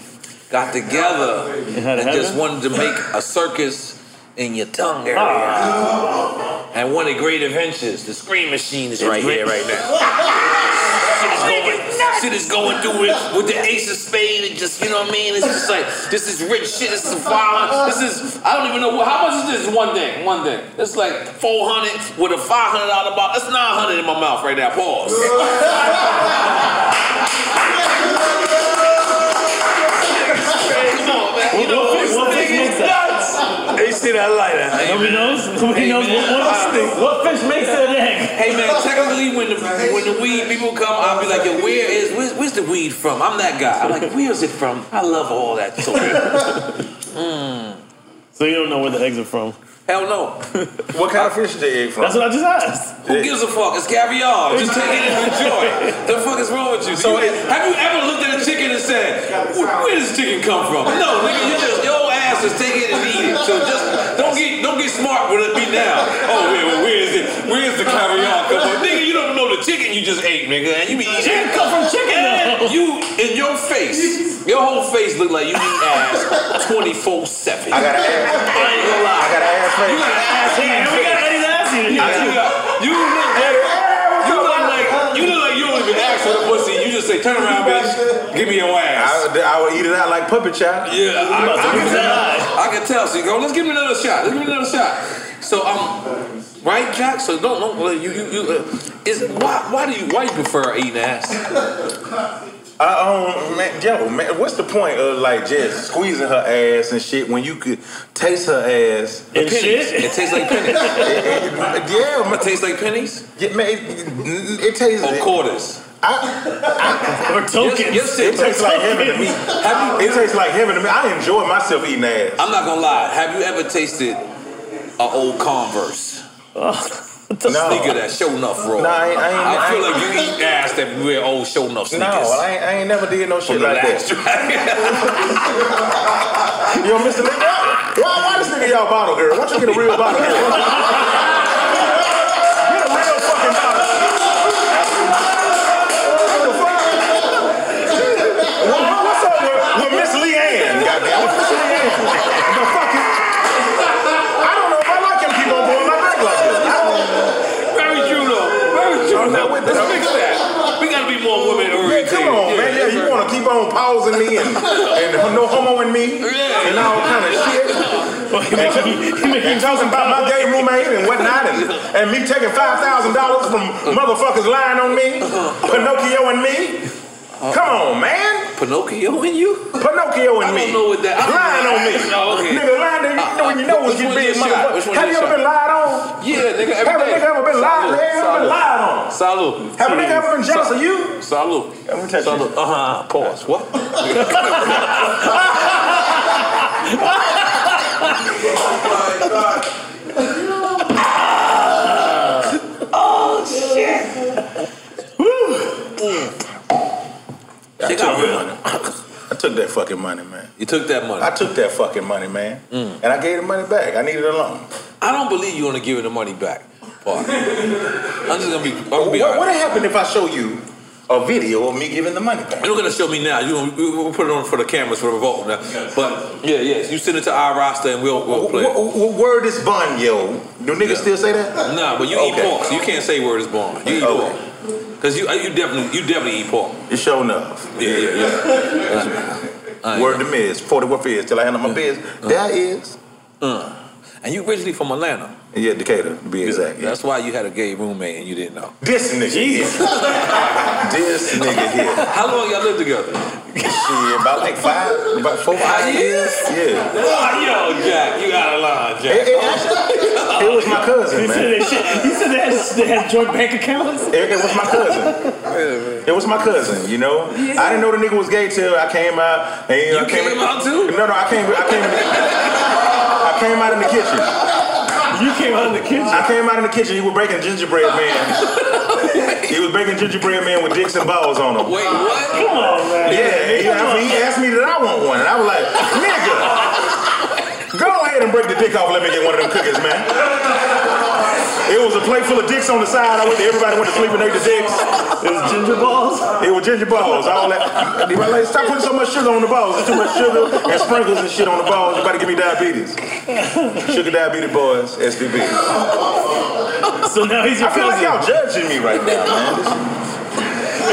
Speaker 3: got together
Speaker 7: had
Speaker 3: and just
Speaker 7: heaven?
Speaker 3: wanted to make a circus in your tongue area,
Speaker 7: Ah.
Speaker 3: and one of the great adventures, the scream machine is right here, right now. shit is going, shit is going through it with the ace of spade and just, you know what I mean? It's just like, this is rich shit, this is violence, this is, I don't even know, what- how much is this one thing, one thing? It's like 400 with a $500 bottle, that's 900 in my mouth right now, pause. Come on, man. You know, this thing is nuts.
Speaker 6: They see that lighter.
Speaker 7: Nobody knows. Nobody
Speaker 3: Hey,
Speaker 7: knows
Speaker 3: man.
Speaker 7: what, what, fish, what fish makes an egg.
Speaker 3: Hey man, technically when the when the weed people come, I'll be like, yo, where is where's, where's the weed from? I'm that guy. I'm like, where's it from? I love all that sort
Speaker 7: Mm. So you don't know where the eggs are from.
Speaker 3: Hell no.
Speaker 8: What kind of fish is the egg from?
Speaker 7: That's what I just asked.
Speaker 3: Who gives a fuck? It's caviar. Just take it and enjoy. the fuck is wrong with you? So have you ever looked at a chicken and said, "Where, where does chicken come from?" No, nigga, you just your ass is take it and eat it. So just don't get don't get smart with it. Be now. Oh, wait, wait, where is it? Where's the caviar come from? Nigga, you don't know the chicken you just ate, nigga, and you be eating.
Speaker 7: Chicken come from chicken,
Speaker 3: And
Speaker 7: though.
Speaker 3: you in your face, your whole face look like you eat ass twenty four seven.
Speaker 8: I got an ass.
Speaker 3: I ain't gonna lie.
Speaker 8: I got an ass
Speaker 3: You
Speaker 8: face.
Speaker 3: got an ass
Speaker 7: And we got Eddie's ass eating.
Speaker 3: I think, uh, You look like you look like you look like you don't even ask for the pussy. You just say, "Turn around, bitch. Give me your ass."
Speaker 8: I, I would eat it out like puppet chow.
Speaker 3: Yeah, I,
Speaker 7: You about to
Speaker 3: I can
Speaker 7: lose
Speaker 3: tell.
Speaker 7: your eye.
Speaker 3: I can tell. So you go, let's give me another shot. Let's give me another shot. So um, right, Jack. So don't don't well, you you you. Uh, is why why do you why you prefer eating ass?
Speaker 8: I um, man, yo, man, what's the point of like just squeezing her ass and shit when you could taste her ass?
Speaker 7: And shit.
Speaker 3: It tastes
Speaker 8: (laughs)
Speaker 3: like pennies.
Speaker 8: yeah,
Speaker 3: It
Speaker 8: man,
Speaker 3: tastes like pennies
Speaker 8: yeah, man, it, it tastes.
Speaker 3: or quarters.
Speaker 7: Or tokens.
Speaker 3: Yes,
Speaker 8: It
Speaker 3: yes, it.
Speaker 8: tastes like heaven to me. It tastes like heaven to me. I enjoy myself eating ass.
Speaker 3: I'm not gonna lie. Have you ever tasted an old Converse?
Speaker 8: (laughs) No.
Speaker 3: Sneaker that show enough raw.
Speaker 8: Nah, I ain't- I ain't- I
Speaker 3: feel
Speaker 8: ain't-
Speaker 3: like you eat ass that wear old show enough
Speaker 8: No,
Speaker 3: sneakers.
Speaker 8: I ain't, I ain't never did no
Speaker 3: from
Speaker 8: shit
Speaker 3: the
Speaker 8: like
Speaker 3: last
Speaker 8: that.
Speaker 3: dragon.
Speaker 8: (laughs) Yo, Mr. Nick, why, why this nigga y'all bottle girl? Why don't you (laughs) get a real bottle girl? get a real fucking bottle. What the fuck? Well, what's up with, with Miss Leanne? Goddamn, what's Miss Leanne? The fucking. I don't know if I like him keep on blowing my back like this. I don't-
Speaker 3: Very true though. Very true.
Speaker 8: I'm not
Speaker 3: though.
Speaker 8: with
Speaker 3: Let's
Speaker 8: that.
Speaker 3: fix that. We gotta be more women
Speaker 8: Man,
Speaker 3: oriented.
Speaker 8: come on, man. Yeah, you want to keep on pausing me and, and no homoing me
Speaker 3: Yeah.
Speaker 8: and all kind of shit. And talking about my gay roommate and whatnot, and, and me taking five thousand dollars from motherfuckers lying on me, Pinocchio and me. (laughs) Come on, man.
Speaker 3: Pinocchio in you?
Speaker 8: Pinocchio in me.
Speaker 3: I don't know what that. I don't
Speaker 8: Lying
Speaker 3: know
Speaker 8: on me.
Speaker 3: that- No, (laughs) okay.
Speaker 8: Nigga, lying to you
Speaker 3: Uh,
Speaker 8: know when you know what's getting
Speaker 3: which one
Speaker 8: big
Speaker 3: your
Speaker 8: shit.
Speaker 3: shot? Which one
Speaker 8: Have
Speaker 3: your
Speaker 8: you ever
Speaker 3: shot?
Speaker 8: been lied on?
Speaker 3: Yeah, nigga, every
Speaker 8: Have a
Speaker 3: day.
Speaker 8: nigga ever been lied to? Ever
Speaker 3: Salute,
Speaker 8: been
Speaker 3: salute.
Speaker 8: lied on?
Speaker 3: Salute.
Speaker 8: Have a nigga ever been jealous
Speaker 3: Sa-
Speaker 8: of you?
Speaker 3: Salute. Salute. Uh huh. Pause. What?
Speaker 5: Oh shit!
Speaker 8: I took, I took that fucking money, man.
Speaker 3: You took that money. Mm.
Speaker 8: I took that fucking money, man. And I gave the money back. I needed a loan.
Speaker 3: I don't believe you want to give her the money back. Part. I'm just gonna be. I'm gonna be
Speaker 8: What
Speaker 3: all
Speaker 8: would
Speaker 3: right.
Speaker 8: happen if I show you a video of me giving the money back?
Speaker 3: You're not gonna show me now. You gonna, we- we'll put it on for the cameras for the revolt now. But yeah, yes, you send it to our roster and we'll we'll play. it.
Speaker 8: Wh- wh- Word is bun, yo. Do niggas still say that?
Speaker 3: Nah, but you eat pork, so you can't say word is born. You eat pork, cause you you definitely you definitely eat pork.
Speaker 8: You sure enough.
Speaker 3: Yeah, yeah, yeah.
Speaker 8: (laughs) Word to me is 41 fizz till I handle my biz. That is.
Speaker 3: Uh. And you originally from Atlanta.
Speaker 8: Yeah, Decatur, to be exact. yeah.
Speaker 3: That's why you had a gay roommate and you didn't know.
Speaker 8: This nigga. this nigga here.
Speaker 3: (laughs) How long y'all lived together?
Speaker 8: Shit, about like five, about four, five years. Yeah.
Speaker 3: Oh, yo, Jack, you out of line, Jack.
Speaker 8: It, it actually- it was my cousin,
Speaker 5: He
Speaker 8: man.
Speaker 5: said they, shit- he said (laughs) they had, they had joint bank accounts.
Speaker 8: It, it was my cousin. It was my cousin. You know, I didn't know the nigga was gay till I came out. And, you know, I came, out
Speaker 3: too?
Speaker 8: No, no, I came. I came. I came out in the kitchen.
Speaker 5: You came out in the kitchen.
Speaker 8: I came out in the kitchen. He was breaking gingerbread man. he was breaking gingerbread man with dicks and balls on him.
Speaker 3: Wait, what?
Speaker 5: Come on, man.
Speaker 8: Yeah, he asked, me, he asked me that I want one, and I was like, nigga, go ahead and break the dick off. Let me get one of them cookies, man. It was a plate full of dicks on the side. I went to everybody went to sleep and ate the dicks.
Speaker 5: It was ginger balls.
Speaker 8: It was ginger balls. All that. They were like, stop putting so much sugar on the balls. There's too much sugar and sprinkles and shit on the balls. You about to give me diabetes. Sugar diabetes boys, SDB.
Speaker 5: So now he's your
Speaker 8: I feel like
Speaker 5: cousin.
Speaker 8: y'all judging me right now, man.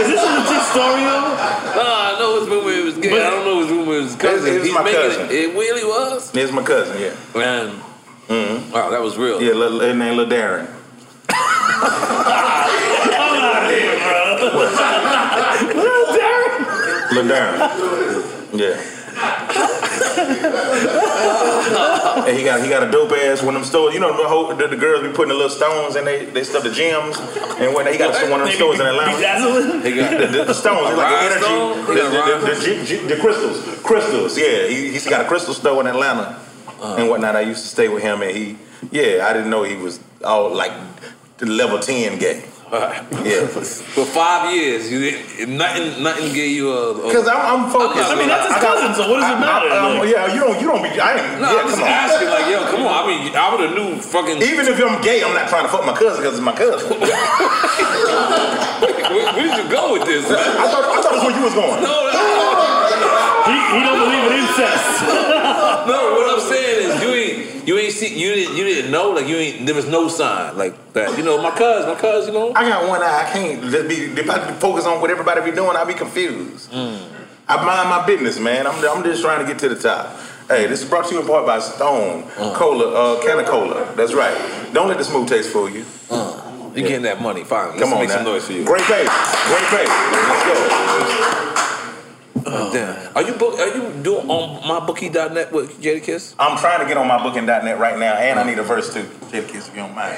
Speaker 5: Is this a legit story though?
Speaker 3: Nah, I know his roommate was gay. I don't know his roommate was cousin.
Speaker 8: It- it's
Speaker 3: He's
Speaker 8: my
Speaker 3: making
Speaker 8: cousin.
Speaker 3: It, it really was.
Speaker 8: It's my cousin, yeah. Mm-hmm.
Speaker 3: Man, wow, that was real.
Speaker 8: Yeah, little, his name Lil Darren.
Speaker 5: I'm out of here, bro. Little Derek.
Speaker 8: Lil Darren. Yeah. and he got he got a dope ass one of them stores. You know the, whole, the, the girls be putting the little stones and they they stuff the gems and when he got one of them stores
Speaker 5: (laughs)
Speaker 8: in Atlanta.
Speaker 5: Bedazzling.
Speaker 3: He got
Speaker 8: The, the, the stones, like the energy,
Speaker 3: Rhinestone?
Speaker 8: the,
Speaker 3: They got
Speaker 8: the- the- the g- g- the crystals, crystals. Yeah, he, he's got a crystal store in Atlanta and whatnot. I used to stay with him, and he, yeah, I didn't know he was all like level ten gay. Yeah,
Speaker 3: For five years, you didn't, nothing, nothing gave you a. a
Speaker 8: because I'm, I'm focused.
Speaker 3: I mean, that's
Speaker 5: his
Speaker 8: I got-
Speaker 5: cousin, so what does it
Speaker 8: I-
Speaker 5: matter?
Speaker 8: I- I'm-
Speaker 5: Like-
Speaker 8: yeah, you don't, you don't be. I ain't.
Speaker 3: no,
Speaker 8: yeah,
Speaker 3: I'm just
Speaker 8: come on.
Speaker 3: asking, like, yo, come on. I mean, I would have knew (laughs) fucking.
Speaker 8: Even if I'm gay, I'm not trying to fuck my cousin because it's my
Speaker 3: (laughs)
Speaker 8: cousin.
Speaker 3: where, where did you go with this? Man?
Speaker 8: I thought, I thought that's where you was going.
Speaker 3: No, no,
Speaker 5: He, he don't believe in incest.
Speaker 3: no. What I'm saying is, you ain't, you ain't see, you didn't, you didn't know, like, you ain't. There was no sign like that. (laughs) You know, my cuz, my cuz, you know.
Speaker 8: I got one eye. I can't just be if I focus on what everybody be doing. I be confused. I mind my business, man. I'm, I'm just trying to get to the top. Hey, this is brought to you in part by Stone
Speaker 3: Uh-huh.
Speaker 8: Cola, uh, Canna Cola. That's right. Don't let the smooth taste fool Uh, you.
Speaker 3: Uh, You getting that money? Finally,
Speaker 8: Come
Speaker 3: Let's
Speaker 8: on,
Speaker 3: make
Speaker 8: now.
Speaker 3: some noise for you.
Speaker 8: Great bass. Great bass. Let's go.
Speaker 3: Damn. Are you book? Are you doing on mybookie.net with Jada Kiss?
Speaker 8: I'm trying to get on my booking.net right now, and I need a verse too. Jada Kiss, if you don't mind.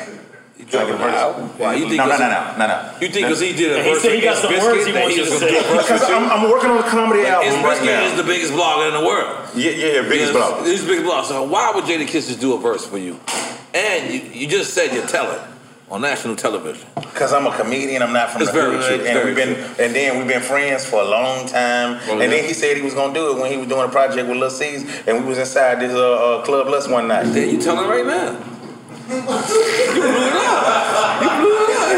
Speaker 3: You
Speaker 8: Can I get a
Speaker 3: dropping it out?
Speaker 8: verse?
Speaker 3: Why, you think
Speaker 8: no, no,
Speaker 3: it's-
Speaker 8: no, no, no, no.
Speaker 3: You think because he did a
Speaker 5: He
Speaker 3: verse
Speaker 5: said he got
Speaker 3: against
Speaker 5: some
Speaker 3: Biscuit
Speaker 5: words he
Speaker 3: that
Speaker 5: wants you to
Speaker 3: just
Speaker 5: say.
Speaker 3: gonna do a verse
Speaker 8: Because
Speaker 3: with you?
Speaker 8: I'm, I'm working on a comedy
Speaker 3: It's
Speaker 8: album right
Speaker 3: Biscuit is
Speaker 8: now.
Speaker 3: the biggest blogger in the world.
Speaker 8: Yeah, yeah, yeah, biggest
Speaker 3: You know,
Speaker 8: blog.
Speaker 3: He's the biggest blogger. So why would Jada Kiss just do a verse for you? And you, you just said you're telling on national television.
Speaker 8: Because I'm a comedian, I'm not from
Speaker 3: It's
Speaker 8: the
Speaker 3: very
Speaker 8: hood,
Speaker 3: true,
Speaker 8: and
Speaker 3: it's very
Speaker 8: we've been, and then we've been friends for a long time.
Speaker 3: Well,
Speaker 8: and
Speaker 3: yeah.
Speaker 8: then he said he was gonna do it when he was doing a project with Lil C's, and we was inside this uh, uh, club Lust one night.
Speaker 3: Then you telling right now. you blew it up. You blew it up.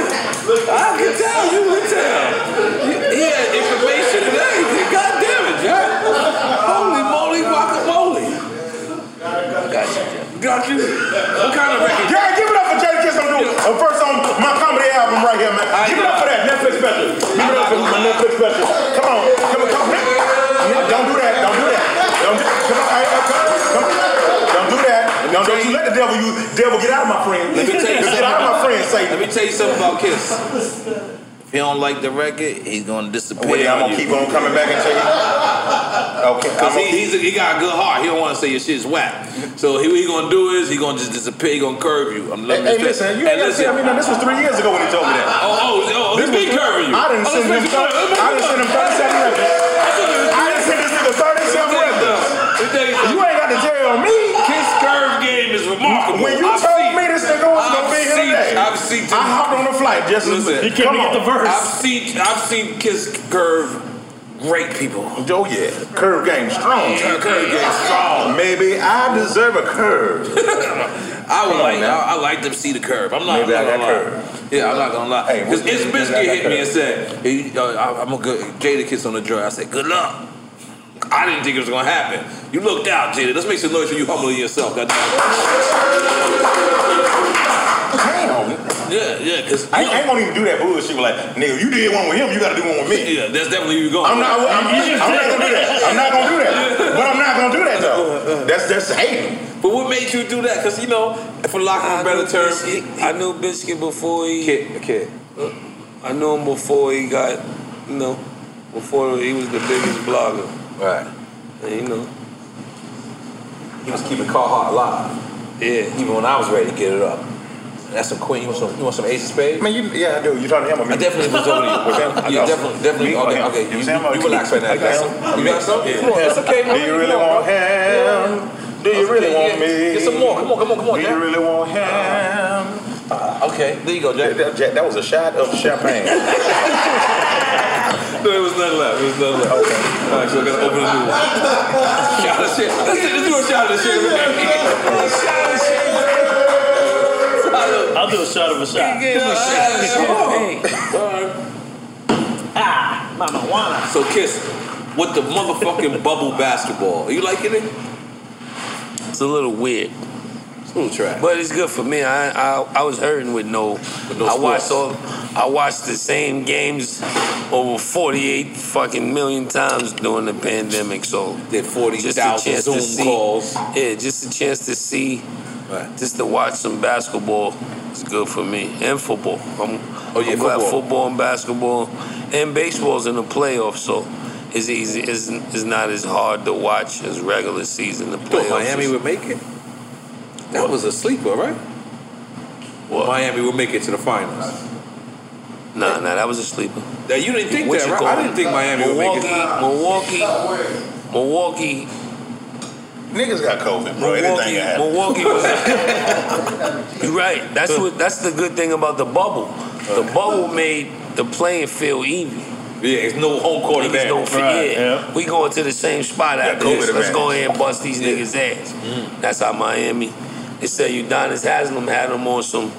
Speaker 3: I can tell. You can tell. You- He had information and everything. God damn it, (laughs) Jack. Holy moly, Oh, guacamole. Got you, Jack. Got you. What kind of record?
Speaker 8: Yeah, give it up for Jada Kiss on doing a verse on my comedy album right here, man.
Speaker 3: I
Speaker 8: give it up
Speaker 3: know.
Speaker 8: for that Netflix special. Give it up for my Netflix special. Come on, come on, come on. No, Don't do that. Don't do that. Don't do, come on, hey, hey, come, come. Don't do that. Don't, don't you let the devil you devil get out of my friend.
Speaker 3: Let me
Speaker 8: (laughs)
Speaker 3: tell you
Speaker 8: Just get
Speaker 3: something.
Speaker 8: out of my friend, Satan.
Speaker 3: Let me tell you something about Kiss. If he don't like the record, he's gonna disappear.
Speaker 8: Wait, I'm gonna
Speaker 3: on you.
Speaker 8: keep on coming back and tell you. Okay,
Speaker 3: Because
Speaker 8: I'm
Speaker 3: he, he's a, he got a good heart. He don't want to say your shit's whack. So he, what he gonna do is he gonna just disappear. He gonna curve you. I'm
Speaker 8: Hey,
Speaker 3: letting
Speaker 8: hey,
Speaker 3: you
Speaker 8: listen, you ain't gotta tell me now. This was three years ago when he told me that.
Speaker 3: Oh, oh, oh,
Speaker 8: This
Speaker 3: he been
Speaker 8: was-
Speaker 3: curving you.
Speaker 8: I didn't
Speaker 3: Oh,
Speaker 8: send
Speaker 3: this
Speaker 8: him.
Speaker 3: bitch-
Speaker 8: I didn't send him 37 records. I didn't send this nigga 37 records. You ain't got to tell me.
Speaker 3: His curve game is remarkable.
Speaker 8: When you
Speaker 3: I've
Speaker 8: told
Speaker 3: seen-
Speaker 8: me this nigga was gonna
Speaker 3: I've
Speaker 8: be here
Speaker 3: seen-
Speaker 8: today,
Speaker 3: I've seen.
Speaker 8: I hopped on a flight just as-
Speaker 3: listen.
Speaker 8: He came to get the verse.
Speaker 3: I've seen. I've seen Kiss curve great people.
Speaker 8: Oh yeah, curve game strong.
Speaker 3: Yeah, curve game strong.
Speaker 8: Maybe I deserve a curve.
Speaker 3: I would like. I, I like them see the curve. I'm not,
Speaker 8: Maybe
Speaker 3: I'm
Speaker 8: I
Speaker 3: not
Speaker 8: got
Speaker 3: gonna lie. Yeah, I'm not gonna lie. Because
Speaker 8: what-
Speaker 3: hey,
Speaker 8: maybe I got
Speaker 3: Biscuit hit me and
Speaker 8: curve.
Speaker 3: said, hey, you- uh, I- "I'm a good Jada kiss on the joint." I said, "Good luck." I didn't think it was gonna happen. You looked out, Jada. Let's make some noise for you humbling yourself. That Yeah, yeah. Because
Speaker 8: I, ain't- I ain't gonna even do that bullshit. Like, nigga, you did one with him, you gotta do one with me.
Speaker 3: Yeah, that's definitely you going.
Speaker 8: I'm not. I'm, I'm not gonna do that. I'm not gonna do that. But I'm not gonna do that though. That's that's hating.
Speaker 3: Uh, But what made you do that? Because you know, for lack of a better term,
Speaker 6: I knew Biscuit before he.
Speaker 3: Kid, kid.
Speaker 6: I knew him before he got, you know, before he was the biggest blogger.
Speaker 3: Right.
Speaker 6: And, you know.
Speaker 3: He was keeping Carhartt alive.
Speaker 6: Yeah.
Speaker 3: Even when I was ready to get it up. That's some queen. You want some? You want some ace of spades?
Speaker 8: Man, you, yeah, I do. You talking to him or me?
Speaker 3: I definitely was over
Speaker 8: Okay.
Speaker 3: you. Yeah, definitely, definitely.
Speaker 8: Me or
Speaker 3: Okay,
Speaker 8: him?
Speaker 3: okay.
Speaker 8: You
Speaker 3: You,
Speaker 8: saying
Speaker 3: you,
Speaker 8: about
Speaker 3: you relax right now.
Speaker 8: I
Speaker 3: You got
Speaker 8: got
Speaker 3: some? You got some? Come on, it's okay.
Speaker 8: Do you really want him? Do you really want me?
Speaker 3: Get some more. Come on, come on, come on.
Speaker 8: Do you really want him?
Speaker 3: Ah, Okay, there you go, Jack.
Speaker 8: That, that- that was a shot of
Speaker 3: (laughs)
Speaker 8: champagne.
Speaker 3: There was nothing left. There was nothing left. Okay. All right, so I gotta open a new one. Shout out shit. Let's, do- let's do a shout out shit.
Speaker 7: I'll do a shot of a shot.
Speaker 3: Ah, my marijuana. So kiss with the motherfucking bubble basketball. Are you liking it?
Speaker 6: It's a little weird.
Speaker 3: It's a little trash.
Speaker 6: But it's good for me. I I, I was hurting with no.
Speaker 3: no
Speaker 6: I watched
Speaker 3: sports.
Speaker 6: all. I watched the same games over 48 fucking million times during the pandemic. So
Speaker 3: did 40,000 Zoom calls.
Speaker 6: Yeah, just a chance to see.
Speaker 3: Right.
Speaker 6: Just to watch some basketball is good for me and football. I'm,
Speaker 3: Oh, yeah,
Speaker 6: I'm glad
Speaker 3: football.
Speaker 6: football and basketball and baseball's in the playoffs, so it's easy. It's, it's not as hard to watch as regular season. The
Speaker 3: thought
Speaker 6: playoffs.
Speaker 3: Miami
Speaker 6: is-
Speaker 3: would make it? That was a sleeper, right? Miami would make it to the finals.
Speaker 6: Nah, nah, that was a sleeper.
Speaker 3: Now, you didn't think
Speaker 6: What
Speaker 3: that,
Speaker 6: you
Speaker 3: right?
Speaker 6: call
Speaker 3: I didn't
Speaker 6: it?
Speaker 3: think Miami would make
Speaker 6: Milwaukee,
Speaker 3: it.
Speaker 6: Milwaukee, Milwaukee.
Speaker 8: Niggas got COVID, bro. Anything can happen.
Speaker 6: Milwaukee
Speaker 8: (laughs)
Speaker 6: was. You're right. That's what. That's the good thing about the bubble. The bubble made the playing feel even.
Speaker 3: Yeah, it's no home court
Speaker 6: niggas don't
Speaker 3: advantage. Right,
Speaker 6: forget. We going to the same spot after
Speaker 3: COVID
Speaker 6: this.
Speaker 3: advantage.
Speaker 6: Let's
Speaker 3: Mm-hmm.
Speaker 6: go ahead and bust these niggas' ass. That's how Miami. They said Udonis Haslam had them on some.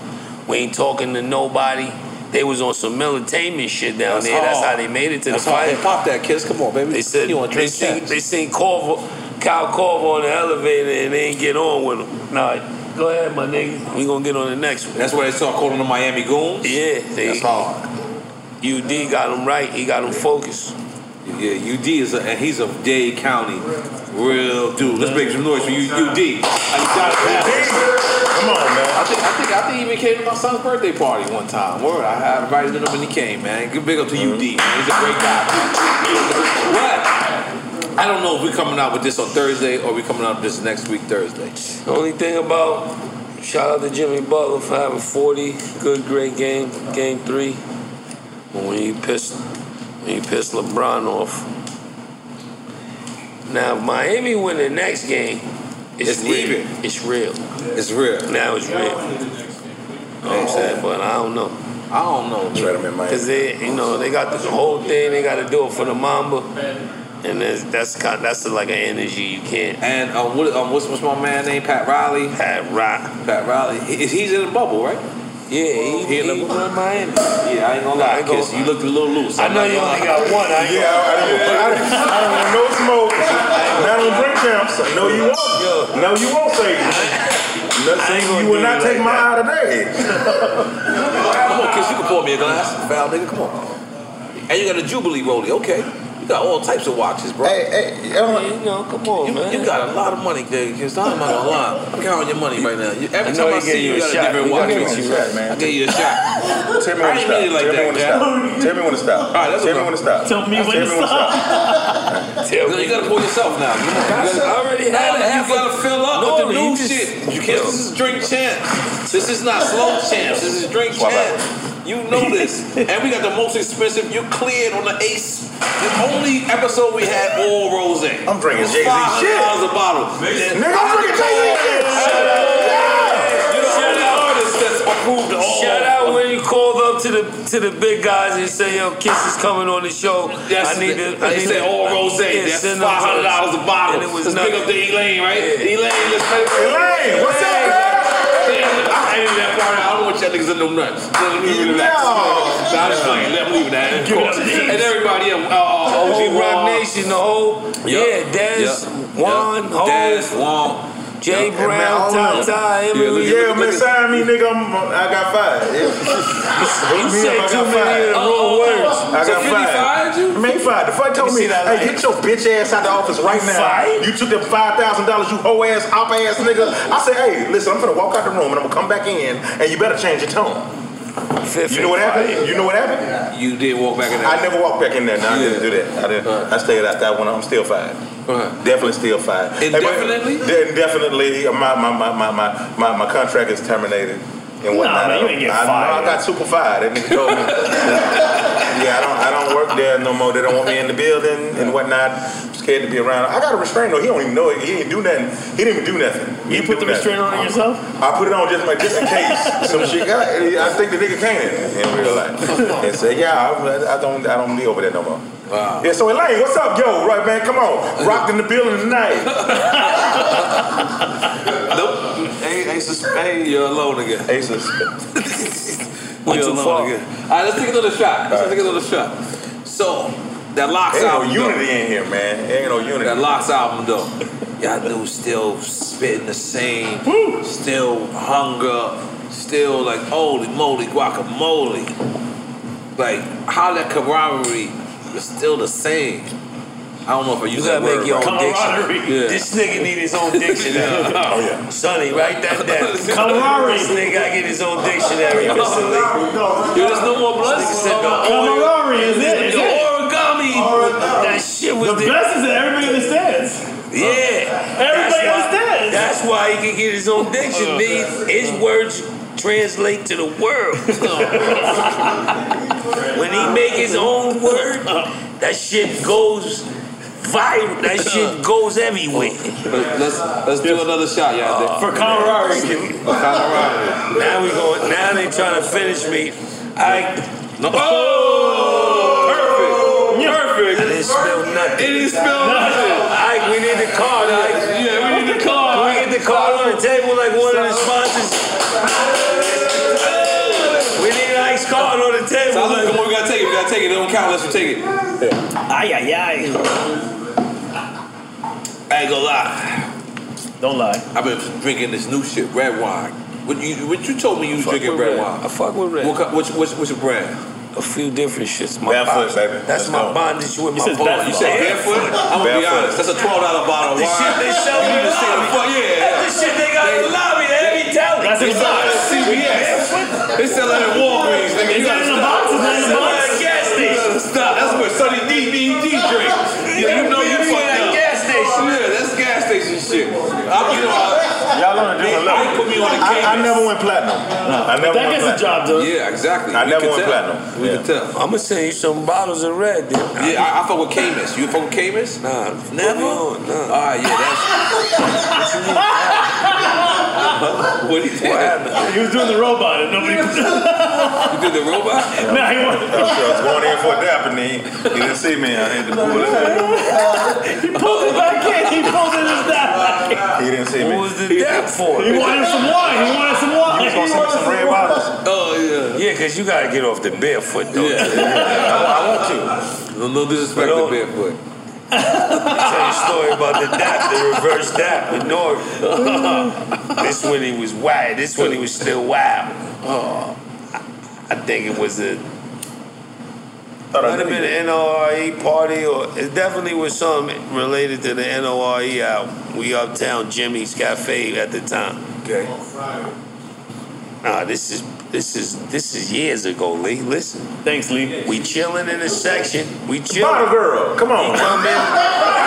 Speaker 6: We ain't talking to nobody. They was on some militainment shit down
Speaker 3: That's
Speaker 6: there. That's
Speaker 3: hard.
Speaker 6: how they made it to
Speaker 3: That's
Speaker 6: the
Speaker 3: hard. Hey,
Speaker 6: final.
Speaker 3: pop that kiss. Come on, baby.
Speaker 6: They said
Speaker 3: You wanna
Speaker 6: they
Speaker 3: drink
Speaker 6: seen
Speaker 3: shots.
Speaker 6: they seen Corver, Kyle Corver on the elevator and they ain't get on with him. Nah, go ahead, my nigga. We gonna get on the next one.
Speaker 3: That's why they start calling the Miami Goons.
Speaker 6: Yeah, they,
Speaker 3: That's hard.
Speaker 6: UD got him right. He got him focused.
Speaker 3: Yeah, UD is a, and he's a Dade County real dude. Let's make some noise for you, UD. I got Come
Speaker 8: on, man.
Speaker 3: I think I think I think he even came to my son's birthday party one time. Word, I I invited him and he came, man. Give big up to UD. Man. He's a great guy. What? I don't know if we're coming out with this on Thursday or we're coming out with this next week Thursday.
Speaker 6: The only thing about shout out to Jimmy Butler for having 40 good, great game, game three. But when you piss when you piss LeBron off. Now if Miami win the next game, it's,
Speaker 3: It's
Speaker 6: real.
Speaker 3: even.
Speaker 6: It's real.
Speaker 3: It's real.
Speaker 6: Now it's real. You know what I'm saying? But I don't know.
Speaker 3: I don't know.
Speaker 8: Try to make
Speaker 6: Cause they, you know, they got this whole thing. They got to do it for the Mamba, and that's that's kind, that's like an energy you can't.
Speaker 3: And uh, what, um, what's, what's my man name? Pat Riley.
Speaker 6: Pat Riley.
Speaker 3: Pat Riley. He, he's in the bubble, right?
Speaker 6: Yeah, he,
Speaker 3: in the
Speaker 6: he
Speaker 3: bubble.
Speaker 6: from Miami.
Speaker 3: Yeah, I ain't gonna lie, Kiss. You looked a little loose.
Speaker 6: I know you only got one. I ain't
Speaker 8: Yeah, I, I, don't, I, don't, I don't want no smoke. I don't drink champs. No, you won't. No, you won't say
Speaker 6: gonna
Speaker 8: You will
Speaker 6: do
Speaker 8: not
Speaker 6: it
Speaker 8: take
Speaker 6: like
Speaker 8: my eye today.
Speaker 3: Come on, Kiss. You can pour me a glass, foul nigga. Come on. And you got a Jubilee rollie. Okay. You got all types of watches, bro.
Speaker 8: Hey, hey, I'm like,
Speaker 6: You know, come on,
Speaker 3: You,
Speaker 6: man.
Speaker 3: you got a lot of money, nigga. Kiss. I'm not gonna lie. I'm counting your money right now. You, every
Speaker 6: I know
Speaker 3: time I
Speaker 6: he gave
Speaker 3: see you, you
Speaker 6: you a
Speaker 3: got
Speaker 6: shot.
Speaker 3: a different
Speaker 6: He
Speaker 3: watch.
Speaker 6: gave
Speaker 8: you a shot,
Speaker 3: on.
Speaker 8: man.
Speaker 3: I gave you a shot.
Speaker 8: Tell me when to
Speaker 3: I ain't mean it
Speaker 8: stop.
Speaker 3: like
Speaker 8: Tell me
Speaker 3: that,
Speaker 8: when to stop.
Speaker 3: Jack.
Speaker 8: Tell me when to stop.
Speaker 3: All right,
Speaker 8: Tell
Speaker 3: that's
Speaker 8: me
Speaker 3: enough.
Speaker 8: when to stop.
Speaker 7: Tell me when to
Speaker 8: stop.
Speaker 6: Tell me
Speaker 3: You gotta pull yourself now. Come on.
Speaker 6: I
Speaker 3: You gotta-
Speaker 6: already
Speaker 3: Nah,
Speaker 6: had a
Speaker 3: you
Speaker 6: half a-
Speaker 3: gotta fill up
Speaker 6: No,
Speaker 3: with the
Speaker 6: you
Speaker 3: new
Speaker 6: just-
Speaker 3: shit. You can't. This is drink champs. This is not slow champs. This is drink champs. You know
Speaker 8: (laughs)
Speaker 3: this. and we got the most expensive. You cleared on the ace. The only episode we had all rose. I'm
Speaker 8: drinking Jay-Z shit.
Speaker 3: dollars a bottle.
Speaker 8: Nigga, I'm drinking Jay-Z shit.
Speaker 3: You the only artist that's approved of all.
Speaker 6: Shout out when you called up to the to the big guys and say, "Yo, Kiss is coming on the show."
Speaker 3: That's-
Speaker 6: I need to. I
Speaker 3: they
Speaker 6: need
Speaker 3: said
Speaker 6: to-
Speaker 3: all rose.
Speaker 6: Yeah,
Speaker 3: That's
Speaker 6: send them
Speaker 3: five hundred dollars a bottle.
Speaker 6: And it was
Speaker 3: Let's pick
Speaker 6: nothing.
Speaker 3: up the Elaine, right? Elaine, let's play for
Speaker 8: Elaine. What's up,
Speaker 3: Damn, I edited that part out. I don't want y'all niggas in no nuts. No, I'm leaving that. Nah, I'm just playing. I'm leaving that. Of course. And everybody, uh, uh,
Speaker 6: OG
Speaker 3: OG
Speaker 6: Rock
Speaker 3: Raw.
Speaker 6: Nation, the whole yeah, Des, Juan, Ho, Jay
Speaker 8: Hey, man,
Speaker 6: Brown,
Speaker 8: I don't know.
Speaker 6: Ty Ty,
Speaker 8: Yeah,
Speaker 6: Emily.
Speaker 8: yeah, man, sign me, nigga. I'm, I got
Speaker 6: (laughs)
Speaker 8: fired. Yeah.
Speaker 6: You
Speaker 8: Me,
Speaker 6: said
Speaker 8: I got
Speaker 6: too many
Speaker 8: fired.
Speaker 6: of the wrong words.
Speaker 8: oh. I
Speaker 6: So
Speaker 8: got fired.
Speaker 6: 50
Speaker 8: You? Man, he fired. The fuck told me, hey, get your bitch ass out the office right now. You took them five thousand dollars, you hoe ass, op ass nigga. I said, hey, listen, I'm gonna walk out the room and I'm gonna come back in, and you better change your tone. You know what happened? You know what happened?
Speaker 3: You did walk back in there.
Speaker 8: I never walked back in there. No, I didn't do that. I didn't. I stayed out that one. I'm still fired. Definitely still fired. Indefinitely. Indefinitely. uh, My my, my my my my my contract is terminated. And
Speaker 7: Nah,
Speaker 8: whatnot.
Speaker 7: man, you ain't getting
Speaker 8: I,
Speaker 7: fired.
Speaker 8: I, I got super fired. That nigga told me.
Speaker 3: (laughs)
Speaker 8: yeah, I don't I don't work there no more. They don't want me in the building and whatnot. I'm scared to be around. I got a restraint though. He don't even know it. He didn't do nothing. He didn't even do nothing. You put the restraint
Speaker 7: on yourself?
Speaker 8: I put it on just like just in case some shit got. I think the nigga came in, in real life and said, "Yeah, I, I don't, I don't be over there no more." Wow. Yeah. So Elaine, what's up, yo? Right, man. Come on, rocked in the building tonight.
Speaker 3: Nope. Ain't, ain't, sus- ain't you're alone again.
Speaker 8: Ain't
Speaker 3: (laughs)
Speaker 8: suspect.
Speaker 3: Went
Speaker 6: too
Speaker 3: alone
Speaker 6: far.
Speaker 3: again. All right, let's take another shot. Let's take another shot. So that locks
Speaker 8: Ain't no
Speaker 3: album. though.
Speaker 8: unity in here, man. Ain't no unity.
Speaker 3: That locks album though. Y'all dudes still spitting the same. still hunger. Still like holy moly guacamole. Like how that camaraderie is still the same. I don't know if I use
Speaker 6: You
Speaker 3: that
Speaker 6: gotta
Speaker 3: word
Speaker 6: make your own
Speaker 3: right.
Speaker 6: diction.
Speaker 3: Yeah.
Speaker 6: This nigga need his own dictionary.
Speaker 3: (laughs) Yeah.
Speaker 6: oh, yeah. Sonny, write that down.
Speaker 3: (laughs) Camaraderie.
Speaker 6: This nigga gotta get his own dictionary. Mr. Lee.
Speaker 3: Yo, there's no more blood. This nigga said the
Speaker 7: Camaraderie, is it? Is
Speaker 3: The
Speaker 7: it?
Speaker 3: origami.
Speaker 6: That shit was
Speaker 7: the, best is that everybody understands.
Speaker 6: Yeah.
Speaker 7: Everybody
Speaker 6: That's why-
Speaker 7: understands.
Speaker 6: That's why he can get his own dictionary. His words translate to the world. when he make his own word, that shit goes viral. That shit goes everywhere.
Speaker 3: Let's let's do another shot, y'all.
Speaker 6: For
Speaker 3: camaraderie. camaraderie.
Speaker 6: Now we going. Now they trying to finish me. I. Oh,
Speaker 3: perfect. Perfect.
Speaker 6: I didn't spill nothing.
Speaker 3: It didn't spill nothing.
Speaker 6: Ike, we need the card. Ike.
Speaker 3: Yeah, we need the card.
Speaker 6: Can we get the card on the table like one of the sponsors? We need Ike's card on the table.
Speaker 3: So look, come on, we gotta take it. We gotta take it. It don't count unless you take it.
Speaker 7: Ay, ay, ay.
Speaker 3: I ain't gonna lie.
Speaker 7: Don't lie.
Speaker 3: I've been drinking this new shit, red wine. What you what you told me you was drinking red, wine?
Speaker 6: I fuck with red.
Speaker 3: What, co- what's, what's, what's your brand?
Speaker 6: A few different shits. My
Speaker 8: Barefoot,
Speaker 6: bond-
Speaker 8: baby.
Speaker 6: That's
Speaker 8: Let's
Speaker 6: my
Speaker 8: go.
Speaker 6: bondage with
Speaker 3: You
Speaker 6: my
Speaker 3: said
Speaker 6: boss.
Speaker 3: barefoot. You said barefoot? I'm gonna be
Speaker 6: Barefoot.
Speaker 3: honest. That's a twelve dollar bottle of
Speaker 6: The
Speaker 3: wine.
Speaker 6: shit they sell
Speaker 3: You
Speaker 6: in
Speaker 3: need to
Speaker 6: the
Speaker 3: see the
Speaker 6: lobby.
Speaker 3: fuck- yeah.
Speaker 6: That's the shit they got in the lobby at every town.
Speaker 3: That's the
Speaker 6: They sell
Speaker 3: bottle.
Speaker 6: it at CVS.
Speaker 3: They sell it at Walgreens, nigga. You
Speaker 6: Is that
Speaker 3: gotta
Speaker 6: in the
Speaker 3: stop.
Speaker 6: box? Is that in the
Speaker 3: Sell it
Speaker 6: box?
Speaker 3: at gas station. Stop. That's where Sonny DVD drinks. Yeah, you know you
Speaker 6: Yeah,
Speaker 3: fucked
Speaker 6: yeah,
Speaker 3: up.
Speaker 6: gas station.
Speaker 3: Yeah, that's gas station shit. I, you know, I,
Speaker 8: Y'all on a different level.
Speaker 3: Ike put me on a
Speaker 8: I, I
Speaker 3: cadence.
Speaker 8: never went platinum. I never went platinum.
Speaker 3: Yeah, exactly.
Speaker 8: I
Speaker 3: We
Speaker 8: never
Speaker 3: could
Speaker 8: went
Speaker 3: tell.
Speaker 8: platinum.
Speaker 3: We could tell.
Speaker 6: I'm gonna send you some bottles of red. Dude.
Speaker 3: Yeah, I, I fuck with Camus. You fuck with Camus?
Speaker 6: Nah,
Speaker 3: never. All
Speaker 7: Ah,
Speaker 3: right, yeah, that's. (laughs) what do you think?
Speaker 7: He was doing the robot and nobody.
Speaker 3: You did the robot?
Speaker 7: Nah, he wasn't.
Speaker 8: I was I was going in for a dap and he, he didn't see me. I had to pull it.
Speaker 7: He pulled it back in. He pulled it just back.
Speaker 8: He didn't see me.
Speaker 6: What was the dap for?
Speaker 7: He wanted some wine. He wanted some wine.
Speaker 8: You was gonna send me some red bottles.
Speaker 3: Oh
Speaker 6: Yeah, cause you gotta get off the barefoot though.
Speaker 3: yeah. Yeah.
Speaker 8: I want to.
Speaker 3: No, no disrespect to barefoot.
Speaker 6: Tell you a story about the dap, the reverse dap with
Speaker 8: (laughs)
Speaker 6: Norv. this when he was wild. This when he was still wild.
Speaker 8: Uh-huh.
Speaker 6: Oh, I, I think it was a.
Speaker 8: Thought I
Speaker 6: Might have
Speaker 8: knew
Speaker 6: been an NORE E party, or it definitely was something related to the NORE E out. We uptown Jimmy's Cafe at the time.
Speaker 3: Okay.
Speaker 6: Nah, this is this is this is years ago, Lee. Listen,
Speaker 7: Thanks, Lee.
Speaker 6: we chilling in the section. We chilling.
Speaker 8: Bottle girl, come on.
Speaker 6: Come in.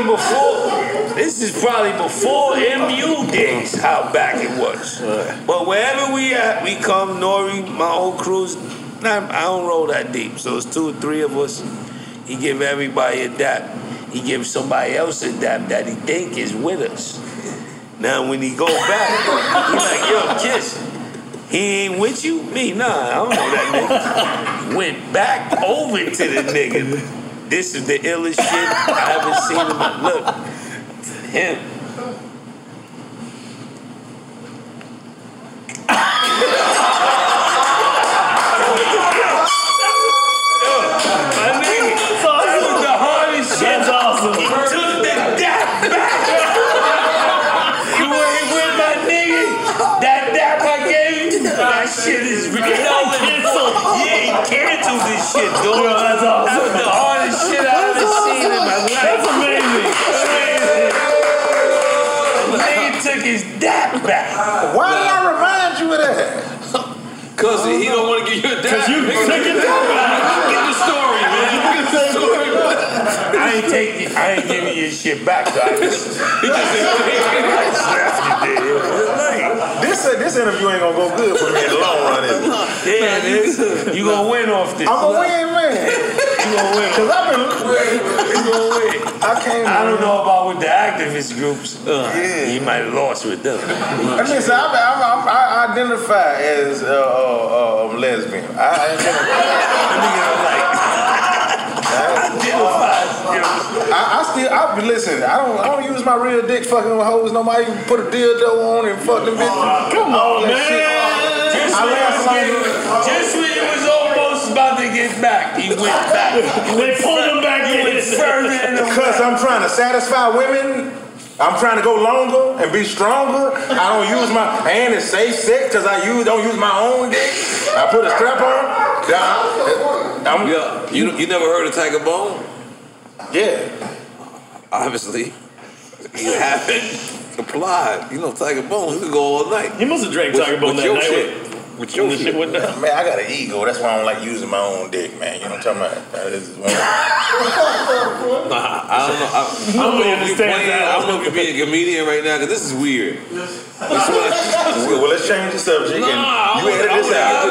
Speaker 6: before. This is probably before MU days. How back it was. But wherever we at, we come. Nori, my whole crew's. Not, I don't roll that deep, so it's two, three of us. He give everybody a dap. He gives somebody else a dap that he think is with us. Now when he go back, he like, yo, kiss. He ain't with you? Me? Nah, I don't know that nigga. Went back over to the nigga. This is the illest shit I ever seen in my look. Him.
Speaker 7: That's awesome. He took the dap back. you ain't with my nigga. That dap I gave you. That shit is ridiculous. canceled. Yeah, he canceled this shit, dude. Yo, that's awesome. That's the hardest shit I've ever seen in my life. That's amazing. Nigga took his dap back.
Speaker 5: Why did I remind you of that?
Speaker 3: Cause he don't want to give you a dap.
Speaker 5: Cause you
Speaker 3: Nigga,
Speaker 5: took it back.
Speaker 3: Get the story, man.
Speaker 5: You can take it
Speaker 8: (laughs)
Speaker 5: back.
Speaker 6: I ain't taking. I ain't giving you shit back, guys.
Speaker 8: This uh, this interview ain't gonna go good for me in the long run.
Speaker 6: (laughs)
Speaker 8: is it?
Speaker 6: Damn, nigga. You gonna win off this.
Speaker 8: I'm a win man.
Speaker 6: You gonna win.
Speaker 8: Cause I've been
Speaker 6: You gonna win.
Speaker 8: I can't.
Speaker 6: I don't know about with the activist groups. Uh, You might have lost with them.
Speaker 8: I mean, so I'm, I'm, I'm, I identify as uh, uh, uh, lesbian. I uh, identify. I, I still, I listen. I don't, I don't use my real dick fucking with hoes. Nobody can put a dildo on and fuck them bitches. Come on, man.
Speaker 6: Oh, Just
Speaker 8: I
Speaker 6: when it
Speaker 8: let
Speaker 6: was
Speaker 8: somebody.
Speaker 6: getting- just when it was almost about to get back, he went back. (laughs) They pulled him back he Went further in the
Speaker 8: Because I'm trying to satisfy women. I'm trying to go longer and be stronger. I don't use my and it's safe sex because I use don't use my own dick. I put a strap on. Nah, I'm-
Speaker 3: Yeah, you you never heard of Tiger Bone?
Speaker 8: Yeah.
Speaker 3: Obviously, (laughs) you haven't applied. You know Tiger Bone. You could go all night.
Speaker 7: He must have drank
Speaker 3: With-
Speaker 7: Tiger Bone that
Speaker 3: with your
Speaker 7: night
Speaker 3: shit. With your shit.
Speaker 8: Man, I got an ego. That's why I don't like using my own dick, man. You know what I'm talking about? That is one-
Speaker 3: Nah, I don't know. I, I don't know if you're playing. I don't know if you're being a comedian right now because this is weird.
Speaker 8: (laughs) well, let's change the subject.
Speaker 3: Nah,
Speaker 8: and you edit this out. You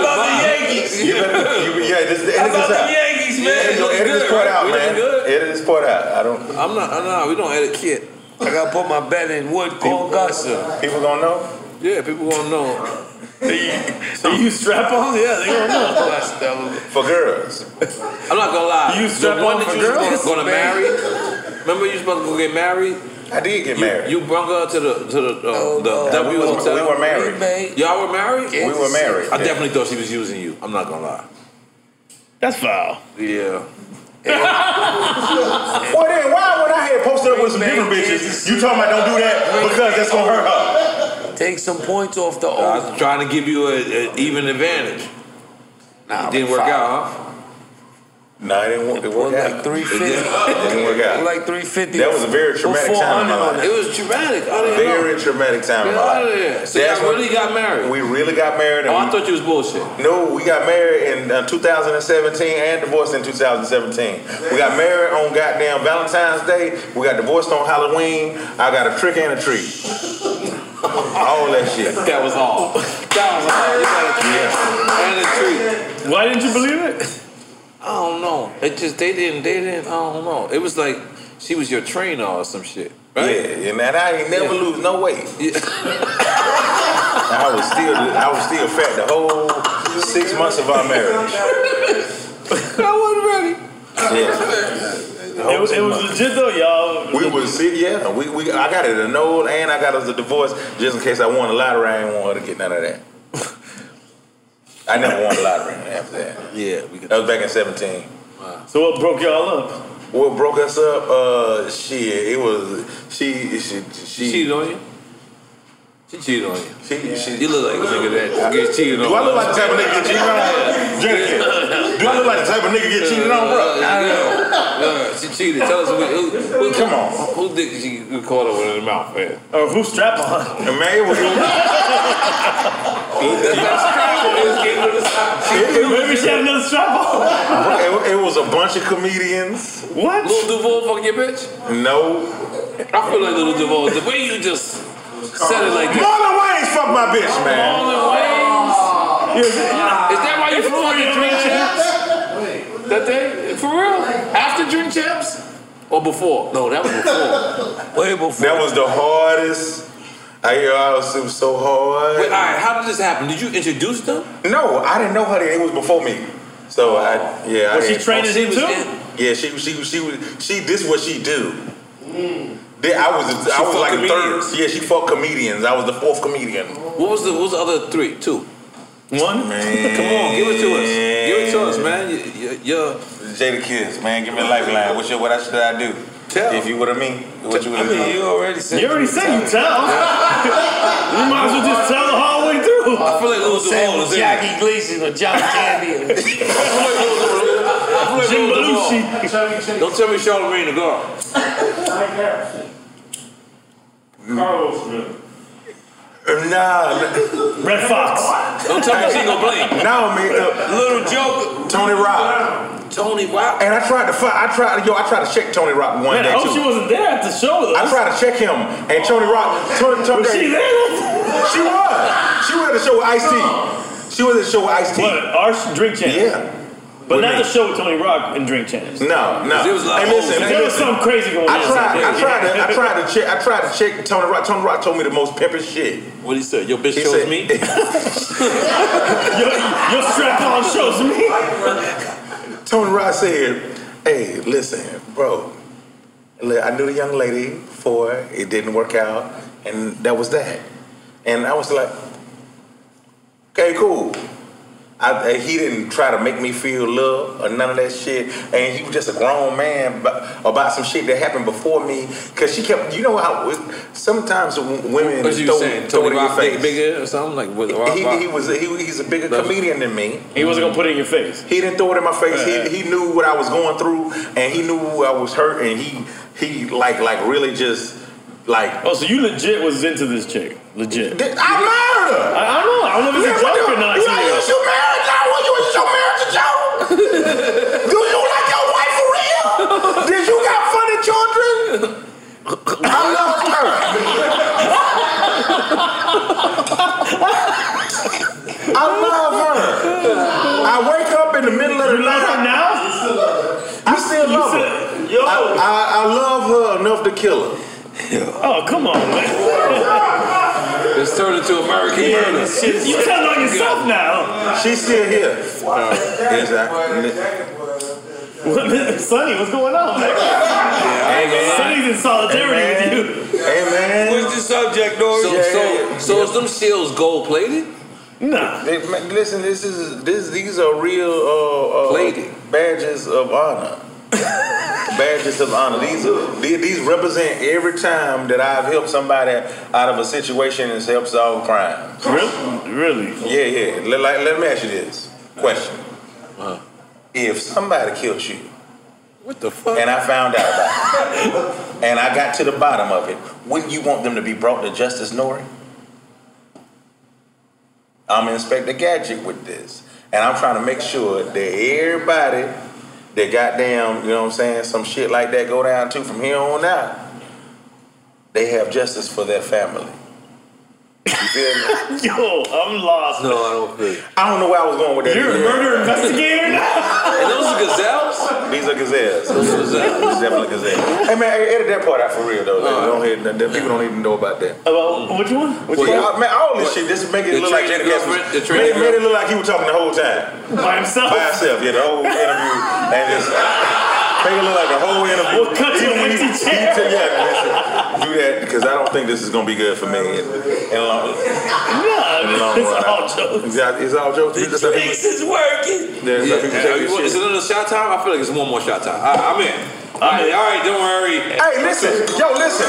Speaker 8: better, you, yeah, this, edit this out.
Speaker 3: Yankees, man.
Speaker 8: Edit,
Speaker 3: Looking
Speaker 8: edit
Speaker 3: good,
Speaker 8: this part
Speaker 3: right?
Speaker 8: out,
Speaker 3: We looking
Speaker 8: man. Edit this part out. I don't.
Speaker 6: I'm not. I'm not. We don't edit kid. I gotta put my bed in wood called gossip.
Speaker 8: People gonna know.
Speaker 6: Yeah, people
Speaker 8: (laughs)
Speaker 6: gonna know.
Speaker 7: Do you strap on? Yeah, they gonna
Speaker 8: (laughs)
Speaker 7: know.
Speaker 8: For girls.
Speaker 3: I'm not gonna lie.
Speaker 7: You strap
Speaker 3: the one
Speaker 7: on
Speaker 3: that
Speaker 7: for
Speaker 3: you was
Speaker 7: girls,
Speaker 3: gonna, gonna
Speaker 7: man.
Speaker 3: marry. Remember you supposed to go get married?
Speaker 8: I did get
Speaker 3: (laughs) married. You brought her to the to the uh,
Speaker 6: Oh,
Speaker 3: the W
Speaker 8: we was-
Speaker 3: hotel.
Speaker 8: we were married.
Speaker 3: Y'all were married.
Speaker 8: We were married,
Speaker 3: I
Speaker 8: yeah.
Speaker 3: definitely thought she was using you. I'm not gonna lie.
Speaker 7: That's foul.
Speaker 3: Yeah.
Speaker 8: Well then, why would I have posted up with some different bitches? You talking about don't do that because that's gonna hurt her.
Speaker 6: Take some points off the
Speaker 3: I
Speaker 6: old.
Speaker 3: was trying to give you an even advantage.
Speaker 6: Nah,
Speaker 3: it didn't work out. Huh?
Speaker 8: Nah, it didn't work, it worked out.
Speaker 6: Three
Speaker 8: It
Speaker 6: fifty.
Speaker 8: didn't, it didn't work out.
Speaker 6: Like three fifty.
Speaker 8: That was a very traumatic time in my life.
Speaker 3: It was traumatic. I didn't know.
Speaker 8: Very traumatic time in
Speaker 3: Get
Speaker 8: my
Speaker 3: out of
Speaker 8: life.
Speaker 3: there. So
Speaker 8: That's
Speaker 3: y'all
Speaker 8: when-
Speaker 3: really got married.
Speaker 8: We really got married. And
Speaker 3: Oh, I
Speaker 8: we-
Speaker 3: thought you was bullshit.
Speaker 8: No, we got married in uh, 2017 and divorced in 2017. We got married on goddamn Valentine's Day. We got divorced on Halloween. I got a trick and a treat. all that shit.
Speaker 3: That was all. That was all. You got a kid and a treat.
Speaker 7: Why didn't you believe it?
Speaker 3: I don't know. It just they didn't. They didn't. I don't know. It was like she was your trainer or some shit, right?
Speaker 8: Yeah, and that I ain't never lose no weight.
Speaker 3: Yeah.
Speaker 8: (laughs) I was still, I was still fat the whole six months of our marriage.
Speaker 3: (laughs) I wasn't ready.
Speaker 7: It was, it was legit though, y'all.
Speaker 8: We was see, yeah. We, we I got it annulled and I got us a divorce just in case I won a lottery. I didn't want her to get none of that. I never won a lottery after that.
Speaker 3: Yeah, we could.
Speaker 8: That was back in seventeen.
Speaker 7: So what broke y'all up?
Speaker 8: What broke us up? Uh, shit, it was she. She. She.
Speaker 3: She cheated on you. She cheated on you.
Speaker 8: she, she
Speaker 3: You look like a nigga that gets cheated on.
Speaker 8: do I look like the type of nigga get cheated on? Jennifer, do I look like the type of nigga get cheated on, bro?
Speaker 3: Yeah, she cheated. Tell us who, who, who
Speaker 8: Come on, Uh,
Speaker 3: who dick she caught her with in the mouth, man. (laughs)
Speaker 7: Or who strap on?
Speaker 8: man. It was, Maybe she had another strap on. It, it was a bunch of comedians.
Speaker 3: What? Lil Duval fuck your bitch?
Speaker 8: No.
Speaker 3: I feel like Lil Duval. The way you just said it like that. Oh.
Speaker 8: Marlon Wayans fuck my bitch, man.
Speaker 3: Marlon Wayans? Is that why you flew out the drink champs? That day? For real? After drink champs? Or before? No, that was before.
Speaker 6: Way before.
Speaker 8: That was the hardest. I, I was, it was so hard.
Speaker 3: Wait, all right, how did this happen? Did you introduce them?
Speaker 8: No, I didn't know her. It was before me. So I, yeah.
Speaker 3: Was
Speaker 8: I
Speaker 3: Oh, she
Speaker 8: had-
Speaker 3: training him
Speaker 8: was
Speaker 3: too?
Speaker 8: in- Yeah, she she she was she. This what she do. Then I was I was
Speaker 3: fuck
Speaker 8: like the third.
Speaker 3: comedians.
Speaker 8: Yeah, she fucked comedians. I was the fourth comedian.
Speaker 3: What was the what was the other three? Two?
Speaker 8: One? Man.
Speaker 3: (laughs) Come on, give it to us. Give it to us, man. You, you, you.
Speaker 8: Jada Kiss, man, give me a lifeline. What should what I should I do? Tell. If you would have me, what you would have
Speaker 6: I mean, you already said
Speaker 8: You already said you
Speaker 6: tell.
Speaker 8: You might as well just tell the whole way through.
Speaker 3: I feel like Lil Duval is in it.
Speaker 6: Jackie Gleason or John Candy.
Speaker 3: I feel
Speaker 6: Jim
Speaker 3: like Lil Duval. Don't tell me Charlamagne the girl. (laughs)
Speaker 8: Carlos Nah. Red Fox.
Speaker 3: Don't tell me she gonna blame.
Speaker 8: No, man. Uh,
Speaker 3: Little Joker.
Speaker 8: Tony Rock.
Speaker 3: Tony Rock.
Speaker 8: And I tried to find, I tried, yo, I tried to check Tony Rock one
Speaker 5: Man, I
Speaker 8: day.
Speaker 5: hope
Speaker 8: too.
Speaker 5: she wasn't there at the show, though.
Speaker 8: I tried to check him, and Tony Rock. Tony, Tony,
Speaker 5: Was she there?
Speaker 8: She was. She was at the show with Ice T. She was at the show with Ice T. What?
Speaker 5: Our sh- drink champs.
Speaker 8: Yeah.
Speaker 5: But
Speaker 8: With
Speaker 5: not
Speaker 8: me.
Speaker 5: the show with Tony Rock and drink champs.
Speaker 8: No, no. hey, listen, hey,
Speaker 5: there was
Speaker 8: listen.
Speaker 5: something crazy going on.
Speaker 8: I tried, I tried to, I tried
Speaker 5: (laughs)
Speaker 8: to check, I tried to check Tony Rock. Tony Rock told me the most pimping shit.
Speaker 3: What he said? Your bitch shows me.
Speaker 8: (laughs)
Speaker 5: your, your strap on shows me.
Speaker 8: Tony Rock said, "Hey, listen, bro. Look, I knew the young lady for it didn't work out, and that was that. And I was like, okay, cool." I, and he didn't try to make me feel love or none of that shit. And he was just a grown man bu- about some shit that happened before me. Cause she kept, you know how sometimes w- women
Speaker 3: What you
Speaker 8: throw,
Speaker 3: saying?
Speaker 8: throw it
Speaker 3: Tony
Speaker 8: in your
Speaker 3: Rock
Speaker 8: face.
Speaker 3: big, bigger or something like with Rock?
Speaker 8: He,
Speaker 3: Rock?
Speaker 8: he was he, he's a bigger
Speaker 3: That's-
Speaker 8: comedian than me.
Speaker 5: He wasn't gonna put it in your face.
Speaker 8: He didn't throw it in my face. he, he knew what I was going through, and he knew I was hurt, and he he like like really just like.
Speaker 5: Oh, so you legit was into this chick? Legit.
Speaker 8: (laughs) I married her.
Speaker 5: I, I don't know. I don't know if it's a
Speaker 8: Yeah, what
Speaker 5: joke
Speaker 8: you-
Speaker 5: or not.
Speaker 8: You like use your marriage? I want you to use your marriage a
Speaker 5: (laughs)
Speaker 8: joke. Do you like your wife for real? Did you got funny children? I love her. I love her. I wake up in the middle of the
Speaker 5: You
Speaker 8: night.
Speaker 5: love her now?
Speaker 8: I still
Speaker 5: You
Speaker 8: love
Speaker 5: said-
Speaker 8: her. I, I, I love her enough to kill her.
Speaker 5: Oh, come on, man.
Speaker 3: (laughs) it's turned into American
Speaker 5: murder. You telling on
Speaker 3: (laughs)
Speaker 5: yourself now.
Speaker 8: She's still here. Yes, I-
Speaker 5: What, (laughs) Sonny, what's going on? man? Sonny's in solidarity with you.
Speaker 8: Hey man.
Speaker 3: What's the subject, Dory? So, so, so is them seals gold plated?
Speaker 5: Nah.
Speaker 8: They, man, listen, this is this. These are real uh, uh, badges of
Speaker 3: (laughs)
Speaker 8: honor. badges of honor. These are the- these represent every time that I've helped somebody out of a situation and helped solve crime.
Speaker 5: Really? Really?
Speaker 8: Yeah, yeah. Let, like, let me ask you this question: If somebody killed you,
Speaker 3: Uh-huh. what the fuck?
Speaker 8: And I found out about it,
Speaker 3: (laughs)
Speaker 8: and I got to the bottom of it. Wouldn't you want them to be brought to justice, Nori? I'm Inspector Gadget with this. And I'm trying to make sure that everybody that goddamn, you know what I'm saying, some shit like that go down too from here on out, they have justice for their family. You feel me?
Speaker 5: Yo, I'm lost.
Speaker 3: No, I don't feel.
Speaker 8: I don't know where I was going with that.
Speaker 5: You're a murder investigator now?
Speaker 3: (laughs) And those are gazelles?
Speaker 8: These are gazelles. Those are gazelles. These definitely gazelles. Hey man, edit that part out for real though. Don't hear- the- the people don't even know about that.
Speaker 5: About which one? Which
Speaker 8: Well,
Speaker 5: one?
Speaker 8: y'all- man, all this shit, this make it
Speaker 5: The
Speaker 8: look like
Speaker 5: trans
Speaker 8: Jada Kiss was-
Speaker 5: girlfriend- the
Speaker 8: made-
Speaker 5: trans
Speaker 8: made it look like he was talking the whole time.
Speaker 5: By himself?
Speaker 8: By himself, yeah, the whole interview. And just make it look like the whole interview.
Speaker 5: We'll cut to an empty
Speaker 8: He- he-
Speaker 5: chair.
Speaker 8: he- Yeah, listen, do that because I don't think this is gonna be good for me in, in the long,
Speaker 5: Nah,
Speaker 8: in the long
Speaker 5: it's
Speaker 8: run.
Speaker 5: all jokes.
Speaker 8: uh, Exactly, it's all jokes. It's just like people-
Speaker 3: is working.
Speaker 8: Yeah, it's like people
Speaker 3: Yeah, uh,
Speaker 8: taking
Speaker 3: you want-
Speaker 8: shit.
Speaker 3: is it another shot time? I feel like it's one more shot time. I, I'm in. All right, all right, don't worry.
Speaker 8: Hey, listen, yo, listen.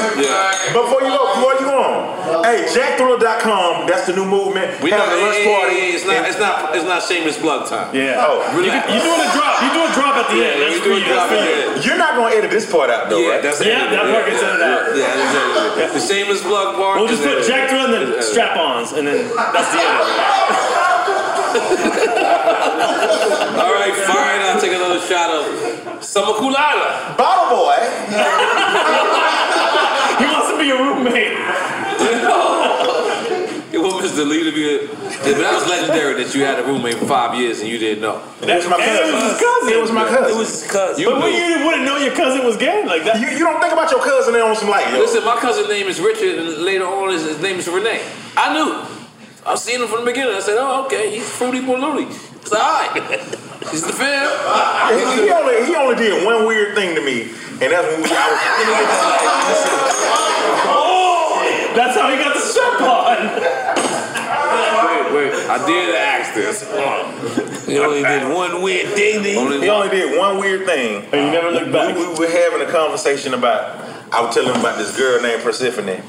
Speaker 8: Before you go, before you on. Hey, jackthriller.com. That's the new movement.
Speaker 3: We know
Speaker 8: Having a lunch
Speaker 3: hey, hey,
Speaker 8: party.
Speaker 3: hey, it's not, it's not, it's not shameless plug time.
Speaker 8: Yeah. Oh,
Speaker 3: you
Speaker 8: relax.
Speaker 3: you doing a drop. You doing a drop at the end. That's for you. That's for you.
Speaker 8: You're not gonna edit this part out though,
Speaker 3: Yeah,
Speaker 8: right?
Speaker 3: that's the end of it. Yeah, Yeah, yeah, that's it. the shameless plug part.
Speaker 5: We'll just
Speaker 3: is
Speaker 5: put
Speaker 3: it.
Speaker 5: Jack Thrill and then strap-ons, and then that's the end.
Speaker 3: All right, fine. I'll take another shot of summer (laughs) culada.
Speaker 8: Bottle Oh, boy.
Speaker 3: he wants to be your roommate. It (laughs) was Mr. Lee to be a, but that was legendary that you had a roommate for five years and you didn't know.
Speaker 8: That's my cousin. It was his cousin. It was my cousin. It was his cousin.
Speaker 3: But when you
Speaker 8: wouldn't know your cousin was gay like that. You, you don't think about your cousin and on some like yo.
Speaker 3: Listen, my cousin's name is Richard, and later on his, his name is Renee. I knew. I've seen him from the beginning. I said, "Oh, okay, he's fruity balloony." It's all right. He's the fam.
Speaker 8: He, he only he only did one weird thing to me, and that's when we, I was.
Speaker 5: Oh, That's how he got the strap on.
Speaker 3: Wait, wait. I did ask this.
Speaker 6: He only did one weird thing.
Speaker 8: He only did one weird thing. And you never looked back. We, we were having a conversation about. I was telling him about this girl named Persephone.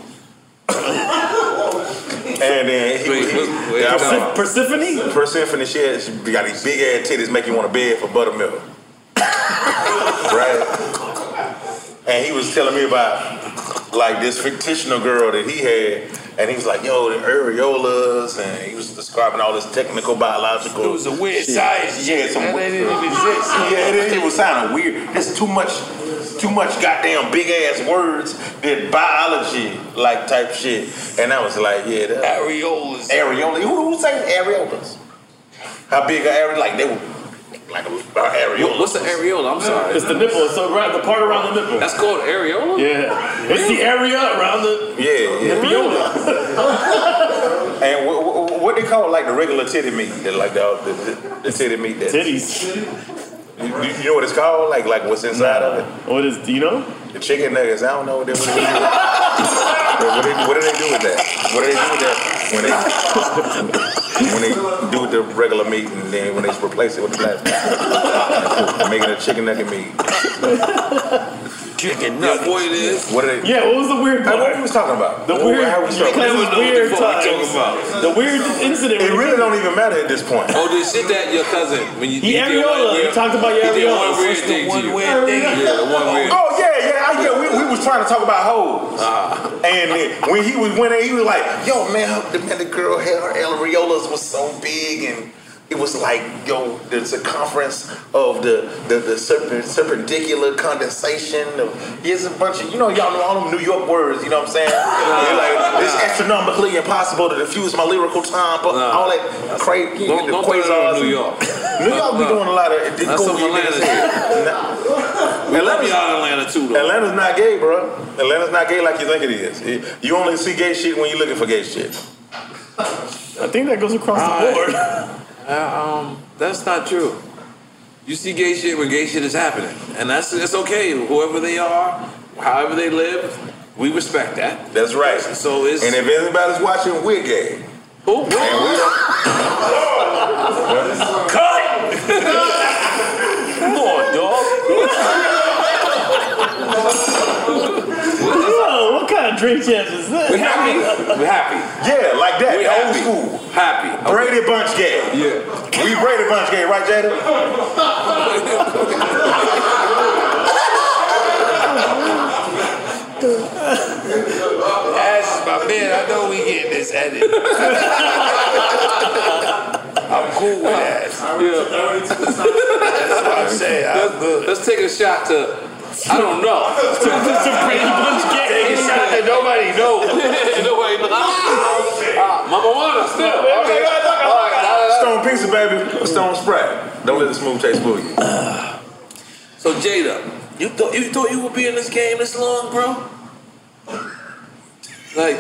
Speaker 8: and then he, he- I was-
Speaker 5: Persephone?
Speaker 8: Persephone, she, had, she got these big ass titties, make you want to bed for buttermilk, (laughs) right? And he was telling me about like this fictional girl that he had, and he was like, "Yo, the areolas," and he was describing all this technical biological. It was a weird
Speaker 6: science
Speaker 8: Yeah, some
Speaker 6: that
Speaker 8: weird-
Speaker 6: didn't exist.
Speaker 8: Yeah, it, it was sounding weird. That's too much, too much goddamn big ass words that biology like type shit, and I was like, "Yeah, that, areolas, areola. Who, who saying areolas?" How big are areola? Like they were like a, a areola.
Speaker 3: What's the areola? I'm sorry.
Speaker 5: It's the nipple. It's the, right, the part around the nipple.
Speaker 3: That's called areola.
Speaker 5: Yeah, it's the area around the
Speaker 8: yeah,
Speaker 5: nipple.
Speaker 8: And wh- wh- what they call like the regular titty meat, that like the, the, the titty meat that
Speaker 5: titties.
Speaker 8: You, you- you know what it's called? Like like what's inside of it?
Speaker 5: What is? Do you know?
Speaker 8: The chicken nuggets. I don't know what they what they do. what, they, what do they do with that? What do they do with that when they when they do the regular meat and then when they replace it with the plastic, making a chicken nugget meat.
Speaker 6: Chicken
Speaker 8: nuggets.
Speaker 3: What it is?
Speaker 8: What are they?
Speaker 5: Yeah, what was the weird part?
Speaker 8: What we was talking about?
Speaker 5: The
Speaker 8: What-
Speaker 5: weird-
Speaker 8: how we started?
Speaker 5: because it's weird times. The weird incident.
Speaker 8: It really don't even matter at this point.
Speaker 3: Oh, this shit that your cousin when you
Speaker 8: He
Speaker 3: you did one
Speaker 8: areola. You
Speaker 3: weird-
Speaker 8: talked about your
Speaker 3: he did
Speaker 8: areola.
Speaker 3: one weird
Speaker 8: What's the
Speaker 3: thing
Speaker 8: one
Speaker 3: to you.
Speaker 8: weird thing?
Speaker 3: Yeah, the one weird.
Speaker 8: Oh yeah, yeah, I, yeah. We, we was trying to talk about hoes, and then when he was when he was like, "Yo, man, her- the, man, the girl had her areolas was so big, and it was like, yo, the circumference of the the, the serpent, serpendicular condensation of here's a bunch of you know y'all know all them New York words, you know what I'm saying? They're like it's astronomically impossible to diffuse my lyrical time, but all that crazy
Speaker 3: Don't- don't put it on New York.
Speaker 8: (laughs) New York be
Speaker 3: No.
Speaker 8: doing a lot of.
Speaker 3: That's some Atlanta shit. We love y'all in Atlanta too, though.
Speaker 8: Atlanta's not gay, bro. Atlanta's not gay like you think it is. It- You only see gay shit when you're looking for gay shit.
Speaker 5: I think that goes across the board.
Speaker 3: (laughs) Uh, um, that's not true. You see gay shit when gay shit is happening, and that's that's okay. Whoever they are, however they live, we respect that.
Speaker 8: That's right.
Speaker 3: So it's
Speaker 8: And if
Speaker 3: (laughs)
Speaker 8: anybody's watching, we're gay.
Speaker 3: Who?
Speaker 7: Cut!
Speaker 5: Come on, dog. Yo, what kind of drink champs is this?
Speaker 3: We're happy. We're happy.
Speaker 8: Yeah, like that. old
Speaker 3: We happy.
Speaker 8: school.
Speaker 3: Happy.
Speaker 8: Brady Bunch gay.
Speaker 3: Yeah.
Speaker 8: We Brady Bunch gay, right, Jada?
Speaker 6: Ass is my man. I know we getting this edit. I'm cool with ass.
Speaker 3: (laughs) That's what I'm saying. Let's, let's take a shot to. I don't know. (laughs) to Brady Bunch gay. Take a shot that nobody (laughs) knows. nobody knows. Ah, Mama Wanna still. Okay. All
Speaker 8: Stone
Speaker 3: right.
Speaker 8: pizza, baby. Stone Sprite. Don't let the smooth taste fool you.
Speaker 3: So Jada, you thought you thought you would be in this game this long, bro? Like,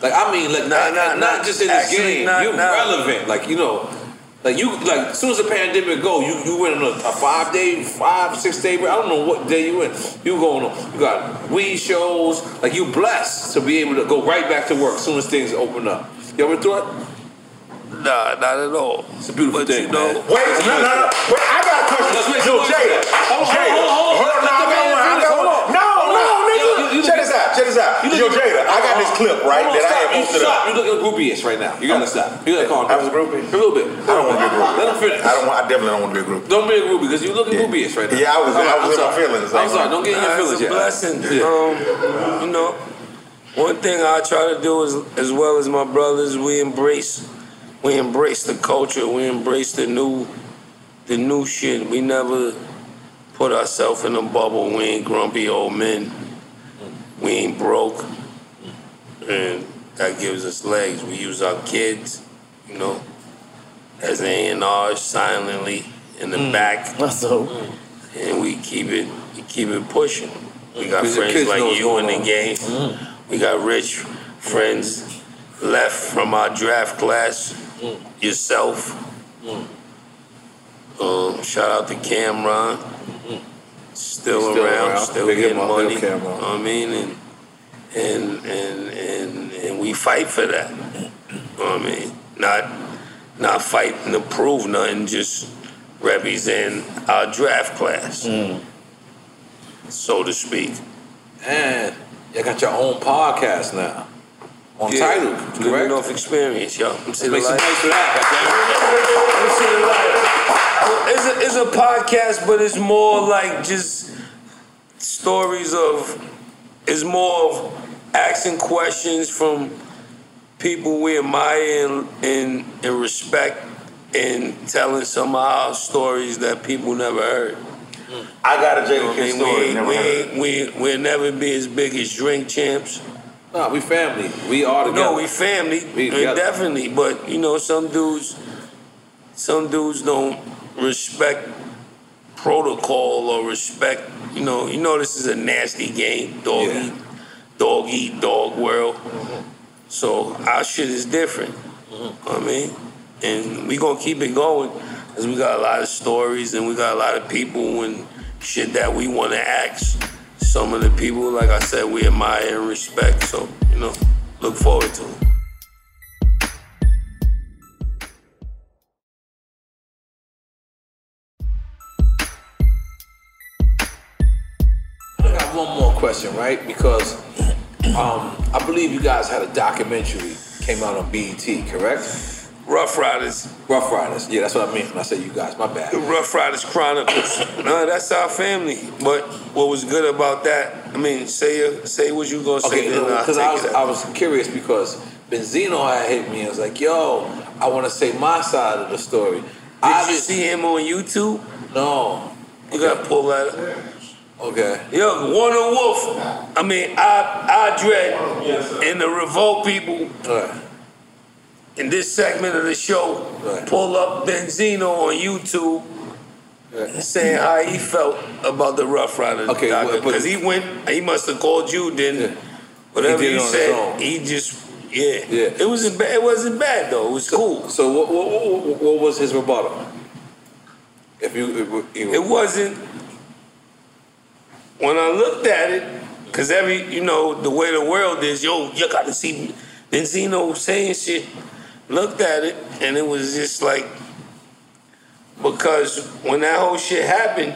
Speaker 3: like I mean, like not not, not just in this
Speaker 6: actually,
Speaker 3: game.
Speaker 6: not-
Speaker 3: you
Speaker 6: not-
Speaker 3: relevant, like you know, like you like as soon as the pandemic go, you you went on a, a five day, five six day. break. I don't know what day you went. You going on? You got weed shows. Like you blessed to be able to go right back to work as soon as things open up. You ever thought?
Speaker 6: Nah, not at all.
Speaker 3: It's a beautiful thing,
Speaker 6: you know,
Speaker 3: man.
Speaker 8: no,
Speaker 3: Wait,
Speaker 8: no, no. Wait, I got a question. Oh, Yo, Jada, I got
Speaker 6: Oh,
Speaker 8: this clip, right,
Speaker 3: Hold on,
Speaker 8: that I
Speaker 3: stop.
Speaker 8: had
Speaker 3: You
Speaker 8: posted
Speaker 3: stop.
Speaker 8: up.
Speaker 3: You're looking groupie-ish right now. You gotta stop. You gotta calm down. I was a groupie. A little bit.
Speaker 8: I don't want to be a groupie.
Speaker 3: Let him finish.
Speaker 8: I don't want. I definitely don't want to be a groupie.
Speaker 3: Don't be a groupie because you're looking groupie-ish right now.
Speaker 8: Yeah, I was.
Speaker 3: All right,
Speaker 8: I was in my
Speaker 3: I'm sorry.
Speaker 8: feelings.
Speaker 3: I'm sorry. Don't get in your
Speaker 6: Nah,
Speaker 3: feelings
Speaker 6: It's a
Speaker 3: yet.
Speaker 6: blessing.
Speaker 3: Yeah.
Speaker 6: Um, you know, one thing I try to do is, as well as my brothers, we embrace, we embrace the culture, we embrace the new, the new shit. We never put ourselves in a bubble. We ain't grumpy old men. We ain't broke, and that gives us legs. We use our kids, you know, as A and R silently in the back. and we keep it we keep it pushing. We got
Speaker 3: Because the
Speaker 6: friends
Speaker 3: kids know
Speaker 6: like
Speaker 3: what's
Speaker 6: you
Speaker 3: going
Speaker 6: in the
Speaker 3: on.
Speaker 6: game. We got rich friends left from our draft class. Yourself. Uh, shout out to Cameron. Still,
Speaker 3: He's Mm-hmm. still
Speaker 6: around,
Speaker 3: around.
Speaker 6: still
Speaker 3: Big him
Speaker 6: getting
Speaker 3: up,
Speaker 6: money.
Speaker 3: big up
Speaker 6: You know what I mean, and and and and and we fight for that. You know what I mean, not not fighting to prove nothing, just represent our draft class,
Speaker 3: Mm.
Speaker 6: so to speak.
Speaker 3: And you got your own podcast now. On title, correct?
Speaker 6: Living off experience, y'all. I'm
Speaker 3: Let's make some noise for
Speaker 6: It's a, it's a podcast, but it's more like just stories of. It's more of asking questions from people we admire and, and, and respect, and telling some of our stories that people never heard.
Speaker 8: I got a Jada Kiss
Speaker 6: And we
Speaker 8: story.
Speaker 6: ain't-
Speaker 8: Never
Speaker 6: we
Speaker 8: heard.
Speaker 6: ain't- we we'll never be as big as drink champs.
Speaker 3: Nah, we family. We are together.
Speaker 6: No, we family.
Speaker 3: We
Speaker 6: uh,
Speaker 3: together.
Speaker 6: definitely. But you know, some dudes, some dudes don't respect protocol or respect. You know, you know this is a nasty game, dog eat, dog eat, dog world. So our shit is different.
Speaker 3: Mm-hmm.
Speaker 6: I mean, and we gonna keep it going because we got a lot of stories and we got a lot of people and shit that we want to ask. Some of the people, like I said, we admire and respect. So you know, look forward to it.
Speaker 3: I got one more question, right? Because um, I believe you guys had a documentary came out on BET, correct?
Speaker 6: Rough Riders.
Speaker 3: Rough Riders. Yeah, that's what I mean when I say you guys. My bad.
Speaker 6: The Rough Riders Chronicles. no, that's our family. But what was good about that? I mean, say your- say what you gonna say.
Speaker 3: Okay,
Speaker 6: then I'll
Speaker 3: because
Speaker 6: take
Speaker 3: I was
Speaker 6: it out.
Speaker 3: I was curious because Benzino had hit me and was like, "Yo, I want to say my side of the story." Did
Speaker 6: you see him on YouTube?
Speaker 3: No.
Speaker 6: You gotta pull that. up.
Speaker 3: Okay.
Speaker 6: Yo, Warner Wolf. I mean, I I dread and the Revolt people. In this segment of the show, pull up Benzino on YouTube. Saying how he felt about the Rough Rider
Speaker 3: Okay, but- but-
Speaker 6: because he went, he must have called you. Then whatever
Speaker 3: He did
Speaker 6: you
Speaker 3: it on his
Speaker 6: said,
Speaker 3: own.
Speaker 6: he just yeah.
Speaker 3: Yeah.
Speaker 6: It wasn't bad. It wasn't bad though. It was cool.
Speaker 3: So what what, what- what, what was his rebuttal? If you, if you
Speaker 6: It wasn't. When I looked at it, because every, you know, the way the world is, yo, you got to see Benzino saying shit. Looked at it, and it was just like, because when that whole shit happened,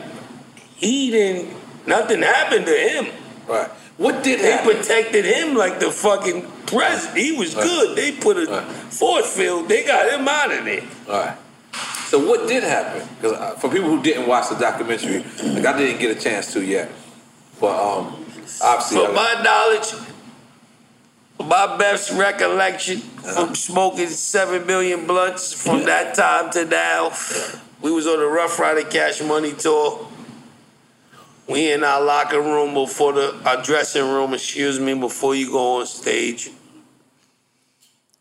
Speaker 6: he didn't, nothing happened to him.
Speaker 3: Right. What did
Speaker 6: They
Speaker 3: happen?
Speaker 6: protected him like the fucking president. He was good. They put a force field, they got him out of there.
Speaker 3: All right. So what did happen? Because for people who didn't watch the documentary, like I didn't get a chance to yet, but um, obviously, I-
Speaker 6: From my knowledge, my best recollection from smoking seven million blunts from that time to now, we was on the Rough Rider Cash Money tour. We in our locker room before the our dressing room, excuse me, before you go on stage.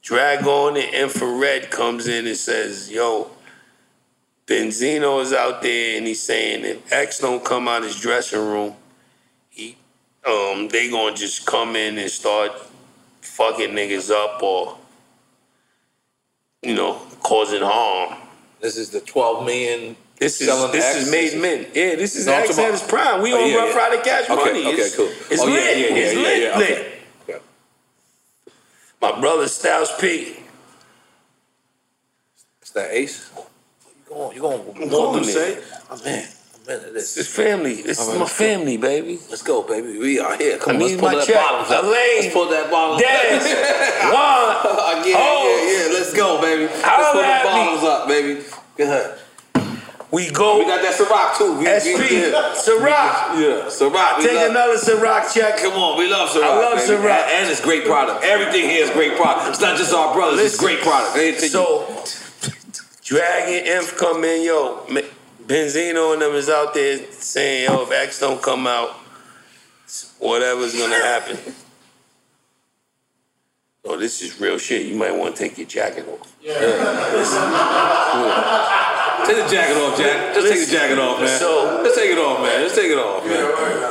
Speaker 6: Drag on and infrared comes in and says, "Yo, Benzino is out there and he's saying if X don't come out his dressing room, um, they gonna just come in and start fucking niggas up or you know causing harm.
Speaker 3: This is the twelve million.
Speaker 6: This is
Speaker 3: selling
Speaker 6: this
Speaker 3: X.
Speaker 6: is made men. Yeah, this is
Speaker 3: No, I'm
Speaker 6: X
Speaker 3: talking
Speaker 6: at
Speaker 3: about-
Speaker 6: his prime. We
Speaker 3: Oh,
Speaker 6: on
Speaker 3: yeah,
Speaker 6: Rough
Speaker 3: yeah.
Speaker 6: Rider Cash
Speaker 3: Okay,
Speaker 6: Money.
Speaker 3: okay,
Speaker 6: It's-
Speaker 3: cool.
Speaker 6: It's
Speaker 3: Oh, yeah,
Speaker 6: lit.
Speaker 3: yeah, yeah,
Speaker 6: it's
Speaker 3: yeah,
Speaker 6: lit.
Speaker 3: yeah,
Speaker 6: lit.
Speaker 3: okay.
Speaker 6: My brother Styles P.
Speaker 3: Is that Ace? You going? You going?
Speaker 6: I'm going
Speaker 3: to
Speaker 6: there.
Speaker 3: say? Oh, man, minute. This
Speaker 6: is family. This is my family, baby.
Speaker 3: Let's go, baby. We are here. Come
Speaker 6: I
Speaker 3: on, let's
Speaker 6: need
Speaker 3: pull
Speaker 6: my
Speaker 3: that
Speaker 6: check.
Speaker 3: bottle. up. Let's pull that bottle. (laughs)
Speaker 6: Dennis,
Speaker 3: Juan, yeah, yeah, yeah. Let's go, baby. Let's pull the
Speaker 6: at me.
Speaker 3: bottles up, baby. Go ahead.
Speaker 6: We go.
Speaker 3: We got that Ciroc too. We,
Speaker 6: SP, Ciroc.
Speaker 3: Yeah, Ciroc. we
Speaker 6: Take
Speaker 3: love-
Speaker 6: another Ciroc check.
Speaker 3: Come on, we love Ciroc.
Speaker 6: I love
Speaker 3: baby.
Speaker 6: Ciroc.
Speaker 3: And, and it's great product. Everything here is great product. It's not just our brothers. it's
Speaker 6: Listen,
Speaker 3: great product. Anything
Speaker 6: so, Dragon Inf come in, yo. Ma- Benzino and them is out there saying, yo, if X don't come out, whatever's gonna happen. Oh, this is real shit. You might want to take your jacket off.
Speaker 3: Take the jacket off, Jack. Just take the jacket off, man.
Speaker 6: So-
Speaker 3: Let's take it off, man. Let's take it off, man.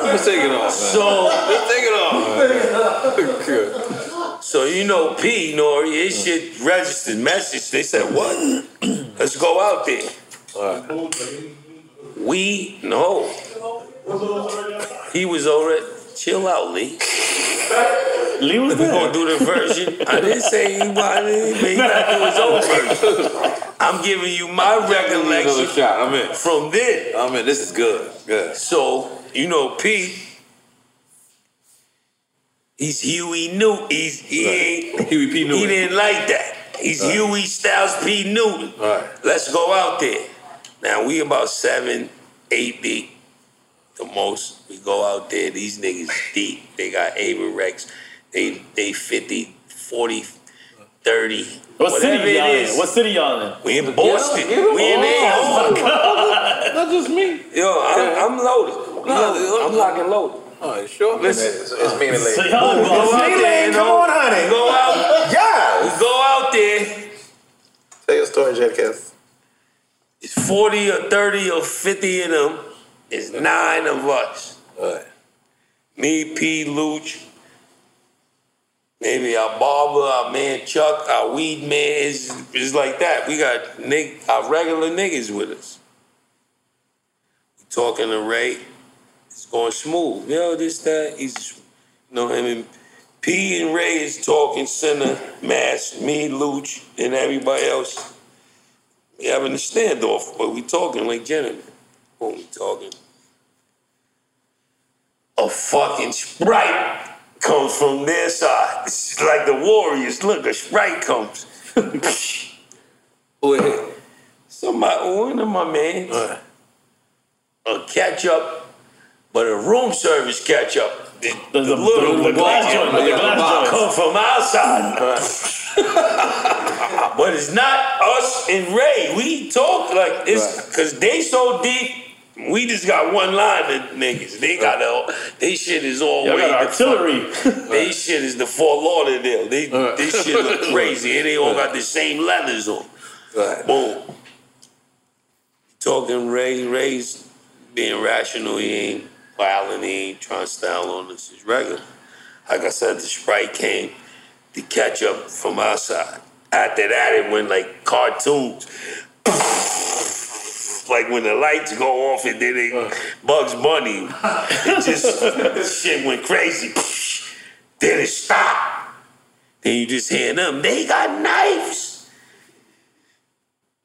Speaker 3: Let's take it off, man.
Speaker 6: So-
Speaker 3: Let's take it off. man. Good.
Speaker 6: So you know, P Nori, his shit registered message. They said, "What? (clears throat) Let's go out there." We no. He was already chill out, Lee. Lee was We're gonna do the version. I didn't say he wanted it, but he got to do
Speaker 3: (laughs)
Speaker 6: his own version. I'm giving you my recollection
Speaker 3: I'm in.
Speaker 6: from then.
Speaker 3: I'm in. This is good. Good.
Speaker 6: So you know, P. He's Huey Newton. He's, he ain't.
Speaker 3: Huey P.
Speaker 6: He
Speaker 3: Newton.
Speaker 6: didn't like that. He's
Speaker 3: Right.
Speaker 6: Huey Styles P. Newton.
Speaker 3: Right.
Speaker 6: Let's go out there. Now we about seven, eight deep. The most we go out there. These niggas deep. They got Ava Rex. They they 50, 40, 30.
Speaker 5: What city
Speaker 6: whatever it
Speaker 5: y'all in?
Speaker 6: is.
Speaker 5: What city y'all in?
Speaker 6: We in Boston.
Speaker 5: Get him-
Speaker 6: we
Speaker 5: get
Speaker 6: in
Speaker 5: him
Speaker 6: there.
Speaker 5: on.
Speaker 6: Not just me. Yo, I'm, I'm loaded. No, I'm locked and loaded.
Speaker 3: All right, sure.
Speaker 6: Listen,
Speaker 8: it's me and
Speaker 6: So y'all
Speaker 8: Lady. It's
Speaker 6: go out
Speaker 8: me and
Speaker 6: there,
Speaker 8: Lady,
Speaker 6: you
Speaker 8: come
Speaker 6: know.
Speaker 8: on, honey.
Speaker 6: Go out.
Speaker 8: Yeah.
Speaker 6: We go out there.
Speaker 8: Tell your story, Jackass.
Speaker 6: It's 40 or 30 or 50 of them. It's nine of us. Me, P, Luch, maybe our barber, our man Chuck, our weed man. It's, it's like that. We got nig- our regular niggas with us. We talking to Ray. It's going smooth. Yo, this, that. He's, you know, him and P and Ray is talking center mass, me, Luch, and everybody else we having a standoff, but we talking like gentlemen. When we talking, a fucking sprite comes from their side. It's like the Warriors. Look, a sprite comes. Wait, somebody, one of my man, a catch up, but a room service catch up. The, the little
Speaker 5: the glass joint, the glass joint.
Speaker 6: come from outside. But it's not us and Ray. We talk like it's because they so deep. We just got one line of niggas. They got all. They shit is all.
Speaker 5: Y'all
Speaker 6: way
Speaker 5: got
Speaker 6: the
Speaker 5: artillery.
Speaker 6: fuck- They shit is the Fort Lauderdale. They they shit look crazy. And they all got the same letters on. Boom. Talking Ray. Ray's being rational. He ain't violent. He ain't trying to style on us. It's regular. Like I said, the sprite came the catch up from our side. After that, it went like cartoons. (laughs) like when the lights go off and then it Bugs Bunny. It just shit went crazy. then it stopped. Then you just hear them, they got knives.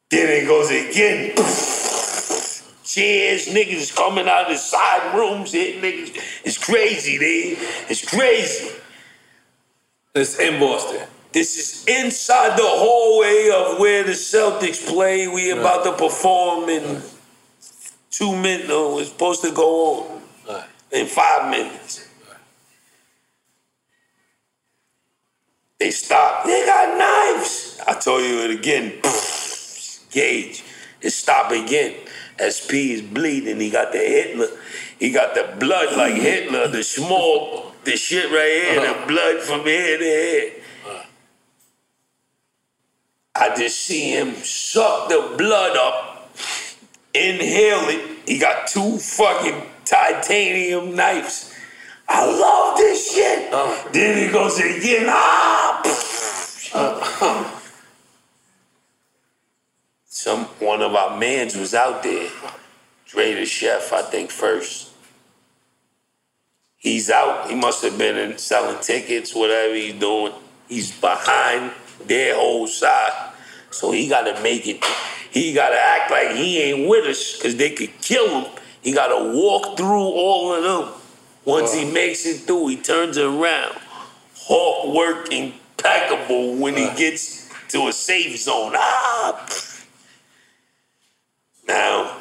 Speaker 6: Then it goes again. Cheers, niggas is coming out of the side rooms, hitting niggas. It's crazy, they. It's crazy.
Speaker 3: It's in Boston.
Speaker 6: This is inside the hallway of where the Celtics play. We about to perform in two minutes. No, we're supposed to go on in five minutes. They stopped. They got knives. I told you it again. Gage. It stopped again. SP is bleeding. He got the Hitler. He got the blood like Hitler. The small, the shit right here. The blood from head to head. I just see him suck the blood up, inhale it. He got two fucking titanium knives. I love this shit. Then he goes again. Ah! Some one of our mans was out there. Dre the chef, I think first. He's out. He must have been in selling tickets, whatever he's doing. He's behind their whole side. So he gotta make it. He gotta act like he ain't with us, cause they could kill him He got to walk through all of them. Once he makes it through, he turns around. Hawk work impeccable when he gets to a safe zone. Ah! Now,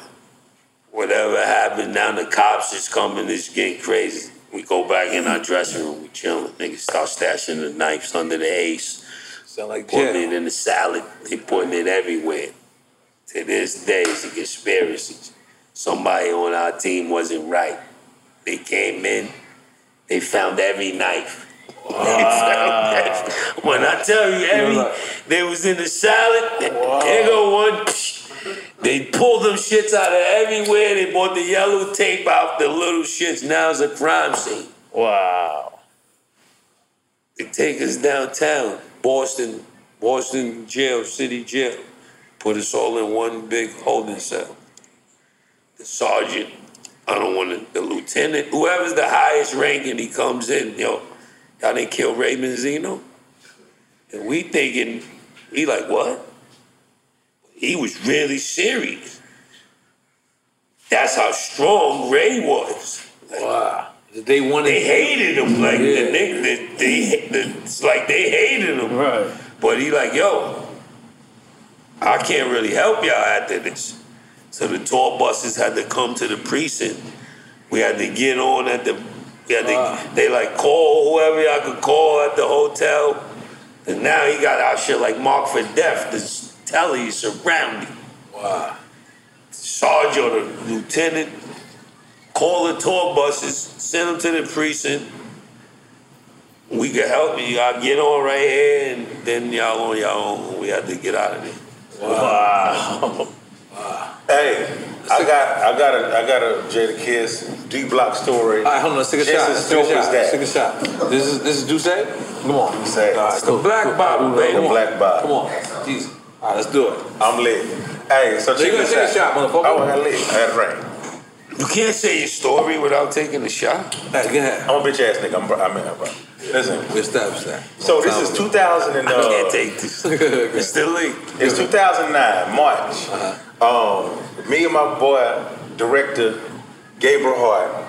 Speaker 6: whatever happened, now the cops is coming, it's getting crazy. We go back in our dressing room, we chilling. Niggas start stashing the knives under the ace. Sound like putting it in the salad. They putting it everywhere. To this day, it's a conspiracy. Somebody on our team wasn't right. They came in, they found every knife. (laughs) They found every- when I tell you every, they was in the salad. There go one. They pulled them shits out of everywhere. They bought the yellow tape out the little shits. Now it's a crime scene. Wow. They take us downtown, Boston, Boston jail, city jail. Put us all in one big holding cell. The sergeant, I don't want to, the lieutenant, whoever's the highest ranking, he comes in. Yo, y'all didn't kill Raymond Zeno? And we thinking, we like, what? he was really serious. That's how strong Ray was. wow. They wanted. They hated him like the nigga. They, they, the- it's like they hated him. Right. But he like, yo, I can't really help y'all after this. So the tour buses had to come to the precinct. We had to get on at the. We had to, They like call whoever y'all could call at the hotel. And now he got our shit like marked for death. This telly surrounding. Wow. Sergeant or the lieutenant, call the tour buses, send them to the precinct. We can help you. Y'all get on right here, and then y'all on your own. We had to get out of there. Wow.
Speaker 8: (laughs) Hey, I got, I got a, I got a Jada Kiss D Block story. All
Speaker 14: right, hold on, let's take a
Speaker 8: Just
Speaker 14: shot. Let's
Speaker 8: As
Speaker 14: take a
Speaker 8: dope
Speaker 14: shot.
Speaker 8: as that.
Speaker 14: Let's take a shot. This is this is Duce. Come on,
Speaker 8: Duce. It's the
Speaker 14: Black Bible,
Speaker 8: The Black Bob.
Speaker 14: Come on, Jesus. All right, let's do it.
Speaker 8: I'm lit. Hey, so
Speaker 14: You
Speaker 8: check
Speaker 14: gotta
Speaker 8: this
Speaker 14: take a
Speaker 8: out.
Speaker 14: shot, motherfucker.
Speaker 8: Oh, I got lit. I got right.
Speaker 6: You can't say your story without taking a shot.
Speaker 8: I'm a bitch ass nigga. I'm, bro- I mean, I'm bro. Listen. So this is 2000 and. Uh,
Speaker 6: I can't take this.
Speaker 8: (laughs)
Speaker 6: it's still late.
Speaker 8: It's 2009, March.
Speaker 6: Uh-huh.
Speaker 8: Um, me and my boy, director Gabriel Hart,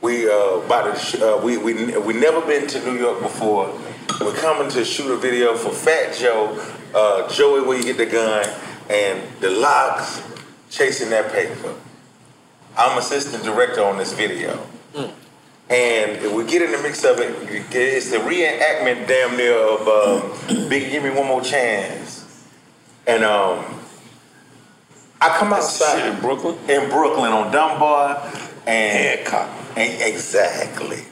Speaker 8: we uh, about to sh- uh, we we we never been to New York before. We're coming to shoot a video for Fat Joe, uh, Joey, where you get the gun, and the locks chasing that paper. I'm assistant director on this video. And we get in the mix of it. It's the reenactment, damn near, of um, Big Give Me One More Chance. And um, I come outside in
Speaker 6: Brooklyn,
Speaker 8: in Brooklyn on Dunbar and Hancock. And exactly.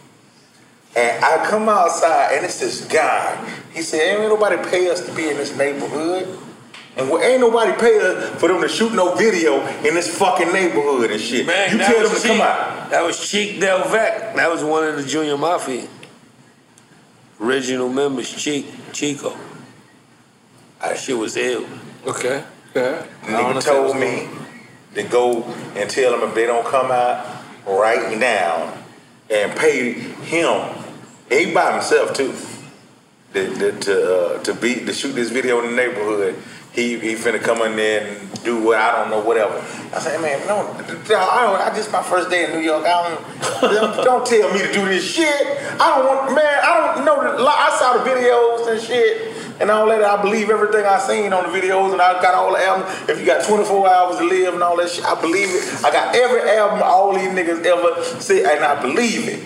Speaker 8: And I come outside, and it's this guy. He said, "Ain't nobody pay us to be in this neighborhood." And well, ain't nobody pay us for them to shoot no video in this fucking neighborhood and shit.
Speaker 6: Man,
Speaker 8: you
Speaker 6: that
Speaker 8: tell
Speaker 6: was
Speaker 8: them to
Speaker 6: cheap.
Speaker 8: come out.
Speaker 6: That was Cheek Del Vec. That was one of the junior mafia. Original members, Cheek, Chico. That shit was ill.
Speaker 14: Okay. Yeah.
Speaker 8: Nigga told me to go and tell them if they don't come out right now and pay him, he by himself too, to to to, uh, to be to shoot this video in the neighborhood. He he finna come in there and do what I don't know whatever. I said, man, no, no, I don't. I just my first day in New York. I don't, don't don't tell me to do this shit. I don't want, man. I don't know. The, I saw the videos and shit. And all that, I believe everything I seen on the videos, and I got all the albums. If you got 24 hours to live and all that shit, I believe it. I got every album all these niggas ever said, and I believe it.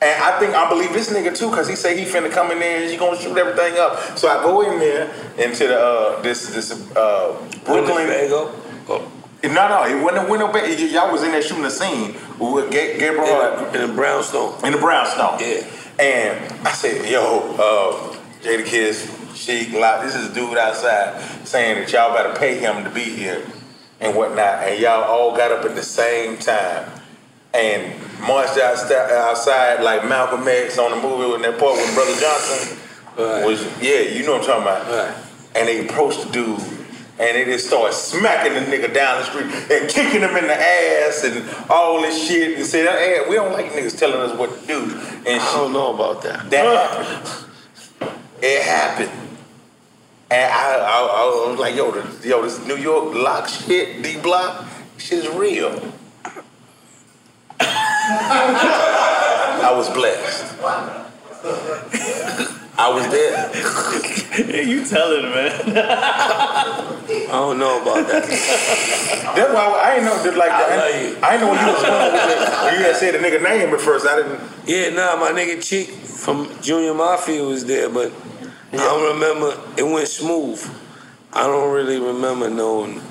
Speaker 8: And I think I believe this nigga too, cause he said he finna come in there and he gonna shoot everything up. So I go in there into the uh, this this uh, Brooklyn. No, no, it wasn't a window. Ba- y'all was in there shooting the scene with Ga- Gabriel Hart.
Speaker 6: in the brownstone.
Speaker 8: In the brownstone.
Speaker 6: Yeah.
Speaker 8: And I said, yo, uh, Jada Kiss, Sheik, Lock, this is a dude outside saying that y'all better pay him to be here and whatnot. And y'all all got up at the same time and marched outside, outside like Malcolm X on the movie when that part with Brother Johnson was, yeah, you know what I'm talking about. And they approached the dude and they just started smacking the nigga down the street and kicking him in the ass and all this shit and said, hey, we don't like niggas telling us what to do. And I
Speaker 6: don't know about that.
Speaker 8: That happened. It happened. And I, I, I was like, yo, the, yo, this New York lock shit, D block, shit is real. (laughs) I was blessed. I was there.
Speaker 5: (laughs) you telling man.
Speaker 6: I don't know about that.
Speaker 8: (laughs) That's why I ain't know that like that. I, ain't- I ain't know when you was going with it. When you had said the nigga name at first, I didn't.
Speaker 6: Yeah, nah, my nigga Cheek from Junior Mafia was there, but I don't remember. It went smooth. I don't really remember knowing.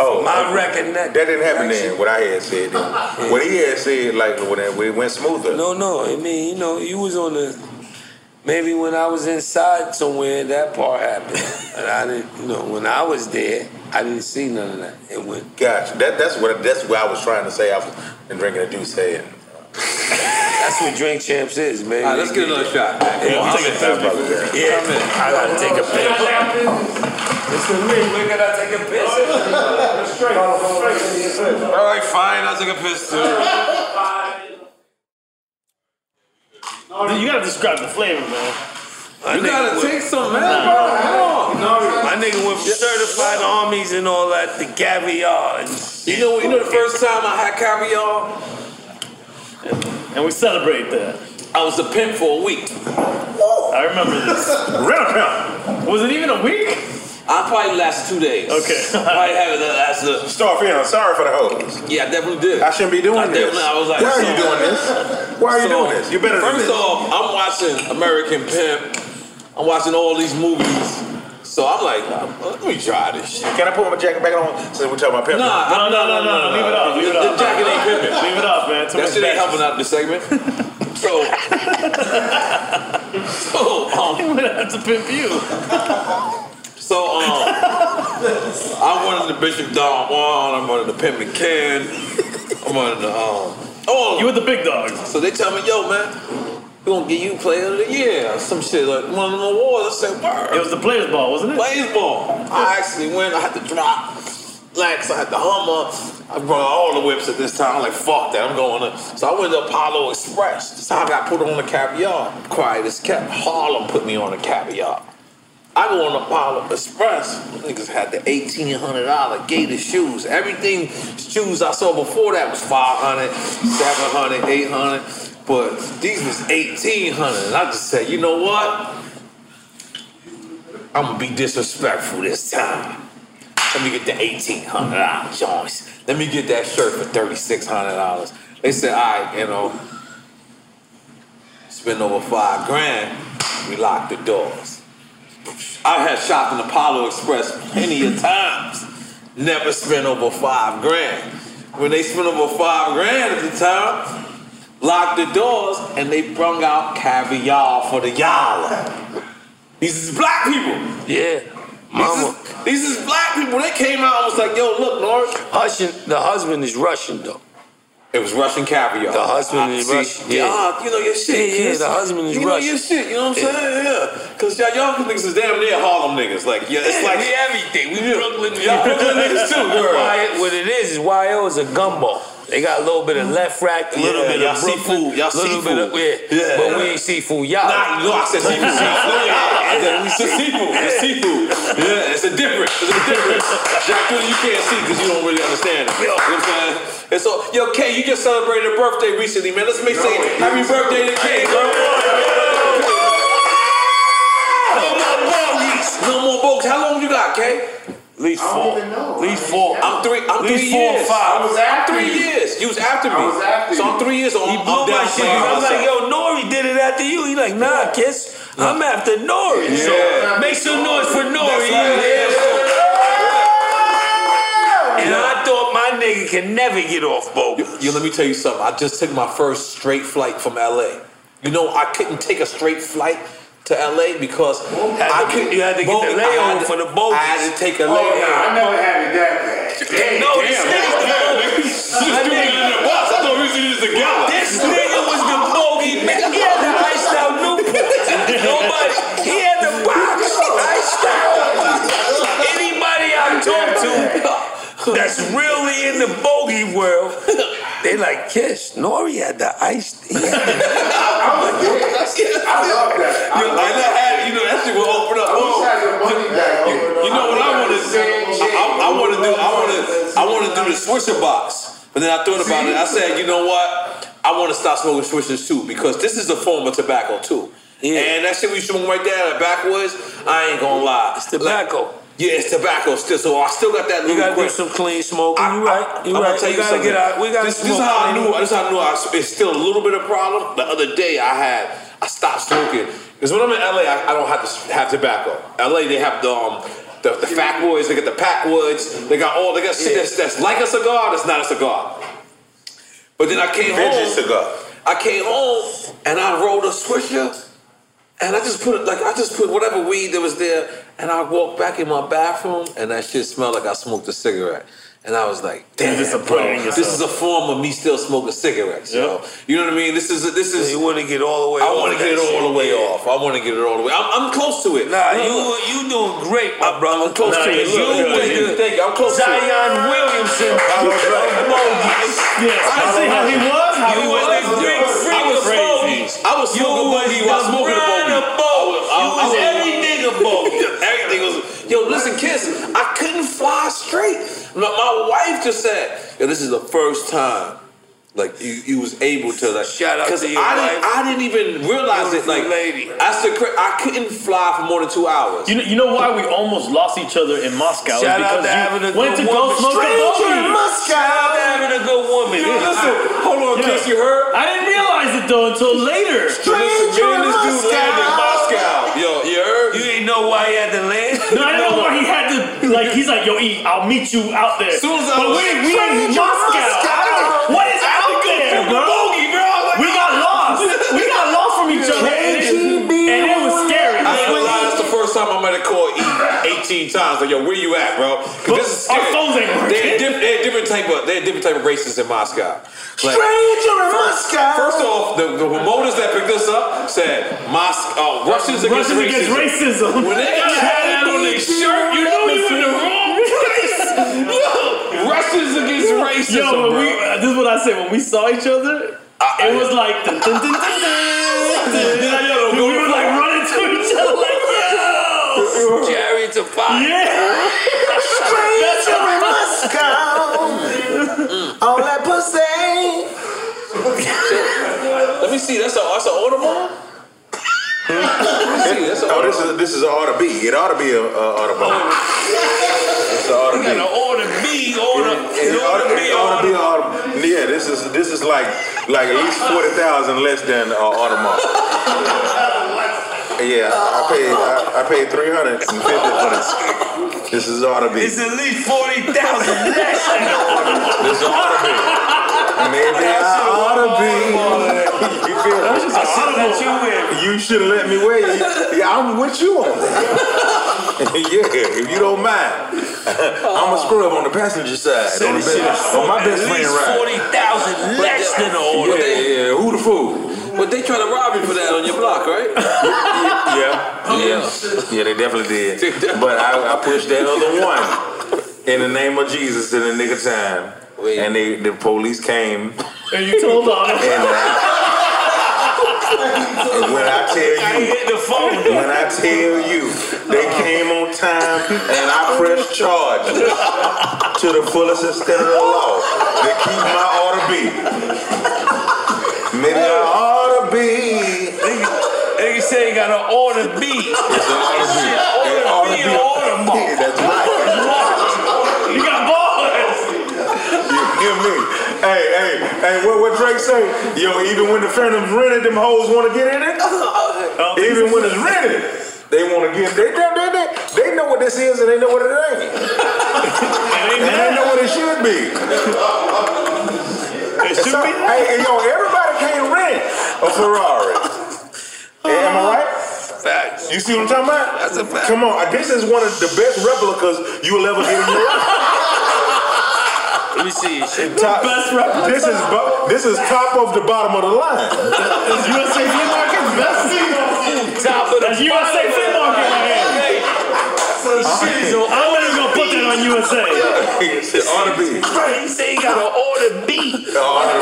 Speaker 8: Oh,
Speaker 6: my record that
Speaker 8: didn't happen then. What I had said, then. what he had said, like when it when it went smoother.
Speaker 6: No, no. I mean, you know, you was on the. Maybe when I was inside somewhere, that part
Speaker 8: (laughs)
Speaker 6: happened. But I didn't, you know, when I was there, I didn't see none of that. It went.
Speaker 8: Gotcha. That that's what that's what I was trying to say. I was been drinking a deuce head.
Speaker 6: That's what drink champs is, man.
Speaker 8: All right, let's get
Speaker 6: They-
Speaker 8: another shot, man.
Speaker 6: Yeah,
Speaker 8: Come on,
Speaker 6: we take
Speaker 8: I'm
Speaker 6: a
Speaker 8: in.
Speaker 6: piss. Yeah, I gotta take a piss. Mr. Lee, where can I take a piss? Oh,
Speaker 7: All
Speaker 3: right, fine. I'll take a piss too.
Speaker 5: Dude, you gotta describe the flavor, man.
Speaker 6: You gotta take
Speaker 3: some,
Speaker 5: man,
Speaker 6: bro. My nigga went from certified armies and all that to caviar.
Speaker 3: You know, you know the first time I had caviar,
Speaker 5: (laughs) and we celebrate that.
Speaker 3: I was a pimp for a week.
Speaker 8: Oh.
Speaker 5: I remember
Speaker 8: (laughs)
Speaker 5: this. Round pimp. Was it even a week?
Speaker 3: I probably lasted two days. (laughs) Okay. probably had it last. Uh,
Speaker 8: Start feeling sorry for the hoes.
Speaker 3: Yeah, I definitely did.
Speaker 8: I shouldn't be doing
Speaker 3: I
Speaker 8: this.
Speaker 3: definitely- I was like,
Speaker 8: why are
Speaker 3: so-
Speaker 8: you doing this? Why are you
Speaker 3: So,
Speaker 8: doing this? You better than
Speaker 3: First
Speaker 8: this.
Speaker 3: off, I'm watching American Pimp. I'm watching all these movies. So I'm like, (laughs) uh, let me try this shit.
Speaker 8: Can I put my jacket back on since we're talking about pimp?
Speaker 3: Nah, I'm-
Speaker 5: leave it off, leave it
Speaker 3: The-
Speaker 5: off.
Speaker 3: The jacket ain't pimping.
Speaker 5: Leave it off, man. Too
Speaker 3: that
Speaker 5: much
Speaker 3: shit ain't
Speaker 5: baggage.
Speaker 3: helping out the segment.
Speaker 5: (laughs)
Speaker 3: So, so um,
Speaker 5: would have to pimp you.
Speaker 3: so um, I wanted the Bishop Don Juan. I'm running the Pimp and Ken. I'm running the um, oh, you
Speaker 5: with the big dogs.
Speaker 3: So they tell me, yo, man, we gonna get you Player of the Year or some shit like one of them awards. I said, word.
Speaker 5: It was the Players Ball, wasn't it?
Speaker 3: Players Ball. I actually went. I had to drop Lex. I had the Hummer. I brought all the whips at this time. I'm like, fuck that. I'm going to. So I went to Apollo Express. This time I got put on the caviar. Quiet as kept. Harlem put me on the caviar. I go on Apollo Express. Niggas had the eighteen hundred dollar gator shoes. Everything shoes I saw before that was 500, 700, 800. But these was eighteen hundred. And I just said, you know what? I'm gonna be disrespectful this time. Let me get the eighteen hundred dollars, Jones. Let me get that shirt for thirty six hundred dollars. They said, all right, you know, spend over five grand. We locked the doors. I had shopped in Apollo Express plenty of times. Never spent over five grand. When they spent over five grand at the time, locked the doors and they brung out caviar for the y'all. These is black people.
Speaker 6: Yeah. Mama.
Speaker 3: These is black people. They came out and was like, yo, look, Norris.
Speaker 6: Russian, the husband is Russian, though.
Speaker 3: It was Russian caviar.
Speaker 6: The husband
Speaker 3: I-
Speaker 6: is
Speaker 3: see,
Speaker 6: Russian.
Speaker 3: yeah,
Speaker 6: Yeah.
Speaker 3: ah, you know your shit.
Speaker 6: Yeah, yeah,
Speaker 3: kids.
Speaker 6: the husband is
Speaker 3: you
Speaker 6: Russian.
Speaker 3: know your shit. You know what I'm
Speaker 6: Yeah.
Speaker 3: saying? Yeah. Cause y'all, y'all niggas is damn near Harlem niggas. Like, yeah, it's
Speaker 6: Yeah,
Speaker 3: like
Speaker 6: we everything. We Brooklyn niggas.
Speaker 3: Y'all Brooklyn niggas too. girl.
Speaker 6: Why- what it is is YO is a gumbo. They got a little bit of left rack, a little
Speaker 3: Mm. Yeah,
Speaker 6: bit
Speaker 3: y'all
Speaker 6: of Brooklyn,
Speaker 3: seafood. Y'all
Speaker 6: little
Speaker 3: seafood.
Speaker 6: bit of yeah.
Speaker 3: Yeah.
Speaker 6: But we ain't seafood, y'all.
Speaker 3: Nah, no, I said seafood. No,
Speaker 6: (laughs)
Speaker 3: yeah, I said we said seafood. It's seafood. Yeah, it's a difference. It's a difference. Jack Dooley, you can't see because you don't really understand it. You know what I'm saying? And so, yo, Kay, you just celebrated a birthday recently, man. Let's make sure happy birthday to Kay, bro. No more bogeys. No more bogeys. How long you got, Kay? At
Speaker 6: least
Speaker 3: four. At least four. I'm three. I'm
Speaker 6: Least
Speaker 3: three
Speaker 6: four or
Speaker 3: years.
Speaker 6: five. I was
Speaker 3: I'm
Speaker 6: after
Speaker 3: three
Speaker 6: you.
Speaker 3: years. You was after me.
Speaker 6: I was after
Speaker 3: so
Speaker 6: you.
Speaker 3: I'm three years old.
Speaker 6: He
Speaker 3: I'm-
Speaker 6: blew
Speaker 3: I'm
Speaker 6: my
Speaker 3: down
Speaker 6: shit.
Speaker 3: by
Speaker 6: I'm
Speaker 3: myself.
Speaker 6: like, yo, Nori did it after you. He like, nah, kiss. I'm after Nori. So
Speaker 3: Yeah.
Speaker 6: make some noise for Nori.
Speaker 3: That's right.
Speaker 6: And I thought my nigga can never get off boat.
Speaker 3: Yo, let me tell you something. I just took my first straight flight from LA. You know, I couldn't take a straight flight to LA because I couldn't.
Speaker 6: you had to get the
Speaker 3: I had
Speaker 6: layover
Speaker 3: to-
Speaker 6: for the boat.
Speaker 3: I had to take a layover.
Speaker 6: Oh, nah, I never had
Speaker 3: it that bad.
Speaker 6: No, this nigga's the bogey.
Speaker 3: This dude was in the bus. I thought we was in this together.
Speaker 6: This nigga was the bogey. Man, he had the iced out Newport. (laughs) Nobody. He had the box iced out. Anybody I talk to that's really in the bogey world, they like, Kiss, Nori had the iced. He had the
Speaker 3: You know, and I had, you know, that shit will open up. Oh, you, you know what I want to do? I, I, I want to do. I want to. I want to do the Swisher box. But then I thought about it. I said, you know what? I want to stop smoking switches too because this is a form of tobacco too. And that shit we smoking right there that backwards, I ain't gonna lie. It's
Speaker 6: tobacco.
Speaker 3: yeah, it's tobacco still. So I still got that.
Speaker 6: You gotta do
Speaker 3: lubricant.
Speaker 6: some clean smoking. You right. You
Speaker 3: I'm
Speaker 6: right.
Speaker 3: gonna tell
Speaker 6: we
Speaker 3: you
Speaker 6: gotta
Speaker 3: something.
Speaker 6: get out. We gotta
Speaker 3: this, this
Speaker 6: smoke.
Speaker 3: is how I knew. This is how I knew I, it's still a little bit of problem. The other day I had I stopped smoking because when I'm in LA, I, I don't have to s- have tobacco. LA they have the um, the, the fat boys. They got the pack woods. They got all. They got shit that's, that's like a cigar. That's not a cigar. But then I came
Speaker 8: Vintage
Speaker 3: home.
Speaker 8: cigar.
Speaker 3: I came home and I rolled a swisher, and I just put like I just put whatever weed that was there, and I walked back in my bathroom, and that shit smelled like I smoked a cigarette. And I was like, "Damn, bro,
Speaker 6: disappointing
Speaker 3: this is
Speaker 6: yourself.
Speaker 3: a form of me still smoking cigarettes." yo. You know what I mean? This is this is.
Speaker 6: You want to get all the way.
Speaker 3: I
Speaker 6: off
Speaker 3: want to
Speaker 6: that
Speaker 3: get it all
Speaker 6: shit.
Speaker 3: the way
Speaker 6: Yeah.
Speaker 3: off. I want to get it all the way. I'm, I'm close to it.
Speaker 6: Nah,
Speaker 3: Look,
Speaker 6: you
Speaker 3: look.
Speaker 6: you doing great, my brother. I'm
Speaker 3: close to it. You think you think I'm close to it.
Speaker 6: Zion Williamson.
Speaker 3: I was right.
Speaker 6: Yes,
Speaker 3: I see how he was, how
Speaker 6: you
Speaker 3: he was.
Speaker 6: a big freak
Speaker 3: I was
Speaker 6: of
Speaker 3: smoking. I was smoking bogey while smoking a bogey. I
Speaker 6: You was
Speaker 3: everything a bogey. (laughs) everything was. Yo, listen, kids. I couldn't fly straight. My, my wife just said, "Yo, this is the first time." Like you, you was able to like shout
Speaker 6: out to your
Speaker 3: I didn't, I didn't even realize it. Like lady, I said, "Cra- I couldn't fly for more than two hours.
Speaker 5: You know, you know why we almost lost each other in Moscow?
Speaker 3: Shout
Speaker 5: is because
Speaker 3: out to
Speaker 5: you
Speaker 3: having a
Speaker 5: went
Speaker 3: good
Speaker 5: to go
Speaker 3: woman.
Speaker 5: smoke a
Speaker 3: Stranger
Speaker 5: bogey.
Speaker 3: in Moscow. Shout out to having a good woman.
Speaker 5: You know,
Speaker 3: listen, hold on, Chris, you heard?
Speaker 5: I didn't realize it though until later.
Speaker 3: Stranger in
Speaker 5: this dude
Speaker 3: Moscow.
Speaker 5: landed in Moscow.
Speaker 3: Yo, you heard? You
Speaker 6: didn't know why he had to land?
Speaker 5: No, I didn't know why he had to. Like, he's like, yo, E, I'll meet you out there.
Speaker 7: Soon as I
Speaker 5: but
Speaker 7: was-
Speaker 5: we, we in
Speaker 7: Stranger in
Speaker 5: Moscow.
Speaker 7: Moscow.
Speaker 5: I don't- What is
Speaker 7: I had to
Speaker 5: out
Speaker 7: go
Speaker 5: there,
Speaker 7: fucking
Speaker 5: bro?
Speaker 7: bogey, bro. I was like, "Ah."
Speaker 5: we got lost.
Speaker 7: (laughs)
Speaker 5: we got lost from each other. And it, and it was scary.
Speaker 3: I ain't gonna lie, that's the first time I might have called E 18 times. Like, yo, where you at, bro? 'Cause this is scary.
Speaker 7: our phones ain't working.
Speaker 3: They're, a diff- they're a different type of they're a different type of races in Moscow.
Speaker 7: Stranger
Speaker 3: Like,
Speaker 7: in
Speaker 3: first,
Speaker 7: Moscow.
Speaker 3: First off, the, the promoters that picked us up said Moscow uh, Russians
Speaker 7: Russians
Speaker 3: against racism.
Speaker 7: against racism.
Speaker 3: When
Speaker 7: (laughs)
Speaker 3: they got that on their shirt, you know you in the wrong place.
Speaker 7: (laughs)
Speaker 3: Yo, Russians against racism.
Speaker 5: Yo, when
Speaker 3: bro.
Speaker 5: we, uh, this is what I said. When we saw each other, it was like. Dun, dun, dun, dun, dun, dun. we were like running to each other, like, yo!
Speaker 6: (laughs) Chariot to fire.
Speaker 5: Yeah!
Speaker 7: Stranger in Moscow. All that pussy.
Speaker 3: Let me see. That's a that's an Audemars. Let me see. That's an
Speaker 8: Oh, this is this is an R to B. It ought to be a, a R to B. It's an R to B.
Speaker 6: Order B, order.
Speaker 8: It ought to- it ought to be a R to B. Yeah, this is this is like like at least forty thousand less than uh, Audemars. Yeah, I paid I, I paid three hundred and fifty for this. This is ought to be.
Speaker 6: It's at least forty thousand less than the order.
Speaker 8: This ought to be. Maybe I ought to be. You feel me? I should let you win. You should let me win. Yeah, I'm with you on that. (laughs) yeah, if you don't mind. I'm a scrub on the passenger side. on, the best, on my best friend ride.
Speaker 6: Forty thousand less than the order.
Speaker 8: uh, Yeah, yeah, who the fool?
Speaker 3: But they trying to rob you for that on your block, right?
Speaker 8: Yeah, yeah, yeah. (laughs) They definitely did. But I, I pushed that other one in the name of Jesus in the nick of time, and they, the police came.
Speaker 5: And you told on
Speaker 8: And, uh, and when I tell you, When I tell you, they
Speaker 6: Uh-huh.
Speaker 8: came on time, and I pressed charge to the fullest extent of the law to keep my order be. Maybe I ought to be.
Speaker 6: Nigga say you got an order B.
Speaker 8: an
Speaker 6: It's
Speaker 8: order B.
Speaker 6: Order B, an order mark.
Speaker 8: That's right.
Speaker 6: You got bars.
Speaker 8: You hear me? Hey, hey, hey, what, what Drake say? Yo, even when the Phantom's rented, them hoes want to get in it. even when it's rented, they want to get they, they, they, they, they know what this is (laughs) and they know what it ain't. and they know what it should be. It's (laughs) all- Hey, hey, yo, everybody can't rent a Ferrari. Hey, am I right?
Speaker 6: Facts.
Speaker 8: You see what I'm talking about? That's a fact. Come on, this is one of the best replicas you will ever get in your life.
Speaker 6: Let me see.
Speaker 8: Top- This is bo- this is top of the bottom of the line.
Speaker 7: It's USA Flea Market's best thing.
Speaker 6: Top of the
Speaker 7: That's USA Flea Market right here.
Speaker 5: I'm gonna go put that on
Speaker 8: (laughs)
Speaker 5: USA.
Speaker 8: it ought to be.
Speaker 6: You say you got an order B.
Speaker 8: It ought
Speaker 5: to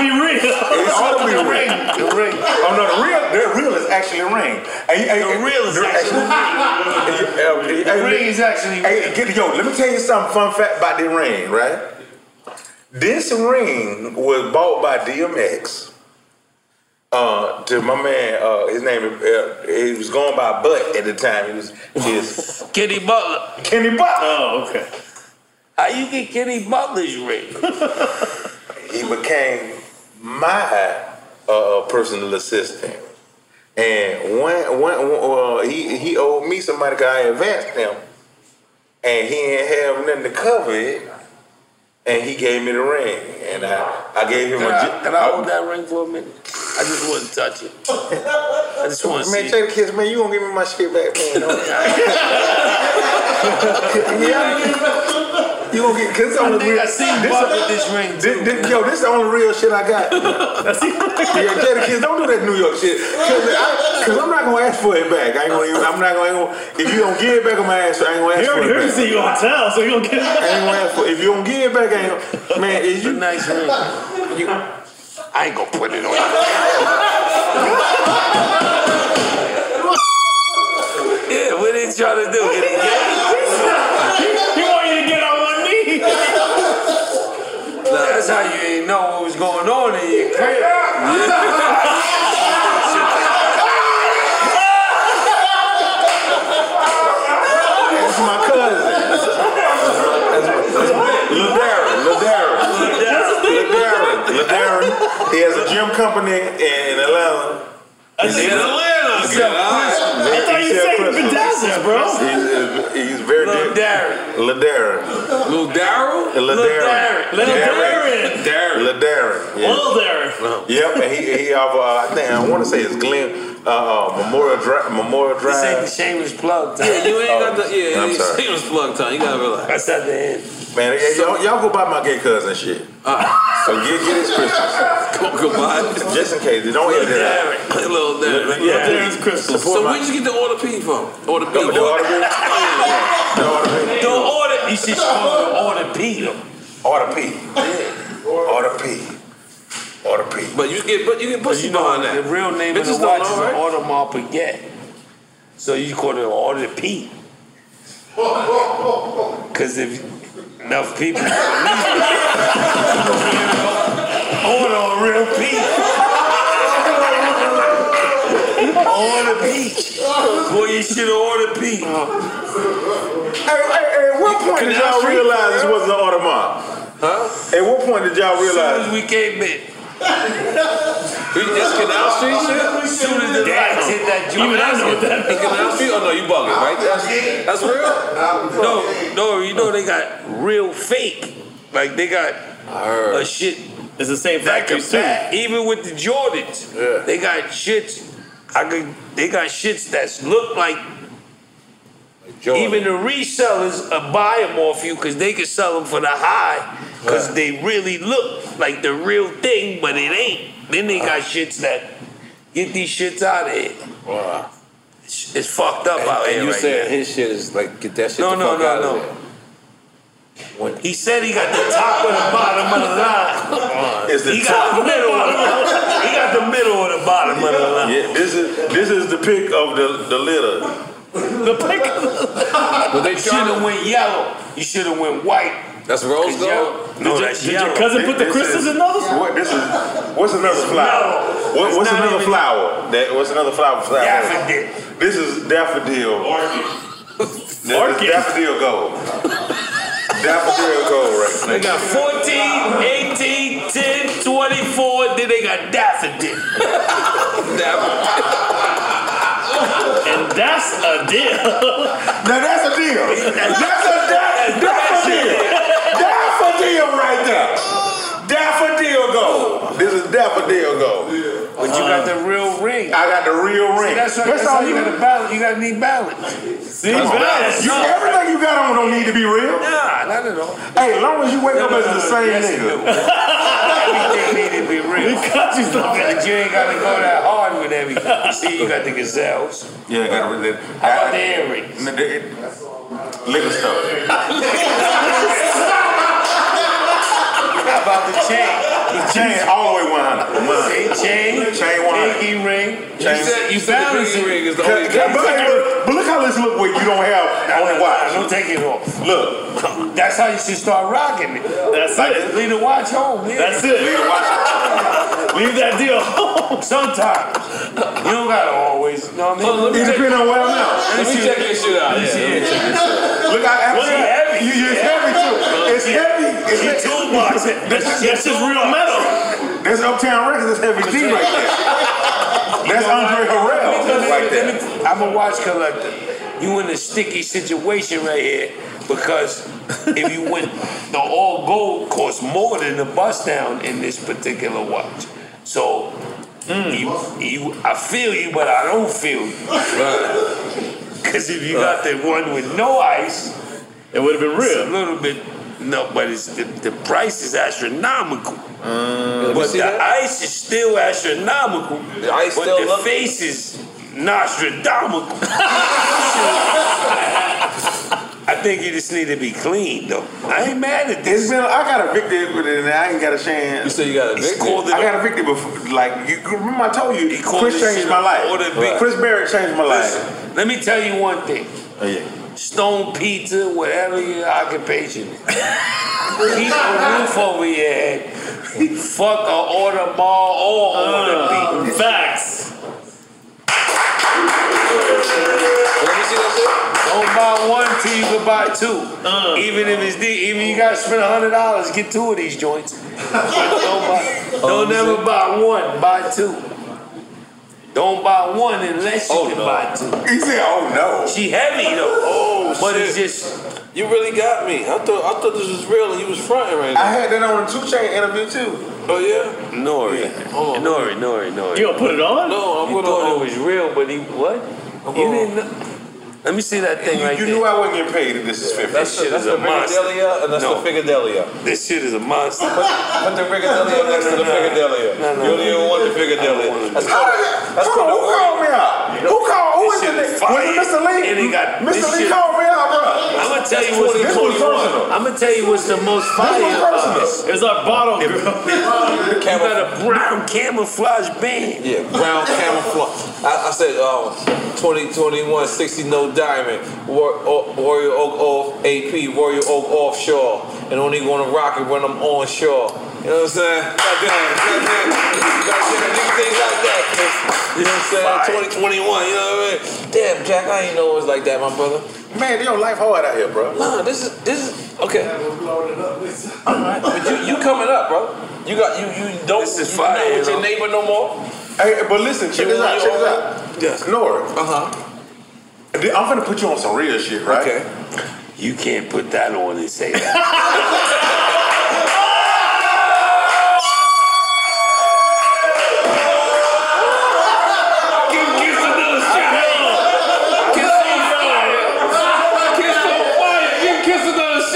Speaker 5: be real.
Speaker 8: It ought to be real. (laughs) The ring. Oh no, the real, the real is actually a ring. the real is (laughs) actually.
Speaker 7: The ring is actually
Speaker 8: Hey, get, yo, let me tell you something. Fun fact about the ring, right? This ring was bought by DMX uh, to my man. Uh, his name uh, he was going by Butt at the time. He was his
Speaker 6: (laughs) Kenny Butler.
Speaker 8: Kenny Butler.
Speaker 6: Oh, okay. How you get Kenny Butler's ring?
Speaker 8: (laughs) he became my uh, personal assistant. And when, when, uh, he he owed me somebody, 'cause I advanced him, and he ain't have nothing to cover it, and he gave me the ring, and I, I gave him
Speaker 6: Can
Speaker 8: a.
Speaker 6: I,
Speaker 8: ju-
Speaker 6: can I hold that ring for a minute? I just wouldn't touch (laughs) it. I just want to
Speaker 8: man,
Speaker 6: see.
Speaker 8: check the kids, man. You gonna give me my shit back, man?
Speaker 6: (laughs)
Speaker 8: Yeah. you gonna get? Cause it's the
Speaker 6: I
Speaker 8: only
Speaker 6: think
Speaker 8: real,
Speaker 6: I seen
Speaker 8: this-
Speaker 6: Buck with this ring,
Speaker 8: This, this, yo, this the only real shit I
Speaker 5: (laughs)
Speaker 8: got. yeah, Jada kids, don't do that New York shit. Cause, I, Cause I'm not gonna ask for it back. I ain't gonna. Even, I'm not gonna. I ain't gonna- If you don't give it back on my ass, I ain't gonna ask
Speaker 5: You
Speaker 8: for
Speaker 5: already
Speaker 8: it.
Speaker 5: heard
Speaker 8: back.
Speaker 5: you say you gonna tell, so you gonna give it back.
Speaker 8: I ain't gonna ask for. If you don't give it back, I ain't. gonna- Man, is you
Speaker 6: nice ring?
Speaker 8: You,
Speaker 6: I ain't gonna put it on. yeah, what they trying to do? Get it
Speaker 5: (laughs) He want you to get on one knee.
Speaker 6: Nah, that's how you ain't know what was going on in your crib.
Speaker 8: That's my cousin. Ladarian, Ladarian, Ladarian, Ladarian. He has a gym company in Atlanta. He's in Atlanta. He
Speaker 5: I thought you said Bedazzles,
Speaker 3: (laughs)
Speaker 5: bro.
Speaker 8: He's, he's very Ladarian. Ladarian. Ladarian. Ladarian.
Speaker 5: Ladarian.
Speaker 8: Ladarian. yeah.
Speaker 5: Ladarian.
Speaker 8: Yep, and he he off. Uh, I think I want to say it's Glen uh, uh, Memorial Drive. Memorial Drive.
Speaker 6: This ain't the shameless plug time.
Speaker 8: Yeah, you ain't got the- yeah,
Speaker 6: I'm
Speaker 8: it ain't
Speaker 6: sorry.
Speaker 8: shameless plug time. You gotta relax.
Speaker 6: That's at the end.
Speaker 8: Man, hey, y'all, y'all go buy my gay cousin shit. So get get his crystals. Uh, (laughs) go, go buy it. Just in case. Don't hit that.
Speaker 14: Little Darren.
Speaker 8: Yeah. Darren's crystals.
Speaker 14: So where'd you get the order P from? Order P.
Speaker 8: The- the order P?
Speaker 6: The order, you should call it order P. though.
Speaker 8: Order P. Order P. Order P.
Speaker 14: But you get but you get pussy
Speaker 6: You know,
Speaker 14: behind that.
Speaker 6: the real name of
Speaker 14: Bitches
Speaker 6: the
Speaker 14: don't
Speaker 6: watch
Speaker 14: know,
Speaker 6: is
Speaker 14: right?
Speaker 6: an Audemars Piguet. So you call it an order P. Because if enough people believe it, order a real P. order P. Boy, you should have ordered P.
Speaker 8: At what point did Uh-huh. y'all realize this wasn't an Audemars? Huh? At what point did y'all realize?
Speaker 6: As we came in.
Speaker 8: (laughs)
Speaker 14: That's Canal Street shit?
Speaker 6: Soon as the lights hit that joint.
Speaker 14: Even I know what that means. Canal Street? Oh no, you bugging, right? That's, that's real?
Speaker 6: No, no, you know they got real fake. Like they got a shit.
Speaker 5: It's the same factory too.
Speaker 6: Even with the Jordans, they got shits. I could. They got shits that look like. Even the resellers uh, buy them off you because they can sell them for the high because
Speaker 7: Right.
Speaker 6: they really look like the real thing, but it ain't. Then they got shits that get these shits out of here.
Speaker 14: Wow.
Speaker 6: It's, it's fucked up
Speaker 14: And,
Speaker 6: out
Speaker 14: and
Speaker 6: here
Speaker 14: you
Speaker 6: right
Speaker 14: saying
Speaker 6: now.
Speaker 14: his shit is like get that shit
Speaker 6: No,
Speaker 14: the
Speaker 6: no,
Speaker 14: fuck
Speaker 6: no,
Speaker 14: out
Speaker 6: no.
Speaker 14: of there.
Speaker 6: He said he got the top and the bottom of the line.
Speaker 8: It's the
Speaker 6: he got
Speaker 8: top
Speaker 6: the
Speaker 8: and the
Speaker 6: middle. Of
Speaker 8: bottom.
Speaker 6: the, he got the middle of the bottom of the line.
Speaker 8: Yeah, this is this is the pick of the the litter.
Speaker 6: The pick. But they should have went yellow. You should have went white.
Speaker 14: That's rose gold?
Speaker 6: No, that's yellow.
Speaker 8: This is- What, this is, what's another flower? What, what's another flower? That, what's another flower? flower?
Speaker 6: Daffodil.
Speaker 8: This is daffodil. Orchid. This is daffodil gold. daffodil gold right
Speaker 6: They got 14, 18, 10, 24, then they got daffodil. (laughs)
Speaker 5: And that's a deal.
Speaker 8: Now that's a deal. That's a da- daffodil. Daffodil right there. Daffodil gold. This is daffodil gold.
Speaker 6: But you got the real ring.
Speaker 8: I got the real
Speaker 6: See,
Speaker 8: ring.
Speaker 6: that's right. That's, all you got to balance. You got to need balance.
Speaker 5: See,
Speaker 8: Come on. You, everything you got on don't need to be real.
Speaker 6: Nah, not at all.
Speaker 8: Hey, as long as you wake up as the same nigga.
Speaker 6: Everything need to be real.
Speaker 5: cut you something.
Speaker 6: But you ain't got to go that hard with
Speaker 5: (laughs)
Speaker 6: everything. See, you got the gazelles.
Speaker 8: Yeah, I got rid of
Speaker 6: How about the earring?
Speaker 8: Liquor store.
Speaker 6: How about the chain?
Speaker 8: Chain all the way 100.
Speaker 6: Say chain,
Speaker 8: Chain 100.
Speaker 6: pinky ring.
Speaker 8: Chain.
Speaker 14: You said you said the
Speaker 6: Balance
Speaker 14: pinky
Speaker 6: it.
Speaker 14: ring is the
Speaker 8: Ca-
Speaker 14: only
Speaker 8: ca-
Speaker 14: thing.
Speaker 8: E. But, hey, but- but look how Now let's look what you don't have on the watch.
Speaker 6: Don't take it off.
Speaker 8: Look,
Speaker 6: (laughs) that's how you should start rocking it. That's
Speaker 8: Like,
Speaker 6: it. Leave the watch home. Yeah.
Speaker 8: That's it.
Speaker 6: Leave the watch. home. (laughs) Leave that deal home. Sometimes you don't gotta always. You know what I mean?
Speaker 8: Hold on, let me It check- depend on where I'm at.
Speaker 6: Let me check
Speaker 8: this shit out.
Speaker 6: Let me
Speaker 8: Yeah,
Speaker 6: see
Speaker 8: let me
Speaker 6: it.
Speaker 8: check this shit out. Look, I- I-
Speaker 6: Look, it's heavy.
Speaker 8: you- you- it's heavy, too. It's heavy. It's
Speaker 6: She
Speaker 8: heavy.
Speaker 6: toolbox it. That's, that's just real metal.
Speaker 8: That's Uptown Records. That's heavy D right there. That's Andre Harrell. Like that.
Speaker 6: I'm a watch collector. You in a sticky situation right here because if you win, the all gold costs more than the bust down in this particular watch. So Hmm. you, you, I feel you, but I don't feel you. Because if you got the one with no ice, it would have been real. a little bit. No, but it's the, the price is astronomical.
Speaker 13: let me
Speaker 6: but
Speaker 13: see
Speaker 6: the
Speaker 13: that.
Speaker 6: ice is still astronomical. The
Speaker 13: ice
Speaker 6: but
Speaker 13: still
Speaker 6: the
Speaker 13: look-
Speaker 6: face is nostradamus. I think you just need to be clean, though. I ain't mad at this.
Speaker 8: It's been, I got evicted with it and I ain't got a chance. You
Speaker 6: said you got evicted? called it
Speaker 8: I got evicted before. Like, you remember I told you,
Speaker 6: called
Speaker 8: Chris
Speaker 6: this
Speaker 8: changed
Speaker 6: shit
Speaker 8: my
Speaker 6: all
Speaker 8: life.
Speaker 6: the big-
Speaker 8: Chris Barrett changed my life.
Speaker 6: Listen, let me tell you one thing.
Speaker 8: Oh, yeah.
Speaker 6: Stone pizza, whatever your occupation is. Keep a roof over your head. Fuck a order mall or
Speaker 8: Uh,
Speaker 6: order beat. Facts. Don't buy one till you can buy two. even if it's deep, even you gotta spend hundred dollars, get two of these joints. But don't buy,
Speaker 3: Um,
Speaker 6: don't ever buy one, buy two. Don't buy one unless you can buy two.
Speaker 8: He said, "Oh no."
Speaker 6: She Oh, heavy though. Oh, but it's just
Speaker 3: You really got me. I thought I thought this was real and you was fronting right now.
Speaker 8: I had that on a two chain interview too.
Speaker 3: Oh yeah.
Speaker 6: Nori. Nori, Nori, Nori.
Speaker 3: You gonna put it on? No, I'm
Speaker 6: You
Speaker 3: gonna-
Speaker 6: thought it was real, but he what? You didn't. know- Let me see that thing
Speaker 3: You-
Speaker 6: right
Speaker 3: you
Speaker 6: there.
Speaker 3: knew I wasn't
Speaker 8: getting paid if this is 50.
Speaker 6: That
Speaker 3: That's
Speaker 6: shit
Speaker 3: the, that's
Speaker 6: is
Speaker 3: the
Speaker 6: a monster.
Speaker 3: Frigadelia and that's
Speaker 6: no.
Speaker 3: the Figadelia.
Speaker 6: This shit is a monster.
Speaker 3: Put, put the Frigadelia next to the Figadelia. you don't even want the Figadelia. That's called, that's
Speaker 8: Hold on, who called me out? Who called? Who is it? Was it Mr. Lee? Mr. Lee called me out, bro.
Speaker 6: I'm gonna tell you what's
Speaker 8: This
Speaker 6: the
Speaker 8: was
Speaker 6: most
Speaker 8: personal.
Speaker 6: I'm gonna tell you what's the most fire.
Speaker 8: was personal.
Speaker 6: It was our bottle girl.
Speaker 3: (laughs)
Speaker 6: you got a brown camouflage band.
Speaker 3: Yeah, brown camouflage. I, I said um, 20, 21, 60 no diamond, War, o, Warrior Oak off AP, Warrior Oak offshore, and only going to rock it when I'm onshore. You know what I'm saying? Goddamn, goddamn, goddamn, nigga, things like that. Chris. You know what I'm saying? 2021, you know what I mean? Damn, Jack, I ain't know it was like that, my brother.
Speaker 8: Man, they don't life hard out here, bro.
Speaker 3: Nah, this is this is okay.
Speaker 8: (laughs)
Speaker 3: But you, you coming up, bro? You got you you don't this is fire, you not with your neighbor no more.
Speaker 8: Hey, but listen, check this out. Check this out.
Speaker 3: Yes.
Speaker 8: Nora. Uh
Speaker 6: Uh-huh.
Speaker 8: huh. I'm gonna put you on some real shit, right? Okay.
Speaker 6: You can't put that on and say that.
Speaker 8: (laughs)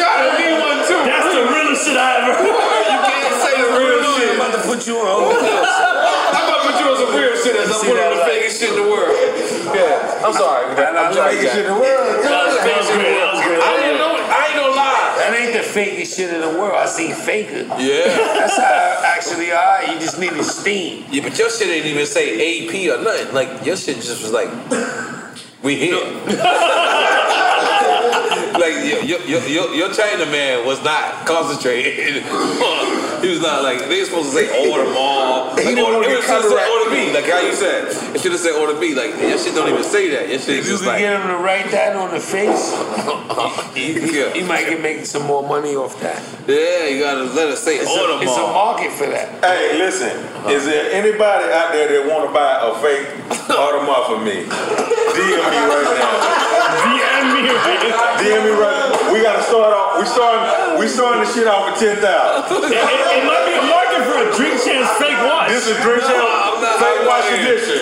Speaker 13: That's the realest shit I ever
Speaker 3: You can't say the real shit. I'm about to
Speaker 6: put you on.
Speaker 3: I'm about to put you on some real shit as I'm putting on the fakest shit in the world. Yeah, I'm sorry. I'm sorry,
Speaker 6: fakest
Speaker 3: Jack.
Speaker 6: shit in the world.
Speaker 3: No, no, no,
Speaker 6: That was great, that was great.
Speaker 3: I didn't know. I ain't gonna lie.
Speaker 6: That ain't the fakest shit in the world. I seen faker.
Speaker 3: Yeah.
Speaker 6: That's how actually I. You just needed steam.
Speaker 3: Yeah, but your shit didn't even say AP or nothing. Like your shit just was like, we here. like your your your your, your China man was not concentrated. (laughs) he was not like they were supposed to say order mall. Like, order, it was supposed to say order B, like how you said. It should have said order B. Like your shit don't even say that. Your shit is
Speaker 6: You
Speaker 3: just (laughs)
Speaker 6: can
Speaker 3: like
Speaker 6: get him to write that on the face. he, he- he might get making some more money off that.
Speaker 3: yeah. You gotta let us say
Speaker 6: It's
Speaker 3: order
Speaker 6: a, it's a
Speaker 3: mall.
Speaker 6: market for that.
Speaker 8: Hey, listen. Is there anybody out there that want to buy a fake Audemars from me? DM me right now. DM me right now. DM me right now. We gotta start off. We starting. We starting the shit off with ten thousand.
Speaker 13: It- it- it might be a market for a Drink Champs fake watch.
Speaker 8: This is drink
Speaker 13: No, I'm
Speaker 8: champ
Speaker 13: not-
Speaker 8: fake
Speaker 13: I'm
Speaker 8: watch
Speaker 13: lying.
Speaker 8: edition.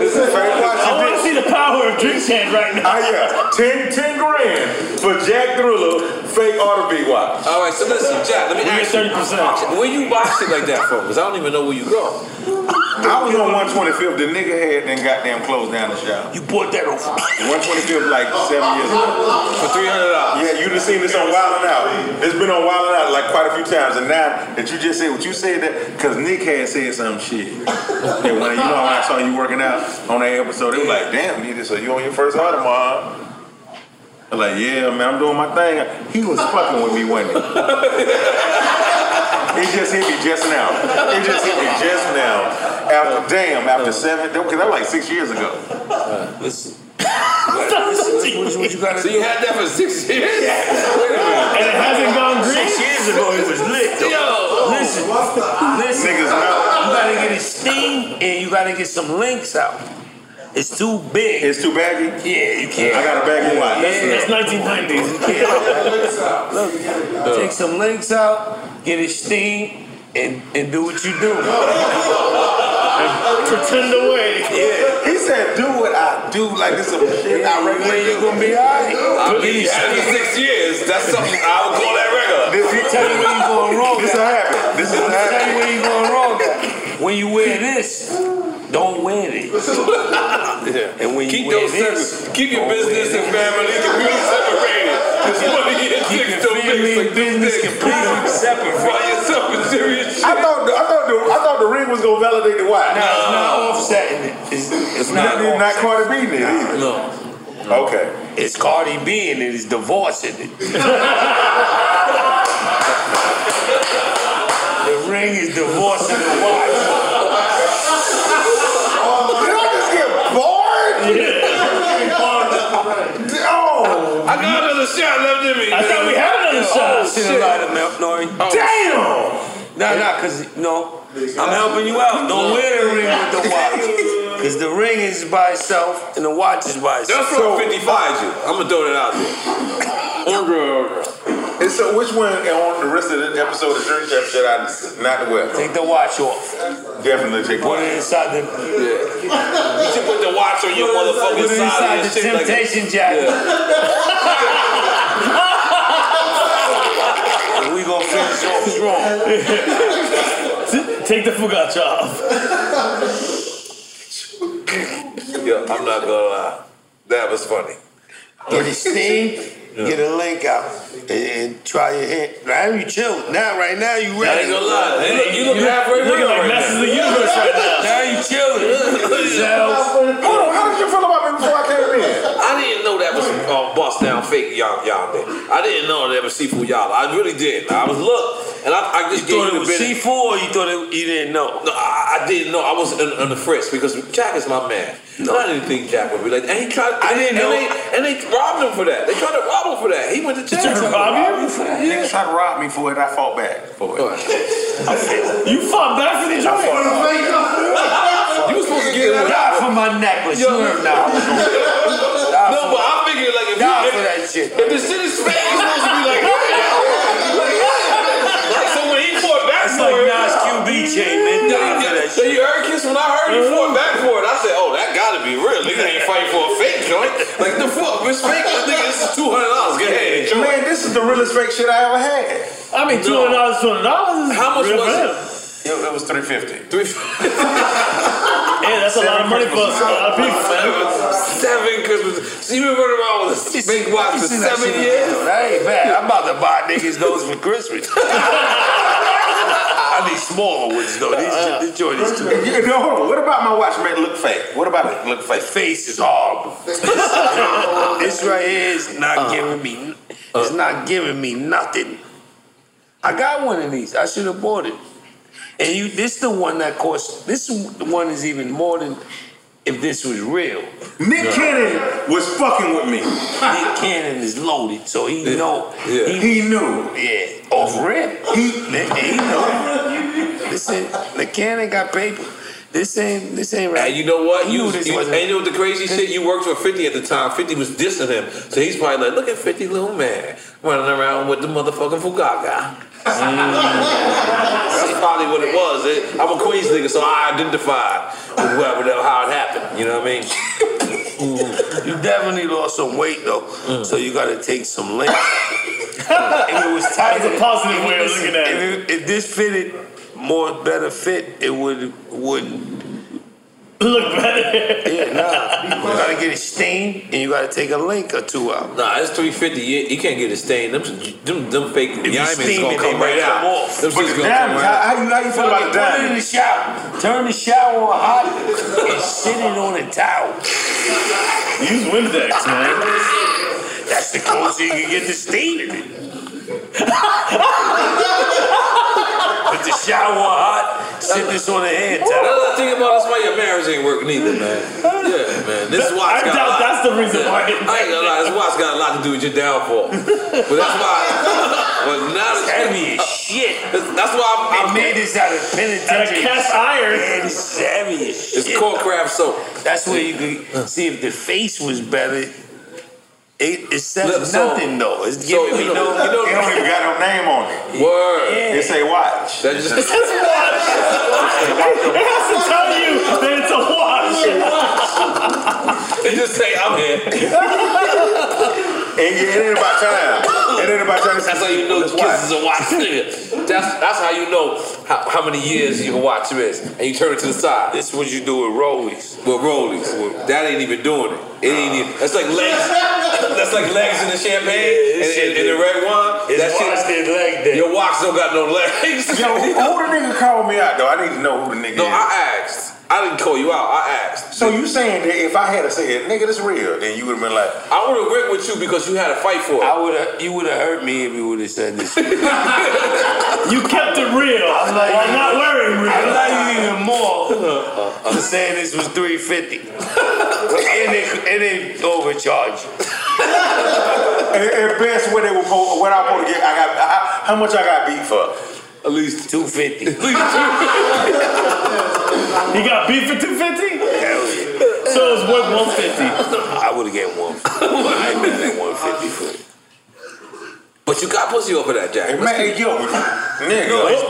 Speaker 8: This is fake watch
Speaker 13: I want to
Speaker 8: edition.
Speaker 13: see the power of Drink Champs right now.
Speaker 8: Ah, yeah. 10, 10 grand for Jack Thriller fake Auto B watch.
Speaker 3: All right, so listen, Jack. Let me
Speaker 8: We
Speaker 3: ask you.
Speaker 8: 30%.
Speaker 6: (laughs)
Speaker 3: Where you buy shit like that from? Because I don't even know where you go.
Speaker 8: I was on 125th. The nigga had then goddamn closed down the shop. You bought that on 125th like seven years ago
Speaker 3: For three hundred dollars.
Speaker 8: Yeah, you done seen this on Wild 'N Out. It's been on Wild 'N Out like quite a few times. And now that you just said what you said that because Nick had said some shit. and when you know when I saw you working out on that episode, they were like, "Damn, you just so you on your first hard tomorrow?" huh?" I'm like, "Yeah, man, I'm doing my thing." He was fucking with me one day. It just hit me just now. It just hit me just now. After damn, after seven, because that was like six years ago.
Speaker 3: listen.
Speaker 8: what you gotta
Speaker 3: So you had that for six years? Wait a minute.
Speaker 6: And it hasn't gone green?
Speaker 3: Six years ago, it was lit. Yo.
Speaker 6: Listen, listen. You gotta get it steamed and you gotta get some links out. It's too big.
Speaker 8: It's too baggy?
Speaker 6: Yeah, you can't.
Speaker 8: I got a baggy watch.
Speaker 6: Yeah, it's 1990s. You
Speaker 8: (laughs)
Speaker 6: can't. Look, take some links out, get it steamed, and, and do what you do. And pretend away.
Speaker 8: Yeah. He said, "Do what I do, like it's some shit I regularly do." You gonna be alright?
Speaker 3: I'll give you after six years. That's something I would call that regular.
Speaker 8: This is
Speaker 3: (laughs)
Speaker 6: tell you where you going wrong.
Speaker 8: This is habit. This is
Speaker 6: I'm gonna tell you where you going wrong. (laughs) at. When you wear this, don't wear it.
Speaker 3: Yeah.
Speaker 6: And when you
Speaker 3: keep
Speaker 6: wear
Speaker 3: those
Speaker 6: this,
Speaker 3: separate. Keep your business and family completely separated. Because you want to get chicks to mix like business completely separate. Find yourself in serious shit.
Speaker 8: I thought, I thought, the, I thought the ring was gonna validate the watch.
Speaker 6: No, it's not offsetting it. It's, it's not.
Speaker 8: Not- not Cardi B in it either.
Speaker 6: No.
Speaker 8: Okay.
Speaker 6: It's Cardi B and it is divorcing it. the ring is divorcing the watch.
Speaker 8: Did I just get bored? Oh,
Speaker 3: I got another shot left in me.
Speaker 6: I thought we had another shot.
Speaker 3: Oh,
Speaker 13: Seen a
Speaker 3: shit.
Speaker 13: lot of Mel Nori.
Speaker 6: Damn!
Speaker 13: Nah, nah, cause no, I'm helping you out. Don't wear the ring with the watch.
Speaker 6: Because the ring is by itself and the watch is by itself.
Speaker 3: That's what 55 you. I'm gonna throw that out there. On girl, on girl.
Speaker 8: And so, which one on the rest of the episode of Drink Chef should I not wear?
Speaker 6: Take the watch off.
Speaker 8: Definitely take
Speaker 6: Put
Speaker 8: one.
Speaker 6: it inside the,
Speaker 3: You should put the watch on your motherfucking
Speaker 6: put it
Speaker 3: side
Speaker 6: inside
Speaker 3: and
Speaker 6: the
Speaker 3: shit like that.
Speaker 6: temptation jacket. And we gonna finish off strong. Take the fugacha off.
Speaker 3: Yeah, I'm not gonna lie. That was funny.
Speaker 6: Get it steam, get a link out, and, and try your hand. Now you chill. Now, right now, you
Speaker 3: I
Speaker 6: ready.
Speaker 3: ain't gonna lie. Hey, look, you look halfway
Speaker 6: looking
Speaker 3: real
Speaker 6: like
Speaker 3: right
Speaker 6: Masters
Speaker 3: now.
Speaker 6: of the Universe right now.
Speaker 3: Now you
Speaker 6: (laughs)
Speaker 3: chilling. Zells.
Speaker 8: Hold on, how did you feel about me before I came in?
Speaker 3: I didn't know that was uh, bust down fake y'all y'all there. I didn't know that was seafood y'all. I really did. I was look, and I, I just
Speaker 13: You
Speaker 3: gave
Speaker 13: thought it
Speaker 3: you the
Speaker 13: was
Speaker 3: benefit.
Speaker 13: C4 or you thought it, you didn't know?
Speaker 3: No, I, I didn't know. I was on, on the fritz because Jack is my man. And I didn't think Jack would be like. And he tried.
Speaker 13: I didn't
Speaker 3: and
Speaker 13: know.
Speaker 3: They, and they robbed him for that. They tried to rob him for that. He went to jail.
Speaker 6: tried to rob you?
Speaker 8: Niggas tried to rob me for it. I fought back for it.
Speaker 6: You fought back for the joint.
Speaker 3: You was supposed to
Speaker 13: (laughs)
Speaker 3: get him.
Speaker 6: Die for my necklace. You
Speaker 3: Yo.
Speaker 6: heard now.
Speaker 3: No, but I figured like if, you,
Speaker 6: Die for
Speaker 3: if,
Speaker 6: that shit.
Speaker 3: if the shit is fake, it's supposed to be like. like, like, so when he fought back
Speaker 13: It's
Speaker 3: for
Speaker 13: like
Speaker 3: it,
Speaker 13: Nas QB chain, man. Nah, for that
Speaker 3: So
Speaker 13: shit. Uh-huh.
Speaker 3: you heard Kiss when I heard he fought back for it. I said, "Oh, that gotta be real. Nigga ain't fighting for a fake joint. Like the fuck, it's fake. I think this is (laughs) two hundred dollars. Go ahead, enjoy."
Speaker 8: Man, this is the realest fake shit I ever had.
Speaker 6: I mean, two hundred dollars, two hundred dollars.
Speaker 3: How much was it?
Speaker 8: Yo, that was 350.
Speaker 3: Three,
Speaker 6: Yeah, that's a lot of money for us. a lot of people, man.
Speaker 3: seven Christmas. So you been running around with a big watch for seven years.
Speaker 6: That ain't bad. I'm about to buy niggas those for Christmas. I need smaller ones though. These, this joint is too.
Speaker 8: Yeah, no, hold on. What about my watch man look fake? What about it look fake?
Speaker 6: Face is horrible.
Speaker 8: (laughs)
Speaker 6: (laughs) this right here is not
Speaker 3: Uh,
Speaker 6: giving me. It's not giving me nothing. I got one of these. I should have bought it. And you, this the one that costs. This one is even more than if this was real.
Speaker 8: Nick Cannon was fucking with me.
Speaker 6: Nick Cannon is loaded, so he know.
Speaker 3: Yeah.
Speaker 6: He,
Speaker 8: He knew.
Speaker 6: yeah, off rip. He, Nick, he know. This ain't Nick Cannon got paper. This ain't this ain't right.
Speaker 3: And you know what?
Speaker 6: He
Speaker 3: You,
Speaker 6: knew this
Speaker 3: you-
Speaker 6: wasn't-
Speaker 3: and you know what the crazy shit? You worked for 50 at the time. 50 was dissing him. So he's probably like, look at 50 little man running around with the motherfucking Fugaga.
Speaker 6: Mm.
Speaker 3: That's probably what it was. It- I'm a Queens nigga, so I identify with whoever, the- how it happened. You know what I mean?
Speaker 6: (laughs) You definitely lost some weight though, so you got to take some length. if it was tight,
Speaker 15: That's a (laughs) positive way of looking at
Speaker 6: if it. If this fitted more better fit, it would wouldn't. look better. yeah, nah. You gotta get it stained and you gotta take a link or two out.
Speaker 3: Nah, it's 350. You, you can't get it stained. Them, them, them fake
Speaker 6: If you
Speaker 3: diamonds
Speaker 6: steam
Speaker 3: gonna
Speaker 6: it, they
Speaker 3: come
Speaker 6: might
Speaker 3: right out.
Speaker 6: come off.
Speaker 3: Them
Speaker 6: But
Speaker 3: shit's
Speaker 6: the
Speaker 3: gonna come
Speaker 6: diamonds,
Speaker 3: right
Speaker 6: how-
Speaker 3: out.
Speaker 6: how you- how you feel about
Speaker 3: Fuck it,
Speaker 6: the
Speaker 3: put it in
Speaker 6: diamonds? Shower. Turn the shower on hot and sit it on a towel. Use Windex, man. That's the closest you can get to steaming it. (laughs) Put the shower on hot, sit this on a hand towel.
Speaker 3: Another thing about that's why your marriage ain't working either, man. Yeah, man. This watch
Speaker 13: I
Speaker 3: got
Speaker 13: doubt
Speaker 3: a lot.
Speaker 13: that's the reason
Speaker 3: Yeah.
Speaker 13: why it-
Speaker 3: I ain't gonna lie. This watch got a lot to do with your downfall. but that's why. (laughs) But now it's heavy as shit. That's why I'm, I'm
Speaker 6: made this out of penitentiary. Man, it's heavy as shit.
Speaker 3: It's corn crab soap.
Speaker 6: That's where you can see if the face was better. It, it says
Speaker 8: Look, so-
Speaker 6: nothing though. It's
Speaker 8: so,
Speaker 6: giving me
Speaker 8: you know-
Speaker 6: no.
Speaker 8: you know- They don't even got no name on it.
Speaker 3: Word.
Speaker 8: It say watch.
Speaker 3: That
Speaker 13: It
Speaker 3: (laughs)
Speaker 13: says watch. It has to tell you that it's a watch.
Speaker 3: They just say I'm here.
Speaker 6: (laughs)
Speaker 8: and it ain't about time. It ain't about time.
Speaker 3: That's how you know the kiss is a watch nigga. That's that's how you know how, how many years your watch is, and you turn it to the side. This is what you do with rollies. With rollies, that ain't even doing it. It ain't even. That's like legs.
Speaker 8: (laughs)
Speaker 3: that's like legs in the champagne and, and, and the red wine. that shit. Leg day. Your watch don't got no
Speaker 8: (laughs)
Speaker 3: legs.
Speaker 8: Yo, who, who the nigga called me out though? I need to know who the nigga
Speaker 3: no,
Speaker 8: is.
Speaker 3: I asked. I didn't call you out. I asked.
Speaker 8: So you saying that if I had to say it, nigga, this real, then you would have been like,
Speaker 3: I would have worked with you because you had a fight for it.
Speaker 6: I would have. You would have hurt me if you would have said
Speaker 3: (laughs)
Speaker 6: this.
Speaker 13: You kept it real
Speaker 6: I'm like,
Speaker 13: while not wearing real.
Speaker 6: I like you even more for saying this was three fifty, and it and it overcharged.
Speaker 8: at, at best, what they were, po- what I'm gonna get, I got, I, how much I got beat for?
Speaker 6: At least
Speaker 8: (laughs)
Speaker 6: two fifty.
Speaker 13: You got beef for 250? So it's worth 150.
Speaker 6: I would have get one. I would have get one fifty for it.
Speaker 3: But you got pussy over that, Jack.
Speaker 8: Man, yo,
Speaker 6: No, his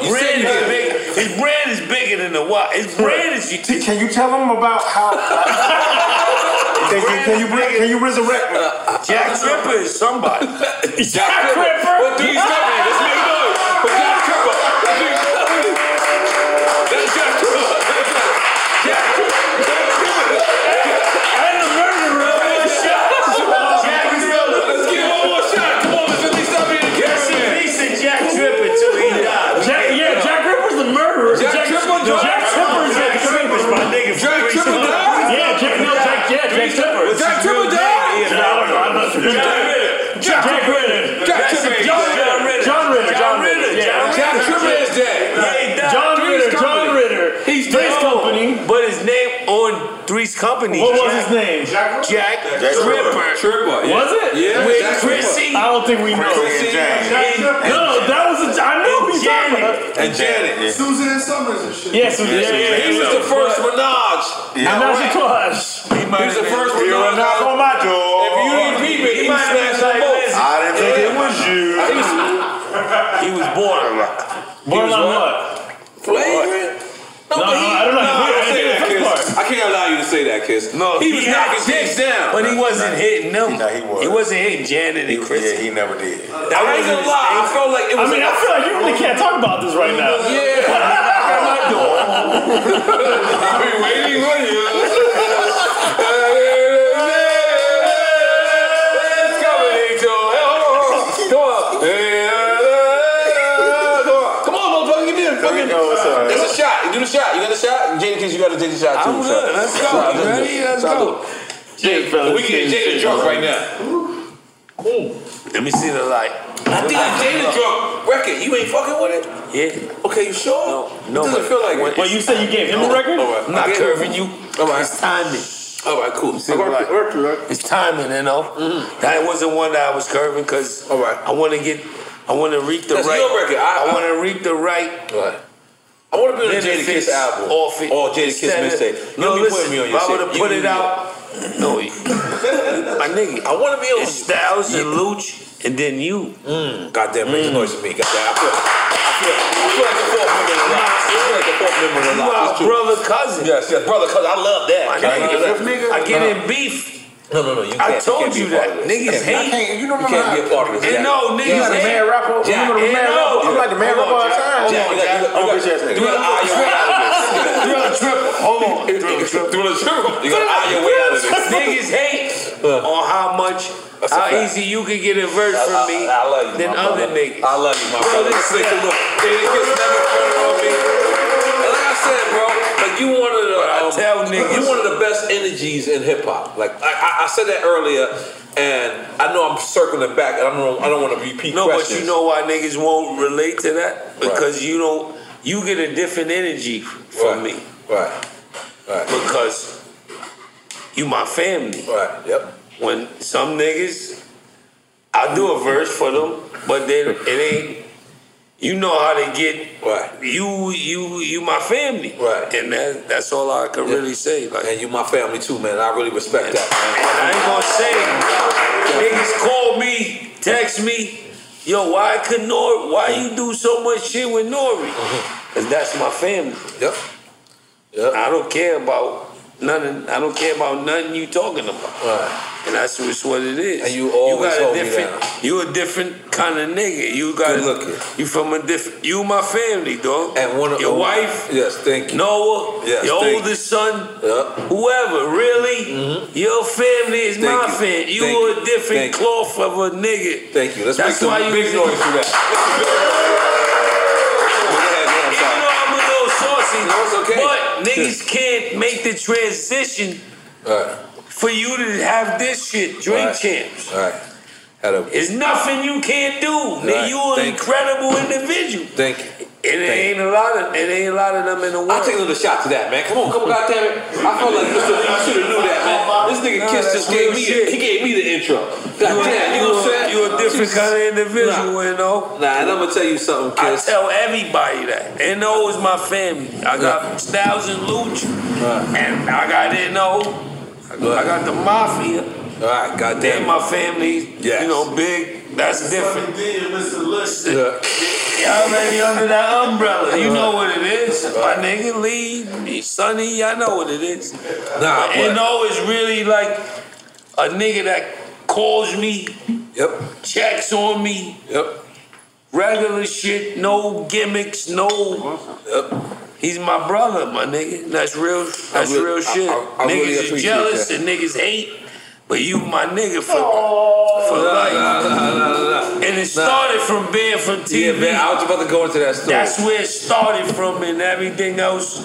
Speaker 8: nigga, you
Speaker 6: brand
Speaker 8: said
Speaker 6: is
Speaker 8: that.
Speaker 6: big. His brand is bigger than the watch. His brand is.
Speaker 8: Can you tell them about how?
Speaker 6: (laughs)
Speaker 8: can, you, can you bring? Can you resurrect me?
Speaker 6: Jack Tripper is somebody.
Speaker 3: (laughs) Jack Cripper. What do you say? Let's make noise. For Jack Cripper. That's Jack Cripper. Jack Cripper.
Speaker 13: And the murderer of the shot.
Speaker 6: Jack Tripper.
Speaker 3: Let's give one more shot. Come on, let's at least stop being the
Speaker 6: Rest in peace to Jack Tripper till he died.
Speaker 13: Jack, yeah, Jack Ripper's the murderer.
Speaker 6: Jack
Speaker 13: Jack,
Speaker 6: Tripper died?
Speaker 13: Jack Tripper's
Speaker 6: Jack
Speaker 13: the
Speaker 6: Tripper's my nigga for
Speaker 13: Jack
Speaker 6: three
Speaker 13: Tripper
Speaker 6: songs.
Speaker 13: died? Yeah, Jack, no, Jack, yeah, Jack Tripper.
Speaker 6: Jack Tripper died?
Speaker 13: Yeah, I don't know. I'm not sure.
Speaker 6: Jack Ritter.
Speaker 13: Jack Ritter.
Speaker 6: Jack Tripper.
Speaker 13: John Ritter. John Ritter. John Ritter. yeah.
Speaker 6: Jack Tripper is dead. Yeah, he died.
Speaker 13: John Ritter. John
Speaker 6: Three's Company.
Speaker 13: Ritter.
Speaker 6: He's
Speaker 13: Three's
Speaker 6: dead.
Speaker 13: Company.
Speaker 6: But his name on Three's Company.
Speaker 13: What was
Speaker 6: Jack-
Speaker 13: his name?
Speaker 6: Jack Tripper.
Speaker 3: Tripper.
Speaker 13: Was it?
Speaker 6: With Chrissy.
Speaker 13: I don't think we know.
Speaker 6: Chrissy and Jack.
Speaker 13: And- No, that was a. I know he's talking about.
Speaker 3: And Janet.
Speaker 16: Susan and Summers and shit.
Speaker 13: Yes, yeah, yeah, yeah.
Speaker 3: He was the first Minaj.
Speaker 13: Yeah. Menage a trois.
Speaker 3: He was the first
Speaker 8: You
Speaker 3: Minaj.
Speaker 8: were knock on my door.
Speaker 3: If you didn't peep it,
Speaker 6: He
Speaker 3: he
Speaker 6: might have been
Speaker 3: smashed
Speaker 6: like
Speaker 3: them both.
Speaker 6: this.
Speaker 8: I didn't think it was you.
Speaker 3: He was
Speaker 6: He was born.
Speaker 13: Born on what?
Speaker 3: flagrant.
Speaker 13: No, no,
Speaker 3: but he-
Speaker 13: I don't know.
Speaker 3: No, I don't
Speaker 13: I
Speaker 3: say
Speaker 13: think
Speaker 3: that,
Speaker 13: the first
Speaker 3: Kiss. I can't allow you to say that, Kiss. No, he was
Speaker 6: he
Speaker 3: knocking
Speaker 6: had
Speaker 3: dicks down.
Speaker 6: But he wasn't hitting them.
Speaker 8: Nah, he was.
Speaker 6: He wasn't hitting Janet and Chrissy.
Speaker 8: Yeah, he never did.
Speaker 3: I
Speaker 6: That
Speaker 3: ain't
Speaker 6: wasn't
Speaker 3: gonna lie. I felt like
Speaker 13: I
Speaker 3: it was.
Speaker 13: mean, I feel like you really can't talk about this right now.
Speaker 3: yeah.
Speaker 6: my door.
Speaker 3: I've been waiting for you. It's coming, Angel. Hey, hold on, hold on. Come on. Hey, uh, come on. Come on, motherfucker, give me a fucking.
Speaker 8: No, it's all right.
Speaker 3: That's a shot. You do the shot. You got a shot? Jada Kiss, you got to take the shot too.
Speaker 6: I'm good. Let's go.
Speaker 3: Shot.
Speaker 6: You ready? Let's go.
Speaker 3: Jada, we can get Jada drunk right now.
Speaker 6: Let me see the light.
Speaker 3: I think if Jada drunk record, you ain't fucking with it?
Speaker 6: Yeah.
Speaker 3: Okay, you sure?
Speaker 6: No, no,
Speaker 3: It doesn't
Speaker 6: but-
Speaker 3: feel like it.
Speaker 13: Well, you said you gave him the record?
Speaker 3: All right.
Speaker 6: I'm not
Speaker 3: Okay.
Speaker 6: curving you.
Speaker 3: All right.
Speaker 6: It's timing.
Speaker 3: All right, cool.
Speaker 6: See the light. It's timing, you know. That wasn't one that I was curving because
Speaker 3: Mm-hmm. All right.
Speaker 6: I want to get, I want to reap the
Speaker 3: That's
Speaker 6: right.
Speaker 3: your record. I-
Speaker 6: I,
Speaker 3: I-
Speaker 6: want to reap the right.
Speaker 3: Right. I want to be on the Jada Kiss
Speaker 6: benefits
Speaker 3: album.
Speaker 6: Off it.
Speaker 3: Or Jada Kiss
Speaker 6: instead of-
Speaker 3: mixtape.
Speaker 6: No,
Speaker 3: Don't be
Speaker 6: listen,
Speaker 3: putting me on
Speaker 6: if
Speaker 3: your
Speaker 6: I
Speaker 3: shit.
Speaker 6: would have
Speaker 3: You
Speaker 6: put
Speaker 3: need
Speaker 6: it
Speaker 3: me.
Speaker 6: out. No, (laughs) you- my nigga.
Speaker 3: I want to be on
Speaker 6: It's Styles and Luch, and then you. Mm.
Speaker 3: you. Goddamn, make the noise for me. Goddamn, I feel, I feel, I feel like a fourth member of the lot. I feel like a fourth member of the
Speaker 6: You
Speaker 3: lot.
Speaker 6: our
Speaker 3: It's true.
Speaker 6: brother cousin.
Speaker 3: Yes, yes, brother, cause I love that.
Speaker 6: My
Speaker 3: Can I get that?
Speaker 6: nigga. I get in beef.
Speaker 3: No, no, no, you
Speaker 6: I
Speaker 3: can't.
Speaker 6: told
Speaker 3: can't be
Speaker 6: you
Speaker 3: a part of
Speaker 6: that.
Speaker 3: this.
Speaker 6: Niggas
Speaker 3: You
Speaker 6: hate.
Speaker 3: can't-
Speaker 8: Hey, you know
Speaker 3: You can't be a part of this.
Speaker 6: And
Speaker 3: Jack.
Speaker 6: no, niggas
Speaker 8: You got a
Speaker 6: hate.
Speaker 8: man rapper. You
Speaker 3: Jack.
Speaker 8: know the man
Speaker 6: And
Speaker 8: rapper.
Speaker 6: no.
Speaker 8: I'm like the man
Speaker 6: Hold
Speaker 8: rapper
Speaker 6: on,
Speaker 8: of all
Speaker 6: Jack.
Speaker 8: time.
Speaker 3: Jack, you got- you got-
Speaker 8: I'm bitch ass
Speaker 3: you
Speaker 8: nigga.
Speaker 3: got an eye, you got an eye.
Speaker 6: Thriller Triple. Hold on. Thriller Triple.
Speaker 3: Through
Speaker 6: niggas hate on how much,
Speaker 3: That's a
Speaker 6: how
Speaker 3: fact.
Speaker 6: easy you can get a verse
Speaker 3: I-
Speaker 6: from
Speaker 3: I-
Speaker 6: me
Speaker 3: I love you,
Speaker 6: than
Speaker 3: my
Speaker 6: other
Speaker 3: brother.
Speaker 6: niggas.
Speaker 3: I love you, my brother.
Speaker 6: this
Speaker 3: Take a
Speaker 6: nigga-
Speaker 3: look. It gets never better on me. And like I said, bro, like you one of the um, you one of the best energies in hip hop. Like I, I, I said that earlier, and I know I'm circling back, and I don't I don't want to repeat
Speaker 6: No, but
Speaker 3: questions.
Speaker 6: you know why niggas won't relate to that because you don't. You get a different energy from me.
Speaker 3: Right. Right.
Speaker 6: Because you my family.
Speaker 3: Right. Yep.
Speaker 6: When some niggas, I do a verse for them, but then it ain't. You know how to get.
Speaker 3: Right.
Speaker 6: You you you my family. Right. And that that's all I can really say. Like,
Speaker 3: and you my family too, man. I really respect that.
Speaker 6: And I ain't gonna say niggas call me, text me, yo, why could Nor why you do so much shit with Nori? Cause that's my family.
Speaker 3: Uh-huh. Yep.
Speaker 6: I don't care about nothing. I don't care about nothing you talking about.
Speaker 3: Right.
Speaker 6: And that's just what it is. And you
Speaker 3: always
Speaker 6: got a
Speaker 3: hold me
Speaker 6: different.
Speaker 3: down.
Speaker 6: You a different kind of nigga. You got
Speaker 3: looking.
Speaker 6: You from a different. You my family, dog.
Speaker 3: And one of
Speaker 6: your
Speaker 3: oh,
Speaker 6: wife,
Speaker 3: Yes, thank you.
Speaker 6: Noah,
Speaker 3: Yes,
Speaker 6: your
Speaker 3: thank
Speaker 6: oldest son, whoever, really,
Speaker 3: Mm-hmm.
Speaker 6: your family is
Speaker 3: Thank
Speaker 6: my
Speaker 3: you.
Speaker 6: family. You
Speaker 3: Thank
Speaker 6: a
Speaker 3: you.
Speaker 6: different
Speaker 3: Thank you.
Speaker 6: cloth of a nigga.
Speaker 3: Thank you. Let's
Speaker 6: That's
Speaker 3: make
Speaker 6: why
Speaker 3: some
Speaker 6: you
Speaker 3: big noise for that.
Speaker 6: Even though I'm a little saucy, but niggas can't make the transition for you to have this shit, drink
Speaker 3: Right.
Speaker 6: champs.
Speaker 3: All right. Had a-
Speaker 6: It's nothing you can't do.
Speaker 3: Right.
Speaker 6: Nigga, You an
Speaker 3: Thank you.
Speaker 6: incredible individual.
Speaker 3: Thank you.
Speaker 6: And it ain't a lot of it ain't a lot of them in the world.
Speaker 3: I take a little shot to that, man. Come on, come on, goddamn it. I felt like Mr. Lee, you should have knew that, man. This nigga
Speaker 6: Nah,
Speaker 3: Kiss
Speaker 6: that's
Speaker 3: just gave
Speaker 6: real
Speaker 3: me
Speaker 6: shit.
Speaker 3: he gave me the intro. Goddamn, you know what I'm saying?
Speaker 6: You're a different kind of individual, you know.
Speaker 3: Nah, and I'm gonna tell you something,
Speaker 6: I
Speaker 3: Kiss.
Speaker 6: tell everybody that. And O is my family. I got Styles and Luch, and I got N.O. I got the Mafia.
Speaker 3: All right, goddamn.
Speaker 6: They're my family.
Speaker 3: Yes.
Speaker 6: You know, big. That's different.
Speaker 3: Yeah. Uh-huh.
Speaker 6: Y'all already under that umbrella. You know what it is. My nigga Lee, Sonny, I know what it is.
Speaker 3: Nah,
Speaker 6: but
Speaker 3: but-
Speaker 6: N.O. is really like a nigga that calls me,
Speaker 3: yep.
Speaker 6: checks on me,
Speaker 3: yep.
Speaker 6: regular shit, no gimmicks, no. He's my brother, my nigga. That's real. That's
Speaker 3: really-
Speaker 6: real
Speaker 3: I-
Speaker 6: shit.
Speaker 3: I- I really
Speaker 6: niggas
Speaker 3: appreciate
Speaker 6: is jealous
Speaker 3: that.
Speaker 6: and niggas hate, but you my nigga for for life. And it started from being from TV.
Speaker 3: Yeah, man, I was about to go into that story.
Speaker 6: That's where it started from, and everything else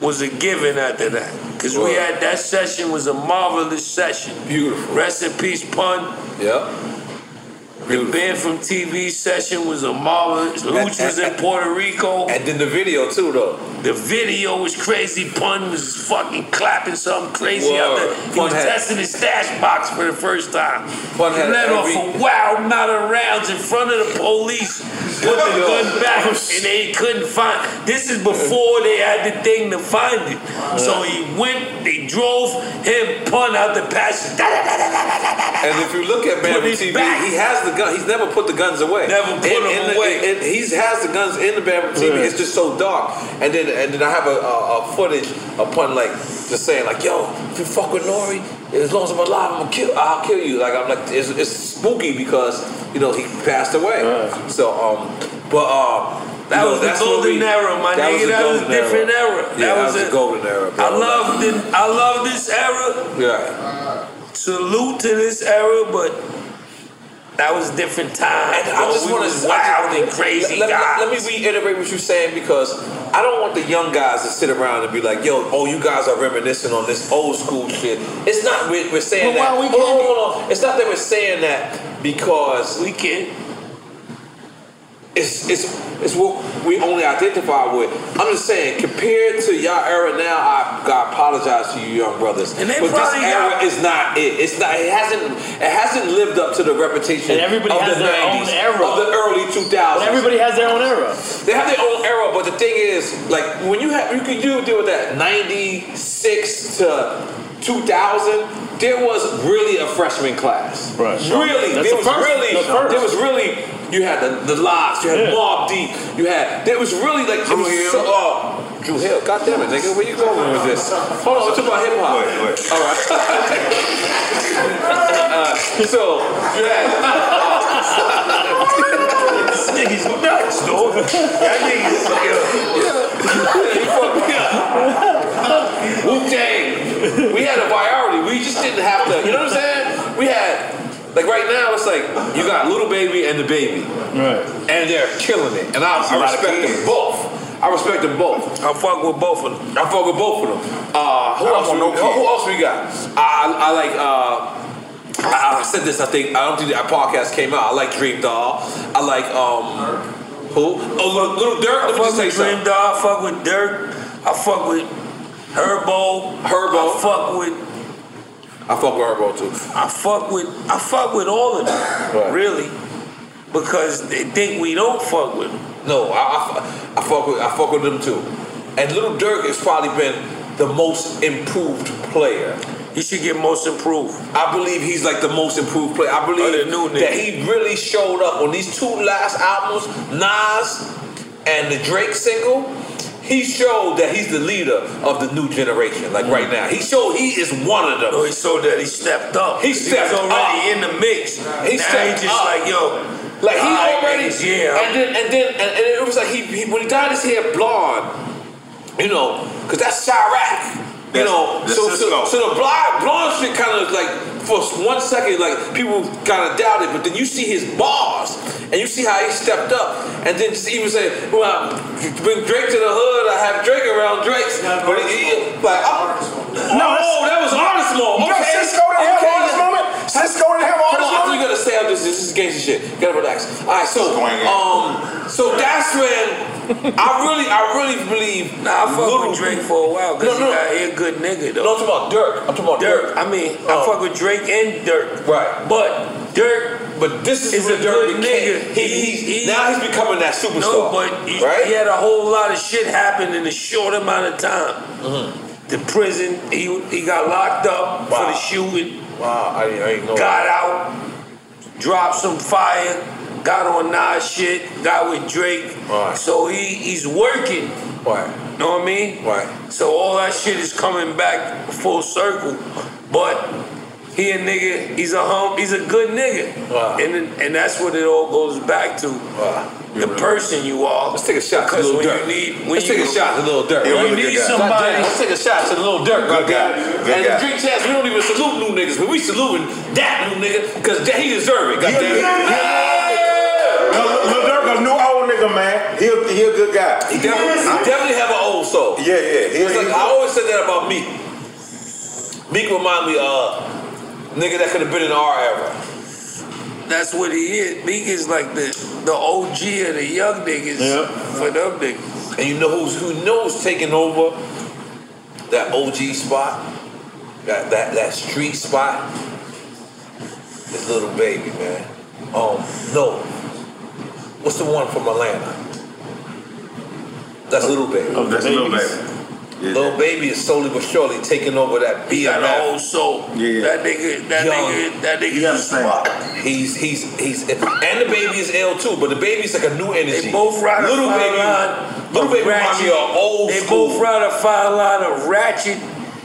Speaker 6: was a given after that. Because we
Speaker 3: Word.
Speaker 6: had that session was a marvelous session.
Speaker 3: Beautiful.
Speaker 6: Rest in peace, pun.
Speaker 3: Yep.
Speaker 6: The band from TV session was a marvelous. Luch was in Puerto Rico.
Speaker 3: And then the video too, though.
Speaker 6: The video was crazy. Pun was fucking clapping something crazy out
Speaker 3: Word.
Speaker 6: there. He
Speaker 3: Pun
Speaker 6: was
Speaker 3: had-
Speaker 6: testing his stash box for the first time.
Speaker 3: Pun had
Speaker 6: Let
Speaker 3: every-
Speaker 6: off a wild amount of rounds in front of the police. Put the
Speaker 3: Yo.
Speaker 6: gun back, and they couldn't find. This is before they had the thing to find it. So he went. They drove him Pun out the pasture.
Speaker 3: And if you look at Man
Speaker 6: Put
Speaker 3: from
Speaker 6: it
Speaker 3: TV,
Speaker 6: back.
Speaker 3: he has the gun. He's never put the guns away.
Speaker 6: Never put
Speaker 3: In-
Speaker 6: them
Speaker 3: in the-
Speaker 6: away.
Speaker 3: in- in- he's has the guns in the Man from TV.
Speaker 6: Yeah.
Speaker 3: It's just so dark. And then and then I have a, a, a footage, a pun like just saying like, "Yo, if you fuck with Nori, as long as I'm alive, I'm gonna kill. I'll kill you." Like I'm like, it's, it's spooky because you know he passed away. So um, but um.
Speaker 6: That
Speaker 3: you know,
Speaker 6: was the
Speaker 3: that's when
Speaker 6: golden
Speaker 3: we-
Speaker 6: era, my
Speaker 3: that
Speaker 6: nigga.
Speaker 3: Was
Speaker 6: That was a
Speaker 3: golden
Speaker 6: different era.
Speaker 3: Yeah,
Speaker 6: That
Speaker 3: that
Speaker 6: was
Speaker 3: was
Speaker 6: a-
Speaker 3: the golden era. Bro.
Speaker 6: I love the, I love this era.
Speaker 3: Yeah.
Speaker 6: Salute to this era, but that was different time.
Speaker 3: And I just want to
Speaker 6: wild and crazy
Speaker 3: Let, let-
Speaker 6: guys.
Speaker 3: let me reiterate what you're saying because I don't want the young guys to sit around and be like, "Yo, oh, you guys are reminiscing on this old school shit." It's not we're, we're saying
Speaker 6: But why
Speaker 3: that.
Speaker 6: we
Speaker 3: hold, on,
Speaker 6: can't-
Speaker 3: hold on, hold on. It's not that we're saying that because
Speaker 6: we can.
Speaker 3: It's it's it's what we only identify with. I'm just saying, compared to y'all era now, I, I apologize to you, young brothers,
Speaker 6: And they
Speaker 3: but this
Speaker 6: probably
Speaker 3: era
Speaker 6: got-
Speaker 3: is not it. It's not. It hasn't. It hasn't lived up to the reputation
Speaker 13: And everybody
Speaker 3: of
Speaker 13: has
Speaker 3: the
Speaker 13: their own
Speaker 3: 90s,
Speaker 13: era.
Speaker 3: of the early 2000s.
Speaker 13: But (laughs) everybody has their own era.
Speaker 3: They have their own era, but the thing is, like when you have, you can do deal with that ninety six to two thousand. There was really a freshman class. Right. Really,
Speaker 8: That's
Speaker 3: there
Speaker 8: the
Speaker 3: was
Speaker 8: first.
Speaker 3: really,
Speaker 8: That's the first.
Speaker 3: there was really. You had the the locks. You had
Speaker 8: Yeah.
Speaker 3: Mob Deep. You had. There was really like it was so. Uh, Drew Hill. God damn it, nigga. Where you going with this? Hold on. We're talking about hip hop. All right. (laughs) Uh, so you had.
Speaker 6: this nigga's nuts, dog. That nigga's
Speaker 3: Wu Tang. We had a priority. We we just didn't have to. You know what I'm saying? We had like right now it's like you got little baby and the baby,
Speaker 13: Right.
Speaker 3: and they're killing it. And I,
Speaker 13: That's a
Speaker 3: I
Speaker 13: lot of
Speaker 3: respect them
Speaker 13: kids.
Speaker 3: both. I respect them both. I fuck with both of them. I fuck with both of them. Uh,
Speaker 13: I
Speaker 3: who,
Speaker 13: don't
Speaker 3: else we,
Speaker 13: want no
Speaker 3: who, who
Speaker 13: kids.
Speaker 3: else we got? I, I like. Uh, I, I said this. I think I don't think that podcast came out. I like Dream Doll. I like um. Who? Oh, look, little Dirk. Let me just say something.
Speaker 6: Dream Dog, I fuck with Dirk. I fuck with Herbo.
Speaker 3: Herbo.
Speaker 6: I fuck with.
Speaker 3: I fuck with Herbo too.
Speaker 6: I fuck with. I fuck with all of them, really, because they think we don't fuck with them.
Speaker 3: No, I, I, fu- I fuck with I fuck with them too. And Little Dirk has probably been the most improved player.
Speaker 6: He should get most improved.
Speaker 3: I believe he's like the most improved player. I believe that he really showed up on these two last albums, Nas and the Drake single. He showed that he's the leader of the new generation. Like right now, he showed he is one of them.
Speaker 6: No, Mm. Oh, he showed that he stepped up.
Speaker 3: He stepped
Speaker 6: he was already
Speaker 3: up.
Speaker 6: in the mix.
Speaker 3: He
Speaker 6: now
Speaker 3: stepped
Speaker 6: he just
Speaker 3: up.
Speaker 6: like yo,
Speaker 3: Like he
Speaker 6: all right,
Speaker 3: already,
Speaker 6: niggas, yeah.
Speaker 3: And then and then and, and it was like he, he when he dyed his hair blonde, you know, because that's Chirac. You know,
Speaker 8: that's
Speaker 3: so,
Speaker 8: Cisco.
Speaker 3: so so the blonde blonde shit kind of like for one second like people kind of doubted, but then you see his bars and you see how he stepped up, and then just even say, "Well, I bring Drake to the hood, I have Drake around Drake's," but he, he like, I'm, no, oh, that was artist mode.
Speaker 8: No,
Speaker 3: Okay,
Speaker 8: Cisco didn't have
Speaker 3: okay.
Speaker 8: artist moment. Cisco didn't have
Speaker 3: Hold
Speaker 8: artist
Speaker 3: on, I
Speaker 8: moment.
Speaker 3: thought you gotta stay up. This this is gangster shit. Gotta relax. All right, so um, so that's when I really, I really believe.
Speaker 6: Nah, I fuck with Drake for a while because
Speaker 3: No, no.
Speaker 6: he, got- he a good nigga though.
Speaker 3: No, I'm talking about Dirk. I'm talking about Dirk.
Speaker 6: I mean, I fuck with Drake and
Speaker 3: Oh.
Speaker 6: Dirk.
Speaker 3: Right.
Speaker 6: But Dirk.
Speaker 3: But this is,
Speaker 6: a Dirk good nigga.
Speaker 3: He, he's, now he's becoming that superstar.
Speaker 6: No, but he, he had a whole lot of shit happen in a short amount of time.
Speaker 3: Mm-hmm.
Speaker 6: The prison, he he got locked up for the shooting.
Speaker 3: Wow, I, I ain't know.
Speaker 6: Got out, dropped some fire, got on Nas shit, got with Drake. So he he's working.
Speaker 3: Right.
Speaker 6: Know what I mean?
Speaker 3: Right.
Speaker 6: So all that shit is coming back full circle, but. He a nigga, he's a hum, he's a good nigga. And and that's what it all goes back to. The person you are. Let's
Speaker 3: take a shot
Speaker 6: Because
Speaker 3: to Lil
Speaker 6: when
Speaker 3: Durk.
Speaker 6: you need when
Speaker 3: Let's
Speaker 6: you,
Speaker 3: take a shot to Lil Durk.
Speaker 6: When
Speaker 3: right?
Speaker 6: you need somebody
Speaker 3: Let's take a shot to Lil Durk.
Speaker 6: Good
Speaker 3: right
Speaker 6: guy.
Speaker 3: there.
Speaker 6: Good
Speaker 3: and
Speaker 6: guy.
Speaker 3: the drink chats, we don't even salute new niggas, but we saluting that new nigga because he deserve it. God damn it.
Speaker 8: Lil Durk, a new old nigga, man. He a, he a good guy.
Speaker 3: He definitely, he definitely have an old soul.
Speaker 8: Yeah, yeah. He-
Speaker 3: it's like I always said that about Meek. Meek remind me of nigga that could have been in our era.
Speaker 6: that's what he is. Meek is like the the OG of the young niggas for them niggas.
Speaker 3: And you know who's who knows taking over that OG spot, that that that street spot. This little baby man. Um, no. What's the one from Atlanta? That's little baby.
Speaker 8: Oh, that's Lil Babies? Yeah.
Speaker 3: Little baby is slowly but surely taking over that BMF.
Speaker 6: He got an old soul.
Speaker 3: Yeah.
Speaker 6: That nigga, that nigga, that nigga.
Speaker 3: He's he's he's and the baby is ill too, but the baby's like a new energy. They both
Speaker 6: ride a
Speaker 3: little
Speaker 6: fine
Speaker 3: baby,
Speaker 6: line
Speaker 3: little
Speaker 6: of
Speaker 3: baby remind
Speaker 6: ratchet.
Speaker 3: me of old
Speaker 6: They
Speaker 3: school.
Speaker 6: both ride a fine line of ratchet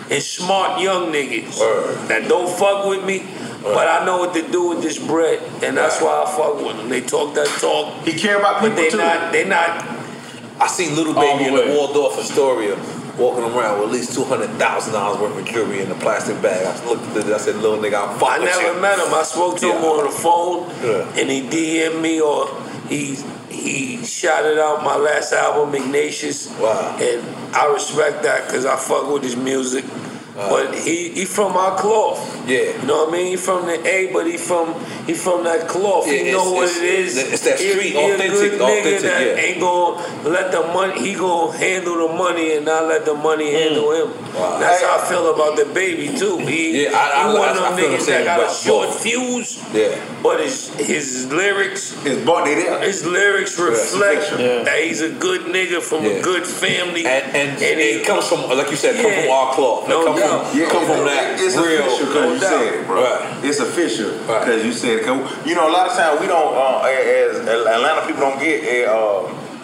Speaker 6: and smart young niggas that don't fuck with me, but I know what to do with this bread, and that's why I fuck with them. They talk that talk.
Speaker 8: He care about
Speaker 6: people but they
Speaker 3: too.
Speaker 6: Not, they not.
Speaker 3: I seen little baby in the Waldorf Astoria walking around with at least two hundred thousand dollars worth of jewelry in a plastic bag. I looked at it, I said, "Little nigga, I'm
Speaker 6: I
Speaker 3: fucking."
Speaker 6: never met him. I spoke to him on the phone, and he DM'd me or he he shouted out my last album, Ignatius. Wow. And I respect that because I fuck with his music. But he, he from our cloth.
Speaker 3: Yeah.
Speaker 6: You know what I mean? He from the A, but he from he from that cloth.
Speaker 3: Yeah,
Speaker 6: he know
Speaker 3: it's-
Speaker 6: what
Speaker 3: it's-
Speaker 6: it is.
Speaker 3: it's that
Speaker 6: He-
Speaker 3: street
Speaker 6: he a
Speaker 3: authentic-
Speaker 6: good nigga
Speaker 3: authentic,
Speaker 6: that
Speaker 3: yeah.
Speaker 6: Ain't gonna let the money. He gonna handle the money and not let the money
Speaker 3: Mm.
Speaker 6: handle him. That's how I feel about the baby too. He,
Speaker 3: Yeah, I- I-
Speaker 6: he one
Speaker 3: I-
Speaker 6: of
Speaker 3: I
Speaker 6: them
Speaker 3: feel the
Speaker 6: niggas
Speaker 3: same
Speaker 6: that got a
Speaker 3: about
Speaker 6: short
Speaker 3: both.
Speaker 6: fuse.
Speaker 3: Yeah.
Speaker 6: But his his lyrics,
Speaker 8: his body there.
Speaker 6: His lyrics reflect
Speaker 3: Yeah.
Speaker 6: that he's a good nigga from a
Speaker 3: Yeah.
Speaker 6: good family,
Speaker 3: And, and, it comes from, like you said, come
Speaker 6: Yeah.
Speaker 3: from our cloth.
Speaker 6: No
Speaker 3: come
Speaker 6: doubt.
Speaker 3: from, come from that
Speaker 8: It's
Speaker 3: real.
Speaker 8: official because you said it, bro. It's official because you said it. 'Cause, You know, a lot of times we don't, uh, as Atlanta people don't get, uh,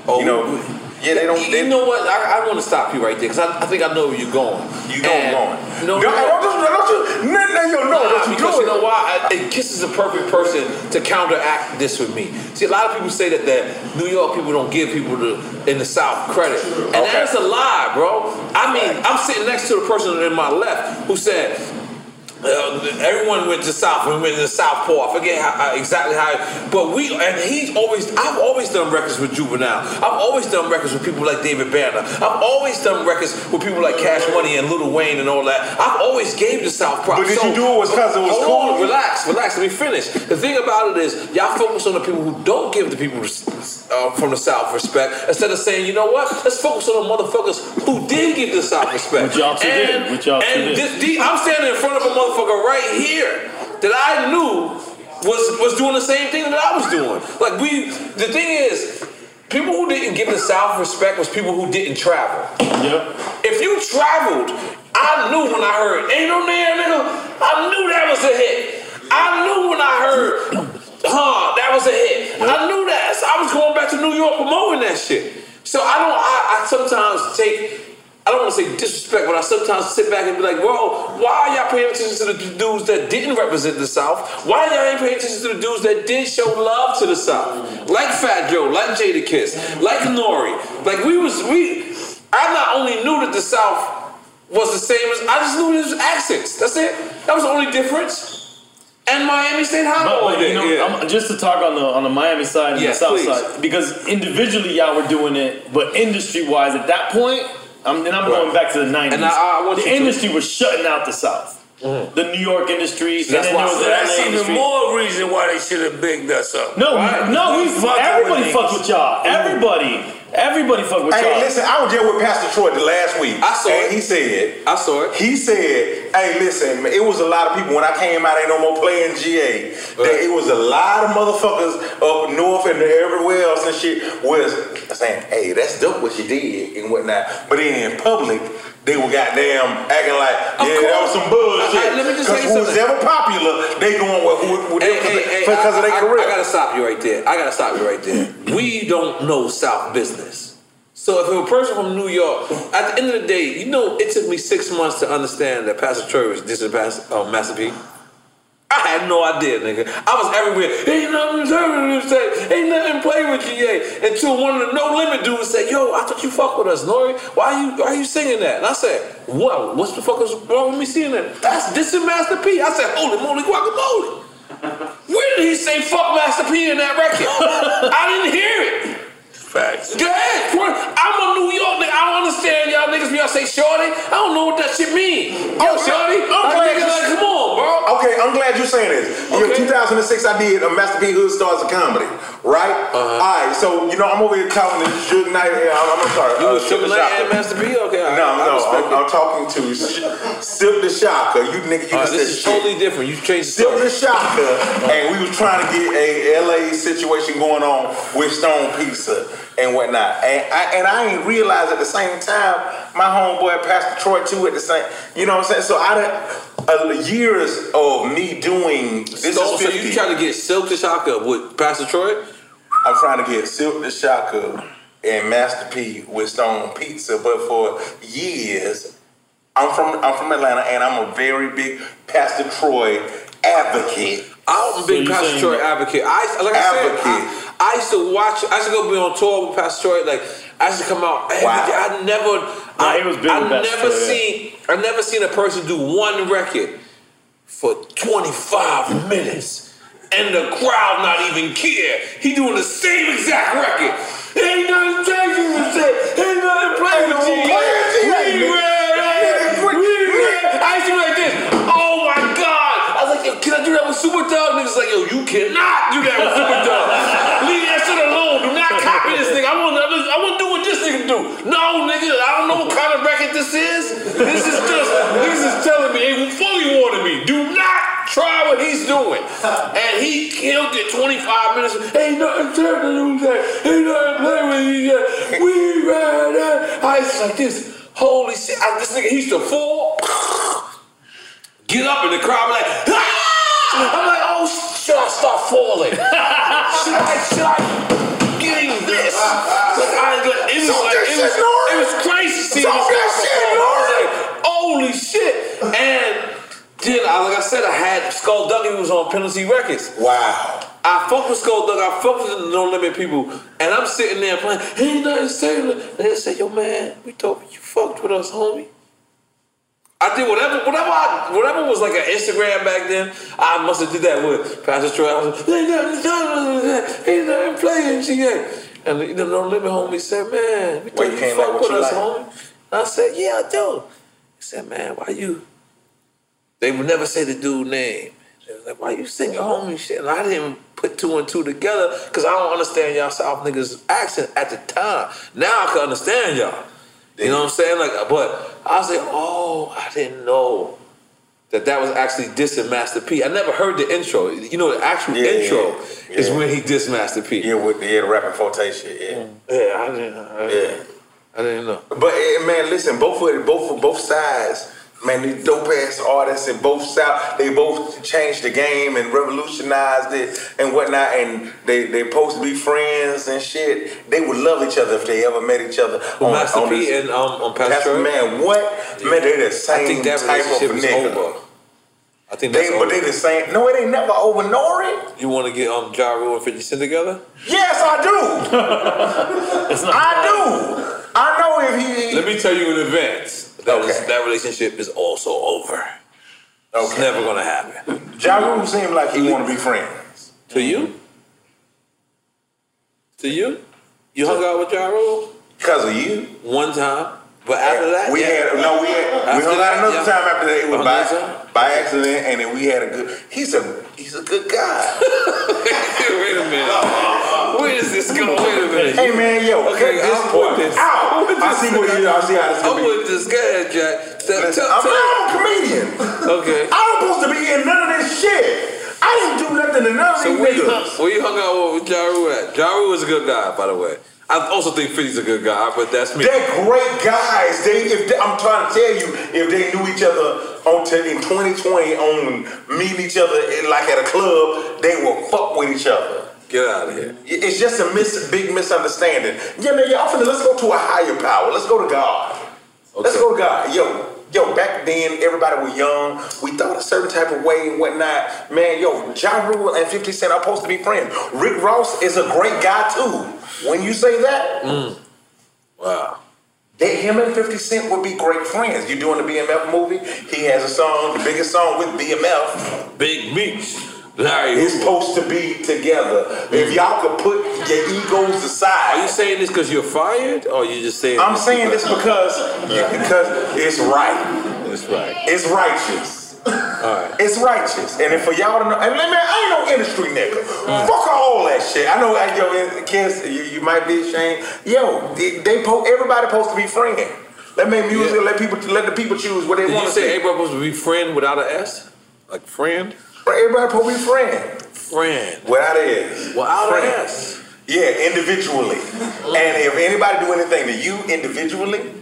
Speaker 3: Oh,
Speaker 8: you know, yeah, they don't.
Speaker 3: You know what? I, I want to stop you right there because I, I think I know where you're going. You
Speaker 8: know I'm going.
Speaker 3: No,
Speaker 8: Don't- don't you- don't you- no, no, you know, don't you
Speaker 3: because
Speaker 8: do
Speaker 3: you
Speaker 8: it.
Speaker 3: know why? I, and Kiss is the perfect person to counteract this with me. See, a lot of people say that that New York people don't give people the, in the South credit, and that is a lie, bro. I mean, I'm sitting next to the person in my left who said Uh, everyone went to South. We went to Southpaw. I forget how, uh, exactly how, but we and he's always. I've always done records with Juvenile. I've always done records with people like David Banner. I've always done records with people like Cash Money and Lil Wayne and all that. I've always gave the South props.
Speaker 8: But did you do it with 'cause it was
Speaker 3: Hold
Speaker 8: cool?
Speaker 3: on, relax, relax. Let me finish. The thing about it is, y'all focus on the people who don't give the people uh, from the South respect instead of saying, you know what? Let's focus on the motherfuckers who did give the South respect.
Speaker 13: Which y'all two did.
Speaker 3: And-
Speaker 13: Which y'all two
Speaker 3: and
Speaker 13: did.
Speaker 3: this- the- I'm standing in front of a motherfucker right here that I knew was was doing the same thing that I was doing. Like we, the thing is, people who didn't give the South respect was people who didn't travel. Yep. If you traveled, I knew when I heard "Ain't No There, Nigga," I knew that was a hit. I knew when I heard "Huh," that was a hit. I knew that. So I was going back to New York promoting that shit. So I don't. I, I sometimes take I don't want to say disrespect, but I sometimes sit back and be like, "Whoa, why are y'all paying attention to the dudes that didn't represent the South? Why y'all ain't paying attention to the dudes that did show love to the South? Like Fat Joe, like Jada Kiss, like Nori. Like we was we. I not only knew that the South was the same as I just knew it was accents. That's it. That was the only difference. And Miami State Hollow.
Speaker 13: But, but, you know, I'm- just to talk on the on the Miami side and
Speaker 3: Oh, Yes,
Speaker 13: the South
Speaker 3: please.
Speaker 13: side, because individually y'all were doing it, but industry wise at that point, I'm, and I'm going back to the '90s.
Speaker 3: And I- I want
Speaker 13: the
Speaker 3: you to-
Speaker 13: industry was shutting out the South, the New York industry.
Speaker 3: So that's
Speaker 13: and then
Speaker 3: why-
Speaker 13: there was
Speaker 3: so
Speaker 13: the
Speaker 3: that's
Speaker 13: LA
Speaker 3: even
Speaker 13: industry.
Speaker 6: More reason why they should have bigged us up.
Speaker 13: No,
Speaker 6: Right?
Speaker 13: no, we,
Speaker 6: fucking
Speaker 13: everybody
Speaker 6: with
Speaker 13: fucked with y'all.
Speaker 3: (laughs)
Speaker 13: Everybody, everybody fucked with y'all.
Speaker 8: Hey, listen, I was there with Pastor Troy the last week. I saw and it. He said,
Speaker 3: I saw it.
Speaker 8: He said, hey, listen, man, it was a lot of people when I came out, ain't no more playing GA. That It was a lot of motherfuckers up north and everywhere else and shit was saying, hey, that's dope what you did and whatnot. But then in public, they were goddamn acting like, yeah, that was some bullshit.
Speaker 3: Hey, let me just tell you
Speaker 8: who was
Speaker 3: something.
Speaker 8: ever popular, they going with who, who they because of
Speaker 3: I,
Speaker 8: their
Speaker 3: I-
Speaker 8: career.
Speaker 3: I gotta stop you right there. I gotta stop you right
Speaker 8: (clears throat)
Speaker 3: there. We don't know South business. So if a person from New York, at the end of the day, you know, it took me six months to understand that Pastor Troy was dissing Pastor, uh, Master P. I had no idea, nigga. I was everywhere. Ain't nothing to say. Ain't nothing play with you, yeah. Until one of the No Limit dudes said, "Yo, I thought you fuck with us, Nori. Why you why you singing that?" And I said, "Whoa, what's the fuck is wrong with me singing that? That's dissing Master P." I said, "Holy moly, guacamole." Where did he say fuck Master P in that record? I didn't hear it. Facts. Go ahead. Quir- I'm a New York nigga. I don't understand y'all niggas when y'all say shorty. I don't know what that shit mean. Yo, shorty.
Speaker 8: I'm
Speaker 3: Like,
Speaker 8: glad
Speaker 3: nigga,
Speaker 8: you-
Speaker 3: like, come on, bro.
Speaker 8: Oh, Okay, I'm glad you're saying this. In 2006, I did a Master P Hood Stars of Comedy, right?
Speaker 3: Uh-huh.
Speaker 8: All right, so you know I'm over here talking to Suge Knight. and I'm, I'm sorry,
Speaker 3: You
Speaker 8: uh,
Speaker 3: was
Speaker 8: Silk the
Speaker 3: Suge Knight
Speaker 8: Shocker.
Speaker 3: and Master P? Okay, all right,
Speaker 8: no,
Speaker 3: I
Speaker 8: no,
Speaker 3: respect
Speaker 8: I'm, I'm talking to Sh- Silk the Shocker. You nigga, you
Speaker 3: All
Speaker 8: just
Speaker 3: right, Uh, this
Speaker 8: said
Speaker 3: is totally different. You changed the Uh-huh.
Speaker 8: Silk the Shocker, and we was trying to get a LA situation going on with Stone Pizza and whatnot, and I and I ain't realized at the same time my homeboy Pastor Troy too at the same. You know what I'm saying? So I done. Uh, years of me doing this
Speaker 3: Stone-
Speaker 8: is
Speaker 3: so
Speaker 8: 50.
Speaker 3: you trying to get Silk the Shocker with Pastor Troy?
Speaker 8: I'm trying to get Silk the Shocker and Master P with Stone Pizza, but for years, I'm from I'm from Atlanta and I'm a very big Pastor Troy advocate.
Speaker 3: I'm a big Pastor Troy advocate. I like I said, I, I used to watch. I used to go be on tour with Pastor Troy. Like I used to come out. every day. I never. I,
Speaker 13: he was big
Speaker 3: I
Speaker 13: with Pastor
Speaker 3: never
Speaker 13: Troy, yeah.
Speaker 3: seen. I never seen a person do one record for 25 minutes and the crowd not even care. He doing the same exact record. Ain't nothing taking to say. Ain't nothing playing with you. We red ass. We red. I used to be like this. Oh my God. I was like, yo, can I do that with Super Dog? Niggas like, yo, you cannot do that with Super Dog.
Speaker 13: (laughs)
Speaker 3: Leave that shit alone. Do not copy this nigga. I want, I want to do what this nigga do. No, nigga, I don't know what kind of record this is. This is just, this is telling me, hey, fully warning me. Do not try what he's doing. And he killed it 25 minutes. Ain't nothing turning to that. Ain't nothing playing with you yet. We ran out. I was like this. Holy shit. I, this nigga, he used to fall. Get up in the crowd like, "Ah!" I'm like, oh, should I start
Speaker 17: (laughs)
Speaker 3: falling? should I, should I getting this? Like, I, like, it was
Speaker 17: Talk
Speaker 3: like,
Speaker 17: that
Speaker 3: it
Speaker 17: shit,
Speaker 3: was,
Speaker 17: Nora.
Speaker 3: it was crazy. seeing
Speaker 17: Talk
Speaker 3: this
Speaker 17: that
Speaker 3: guy
Speaker 17: shit,
Speaker 3: perform. I was
Speaker 17: Nora.
Speaker 3: like, holy shit. And then, I, like I said, I had Skull Duggan who was on Penalty Records.
Speaker 8: Wow.
Speaker 3: I fuck with Skull Duggan, I fuck with the No Limit people, and I'm sitting there playing, ain't nothing saying. And they say, yo, man, we thought you fucked with us, homie. I did whatever, whatever, I, whatever was like an Instagram back then. I must have did that with Pastor Troy. I was like, "They not- no, no, no, he's not playing GA. And the, the Don't Limit homie said, man, we
Speaker 6: Well,
Speaker 3: thought
Speaker 6: you
Speaker 3: you
Speaker 6: came out
Speaker 3: fuck
Speaker 6: with
Speaker 3: with
Speaker 6: your
Speaker 3: us,
Speaker 6: life.
Speaker 3: homie. And I said, yeah, I do. He said, man, why you? They would never say the dude name. They was like, why you singing homie shit? And I didn't put two and two together because I don't understand y'all South niggas accent at the time. Now I can understand y'all. You know what I'm saying? Like, but I was like, oh, I didn't know that that was actually dissing Master P. I never heard the intro. You know, the actual intro is when he dissed Master P. Yeah, with yeah, the rapping forte shit. Yeah, yeah, I didn't. I, yeah, Mm. I didn't know.
Speaker 8: But eh, man, listen, both of both both sides, man, these dope ass artists in both south, they both changed the game and revolutionized it and whatnot. And they they supposed to be friends and shit. They would love each other if they ever met each other.
Speaker 3: Well, Master P and, um, on Pastor Troy?
Speaker 8: man, what man? They the same
Speaker 3: I think that
Speaker 8: type of
Speaker 3: relationship is
Speaker 8: nigga.
Speaker 3: over. I think
Speaker 8: They-
Speaker 3: that's
Speaker 8: but
Speaker 3: over.
Speaker 8: they the same. No, it ain't never over. Nor it.
Speaker 3: You want to get um Ja Rule and Fifty Cent together?
Speaker 8: Yes, I do.
Speaker 3: (laughs)
Speaker 8: I do. I know if he
Speaker 3: Let me tell you in advance that is- that relationship is also over. It's never gonna happen.
Speaker 8: Ja Rule seemed like he want to be friends.
Speaker 3: To
Speaker 8: Mm-hmm.
Speaker 3: you? To you? You hung out with Ja Rule?
Speaker 8: Because of you.
Speaker 3: One time. But after that,
Speaker 8: we
Speaker 3: yeah.
Speaker 8: had no, we had we
Speaker 3: After
Speaker 8: hung out
Speaker 3: that,
Speaker 8: another
Speaker 3: yeah.
Speaker 8: time after that. It was
Speaker 3: Another
Speaker 8: by, by accident, and then we had a good. He's a he's a good guy.
Speaker 3: (laughs) Wait a minute. Where is this going? Wait a minute.
Speaker 8: Hey man, yo,
Speaker 3: Okay,
Speaker 8: cut this
Speaker 3: I'm
Speaker 8: boy
Speaker 3: with this.
Speaker 8: out.
Speaker 3: I'm with
Speaker 8: I
Speaker 3: this.
Speaker 8: see what you. I see how this.
Speaker 3: I'm with this guy, Jack. Tell-
Speaker 8: Listen,
Speaker 3: tell-
Speaker 8: I'm
Speaker 3: tell-
Speaker 8: not a comedian.
Speaker 3: Okay.
Speaker 8: I don't supposed to be in none of this shit. I didn't do nothing to none of
Speaker 3: So
Speaker 8: these
Speaker 3: where you,
Speaker 8: niggas.
Speaker 3: hung, where you hung out with Ja Rule at? Ja Rule is a good guy, by the way. I also think 50's a good guy, but that's me.
Speaker 8: They're great guys. They, if they, I'm trying to tell you, if they knew each other on t- in 2020 on meeting each other in, like at a club, they will fuck with each other.
Speaker 3: Get out of here.
Speaker 8: It's just a mis- big misunderstanding. Yeah, man, y'all finna let's go to a higher power. Let's go to God. Let's go to God. Yo, yo, back then everybody was young. We thought a certain type of way and whatnot. Man, yo, John Rule and 50 Cent are supposed to be friends. Rick Ross is a great guy too. When you say that,
Speaker 3: wow.
Speaker 8: That him and 50 Cent would be great friends. You're doing the BMF movie. He has a song, the biggest song with BMF.
Speaker 3: Big Meech. Larry.
Speaker 8: It's supposed to be together. If y'all could put your egos aside.
Speaker 3: Are you saying this because you're fired, or you just saying?
Speaker 8: I'm saying this because because it's right.
Speaker 3: It's right.
Speaker 8: It's righteous.
Speaker 3: Alright.
Speaker 8: It's righteous. And if for y'all to know, and man, I ain't no industry nigga.
Speaker 3: Mm.
Speaker 8: Fuck all that shit. I know, I, yo, kids, you, you might be ashamed. Yo, they, they po- everybody supposed to be friend. Let make music. Let people. Let the people choose what they
Speaker 3: Did
Speaker 8: want
Speaker 3: you
Speaker 8: to
Speaker 3: say everybody supposed to be friend without an S? Like friend?
Speaker 8: Everybody supposed to be friend.
Speaker 3: Friend.
Speaker 8: Without an S.
Speaker 3: Without an
Speaker 8: Friend.
Speaker 3: S.
Speaker 8: Yeah, individually. and if anybody do anything to you individually,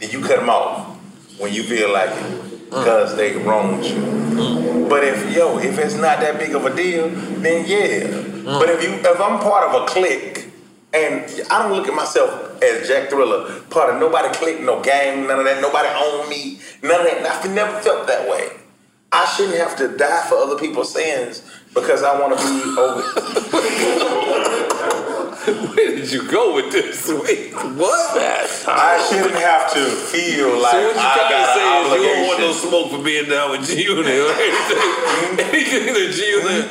Speaker 8: then you cut them off when you feel like it, because they wronged you. But if yo, if it's not that big of a deal, then yeah. But if you, if I'm part of a clique, and I don't look at myself as Jack Thriller, part of nobody clique, no gang, none of that, nobody own me, none of that. I've never felt that way. I shouldn't have to die for other people's sins because I want to be over.
Speaker 3: Where did you go with this? Wait, what?
Speaker 8: I shouldn't have to feel like
Speaker 3: so what you
Speaker 8: I
Speaker 3: trying to
Speaker 8: got
Speaker 3: say
Speaker 8: an
Speaker 3: is you don't want no
Speaker 8: obligation.
Speaker 3: smoke for being down with G (laughs) Unit or anything. anything that G Unit.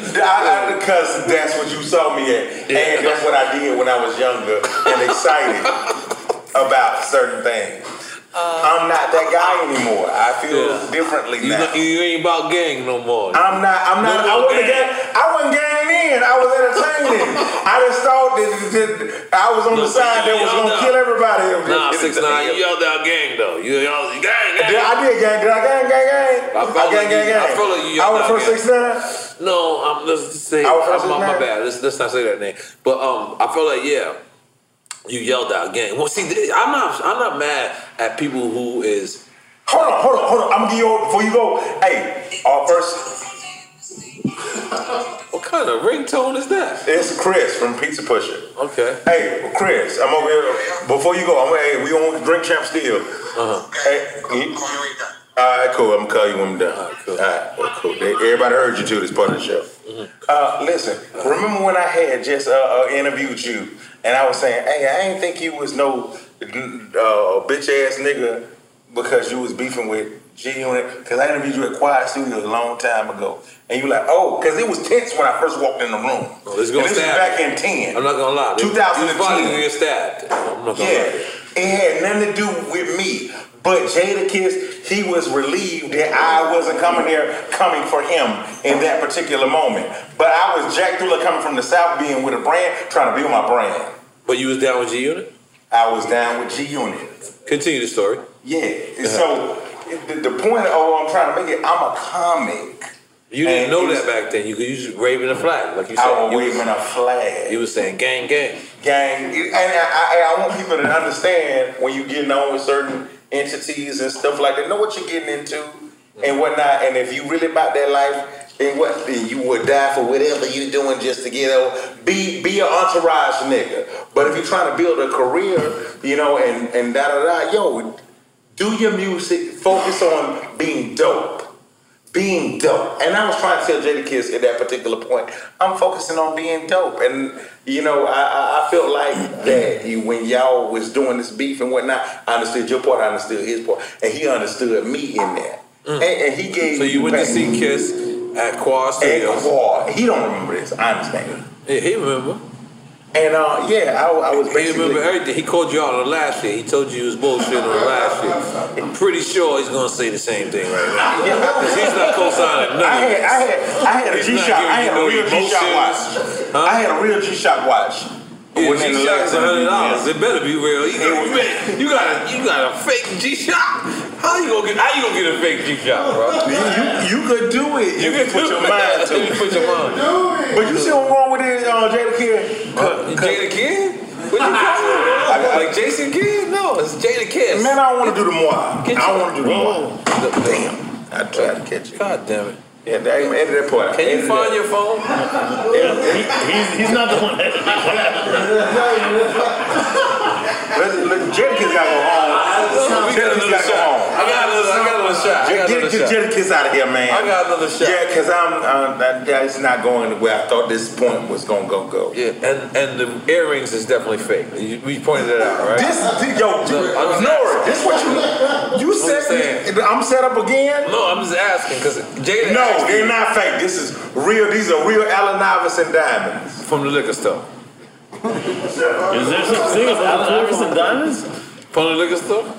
Speaker 8: Because that's what you saw me at, and that's what I did when I was younger and
Speaker 3: (laughs)
Speaker 8: excited about certain things. I'm not that guy anymore. I feel differently
Speaker 3: You,
Speaker 8: now.
Speaker 3: not- you ain't about gang no more.
Speaker 8: I'm not. I'm not. I wasn't. Gang, I wasn't ganging in. I was
Speaker 3: (laughs)
Speaker 8: entertaining. I just thought that, that I was on
Speaker 3: No,
Speaker 8: the side that was
Speaker 3: y'all
Speaker 8: gonna
Speaker 3: know.
Speaker 8: kill everybody.
Speaker 3: Nah, six nine. You yelled out gang though. You yelled gang.
Speaker 8: Did
Speaker 3: gang.
Speaker 8: I did gang? Did I gang gang gang?
Speaker 3: I
Speaker 8: gang
Speaker 3: felt like
Speaker 8: gang
Speaker 3: you- I
Speaker 8: gang.
Speaker 3: felt like you
Speaker 8: I was
Speaker 3: yelled
Speaker 8: from
Speaker 3: out
Speaker 8: six nine.
Speaker 3: No, um, let's just say
Speaker 8: I was
Speaker 3: I'm,
Speaker 8: from
Speaker 3: my, my
Speaker 8: Cincinnati.
Speaker 3: bad. Let's, let's not say that name. But um, I felt like yeah, you yelled out gang. Well, see, th- I'm not I'm not mad at people who is
Speaker 8: Hold on, hold on, hold on. I'm gonna give you before you go. Hey, our first.
Speaker 3: What kind of ringtone is that?
Speaker 8: It's Chris from Pizza Pusher.
Speaker 3: Okay.
Speaker 8: Hey, Chris, I'm over here. Before you go, I'm hey, we on drink champ still. Uh-huh. Hey, all right, cool. I'm gonna call you when I'm done. All right, cool. All right, well, cool. They- everybody heard you too. This part of the show. Uh, listen, remember when I had just uh, uh, interviewed you and I was saying, hey, I ain't think you was no uh, bitch ass nigga because you was beefing with genuine. Because I interviewed you at Quiet Studios a long time ago, and you were like, oh, because it was tense when I first walked in the room.
Speaker 3: Oh, this is gonna
Speaker 8: and this was
Speaker 3: stab.
Speaker 8: back in ten.
Speaker 3: I'm not gonna lie. This-
Speaker 8: 2010.
Speaker 3: This probably gonna get stabbed. I'm not gonna
Speaker 8: Yeah,
Speaker 3: lie.
Speaker 8: it had nothing to do with me. But Jada Kiss, he was relieved that I wasn't coming there, coming for him in that particular moment. But I was Jack Thriller coming from the South, being with a brand, trying to build my brand.
Speaker 3: But you was down with G Unit.
Speaker 8: I was down with G Unit.
Speaker 3: Continue the story.
Speaker 8: Yeah.
Speaker 3: Uh-huh.
Speaker 8: And so the, the point of I'm trying to make it, I'm a comic.
Speaker 3: You
Speaker 8: And
Speaker 3: didn't know
Speaker 8: it's-
Speaker 3: that back then. You could use waving a flag, like you said.
Speaker 8: I was
Speaker 3: You
Speaker 8: waving a flag.
Speaker 3: You was saying gang, gang.
Speaker 8: gang. And I, I, I want people to understand when you getting on with certain entities and stuff like that, know what you're getting into and whatnot. And if you really about that life, then what? Then you would die for whatever you're doing just to get over. Be be an entourage nigga. But if you're trying to build a career, you know, and and da da da, yo, do your music. Focus on being dope. Being dope, and I was trying to tell Jada Kiss at that particular point, I'm focusing on being dope, and you know, I, I, I felt like that you, when y'all was doing this beef and whatnot, I understood your part, I understood his part, and he understood me in there. And, and he gave
Speaker 3: Mm. So you went to see Kiss at Quad Studios.
Speaker 8: At Quad. He don't remember this, I understand.
Speaker 3: Yeah, he remember.
Speaker 8: And uh, yeah, I, I was
Speaker 3: He remember everything. He called you out on last year. He told you he was bullshitting on last year. I'm pretty sure he's gonna say the same thing right now. Because he's not
Speaker 8: I
Speaker 3: co-signing none of
Speaker 8: had, I
Speaker 3: this.
Speaker 8: had, I had a
Speaker 3: He's
Speaker 8: G
Speaker 3: not
Speaker 8: Shock.
Speaker 3: giving
Speaker 8: I
Speaker 3: you
Speaker 8: had a
Speaker 3: no
Speaker 8: real G Shock
Speaker 3: emotions.
Speaker 8: watch. I had a real G Shock watch.
Speaker 3: Yeah,
Speaker 8: Within the
Speaker 3: G
Speaker 8: last
Speaker 3: Shock's hundred dollars.
Speaker 8: interview.
Speaker 3: It better be real. You got, man, you got a you got a fake G Shock. How you gonna get how you gonna get a fake G Shock, bro?
Speaker 8: You, you, you could do it. You could put your
Speaker 3: (laughs)
Speaker 8: mind to it.
Speaker 3: Put your mind.
Speaker 8: But you see what's wrong with it, uh, Jada Kidd?
Speaker 3: Jada Kidd? What
Speaker 8: (laughs)
Speaker 3: you calling it? Like Jason Kidd? No, it's Jada Kiss.
Speaker 8: Man, I don't want to do the moi. I don't want to do the moi.
Speaker 3: Damn,
Speaker 8: I tried to catch it.
Speaker 3: God damn it.
Speaker 8: Yeah, that, edit that part. out.
Speaker 3: Can you
Speaker 8: Edit
Speaker 3: find
Speaker 8: that. (laughs)
Speaker 3: your phone?
Speaker 8: he's, he's not the one that. (laughs)
Speaker 3: (laughs)
Speaker 8: Jadakiss gotta go home. Jadakiss gotta go home.
Speaker 3: I got another, I got another shot. I got
Speaker 8: Get,
Speaker 3: another
Speaker 8: get
Speaker 3: shot.
Speaker 8: Jadakiss out of here, man.
Speaker 3: I got another shot.
Speaker 8: Yeah, because I'm, uh, that, that's not going the way I thought this point was going to go. go.
Speaker 3: Yeah, and, and the earrings is definitely fake. You, we pointed it out, right?
Speaker 8: This, thi- yo,
Speaker 3: No,
Speaker 8: you-
Speaker 3: I'm just
Speaker 8: ignore it.
Speaker 3: asking.
Speaker 8: This what you, you
Speaker 3: I'm just
Speaker 8: set.
Speaker 3: saying.
Speaker 8: me- I'm set up again.
Speaker 3: No, I'm just asking because Jada.
Speaker 8: No,
Speaker 3: asked
Speaker 8: they're
Speaker 3: you
Speaker 8: not fake. This is real. These are real Allen Iverson diamonds.
Speaker 3: from the liquor store.
Speaker 8: Is
Speaker 13: there such thing as Allen Iverson
Speaker 3: diamonds? From the liquor store?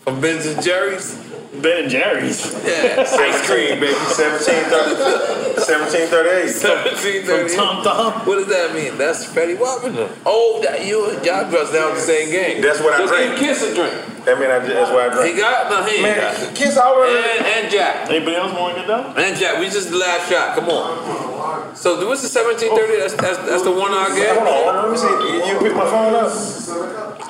Speaker 3: From Ben's and Jerry's? Ben and Jerry's. Yeah, (laughs) ice cream, baby.
Speaker 8: 1738.
Speaker 3: 1738. Tom Tom. What does that mean? That's Freddie Wapner. Oh, that you y'all dressed down the same game.
Speaker 8: That's what I
Speaker 3: Just
Speaker 8: drink.
Speaker 3: Give Kiss a drink.
Speaker 8: That mean I, that's why I drank.
Speaker 3: He got no, he ain't
Speaker 8: Man,
Speaker 3: got it.
Speaker 8: Kiss already.
Speaker 3: And, and Jack. Anybody else want to get down? And Jack, we just the last shot. Come on. So what's the 1730? That's, that's, that's the one I get.
Speaker 8: Hold on, let me see. You, you pick my phone up.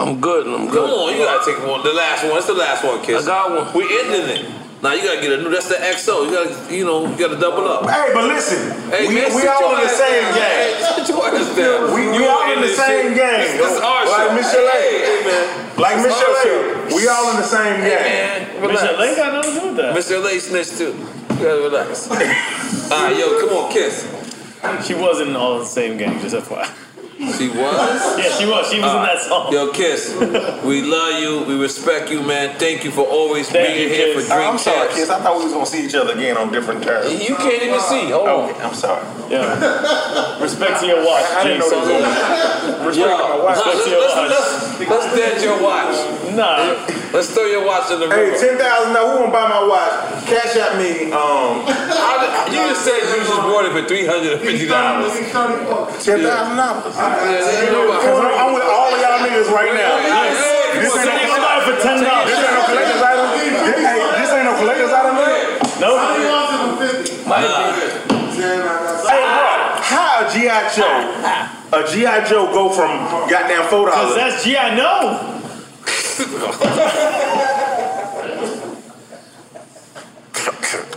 Speaker 3: I'm good. I'm good. Come on, you gotta take one. The last one. It's the last one, kiss. I got one. We ending it. Now you gotta get a new. That's the XO. You gotta, you know, you gotta double up.
Speaker 8: Hey, but listen,
Speaker 3: Hey,
Speaker 8: we,
Speaker 3: man,
Speaker 8: we
Speaker 3: sit
Speaker 8: all
Speaker 3: your
Speaker 8: in the
Speaker 3: ass
Speaker 8: same
Speaker 3: down.
Speaker 8: game.
Speaker 3: Hey, sit your ass down.
Speaker 8: We, we
Speaker 3: You
Speaker 8: all in the
Speaker 3: ain't this
Speaker 8: same
Speaker 3: shit.
Speaker 8: game.
Speaker 3: This- this is our
Speaker 8: like
Speaker 3: show.
Speaker 8: Michelle,
Speaker 3: Hey, hey, man.
Speaker 8: like
Speaker 3: This is our
Speaker 8: Michelle,
Speaker 3: show.
Speaker 8: we all in the same
Speaker 3: Hey,
Speaker 8: game.
Speaker 3: man, relax. Michelle ain't got
Speaker 8: nothing to do with
Speaker 3: Mr. Lay snitch too. You gotta relax. all right, yo, come on, kiss.
Speaker 13: She wasn't in all the same gang, just FYI.
Speaker 3: She was?
Speaker 13: Yeah, she was. She was in
Speaker 3: Alright.
Speaker 13: that song.
Speaker 3: Yo, Kiss, we love you. We respect you, man. Thank you for always being here for Dream
Speaker 8: I'm sorry,
Speaker 3: Catch.
Speaker 8: kids. I thought we was gonna see each other again on different terms.
Speaker 3: You can't even see. Hold on.
Speaker 8: okay, I'm sorry.
Speaker 13: Yeah. Respect to your watch,
Speaker 8: I, I didn't know
Speaker 13: Jason.
Speaker 8: this
Speaker 3: (laughs)
Speaker 8: was- Respect to my watch.
Speaker 3: Let's, let's, let's, let's dead your watch.
Speaker 13: Nah.
Speaker 3: Let's throw your watch in the river.
Speaker 8: Hey, ten thousand dollars. Who gonna buy my watch? Cash (laughs) at me. Um,
Speaker 3: I, you just said you just bought it for three hundred and fifty dollars.
Speaker 8: ten thousand dollars.
Speaker 3: Because
Speaker 8: I'm, I'm with all of y'all niggas right now. This ain't no
Speaker 13: for ten dollars.
Speaker 8: This ain't no collector's item. This, hey, this ain't no collector's item. No. Hey, bro, how a GI Joe, a GI Joe go from goddamn four dollars?
Speaker 13: Cause that's GI No.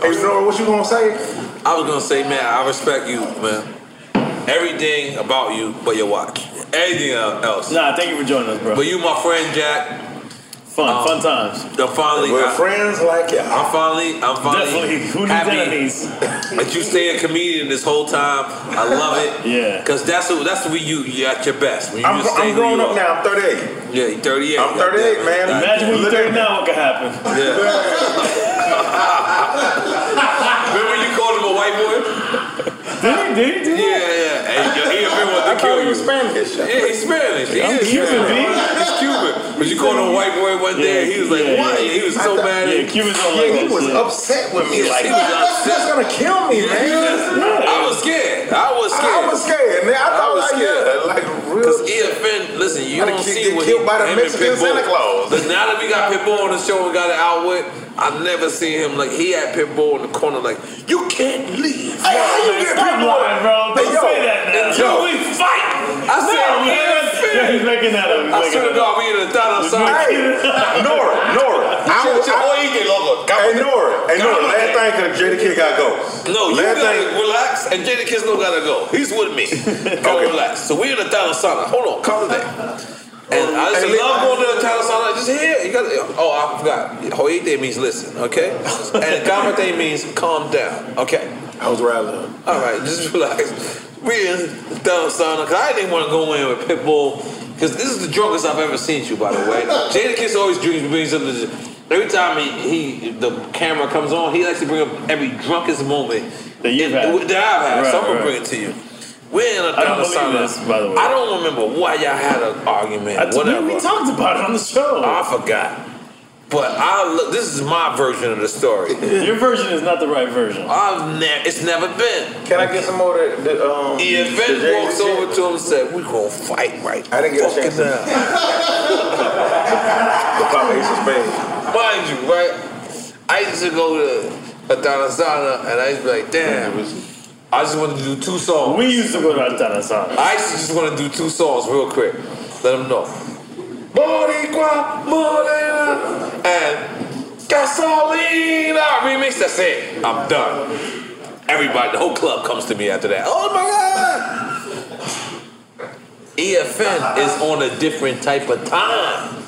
Speaker 8: Hey, Nora, what you gonna say?
Speaker 3: I was gonna say, man, I respect you, man. Everything about you, but your watch. Anything else?
Speaker 13: Nah, thank you for joining us, bro.
Speaker 3: But you, my friend, Jack.
Speaker 13: Fun, fun times.
Speaker 3: I'm finally.
Speaker 13: We're
Speaker 3: I-
Speaker 8: friends like you.
Speaker 3: I'm finally. I'm finally
Speaker 13: Definitely. (laughs) Who needs
Speaker 3: happy
Speaker 13: enemies?
Speaker 3: that you stay a comedian this whole time. I love
Speaker 13: (laughs)
Speaker 3: it.
Speaker 13: Yeah.
Speaker 3: Cause that's what that's when you you at your best. When you
Speaker 8: I'm,
Speaker 3: just stay
Speaker 8: I'm
Speaker 3: who
Speaker 8: grown
Speaker 3: you
Speaker 8: up now. I'm
Speaker 3: are.
Speaker 8: 38.
Speaker 3: Yeah, you 38.
Speaker 8: I'm 38, man.
Speaker 13: Imagine when you're 30 now, what could happen?
Speaker 3: Yeah. Remember you called him a white boy?
Speaker 13: Did he, did he do
Speaker 3: yeah, Yeah, yeah. Hey, yo, he a big one to kill you. Spanish. Yeah, he's Spanish. He
Speaker 7: I'm
Speaker 3: is
Speaker 7: Cuban,
Speaker 3: Spanish.
Speaker 7: B.
Speaker 3: He's Cuban. But you called him a white boy one day, and he was like,
Speaker 7: yeah,
Speaker 3: what?
Speaker 7: yeah.
Speaker 3: He was so
Speaker 7: I thought-
Speaker 3: mad.
Speaker 7: yeah, Cubans don't like us, yeah.
Speaker 3: Yeah,
Speaker 7: Yeah,
Speaker 3: Like,
Speaker 7: he was upset.
Speaker 8: That's gonna kill me,
Speaker 7: Yeah,
Speaker 8: man.
Speaker 7: he was-
Speaker 3: I was scared. I was
Speaker 8: I-
Speaker 3: scared.
Speaker 8: I was scared, man. I thought,
Speaker 3: was
Speaker 8: like, yeah, like, real.
Speaker 3: Because EFN, E listen, you
Speaker 8: I'd
Speaker 3: don't
Speaker 8: kick-
Speaker 3: see
Speaker 8: get
Speaker 3: when
Speaker 8: killed
Speaker 3: he,
Speaker 8: by the
Speaker 3: him and
Speaker 8: Mexican
Speaker 3: Pitbull.
Speaker 8: Santa Claus.
Speaker 3: But now that we got Pitbull on the show and got it out with, I never seen him like he had Pitbull in the corner like you can't leave.
Speaker 7: Hey, how you get
Speaker 3: Stop
Speaker 7: Pitbull?
Speaker 3: lying, bro.
Speaker 7: Don't
Speaker 3: yo,
Speaker 7: say that now.
Speaker 3: and Yo, E
Speaker 7: We
Speaker 3: fight. I
Speaker 7: No,
Speaker 3: said,
Speaker 7: man.
Speaker 3: EFN.
Speaker 7: Yeah, he's making that up. He's
Speaker 3: I
Speaker 7: making
Speaker 3: swear to
Speaker 7: that
Speaker 3: God, we in the thought outside.
Speaker 8: Hey, Nora, Nora. I was Hey, Nora. Hey, Nora. Last thing, because Jada Kid got to go.
Speaker 3: No, you
Speaker 8: Last
Speaker 3: gotta
Speaker 8: thing.
Speaker 3: relax, and Jada Kisno gotta go. He's with (laughs) me. Go relax. So we're in the Thailand sauna. Hold on, calm down. And I just love going to the Thailand sauna. Just here, you gotta. Oh, I forgot. Hoite means listen, (laughs) okay? And Kamate means calm down, okay? I was rattling. All right, just (laughs) relax. We in the Thailand sauna. Cause I didn't want to go in with Pitbull. Cause this is the drunkest I've ever seen you,
Speaker 13: (laughs)
Speaker 3: by the way. Jada Kiss always dreams brings up the. Every time he, he the camera comes on, he likes to bring up every drunkest moment that you've
Speaker 13: had.
Speaker 3: That I've had.
Speaker 13: Right,
Speaker 3: so I'm gonna
Speaker 13: right.
Speaker 3: bring it to you. We're in a
Speaker 13: I don't
Speaker 3: dollar
Speaker 13: believe
Speaker 3: sign.
Speaker 13: this, by the way.
Speaker 3: I don't remember why y'all had an argument.
Speaker 13: I t- we-
Speaker 3: whatever.
Speaker 13: we talked about it on the show.
Speaker 3: I forgot. But I look. This is my version of the
Speaker 13: (laughs)
Speaker 3: story.
Speaker 13: Your version is not the right version.
Speaker 3: I've never. It's never been.
Speaker 8: Can I get some more of the, the um?
Speaker 3: Event
Speaker 8: the Jada
Speaker 3: walks
Speaker 8: shit?
Speaker 3: over to him and said, "We gonna fight right." I
Speaker 8: didn't get a chance. (laughs) The Papa Ace of Spades.
Speaker 3: Mind you, right? I used to go to Atana Sana and I used to be like, damn, I just want to do two songs.
Speaker 13: We used to go to Atana Sana.
Speaker 3: I used to just want to do two songs real quick. Let them know. Boricua, Morena, and eh, Gasolina remix. That's it. I'm done. Everybody, the whole club comes to me after that. Oh my God! EFN E is on a different type of time.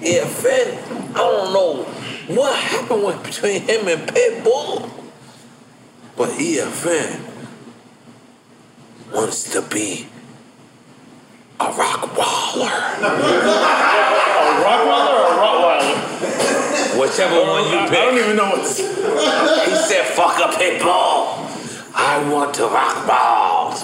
Speaker 3: EFN, I don't know what happened with, between him and Pitbull, but EFN wants to be a rock waller.
Speaker 13: A Rockwaller or a Rottweiler?
Speaker 3: Whichever one you pick. I don't
Speaker 13: even know what's.
Speaker 3: He said, fuck a pit bull. I want to rock balls.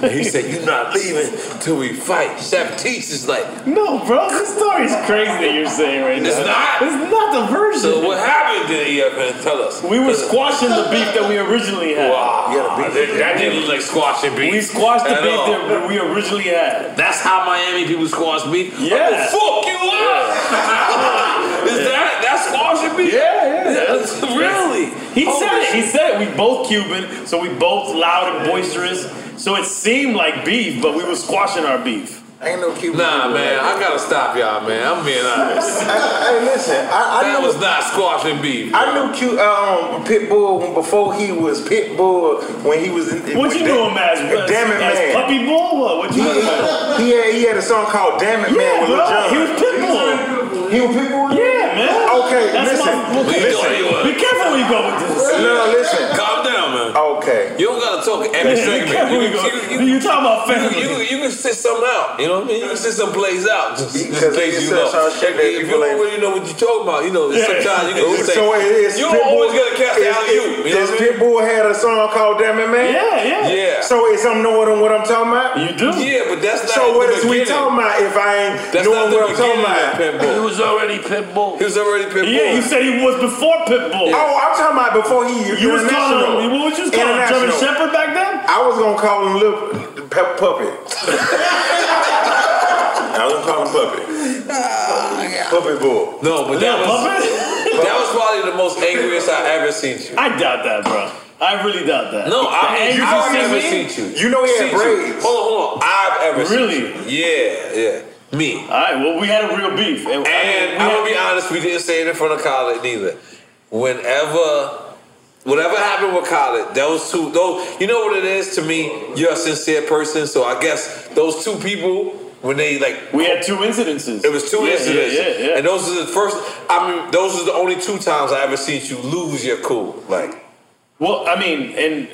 Speaker 3: And he said, you're not leaving till we fight. Baptiste is like,
Speaker 13: No, bro, this story's crazy that you're saying right
Speaker 3: It's
Speaker 13: now.
Speaker 3: not.
Speaker 13: It's not the version.
Speaker 3: So what happened to the EFN? Tell us.
Speaker 13: We were squashing the beef that we originally had.
Speaker 3: Wow. Ah, That, that didn't look like squashing beef.
Speaker 13: We squashed the
Speaker 3: at
Speaker 13: beef
Speaker 3: all.
Speaker 13: that we originally had.
Speaker 3: That's how Miami people squash beef.
Speaker 13: Yeah.
Speaker 3: I will fuck you up. (laughs) Is that that's squashing beef?
Speaker 13: Yeah, yeah.
Speaker 3: That's- really?
Speaker 13: He
Speaker 3: Oh,
Speaker 13: said it. He
Speaker 3: shit.
Speaker 13: said it. We both Cuban, so we both loud and boisterous. So it seemed like beef, but we were squashing our beef.
Speaker 8: Ain't no Cuban.
Speaker 3: Nah, man, I gotta stop y'all, man. I'm being honest.
Speaker 8: Hey, hey, listen, I, I
Speaker 3: that
Speaker 8: knew
Speaker 3: was not squashing beef.
Speaker 8: I knew Q, um, Pitbull before he was Pitbull when he was. In,
Speaker 13: What you
Speaker 8: da-
Speaker 13: knew him as?
Speaker 8: Damn it,
Speaker 13: as
Speaker 8: man.
Speaker 13: Puppy bull? What? What
Speaker 8: He,
Speaker 13: you talking about?
Speaker 8: he had he had a song called "Damn It Man"
Speaker 13: Yeah,
Speaker 8: with
Speaker 13: bro.
Speaker 8: Lil Jon.
Speaker 13: He was Pitbull.
Speaker 8: He was Pitbull.
Speaker 13: Yeah, man.
Speaker 8: Okay,
Speaker 13: That's
Speaker 8: listen.
Speaker 13: my-
Speaker 3: We thought you were.
Speaker 13: Be careful where you go with this.
Speaker 8: No, no, listen.
Speaker 3: Calm down, man.
Speaker 8: Okay.
Speaker 3: You don't gotta talk every
Speaker 13: Yeah, you
Speaker 3: segment.
Speaker 13: can't
Speaker 3: You,
Speaker 13: really
Speaker 3: can-
Speaker 13: go-
Speaker 3: you,
Speaker 13: you talking about family.
Speaker 3: You, you, you can sit some out. You know what I mean? You can sit some plays out. Just, just in
Speaker 8: Because
Speaker 3: case
Speaker 8: he
Speaker 3: you
Speaker 8: said
Speaker 3: know.
Speaker 8: Sean Shepard,
Speaker 3: If you
Speaker 8: people
Speaker 3: don't
Speaker 8: ain't-
Speaker 3: really know what you're talking about, you know,
Speaker 8: Yeah.
Speaker 3: sometimes you can just say,
Speaker 8: So it is
Speaker 3: you're
Speaker 8: Pitbull-
Speaker 3: always gonna catch the
Speaker 8: is-
Speaker 3: alley-oop. You know
Speaker 8: Is
Speaker 3: what I mean?
Speaker 8: Pitbull had a song called "Damn It Man"?
Speaker 13: Yeah, yeah.
Speaker 3: Yeah.
Speaker 8: So is I'm knowing what I'm talking about?
Speaker 13: You do.
Speaker 3: Yeah, but that's not
Speaker 8: So
Speaker 3: the
Speaker 8: what is we
Speaker 3: beginning.
Speaker 8: talking about if I ain't
Speaker 3: That's not
Speaker 8: knowing
Speaker 3: the
Speaker 8: what I'm talking
Speaker 3: beginning
Speaker 8: about?
Speaker 3: of Pitbull. He was already Pitbull. He was already Pitbull.
Speaker 13: Yeah, you said he was before Pitbull.
Speaker 8: Oh, I'm talking about before he
Speaker 13: You was calling him.
Speaker 8: international.
Speaker 13: What was you calling him? German
Speaker 8: International.
Speaker 13: Shepherd back then?
Speaker 8: I was gonna call him little pep puppy. I was gonna call him puppy.
Speaker 13: Ah,
Speaker 8: Puppy bull.
Speaker 3: No, but that was (laughs) that was probably the most angriest I ever seen you.
Speaker 13: I doubt that, bro. I really doubt that.
Speaker 3: No,
Speaker 13: The
Speaker 3: I
Speaker 13: anger you
Speaker 3: I've never
Speaker 13: see me?
Speaker 3: seen you.
Speaker 8: You know he had
Speaker 3: Seen you.
Speaker 8: braids.
Speaker 3: Hold on, hold on. I've ever
Speaker 13: Really?
Speaker 3: seen you. Yeah, yeah. Me.
Speaker 13: All right, well, we had a real beef. And,
Speaker 3: And I'm gonna be honest, we didn't say it in front of Khaled neither. Whenever, whatever happened with Khaled, those two, those, you know what it is to me. You're a sincere person, so I guess those two people when they like,
Speaker 13: We had two incidences.
Speaker 3: it was two
Speaker 13: Yeah, yeah,
Speaker 3: incidents,
Speaker 13: yeah, yeah.
Speaker 3: and those are the first. I mean, those are the only two times I ever seen you lose your cool. Like,
Speaker 13: Well, I mean, and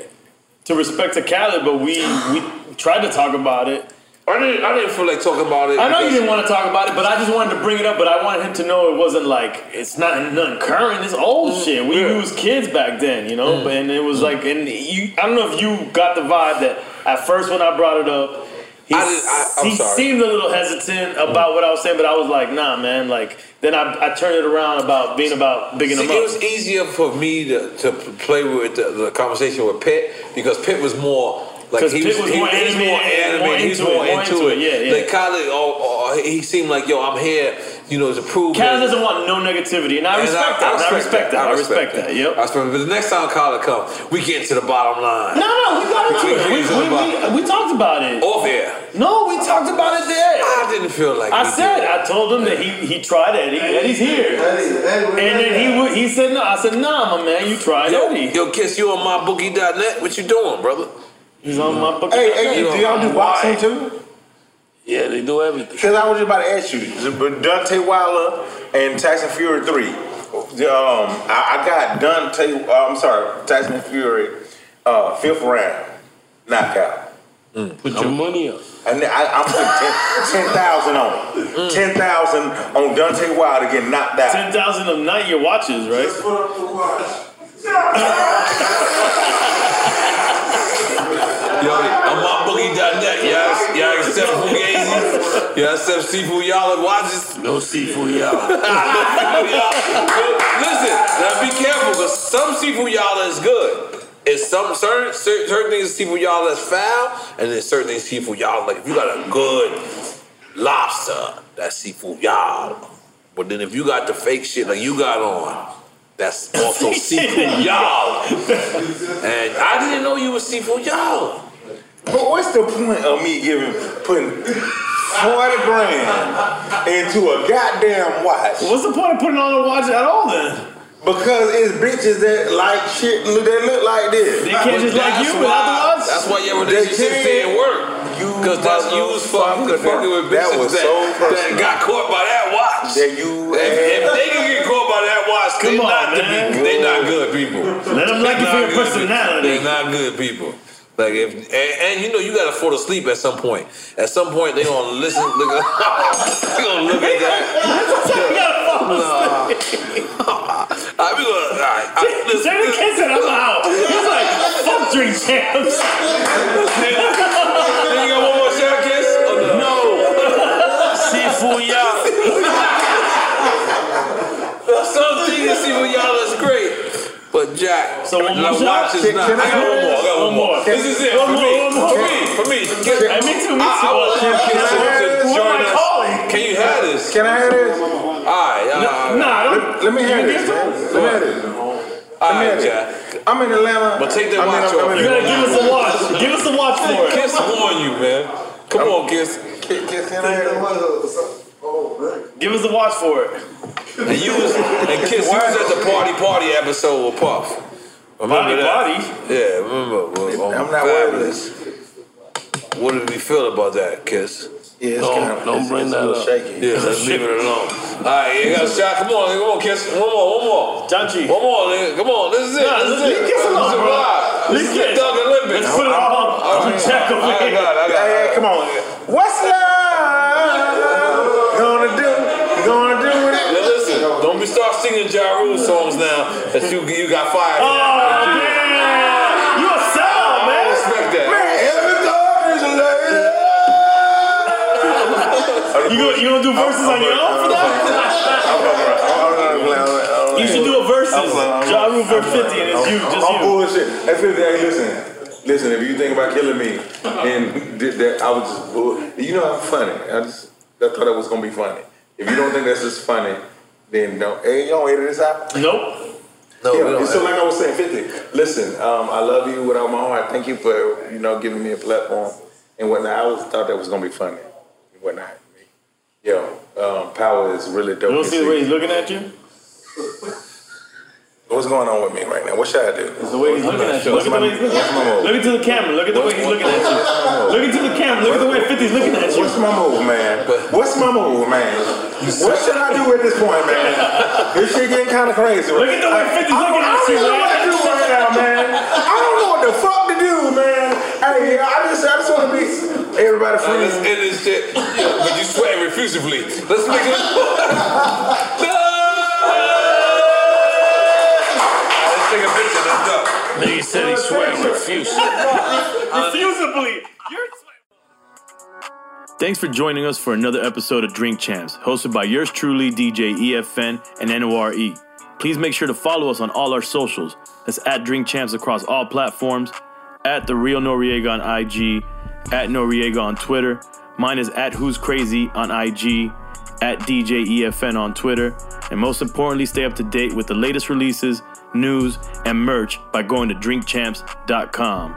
Speaker 13: to respect to Khaled, but we we tried to talk about it,
Speaker 3: I didn't, I didn't feel like talking about it.
Speaker 13: I know you didn't want to talk about it, but I just wanted to bring it up. But I wanted him to know it wasn't like it's not nothing current. It's old
Speaker 3: Mm,
Speaker 13: shit. We, we was kids back then, you know. But And it was like, and you, I don't know if you got the vibe that at first when I brought it up, he,
Speaker 3: I did- I- I'm
Speaker 13: he
Speaker 3: sorry.
Speaker 13: seemed a little hesitant about what I was saying. But I was like, nah, man. Like then I, I turned it around about being about bigging
Speaker 3: See,
Speaker 13: him
Speaker 3: it
Speaker 13: up.
Speaker 3: was easier for me to, to play with the, the conversation with Pitt because Pitt was more like
Speaker 13: 'Cause
Speaker 3: he
Speaker 13: Pitt
Speaker 3: was,
Speaker 13: was
Speaker 3: he,
Speaker 13: more
Speaker 3: he was
Speaker 13: animated,
Speaker 3: more
Speaker 13: more
Speaker 3: animated, he was
Speaker 13: into it,
Speaker 3: more
Speaker 13: more
Speaker 3: into,
Speaker 13: into
Speaker 3: it.
Speaker 13: it, yeah, yeah.
Speaker 3: Like Kylie, oh, oh, he seemed like yo, I'm here, you know, to prove.
Speaker 13: Kaz
Speaker 3: that-
Speaker 13: doesn't want no negativity, and I
Speaker 3: And
Speaker 13: respect that. and I respect that. I respect that.
Speaker 3: Yep. I respect. But the next time Kyler comes, we get to the bottom line.
Speaker 13: No, no, we got into
Speaker 3: We-
Speaker 13: it.
Speaker 3: we-
Speaker 13: We, we, we, we talked about it.
Speaker 3: Off air.
Speaker 13: No, we talked about it there.
Speaker 3: I didn't feel like
Speaker 13: I
Speaker 3: we
Speaker 13: said.
Speaker 3: did.
Speaker 13: I told him that he he tried Eddie. Eddie's here.
Speaker 3: Eddie, Eddie,
Speaker 13: and
Speaker 3: we got
Speaker 13: then he (laughs)
Speaker 3: that.
Speaker 13: wa- he said no. I said nah, my man. You tried Eddie.
Speaker 3: Yo, Kiss, you on mybookie.net? What you doing, brother?
Speaker 13: He's on my bookie.
Speaker 8: Hey, hey, do y'all do boxing too?
Speaker 3: Yeah, they do everything.
Speaker 8: Because I was just about to ask you, but Dante Wilder and Tyson Fury three. the, Um, I, I got Dante. Uh, I'm sorry, Tyson Fury, uh, fifth round knockout.
Speaker 3: Mm.
Speaker 8: Put your money up. And I, I'm putting ten thousand on it. ten thousand on Dante Wilder getting knocked out.
Speaker 13: Ten thousand a night. Your watches, right?
Speaker 3: (laughs) Yo, I'm mybookie.net. Y'all, y'all accept Fugazi? Y'all accept seafood y'all and watches? No seafood y'all. Listen, now be careful because some seafood y'all is good. And some certain certain certain things seafood y'all that's foul, and then certain things seafood y'all like. If you got a good lobster, that's seafood y'all. But then if you got the fake shit like you got on, that's also seafood y'all. And I didn't know you were seafood y'all.
Speaker 8: But what's the point of me giving putting forty grand into a goddamn watch?
Speaker 13: What's the point of putting on a watch at all then?
Speaker 8: Because it's bitches that like shit that look like this.
Speaker 3: They can't just like you without the watch. That's why your relationship didn't work. Because that's you was fucking, fucking with bitches that,
Speaker 8: That was so
Speaker 3: that
Speaker 8: personal.
Speaker 3: got caught by that watch.
Speaker 8: That you
Speaker 3: if, if they can get caught
Speaker 8: (laughs)
Speaker 3: by that watch, they
Speaker 8: Come on,
Speaker 3: not the
Speaker 8: man.
Speaker 3: people. They not good people.
Speaker 8: Let 'em like you
Speaker 3: They
Speaker 8: for your
Speaker 3: not good people.
Speaker 8: personality.
Speaker 3: They not good people. Like if and, and you know you gotta fall asleep at some point. At some point they gonna listen. Look, they gonna look at
Speaker 8: (laughs)
Speaker 3: that. Nah. (laughs) I be gonna. all right, I- listen,
Speaker 6: Jamie
Speaker 3: listen.
Speaker 6: Kiss said, "I'm out." He's like, "Fuck drink champs."
Speaker 3: Then you got one more
Speaker 8: (laughs)
Speaker 3: shot, Kiss? Or no? (laughs)
Speaker 6: Seafood,
Speaker 3: y'all. Some things seafood y'all is great. But Jack, so one
Speaker 6: more shot?
Speaker 3: watch is
Speaker 6: Can-
Speaker 3: not.
Speaker 6: can
Speaker 3: I
Speaker 6: I
Speaker 3: got one
Speaker 6: hear
Speaker 3: more. I got
Speaker 6: this?
Speaker 3: one more. This is it.
Speaker 6: One
Speaker 3: for
Speaker 6: more,
Speaker 3: me.
Speaker 6: one more.
Speaker 3: For me. For me.
Speaker 6: Hey, me too, me
Speaker 3: I- I
Speaker 6: too.
Speaker 3: want
Speaker 6: Can-
Speaker 3: Kiss
Speaker 6: can I
Speaker 3: to
Speaker 6: hear this?
Speaker 3: join
Speaker 6: Who am I
Speaker 3: us.
Speaker 6: calling?
Speaker 3: Can you have this?
Speaker 8: Can I hear this?
Speaker 3: All right. all right.
Speaker 8: nah, I don't- Let me hear
Speaker 3: You
Speaker 8: this,
Speaker 3: get
Speaker 8: man.
Speaker 3: this?
Speaker 8: Let me hear
Speaker 3: All
Speaker 8: Let me
Speaker 3: right,
Speaker 8: hear
Speaker 3: Jack.
Speaker 8: I'm in Atlanta.
Speaker 3: But take that
Speaker 8: I'm in-
Speaker 3: watch
Speaker 8: I'm
Speaker 3: off.
Speaker 8: in- You gotta give us a watch. Give us a watch for it.
Speaker 3: Kiss warn you, man. Come on, Kiss.
Speaker 13: Give us the watch for it.
Speaker 3: And you was and Kiss, you was at the party party episode with Puff. Remember
Speaker 13: Party
Speaker 3: that? Yeah, remember. we- on
Speaker 8: I'm not
Speaker 3: fabulous. What did we feel about that, Kiss?
Speaker 8: Yeah, it's
Speaker 3: don't,
Speaker 8: kinda-
Speaker 3: don't
Speaker 8: it's-
Speaker 3: bring
Speaker 8: it's a
Speaker 3: that
Speaker 8: little
Speaker 3: up.
Speaker 8: shaky.
Speaker 3: Yeah, let's leave it alone. All right, you got a shot. Come on, come on, Kiss. One more, one more.
Speaker 13: Junkie.
Speaker 3: One more, nigga. Come on, this is it.
Speaker 6: Nah,
Speaker 3: this is
Speaker 6: leave
Speaker 3: it.
Speaker 6: Kiss
Speaker 3: This
Speaker 6: alone,
Speaker 3: is
Speaker 6: bro.
Speaker 3: live. This
Speaker 6: Leave
Speaker 3: is the
Speaker 6: Kiss.
Speaker 3: Dog Olympics.
Speaker 6: Let's put it on.
Speaker 3: All right,
Speaker 6: Jack
Speaker 3: all right, Oh, I got it, I got it, I got it.
Speaker 8: Hey, come on. What's love? Gonna do? Gonna do it?
Speaker 3: Now listen, don't be start singing Ja Rule songs now that you you got fired. Oh man,
Speaker 13: you a sellout,
Speaker 3: man. I respect that.
Speaker 8: every dog is a
Speaker 13: You gonna, you gonna do verses on your own for that? You should do a verses. Ja Rule verse 50 and it's you,
Speaker 8: I'm,
Speaker 13: just
Speaker 8: I'm
Speaker 13: you.
Speaker 8: bullshit. Hey, 50, hey, listen. Listen, if you think about killing me, and did that, I was just, bull- you know, I'm funny. I just, I thought that was gonna be funny. If you don't think that's just funny, then don't. Hey, you don't edit this out.
Speaker 13: Nope.
Speaker 3: No, we
Speaker 8: yeah,
Speaker 3: don't
Speaker 8: so
Speaker 3: edit.
Speaker 8: like I was saying, 50, listen, um, I love you with all my heart. Thank you for, you know, giving me a platform and whatnot. I always thought that was going to be funny and whatnot. Yo, um, power is really
Speaker 13: You
Speaker 8: dope.
Speaker 13: don't
Speaker 8: to
Speaker 13: see the way he's looking at you?
Speaker 8: (laughs) What's going on with me right now? What should I do?
Speaker 13: The way he's looking at you. Look at the way he's looking at you. Look into the camera. Look at the way he's looking at you. Look into the camera. Look at the way 50's looking at you.
Speaker 8: What's my move, man? What's my move, man? What should I do at this point, man? This shit getting kind of crazy.
Speaker 6: Look at the way 50's looking
Speaker 8: I
Speaker 6: at
Speaker 8: don't
Speaker 6: you,
Speaker 8: know what
Speaker 6: man.
Speaker 8: to do right now, man. I don't know what the fuck to do, man. Hey, I just, I just want to be. Hey, everybody
Speaker 14: Now, let's end this shit. Yeah, but you sweating refusively. Let's
Speaker 8: (laughs)
Speaker 14: make it. Let's take a picture. Let's go.
Speaker 7: Nigga said he sweating
Speaker 8: (laughs)
Speaker 13: Refusably. Thanks for joining us for another episode of Drink Champs, hosted by yours truly, DJ EFN and NORE. E. Please make sure to follow us on all our socials. That's at Drink Champs across all platforms, at The Real Noriega on IG, at Noriega on Twitter. Mine is at Who's Crazy on IG, at DJ EFN on Twitter. And most importantly, stay up to date with the latest releases, news, and merch by going to drinkchamps.com.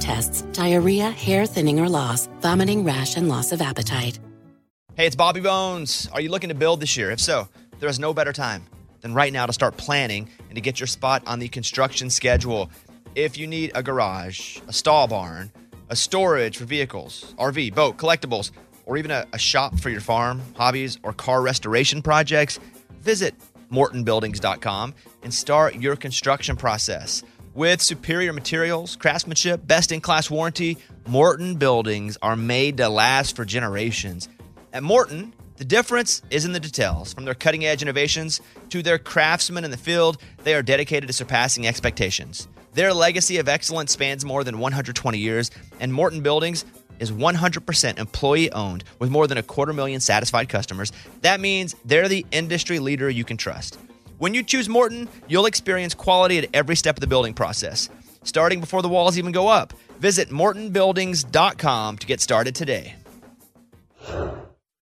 Speaker 18: tests, diarrhea, hair thinning or loss, vomiting, rash, and loss of appetite.
Speaker 19: Hey, it's Bobby Bones. Are you looking to build this year? If so, there is no better time than right now to start planning and to get your spot on the construction schedule. If you need a garage, a stall barn, a storage for vehicles, RV, boat, collectibles, or even a, a shop for your farm, hobbies, or car restoration projects, visit mortonbuildings.com and start your construction process. With superior materials, craftsmanship, best in class warranty, Morton buildings are made to last for generations. At Morton, the difference is in the details. From their cutting edge innovations to their craftsmen in the field, they are dedicated to surpassing expectations. Their legacy of excellence spans more than 120 years, and Morton Buildings is 100% employee owned with more than a quarter million satisfied customers. That means they're the industry leader you can trust. When you choose Morton, you'll experience quality at every step of the building process, starting before the walls even go up. Visit mortonbuildings.com to get started today.